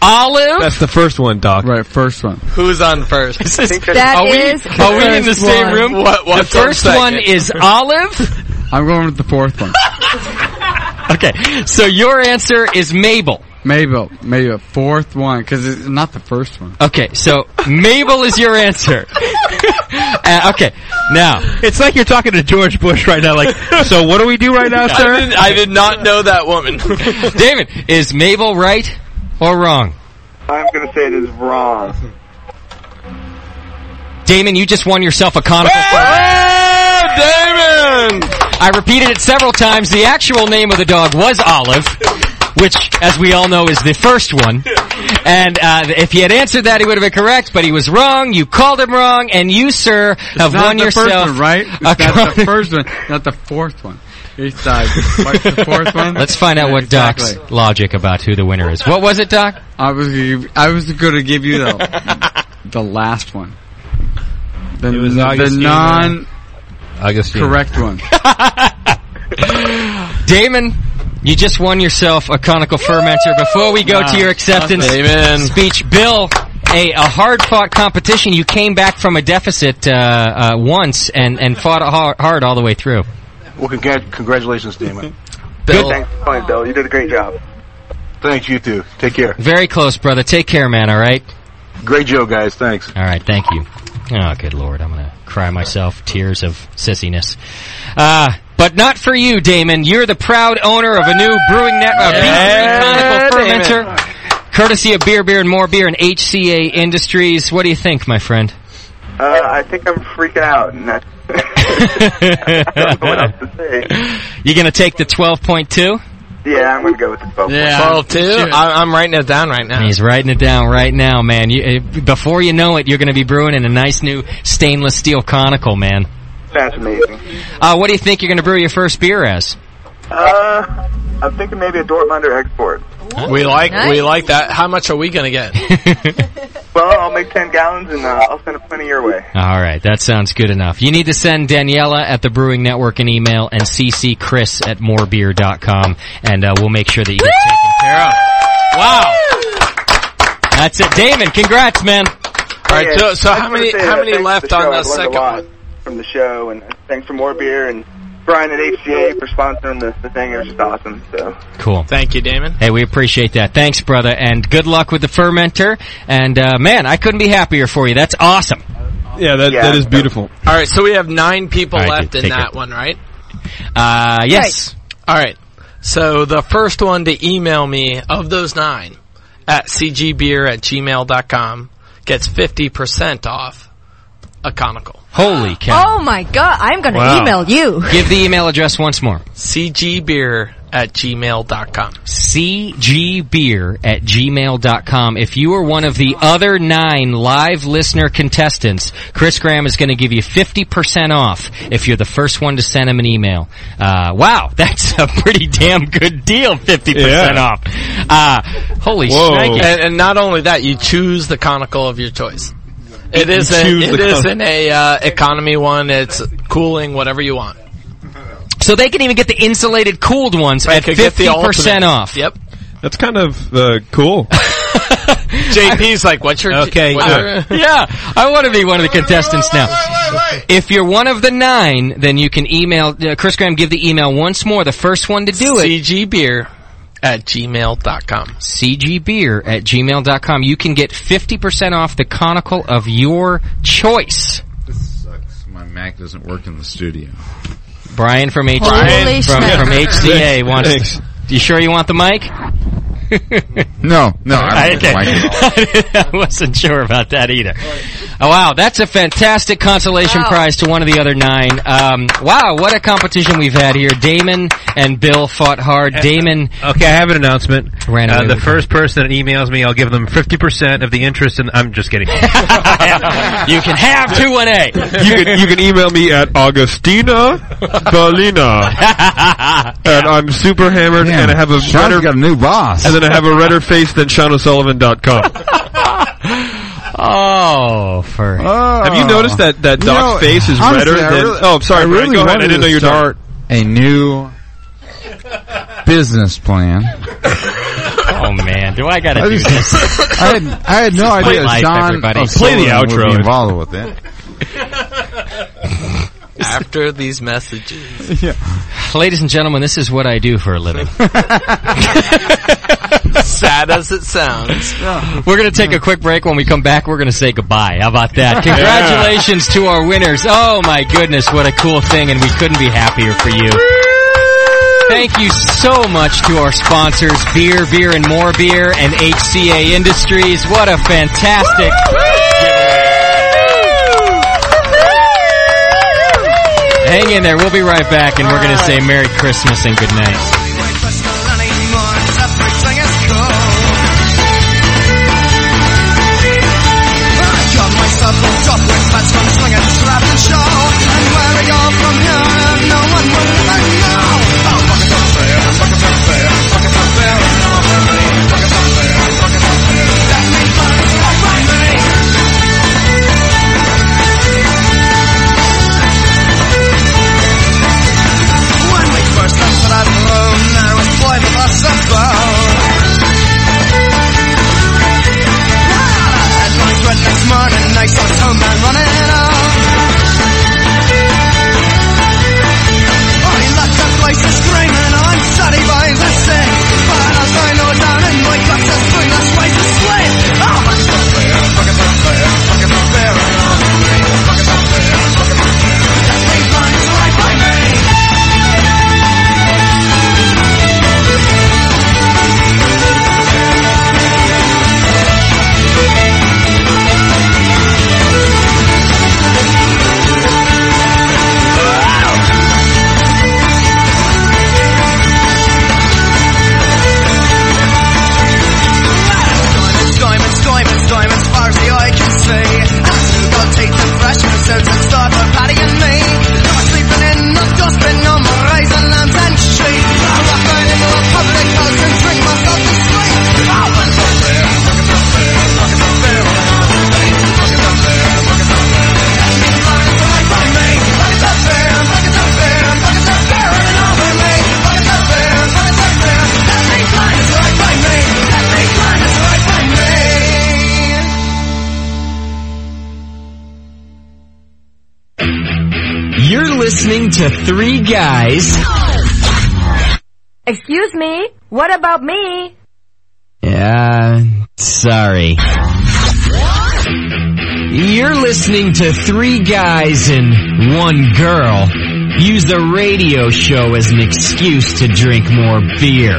S1: Olive.
S7: That's the first one, Doc.
S3: Right, first one.
S6: Who's on first?
S1: That
S6: are we,
S1: is
S6: are we in the
S1: first
S6: same
S1: one.
S6: room? What,
S1: the
S6: what's on
S1: first
S6: second?
S1: one is Olive.
S3: I'm going with the fourth one.
S1: okay, so your answer is Mabel.
S3: Mabel, Mabel, fourth one, because it's not the first one.
S1: Okay, so Mabel is your answer. Uh, okay, now
S21: it's like you're talking to George Bush right now. Like, so what do we do right now,
S6: I
S21: sir?
S6: did, I did not know that woman.
S1: David, is Mabel right or wrong?
S25: I'm going to say it is wrong.
S1: Damon, you just won yourself a conical. Damon! I repeated it several times. The actual name of the dog was Olive, which, as we all know, is the first one. And uh, if he had answered that, he would have been correct. But he was wrong. You called him wrong, and you, sir, have
S3: not
S1: won
S3: the
S1: yourself
S3: first one, right? It's
S1: a
S3: not the
S1: coni-
S3: first one, not the fourth one. It's uh, what's the fourth one?
S1: Let's find out
S3: Yeah,
S1: what
S3: exactly.
S1: Doc's logic about who the winner is. What was it, Doc?
S3: I was gonna give, I was going to give you the the last one. The,
S2: It was
S3: the
S2: Augustine.
S3: non
S2: Augustine.
S3: correct one.
S1: Damon, you just won yourself a conical fermenter. Before we go to your acceptance speech, Bill, a, a hard-fought competition. You came back from a deficit uh, uh, once and, and fought hard, hard all the way through.
S5: Well, congrat- congratulations, Damon.
S1: Bill.
S5: Thanks for calling, Bill. You did a great job. Thanks, you too. Take care.
S1: Very close, brother. Take care, man, all right?
S5: Great show, guys. Thanks.
S1: All right, thank you. Oh, good lord, I'm gonna cry myself tears of sissiness. Uh, but not for you, Damon. You're the proud owner of a new brewing net, uh,
S6: Yeah,
S1: beef conical
S6: Damon.
S1: fermenter, courtesy of Beer, Beer, and More Beer and HCA Industries. What do you think, my friend?
S5: Uh, I think I'm freaking out. And I what else to say.
S1: You gonna take the 12.2?
S5: Yeah, I'm going to go with the 12.
S6: Twelve two. I, I'm writing it down right now.
S1: He's writing it down right now, man. You, uh, before you know it, you're gonna be brewing in a nice new stainless steel conical, man.
S5: That's amazing.
S1: Uh, what do you think you're gonna brew your first beer as?
S5: Uh, I'm thinking maybe a Dortmunder export.
S6: We like we
S5: Nice.
S6: like that. How much are we gonna get?
S5: Well, I'll make 10 gallons and uh, I'll send a plenty your way.
S1: All right, that sounds good enough. You need to send Daniela at the Brewing Network an email and CC Chris at morebeer.com, and uh, we'll make sure that you get taken care of. Wow, that's it, Damon. Congrats, man.
S6: All right, so, so how many how many left on the second one?
S5: From the show, and thanks for more beer and Brian at HCA for sponsoring the, the thing. It was just awesome. So
S1: Cool.
S6: Thank you, Damon.
S1: Hey, we appreciate that. Thanks, brother, and good luck with the fermenter. And uh, man, I couldn't be happier for you. That's awesome.
S7: Yeah, that, that is beautiful.
S6: All right, so we have nine people
S1: All right,
S6: left
S1: dude,
S6: in
S1: take
S6: that
S1: it.
S6: one, right?
S1: Uh, yes.
S6: All right. So the first one to email me of those nine at cgbeer at gmail.com gets 50% off a conical.
S1: Holy cow!
S22: Oh my god, I'm gonna email you.
S1: Give the email address once more.
S6: cgbeer at gmail.com.
S1: cgbeer at gmail.com. If you are one of the other nine live listener contestants, Chris Graham is going to give you 50% off if you're the first one to send him an email. Uh, wow, that's a pretty damn good deal, 50%
S6: Yeah.
S1: off. Uh, holy
S6: And,
S1: shnikes.
S6: and not only that, you choose the conical of your choice. It
S1: You
S6: isn't.
S1: choose
S6: It
S1: the con-
S6: isn't a uh, economy one. It's cooling, whatever you want.
S1: So they can even get the insulated cooled ones
S6: They
S1: at
S6: could get the
S1: 50%
S6: ultimate.
S1: off.
S6: Yep.
S7: That's kind of uh, cool.
S6: JP's like, what's your
S1: Okay,
S6: what's your-
S1: yeah. Yeah, I want to be one of the contestants now. If you're one of the nine, then you can email uh, Chris Graham. Give the email once more. The first one to do it.
S6: CGbeer at gmail.com.
S1: CGbeer at gmail.com. You can get 50% off the conical of your choice.
S8: My Mac doesn't work in the studio.
S1: Brian from HCA,
S8: Brian.
S1: from, from
S8: Thanks.
S1: HCA wants.
S8: Thanks.
S1: You sure you want the mic?
S8: No, no, I don't
S1: Okay.
S8: like it.
S1: I wasn't sure about that either. Oh, wow, that's a fantastic consolation prize to one of the other nine. Um, wow, what a competition we've had here. Damon and Bill fought hard. Damon.
S2: Okay, I have an announcement.
S1: Ran away
S2: Uh, the
S1: with
S2: first person that emails me, I'll give them 50% of the interest in, I'm just kidding.
S1: you can have 2-1-A.
S7: You can, you can email me at Augustina Balina. and I'm super hammered and I have a
S8: Sean's
S7: redder,
S8: got a new boss.
S7: and then I have a redder face than SeanO'Sullivan.com.
S1: Oh, for
S7: Have you noticed that that
S8: You
S7: Doc's
S8: know,
S7: face is
S8: honestly,
S7: redder
S8: I
S7: than?
S8: really-
S7: oh, sorry,
S8: I
S7: Brad,
S8: really
S7: go ahead. I
S8: wanted
S7: didn't know
S8: to
S7: you're dark.
S8: start a new business plan.
S1: Oh man, do I gotta
S8: I
S1: do
S8: just-
S1: this?
S8: I had, I had no
S1: Just play
S8: idea
S1: life,
S8: Sean
S1: everybody.
S8: O'Sullivan
S1: Play the
S8: would
S1: outro.
S8: be involved with it.
S6: After these messages.
S1: Ladies and gentlemen, this is what I do for a living.
S6: Sad as it sounds.
S1: We're going to take a quick break. When we come back, we're going to say goodbye. How about that? Congratulations to our winners. Oh my goodness, what a cool thing, and we couldn't be happier for you. Thank you so much to our sponsors, Beer, Beer and More Beer, and HCA Industries. What a fantastic. Hang in there. We'll be right back, and we're going to say Merry Christmas and good night.
S24: Ah,
S11: Diamonds, diamonds, diamonds, far as the eye can see. Action will take the fresh episodes and start for Patty and me. Not sleeping in the dustbin on my raisin lambs and sheep. I rock out in the public house and drink myself to sleep. Oh, but
S12: You're listening to three guys.
S13: Excuse me? What about me?
S12: Yeah, sorry. You're listening to three guys and one girl. Use the radio show as an excuse to drink more beer.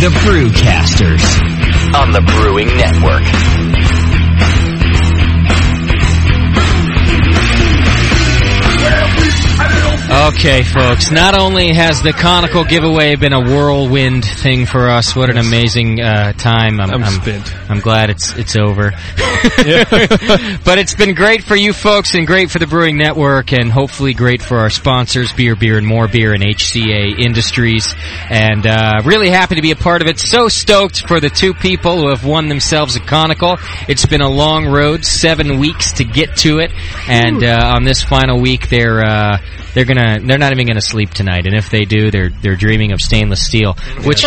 S12: The Brewcasters. On the Brewing Network.
S11: Well, we had it all
S1: Okay, folks. Not only has the conical giveaway been a whirlwind thing for us, what an amazing uh, time! I'm,
S2: I'm spent.
S1: I'm glad it's it's over. but it's been great for you folks, and great for the Brewing Network, and hopefully great for our sponsors, Beer, Beer, and More Beer, and HCA Industries. And uh, really happy to be a part of it. So stoked for the two people who have won themselves a conical. It's been a long road, seven weeks to get to it, and uh, on this final week, they're uh, they're gonna they're not even gonna sleep tonight. And if they do, they're they're dreaming of stainless steel, which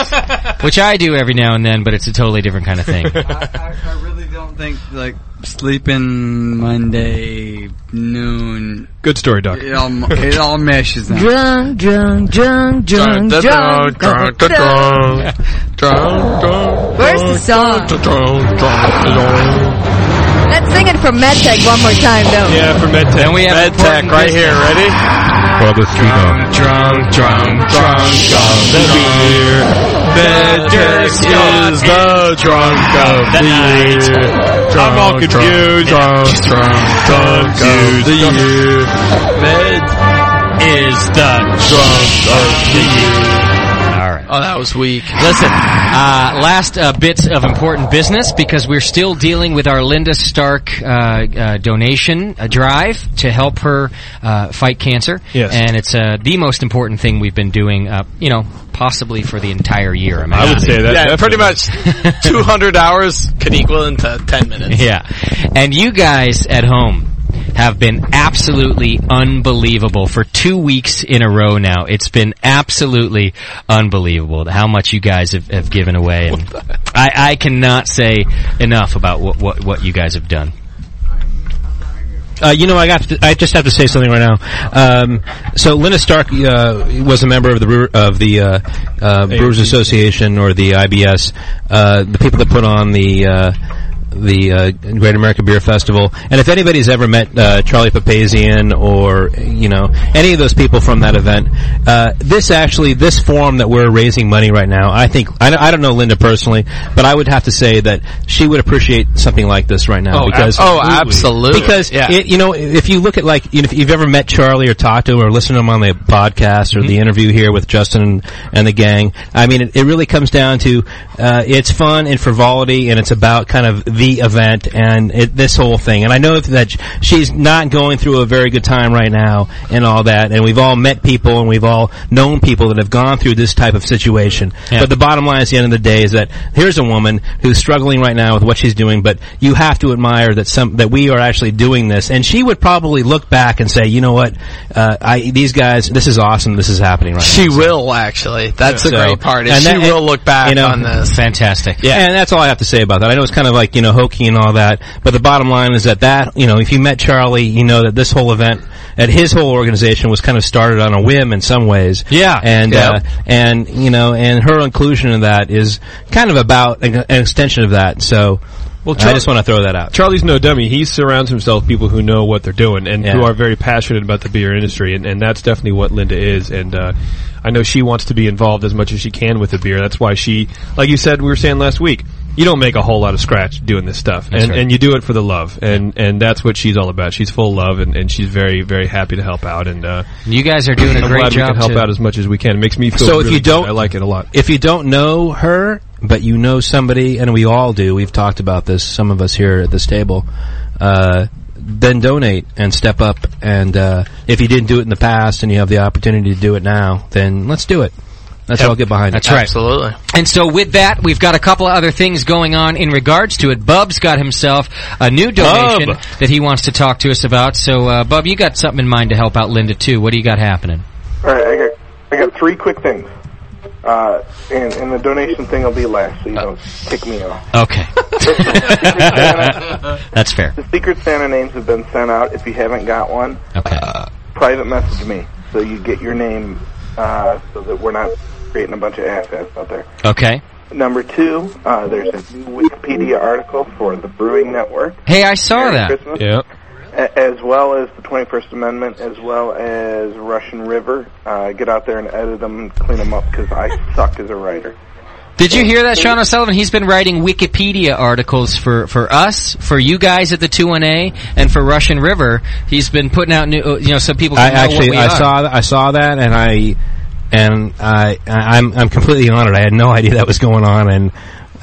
S1: which I do every now and then, but it's a totally different kind of thing.
S3: I, I, I really don't think like sleeping Monday noon.
S7: Good story, Doc.
S3: It all it all meshes now.
S22: Drunk, drunk, drunk, drunk, drunk, drunk, drunk. Where's the song? Let's sing it for MedTech one more time, though.
S7: Yeah, for MedTech.
S1: Then we have
S7: MedTech right here. Ready?
S24: Drunk,
S7: drunk, drunk, drunk of the year. MedTech is the drunk of the year. I'm all confused. Drunk, drunk, drunk of the year. Med is the drunk of the year.
S1: All right.
S6: Oh, that was weak.
S1: Listen, uh, last uh, bits of important business because we're still dealing with our Linda Stark uh, uh, donation uh, drive to help her uh, fight cancer.
S7: Yes.
S1: And it's uh, the most important thing we've been doing, uh, you know, possibly for the entire year. I, mean,
S7: I would say that.
S6: Yeah,
S7: definitely.
S6: pretty much 200 hours could equal into 10 minutes.
S1: Yeah. And you guys at home have been absolutely unbelievable for two weeks in a row now. It's been absolutely unbelievable how much you guys have, have given away. And I, I cannot say enough about what, what, what you guys have done.
S2: Uh, you know, I got. To, I just have to say something right now. Um, so, Linda Stark uh, was a member of the brewer, of the uh, uh, Brewers Association or the IBS, uh, the people that put on the. Uh, the uh, Great American Beer Festival, and if anybody's ever met uh, Charlie Papazian or you know any of those people from that event, uh, this actually this forum that we're raising money right now, I think I, I don't know Linda personally, but I would have to say that she would appreciate something like this right now
S6: Oh,
S2: because
S6: ab- oh, absolutely.
S2: because
S6: Yeah.
S2: it, you know if you look at like you know, if you've ever met Charlie or talked to him or listened to him on the podcast or the interview here with Justin and, and the gang, I mean it, it really comes down to uh, it's fun and frivolity and it's about kind of the event and it, this whole thing. And I know that sh- she's not going through a very good time right now and all that. And we've all met people and we've all known people that have gone through this type of situation.
S1: Yeah.
S2: But the bottom line at the end of the day is that here's a woman who's struggling right now with what she's doing, but you have to admire that some that we are actually doing this. And she would probably look back and say, you know what, uh, I these guys, this is awesome. This is happening right
S6: She will, actually. That's the
S2: So-
S6: great part. Is
S2: and
S6: she
S2: that-
S6: will look back
S2: you know-
S6: on this.
S1: Fantastic.
S2: Yeah, and that's all I have to say about that. I know it's kind of like you know hokey and all that, but the bottom line is that that you know if you met Charlie, you know that this whole event at his whole organization was kind of started on a whim in some ways.
S1: Yeah.
S2: and uh,
S1: Yep.
S2: and you know and her inclusion in that is kind of about an, an extension of that. So
S7: Well,
S2: I
S7: Char-
S2: just want to throw that out.
S7: Charlie's no dummy. He surrounds himself with people who know what they're doing and who
S2: Yeah.
S7: are very passionate about the beer industry, and, and that's definitely what Linda is. And uh, I know she wants to be involved as much as she can with the beer. That's why she, like you said, we were saying last week, you don't make a whole lot of scratch doing this stuff,
S2: That's
S7: and
S2: right.
S7: and you do it for the love, and and that's what she's all about. She's full of love, and, and she's very very happy to help out. And uh,
S1: You guys are doing a
S7: I'm
S1: great
S7: glad we
S1: job,
S7: can help
S1: too.
S7: out as much as we can. It makes me feel
S2: So if
S7: really
S2: you don't,
S7: good. I like it a lot.
S2: If you don't know her, but you know somebody, and we all do, we've talked about this. Some of us here at this table, uh, then donate and step up. And uh, if you didn't do it in the past, and you have the opportunity to do it now, then let's do it. That's how I'll get behind
S1: That's
S2: it.
S1: right.
S6: Absolutely.
S1: And so with that, we've got a couple of other things going on in regards to it. Bub's got himself a new donation
S2: Bub.
S1: that he wants to talk to us about. So, uh, Bub, you got something in mind to help out Linda too. What do you got happening?
S5: All right, I got I got three quick things. Uh, and, and the donation thing will be last, so you don't kick me off.
S1: Okay. That's fair.
S5: The Secret Santa names have been sent out. If you haven't got one, uh,
S1: Okay.
S5: private message me so you get your name uh, so that we're not creating a bunch of assets out there.
S1: Okay.
S5: Number two, uh, there's a new Wikipedia article for the Brewing Network,
S1: Hey, I saw
S5: Merry
S1: that.
S5: Christmas.
S7: Yeah.
S5: a- as well as the 21st Amendment, as well as Russian River. Uh, get out there and edit them, clean them up, because I suck as a writer.
S1: Did you hear that, Sean O'Sullivan? He's been writing Wikipedia articles for, for us, for you guys at the 2NA, and for Russian River. He's been putting out new, uh, you know, so people can
S2: I
S1: know
S2: actually
S1: what we
S2: I
S1: are.
S2: saw th- I saw that and I and I I- I'm I'm completely honored. I had no idea that was going on and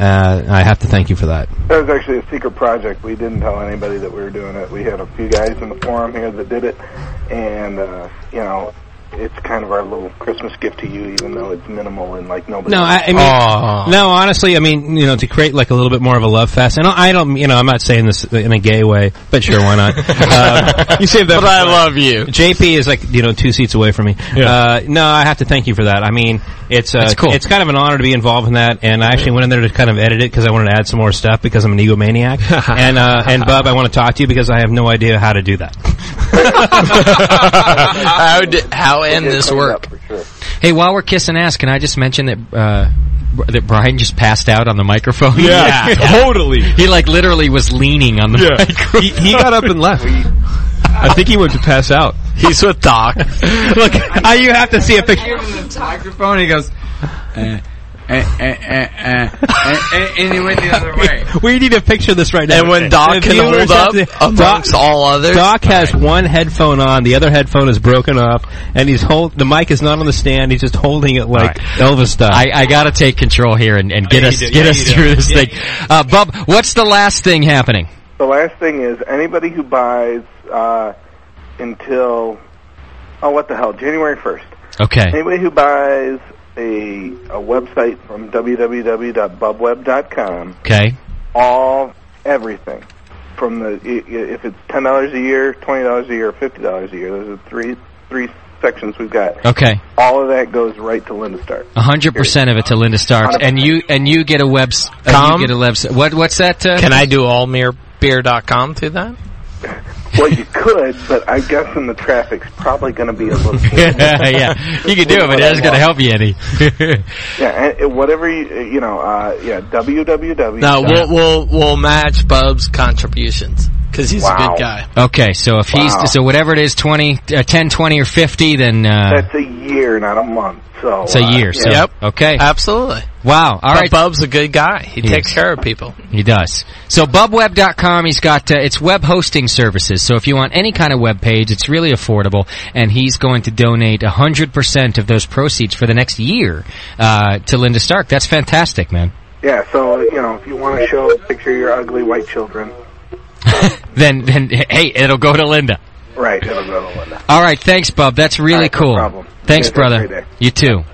S2: uh, I have to thank you for that.
S5: That was actually a secret project. We didn't tell anybody that we were doing it. We had a few guys in the forum here that did it, and uh, you know, it's kind of our little Christmas gift to you, even though it's minimal and like nobody.
S2: No, I, I mean, no. Honestly, I mean, you know, to create like a little bit more of a love fest. And I don't, you know, I'm not saying this in a gay way, but sure, why not? Um, you saved that. But I love you. JP is like you know two seats away from me. Uh, no, I have to thank you for that. I mean, it's uh,
S1: That's cool.
S2: It's kind of an honor to be involved in that. And I actually went in there to kind of edit it because I wanted to add some more stuff because I'm an egomaniac. and uh, and Bub, I want to talk to you because I have no idea how to do that.
S6: how d how end this work?
S1: Hey, while we're kissing ass, can I just mention that uh, Br- that Brian just passed out on the microphone?
S7: Yeah, totally.
S1: He like literally was leaning on the
S7: Yeah.
S1: microphone.
S7: He, he got up and left. I think he went to pass out.
S6: He's with Doc.
S2: Look, I, you have to see a picture.
S3: Microphone. He goes. Eh, eh, eh, eh, eh, eh, eh, and he went the other way.
S2: We need to picture this right now.
S3: And when Doc
S2: If
S3: can
S2: you
S3: hold
S2: were to
S3: up
S2: have to-
S3: amongst all others?
S2: Doc has one headphone on, the other headphone is broken off, and he's hold the mic is not on the stand. He's just holding it like Elvis style.
S1: I, I gotta take control here and, and get
S2: Yeah, you
S1: us
S2: do.
S1: get
S2: Yeah,
S1: us
S2: you do.
S1: through this
S2: Yeah,
S1: thing. Uh, Bub, what's the last thing happening?
S5: The last thing is anybody who buys uh, until oh what the hell January first.
S1: Okay.
S5: Anybody who buys a a website from www.bubweb.com,
S1: Okay.
S5: all everything from the i- i- if it's ten dollars a year, twenty dollars a year, fifty dollars a year. Those are three three sections we've got.
S1: Okay.
S5: All of that goes right to Linda Stark.
S1: A hundred percent of it to Linda Starks, and you and you get a webs. uh,
S6: Com?
S1: You get a webs. What what's that? Uh,
S6: Can I do allmerebeer.com through that?
S5: Well, you could, but I guess in the traffic's probably going to be a little.
S1: yeah, you can do it, but that's gonna help you any.
S5: Yeah, and, and whatever you you know. Uh, yeah, www.
S6: No, we'll we'll we'll match Bub's contributions because he's a
S5: Wow.
S6: good guy.
S1: okay, so if
S5: Wow.
S1: he's so whatever it is, 20, uh, 10, 20, or fifty, then uh,
S5: That's a year, not a month. So
S1: it's a
S5: uh,
S1: year. So
S5: yeah.
S1: okay,
S6: absolutely.
S1: Wow. All
S6: but
S1: right.
S6: Bub's a good guy. He
S1: He
S6: takes
S1: is.
S6: care of people.
S1: He does. So bubweb.com, he's got, uh, it's web hosting services. So if you want any kind of web page, it's really affordable. And he's going to donate 100% of those proceeds for the next year, uh, to Linda Stark. That's fantastic, man.
S5: Yeah, so uh, you know, if you want to show a picture of your ugly white children,
S1: Then, then, hey, it'll go to Linda.
S5: right? It'll go to Linda.
S1: All right, thanks, Bub. That's really
S5: right, no
S1: cool.
S5: problem.
S1: Thanks,
S5: Yeah, have a great
S1: brother.
S5: day.
S1: You too.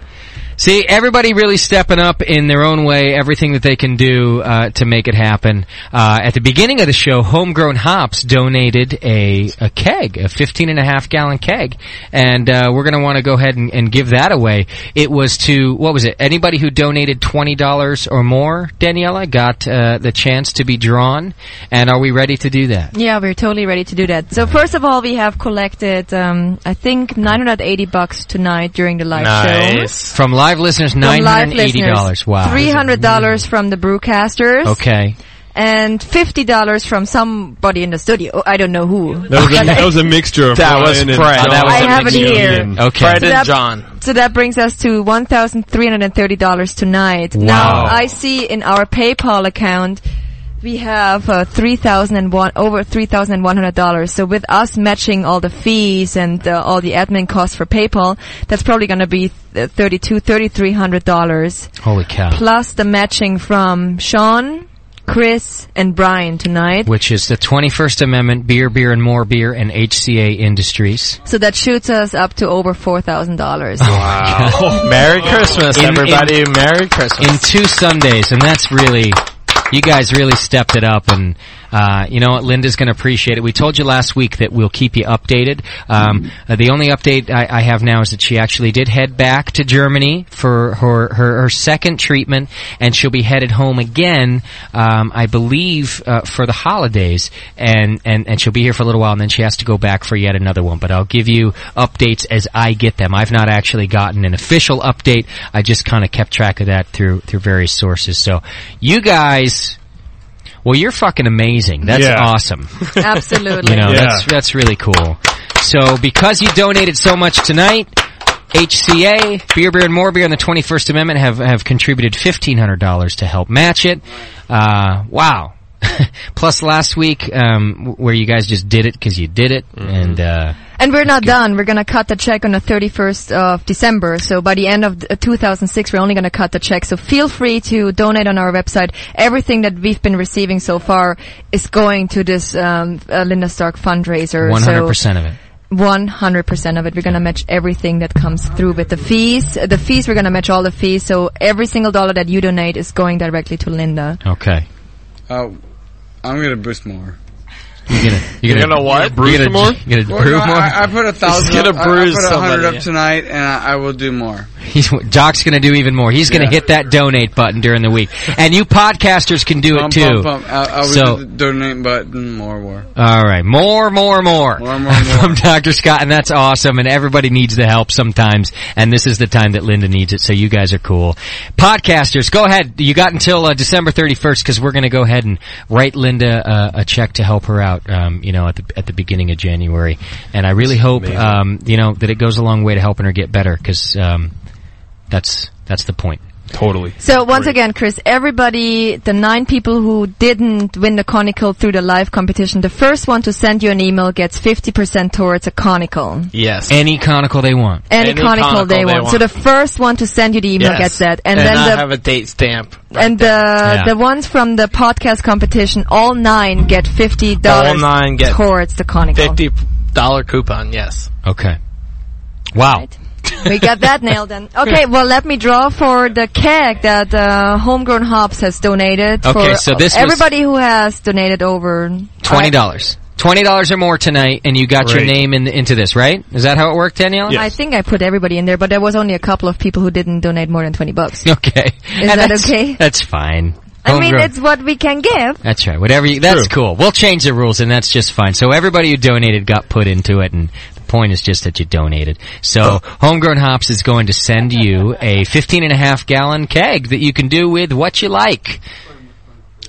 S1: See, everybody really stepping up in their own way, everything that they can do uh, to make it happen. Uh, at the beginning of the show, Homegrown Hops donated a, a keg, a 15 and a half gallon keg, and uh, we're going to want to go ahead and, and give that away. It was to, what was it, anybody who donated $20 or more, Daniela, got uh, the chance to be drawn, and are we ready to do that?
S22: Yeah, we're totally ready to do that. So first of all, we have collected, um, I think, 980 bucks tonight during the live show.
S1: From live listeners,
S22: From
S1: nine
S22: live
S1: hundred eighty dollars.
S22: listeners.
S1: Wow.
S22: $300 from the Brewcasters.
S1: Okay.
S22: And $50 from somebody in the studio. I don't know who.
S7: That was a, that was a mixture of
S6: That
S7: Brian
S6: was
S7: and
S6: Fred.
S7: John
S6: That was
S22: I
S7: and
S22: have it
S7: Ian.
S22: here.
S1: Okay.
S6: Fred
S22: E So
S6: and
S22: that-
S6: John.
S22: So that brings us to $1,330 tonight.
S6: Wow.
S22: Now, I see in our PayPal account, we have uh, 3001 over $3,100. So with us matching all the fees and uh, all the admin costs for PayPal, that's probably going to be uh, th- 32 $3,300
S1: Holy cow.
S22: plus the matching from Sean, Chris, and Brian tonight.
S1: Which is the 21st Amendment, Beer, Beer and More Beer, and HCA Industries.
S22: So that shoots us up to over $4,000.
S6: Wow. Merry Christmas,
S1: In- in-
S6: everybody. Merry Christmas.
S1: In two Sundays, and that's really, you guys really stepped it up, and uh, you know what, Linda's going to appreciate it. We told you last week that we'll keep you updated. Um, uh, the only update I, I have now is that she actually did head back to Germany for her, her, her second treatment, and she'll be headed home again, um, I believe, uh, for the holidays, and, and, and she'll be here for a little while, and then she has to go back for yet another one. But I'll give you updates as I get them. I've not actually gotten an official update. I just kind of kept track of that through, through various sources. So you guys, well, you're fucking amazing. That's
S12: Yeah.
S1: awesome.
S22: Absolutely.
S1: You know,
S12: Yeah.
S1: that's that's really cool. So because you donated so much tonight, HCA, Beer Beer and More Beer, and the 21st Amendment have, have contributed $1,500 to help match it. Uh, wow. Plus last week, um, w- where you guys just did it because you did it, and uh,
S10: And we're not done. We're going to cut the check on the 31st of December. So by the uh, end of th- 2006, we're only going to cut the check. So feel free to donate on our website. Everything that we've been receiving so far is going to this um, uh, Linda Stark fundraiser.
S1: 100%
S10: so
S1: of it.
S10: 100% of it. We're going to match everything that comes through with the fees. Uh, The fees, we're going to match all the fees. So every single dollar that you donate is going directly to Linda.
S1: Okay.
S3: Uh, I'm gonna boost more.
S1: You're gonna,
S3: You're
S1: gonna
S3: what?
S1: You're gonna,
S3: Bruise
S1: You're gonna
S3: Well,
S1: brew
S3: no,
S1: more?
S3: I, I put a thousand.
S1: gonna
S3: up- I-
S1: bruise
S3: I, put a hundred
S1: somebody.
S3: up tonight, and I, I will do more.
S1: He's, Doc's going to do even more. He's going
S3: Yeah.
S1: to hit that donate button during the week, and you podcasters can do
S3: Bump,
S1: it too.
S3: bump, bump. I, I will
S1: so,
S3: do the donate button more, more.
S1: all right, more, more, more,
S3: More, more, more.
S1: from Doctor Scott, and that's awesome. And everybody needs the help sometimes, and this is the time that Linda needs it. So you guys are cool, podcasters. Go ahead. You got until uh, December thirty first because we're going to go ahead and write Linda uh, a check to help her out. Um, you know, at the at the beginning of January, and I really hope
S2: amazing.
S1: um, you know that it goes a long way to helping her get better because um, that's that's the point.
S7: Totally.
S10: So once again, Chris, everybody, the nine people who didn't win the conical through the live competition, the first one to send you an email gets 50% towards a conical.
S6: Yes.
S1: Any conical they want.
S10: Any, conical, they, want. So the first one to send you the email
S6: Yes.
S10: gets that. And,
S6: and
S10: then
S6: I
S10: the,
S6: have a date stamp.
S10: and the,
S6: there. Yeah.
S10: the ones from the podcast competition, all nine get $50
S6: All nine get
S10: towards the conical.
S6: Fifty dollar coupon. Yes.
S1: Okay. Wow.
S10: we got that nailed in. Okay, well, let me draw for the keg that uh, Homegrown Hops has donated.
S1: Okay,
S10: for
S1: so this was-
S10: everybody who has donated over
S1: Twenty dollars. Twenty dollars or more tonight, and you got your
S10: Great.
S1: name in, into this, right? Is that how it worked, Danielle?
S10: I think I put everybody in there, but there was only a couple of people who didn't donate more than twenty bucks.
S1: Okay.
S10: Is that
S1: that's,
S10: okay?
S1: That's fine.
S10: I mean,
S1: Homegrown.
S10: it's what we can give.
S1: That's right. Whatever. You, that's cool. We'll change the rules, and that's just fine. So everybody who donated got put into it, and the point is just that you donated. So Homegrown Hops is going to send you a 15 and a half gallon keg that you can do with what you like.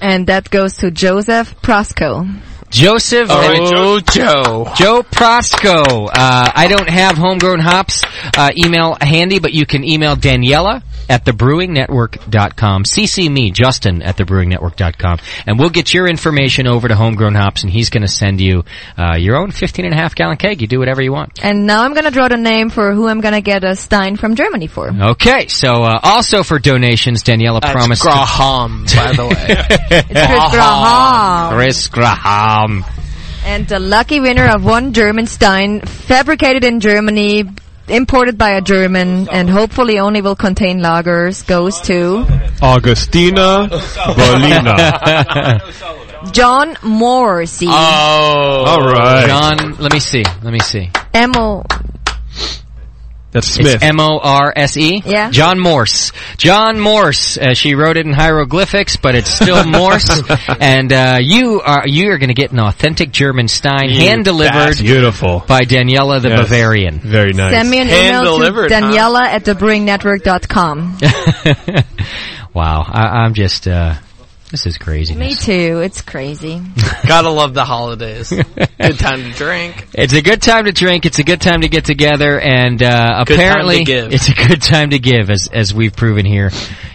S10: And that goes to Joseph Prosco.
S1: Joseph.
S10: Oh,
S1: Joe. Joe Prosco. Uh, I don't have Homegrown Hops uh, email handy, but you can email Daniela at thebrewingnetwork.com. CC me, Justin at thebrewingnetwork.com. And we'll get your information over to Homegrown Hops, and he's going to send you uh, your own 15 and a half gallon keg. You do whatever you want.
S10: And now I'm gonna draw the name for who I'm gonna get a Stein from Germany for.
S1: Okay, so uh, also for donations, Daniela
S6: That's
S1: promised.
S6: Graham, by the way.
S10: Chris Graham.
S1: Chris Graham.
S10: And the lucky winner of one German Stein, fabricated in Germany, imported by a German, and hopefully only will contain lagers, goes to
S7: Augustina Bolina.
S10: John Morrissey.
S6: Oh.
S7: All right.
S1: John, let me see. Let me see.
S10: Emil
S7: That's Smith.
S1: It's M O R S E.
S10: Yeah.
S1: John Morse. John Morse. Uh, she wrote it in hieroglyphics, but it's still Morse. and uh, you are you are going to get an authentic German Stein,
S7: You
S1: hand
S7: bastard.
S1: delivered
S7: Beautiful.
S1: by Daniela the
S7: Yes.
S1: Bavarian.
S7: Very nice.
S10: Send me an email to
S1: Hand-delivered, huh?
S10: Daniela at thebrewingnetwork.com.
S1: Wow, I, I'm just uh, this is crazy.
S10: Me too. It's crazy.
S6: Gotta love the holidays. Good time to drink.
S1: It's a good time to drink. It's a good time to get together, and uh,
S6: Good time to
S1: apparently,
S6: give.
S1: it's a good time to give, as as we've proven here.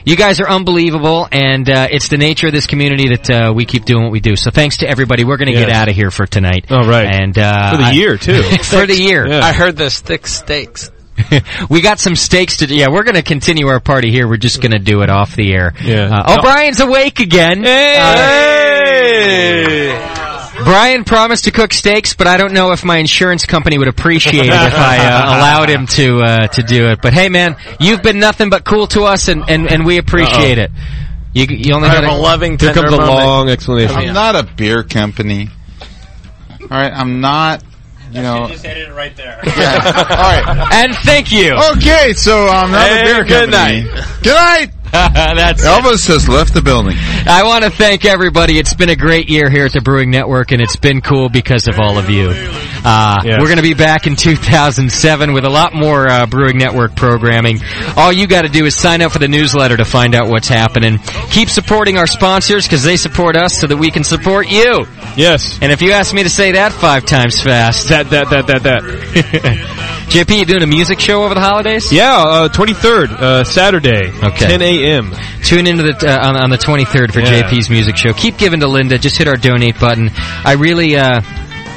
S1: You guys are unbelievable, and uh, it's the nature of this community that uh, we keep doing what we do. So thanks to everybody. We're going to get
S7: Yes.
S1: out of here for tonight. All right, and uh,
S7: For the
S1: I-
S7: year, too.
S1: for the year.
S6: I heard the thick steaks.
S1: we got some steaks to. Yeah, we're going to continue our party here. We're just going to do it off the air. Yeah. Uh, O'Brien's awake again. Uh, Brian promised to cook steaks, but I don't know if my insurance company would appreciate it if I uh, allowed him to uh, to do it. But hey, man, you've been nothing but cool to us, and and, and we appreciate
S8: Uh-oh.
S1: it. You, you only got
S8: Here comes a long explanation. I'm not a beer company. All right, I'm not. You know. just
S2: edit it right there.
S8: All right.
S1: And thank you.
S8: Okay, so uh, I'm not
S1: And
S8: a beer
S1: good
S8: company. Good night.
S1: That's
S8: Elvis has left the building.
S1: I want to thank everybody. It's been a great year here at the Brewing Network, and it's been cool because of all of you. Uh, We're going to be back in 2007 with a lot more uh, Brewing Network programming. All you got to do is sign up for the newsletter to find out what's happening. Keep supporting our sponsors because they support us so that we can support you. Yes. And if you ask me to say that five times fast, that that that that that. JP, you doing a music show over the holidays?
S7: Yeah, uh, 23rd, uh, Saturday,
S1: okay.
S7: 10 a.m.
S1: Tune into the uh, on, on the 23rd for
S7: Yeah.
S1: JP's music show. Keep giving to Linda. Just hit our donate button. I really, uh,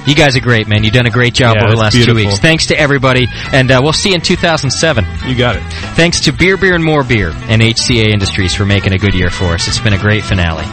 S1: you guys are great, man. You've done a great job
S7: Yeah,
S1: over the
S7: it's
S1: last
S7: beautiful.
S1: two weeks. Thanks to everybody, and uh, we'll see you in 2007.
S7: You got it.
S1: Thanks to Beer, Beer, and More Beer and HCA Industries for making a good year for us. It's been a great finale.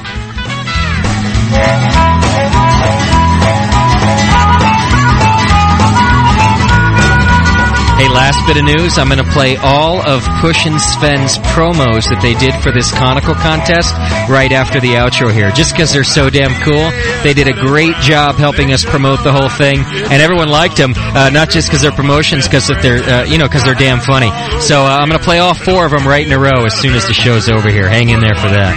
S1: Hey, last bit of news. I'm going to play all of Push and Sven's promos that they did for this conical contest right after the outro here, just because they're so damn cool. They did a great job helping us promote the whole thing, and everyone liked them, uh, not just because they're promotions, because they're, uh, you know, because they're damn funny. So uh, I'm going to play all four of them right in a row as soon as the show's over here. Hang in there for that.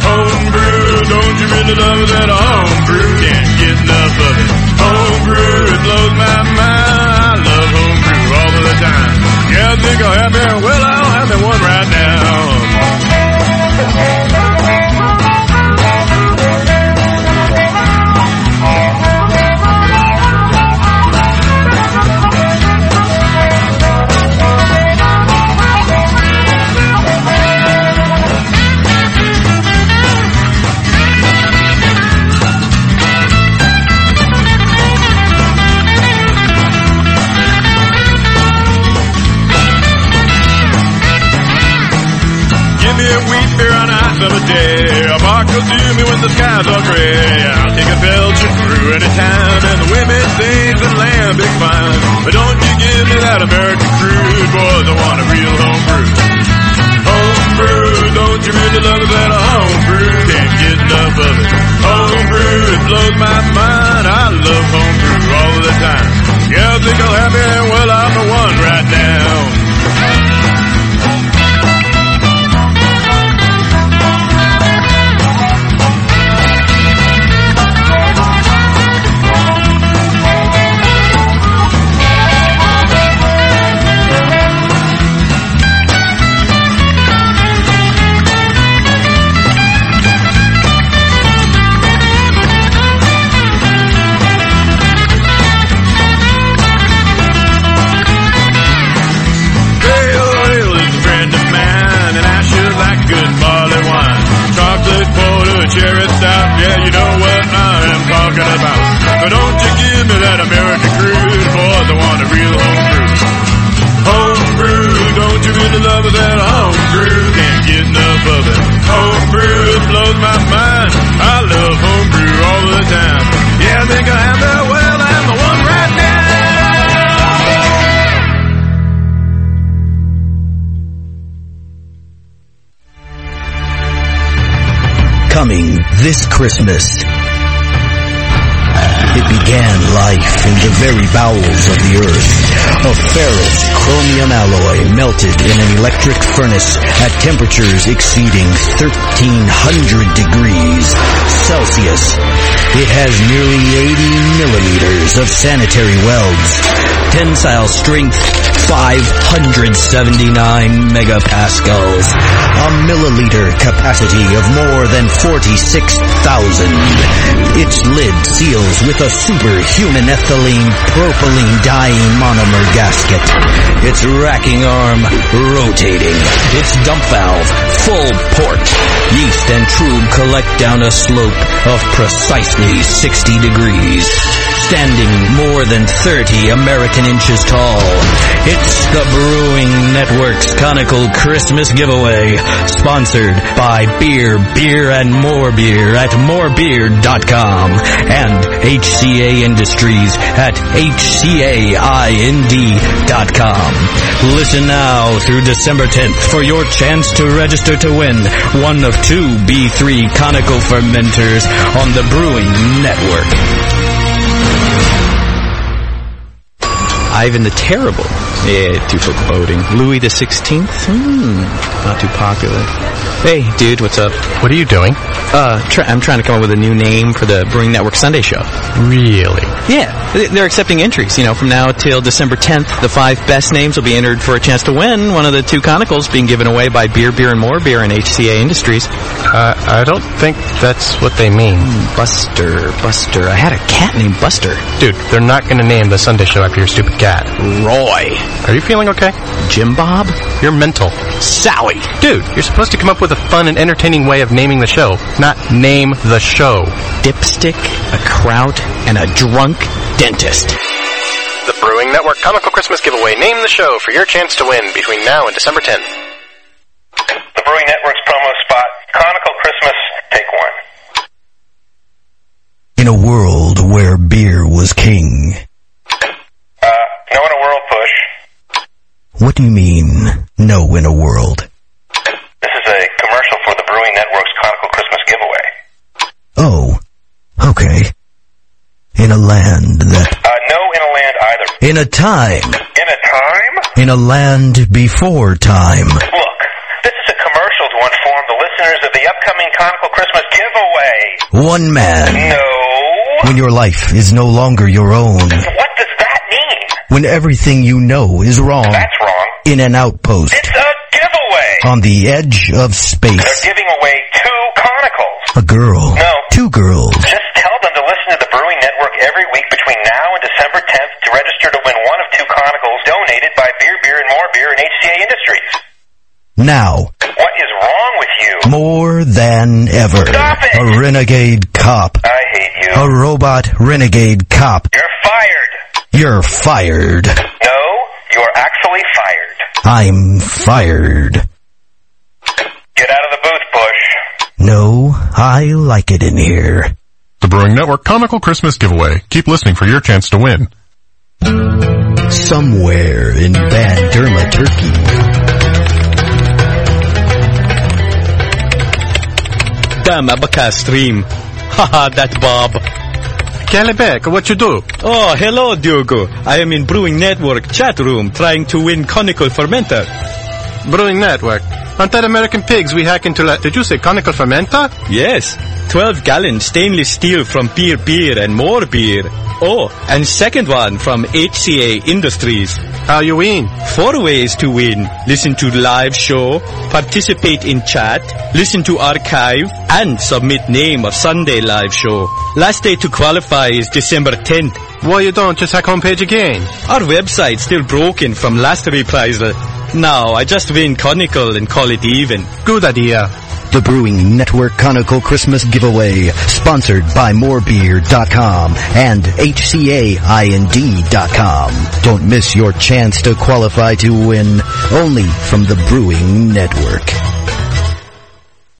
S32: Homebrew, don't you really love that homebrew? Can't get enough of it. Homebrew, it blows my mind. I love homebrew all of the time. Yeah, I think I'll have me. Well, I'll have me one right now. Give me a wheat beer on a hot summer day. A Marcos to me when the skies are gray. I'll take a Belgian brew any time. And the women sings and lambic fine. But don't you give me that American crude. Boys, I want a real homebrew. Homebrew, don't you really love that homebrew? Can't get enough of it. Homebrew, it blows my mind. I love homebrew all the time. Yeah, I think I'll have me. Well, I'm the one right now. Pale ale is a friend of mine, and I sure like good barley wine. Chocolate porter, cherry stout, yeah, you know what I am talking about. But don't you give me that American crude, boys, I want a real homebrew. Homebrew, don't you really love that homebrew? Can't get enough of it. Homebrew, it blows my mind. I love homebrew all the time. Yeah, I think I have that well, I'm the one right now.
S23: Coming this Christmas. It began life in the very bowels of the earth. A ferrous chromium alloy melted in an electric furnace at temperatures exceeding 1300 degrees Celsius. It has nearly 80 millimeters of sanitary welds. Tensile strength 579 megapascals. A milliliter capacity of more than 46,000. Its lid seals with a superhuman ethylene propylene dyeing monomer gasket. Its racking arm rotating. Its dump valve full port. Yeast and trube collect down a slope of precisely 60 degrees. Standing more than 30 American inches tall. It's the Brewing Network's Conical Christmas Giveaway, sponsored by Beer, Beer, and More Beer at morebeer.com and HCA Industries at HCAIND.com. Listen now through December 10th for your chance to register to win one of two B3 Conical fermenters on the Brewing Network.
S26: Ivan the Terrible. Yeah, too foreboding. Louis the Sixteenth. Hmm, not too popular. Hey, dude, what's up? What are you doing? Uh, try- I'm trying to come up with a new name for the Brewing Network Sunday show. Really? Yeah, they- they're accepting entries. You know, from now till December 10th, the five best names will be entered for a chance to win one of the two conicals being given away by Beer, Beer, and More Beer and HCA Industries. Uh, I don't think that's what they mean. Buster, Buster. I had a cat named Buster. Dude, they're not going to name the Sunday show after your stupid cat. that? Roy. Are you feeling okay? Jim Bob? You're mental. Sally. Dude, you're supposed to come up with a fun and entertaining way of naming the show, not name the show. Dipstick, a kraut, and a drunk dentist. The Brewing Network Comical Christmas Giveaway. Name the show for your chance to win between now and December 10th.
S2: The Brewing Network's promo spot, Chronicle Christmas, take one.
S23: In a world where beer was king.
S2: Uh, no in a world push.
S23: What do you mean, no in a world?
S2: This is a commercial for the Brewing Network's Chronicle Christmas giveaway.
S23: Oh, okay. In a land that.
S2: Uh, no in a land either.
S23: In a time.
S2: In a time?
S23: In a land before time.
S2: Look, this is a commercial to inform the listeners of the upcoming Chronicle Christmas giveaway.
S23: One man.
S2: No.
S23: When your life is no longer your own.
S2: What does that mean?
S23: When everything you know is wrong.
S2: That's wrong.
S23: In an outpost.
S2: It's a giveaway.
S23: On the edge of space.
S2: They're giving away two Chronicles.
S23: A girl.
S2: No.
S23: Two girls.
S2: Just tell them to listen to the Brewing Network every week between now and December 10th to register to win one of two Chronicles donated by Beer, Beer, and More Beer and HCA Industries.
S23: Now.
S2: What is wrong with you?
S23: More than ever. A renegade cop.
S2: I hate you.
S23: A robot renegade cop.
S2: You're fired.
S23: You're fired.
S2: No, you are actually fired.
S23: I'm fired.
S2: Get out of the booth, Bush.
S23: No, I like it in here.
S11: The Brewing Network Comical Christmas Giveaway. Keep listening for your chance to win.
S23: Somewhere in Bad Derma, Turkey.
S26: Damn, Abacus stream. Haha, that Bob. Calibek, what you do? Oh, hello, Diogo. I am in Brewing Network chat room trying to win Conical Fermenter.
S2: Brewing Network.
S26: Aren't that American pigs we hack into that? Did you say Conical Fermenter? Yes. 12 gallon stainless steel from Beer Beer and more beer. Oh, and second one from HCA Industries. How you win? Four ways to win. Listen to live show, participate in chat, listen to archive, and submit name of Sunday live show. Last day to qualify is December 10th. Why you don't just hack homepage again? Our website still broken from last reprisal. No, I just win Conical and call it even. Good idea.
S23: The Brewing Network Conical Christmas Giveaway, sponsored by morebeer.com and hcaind.com. Don't miss your chance to qualify to win only from the Brewing Network.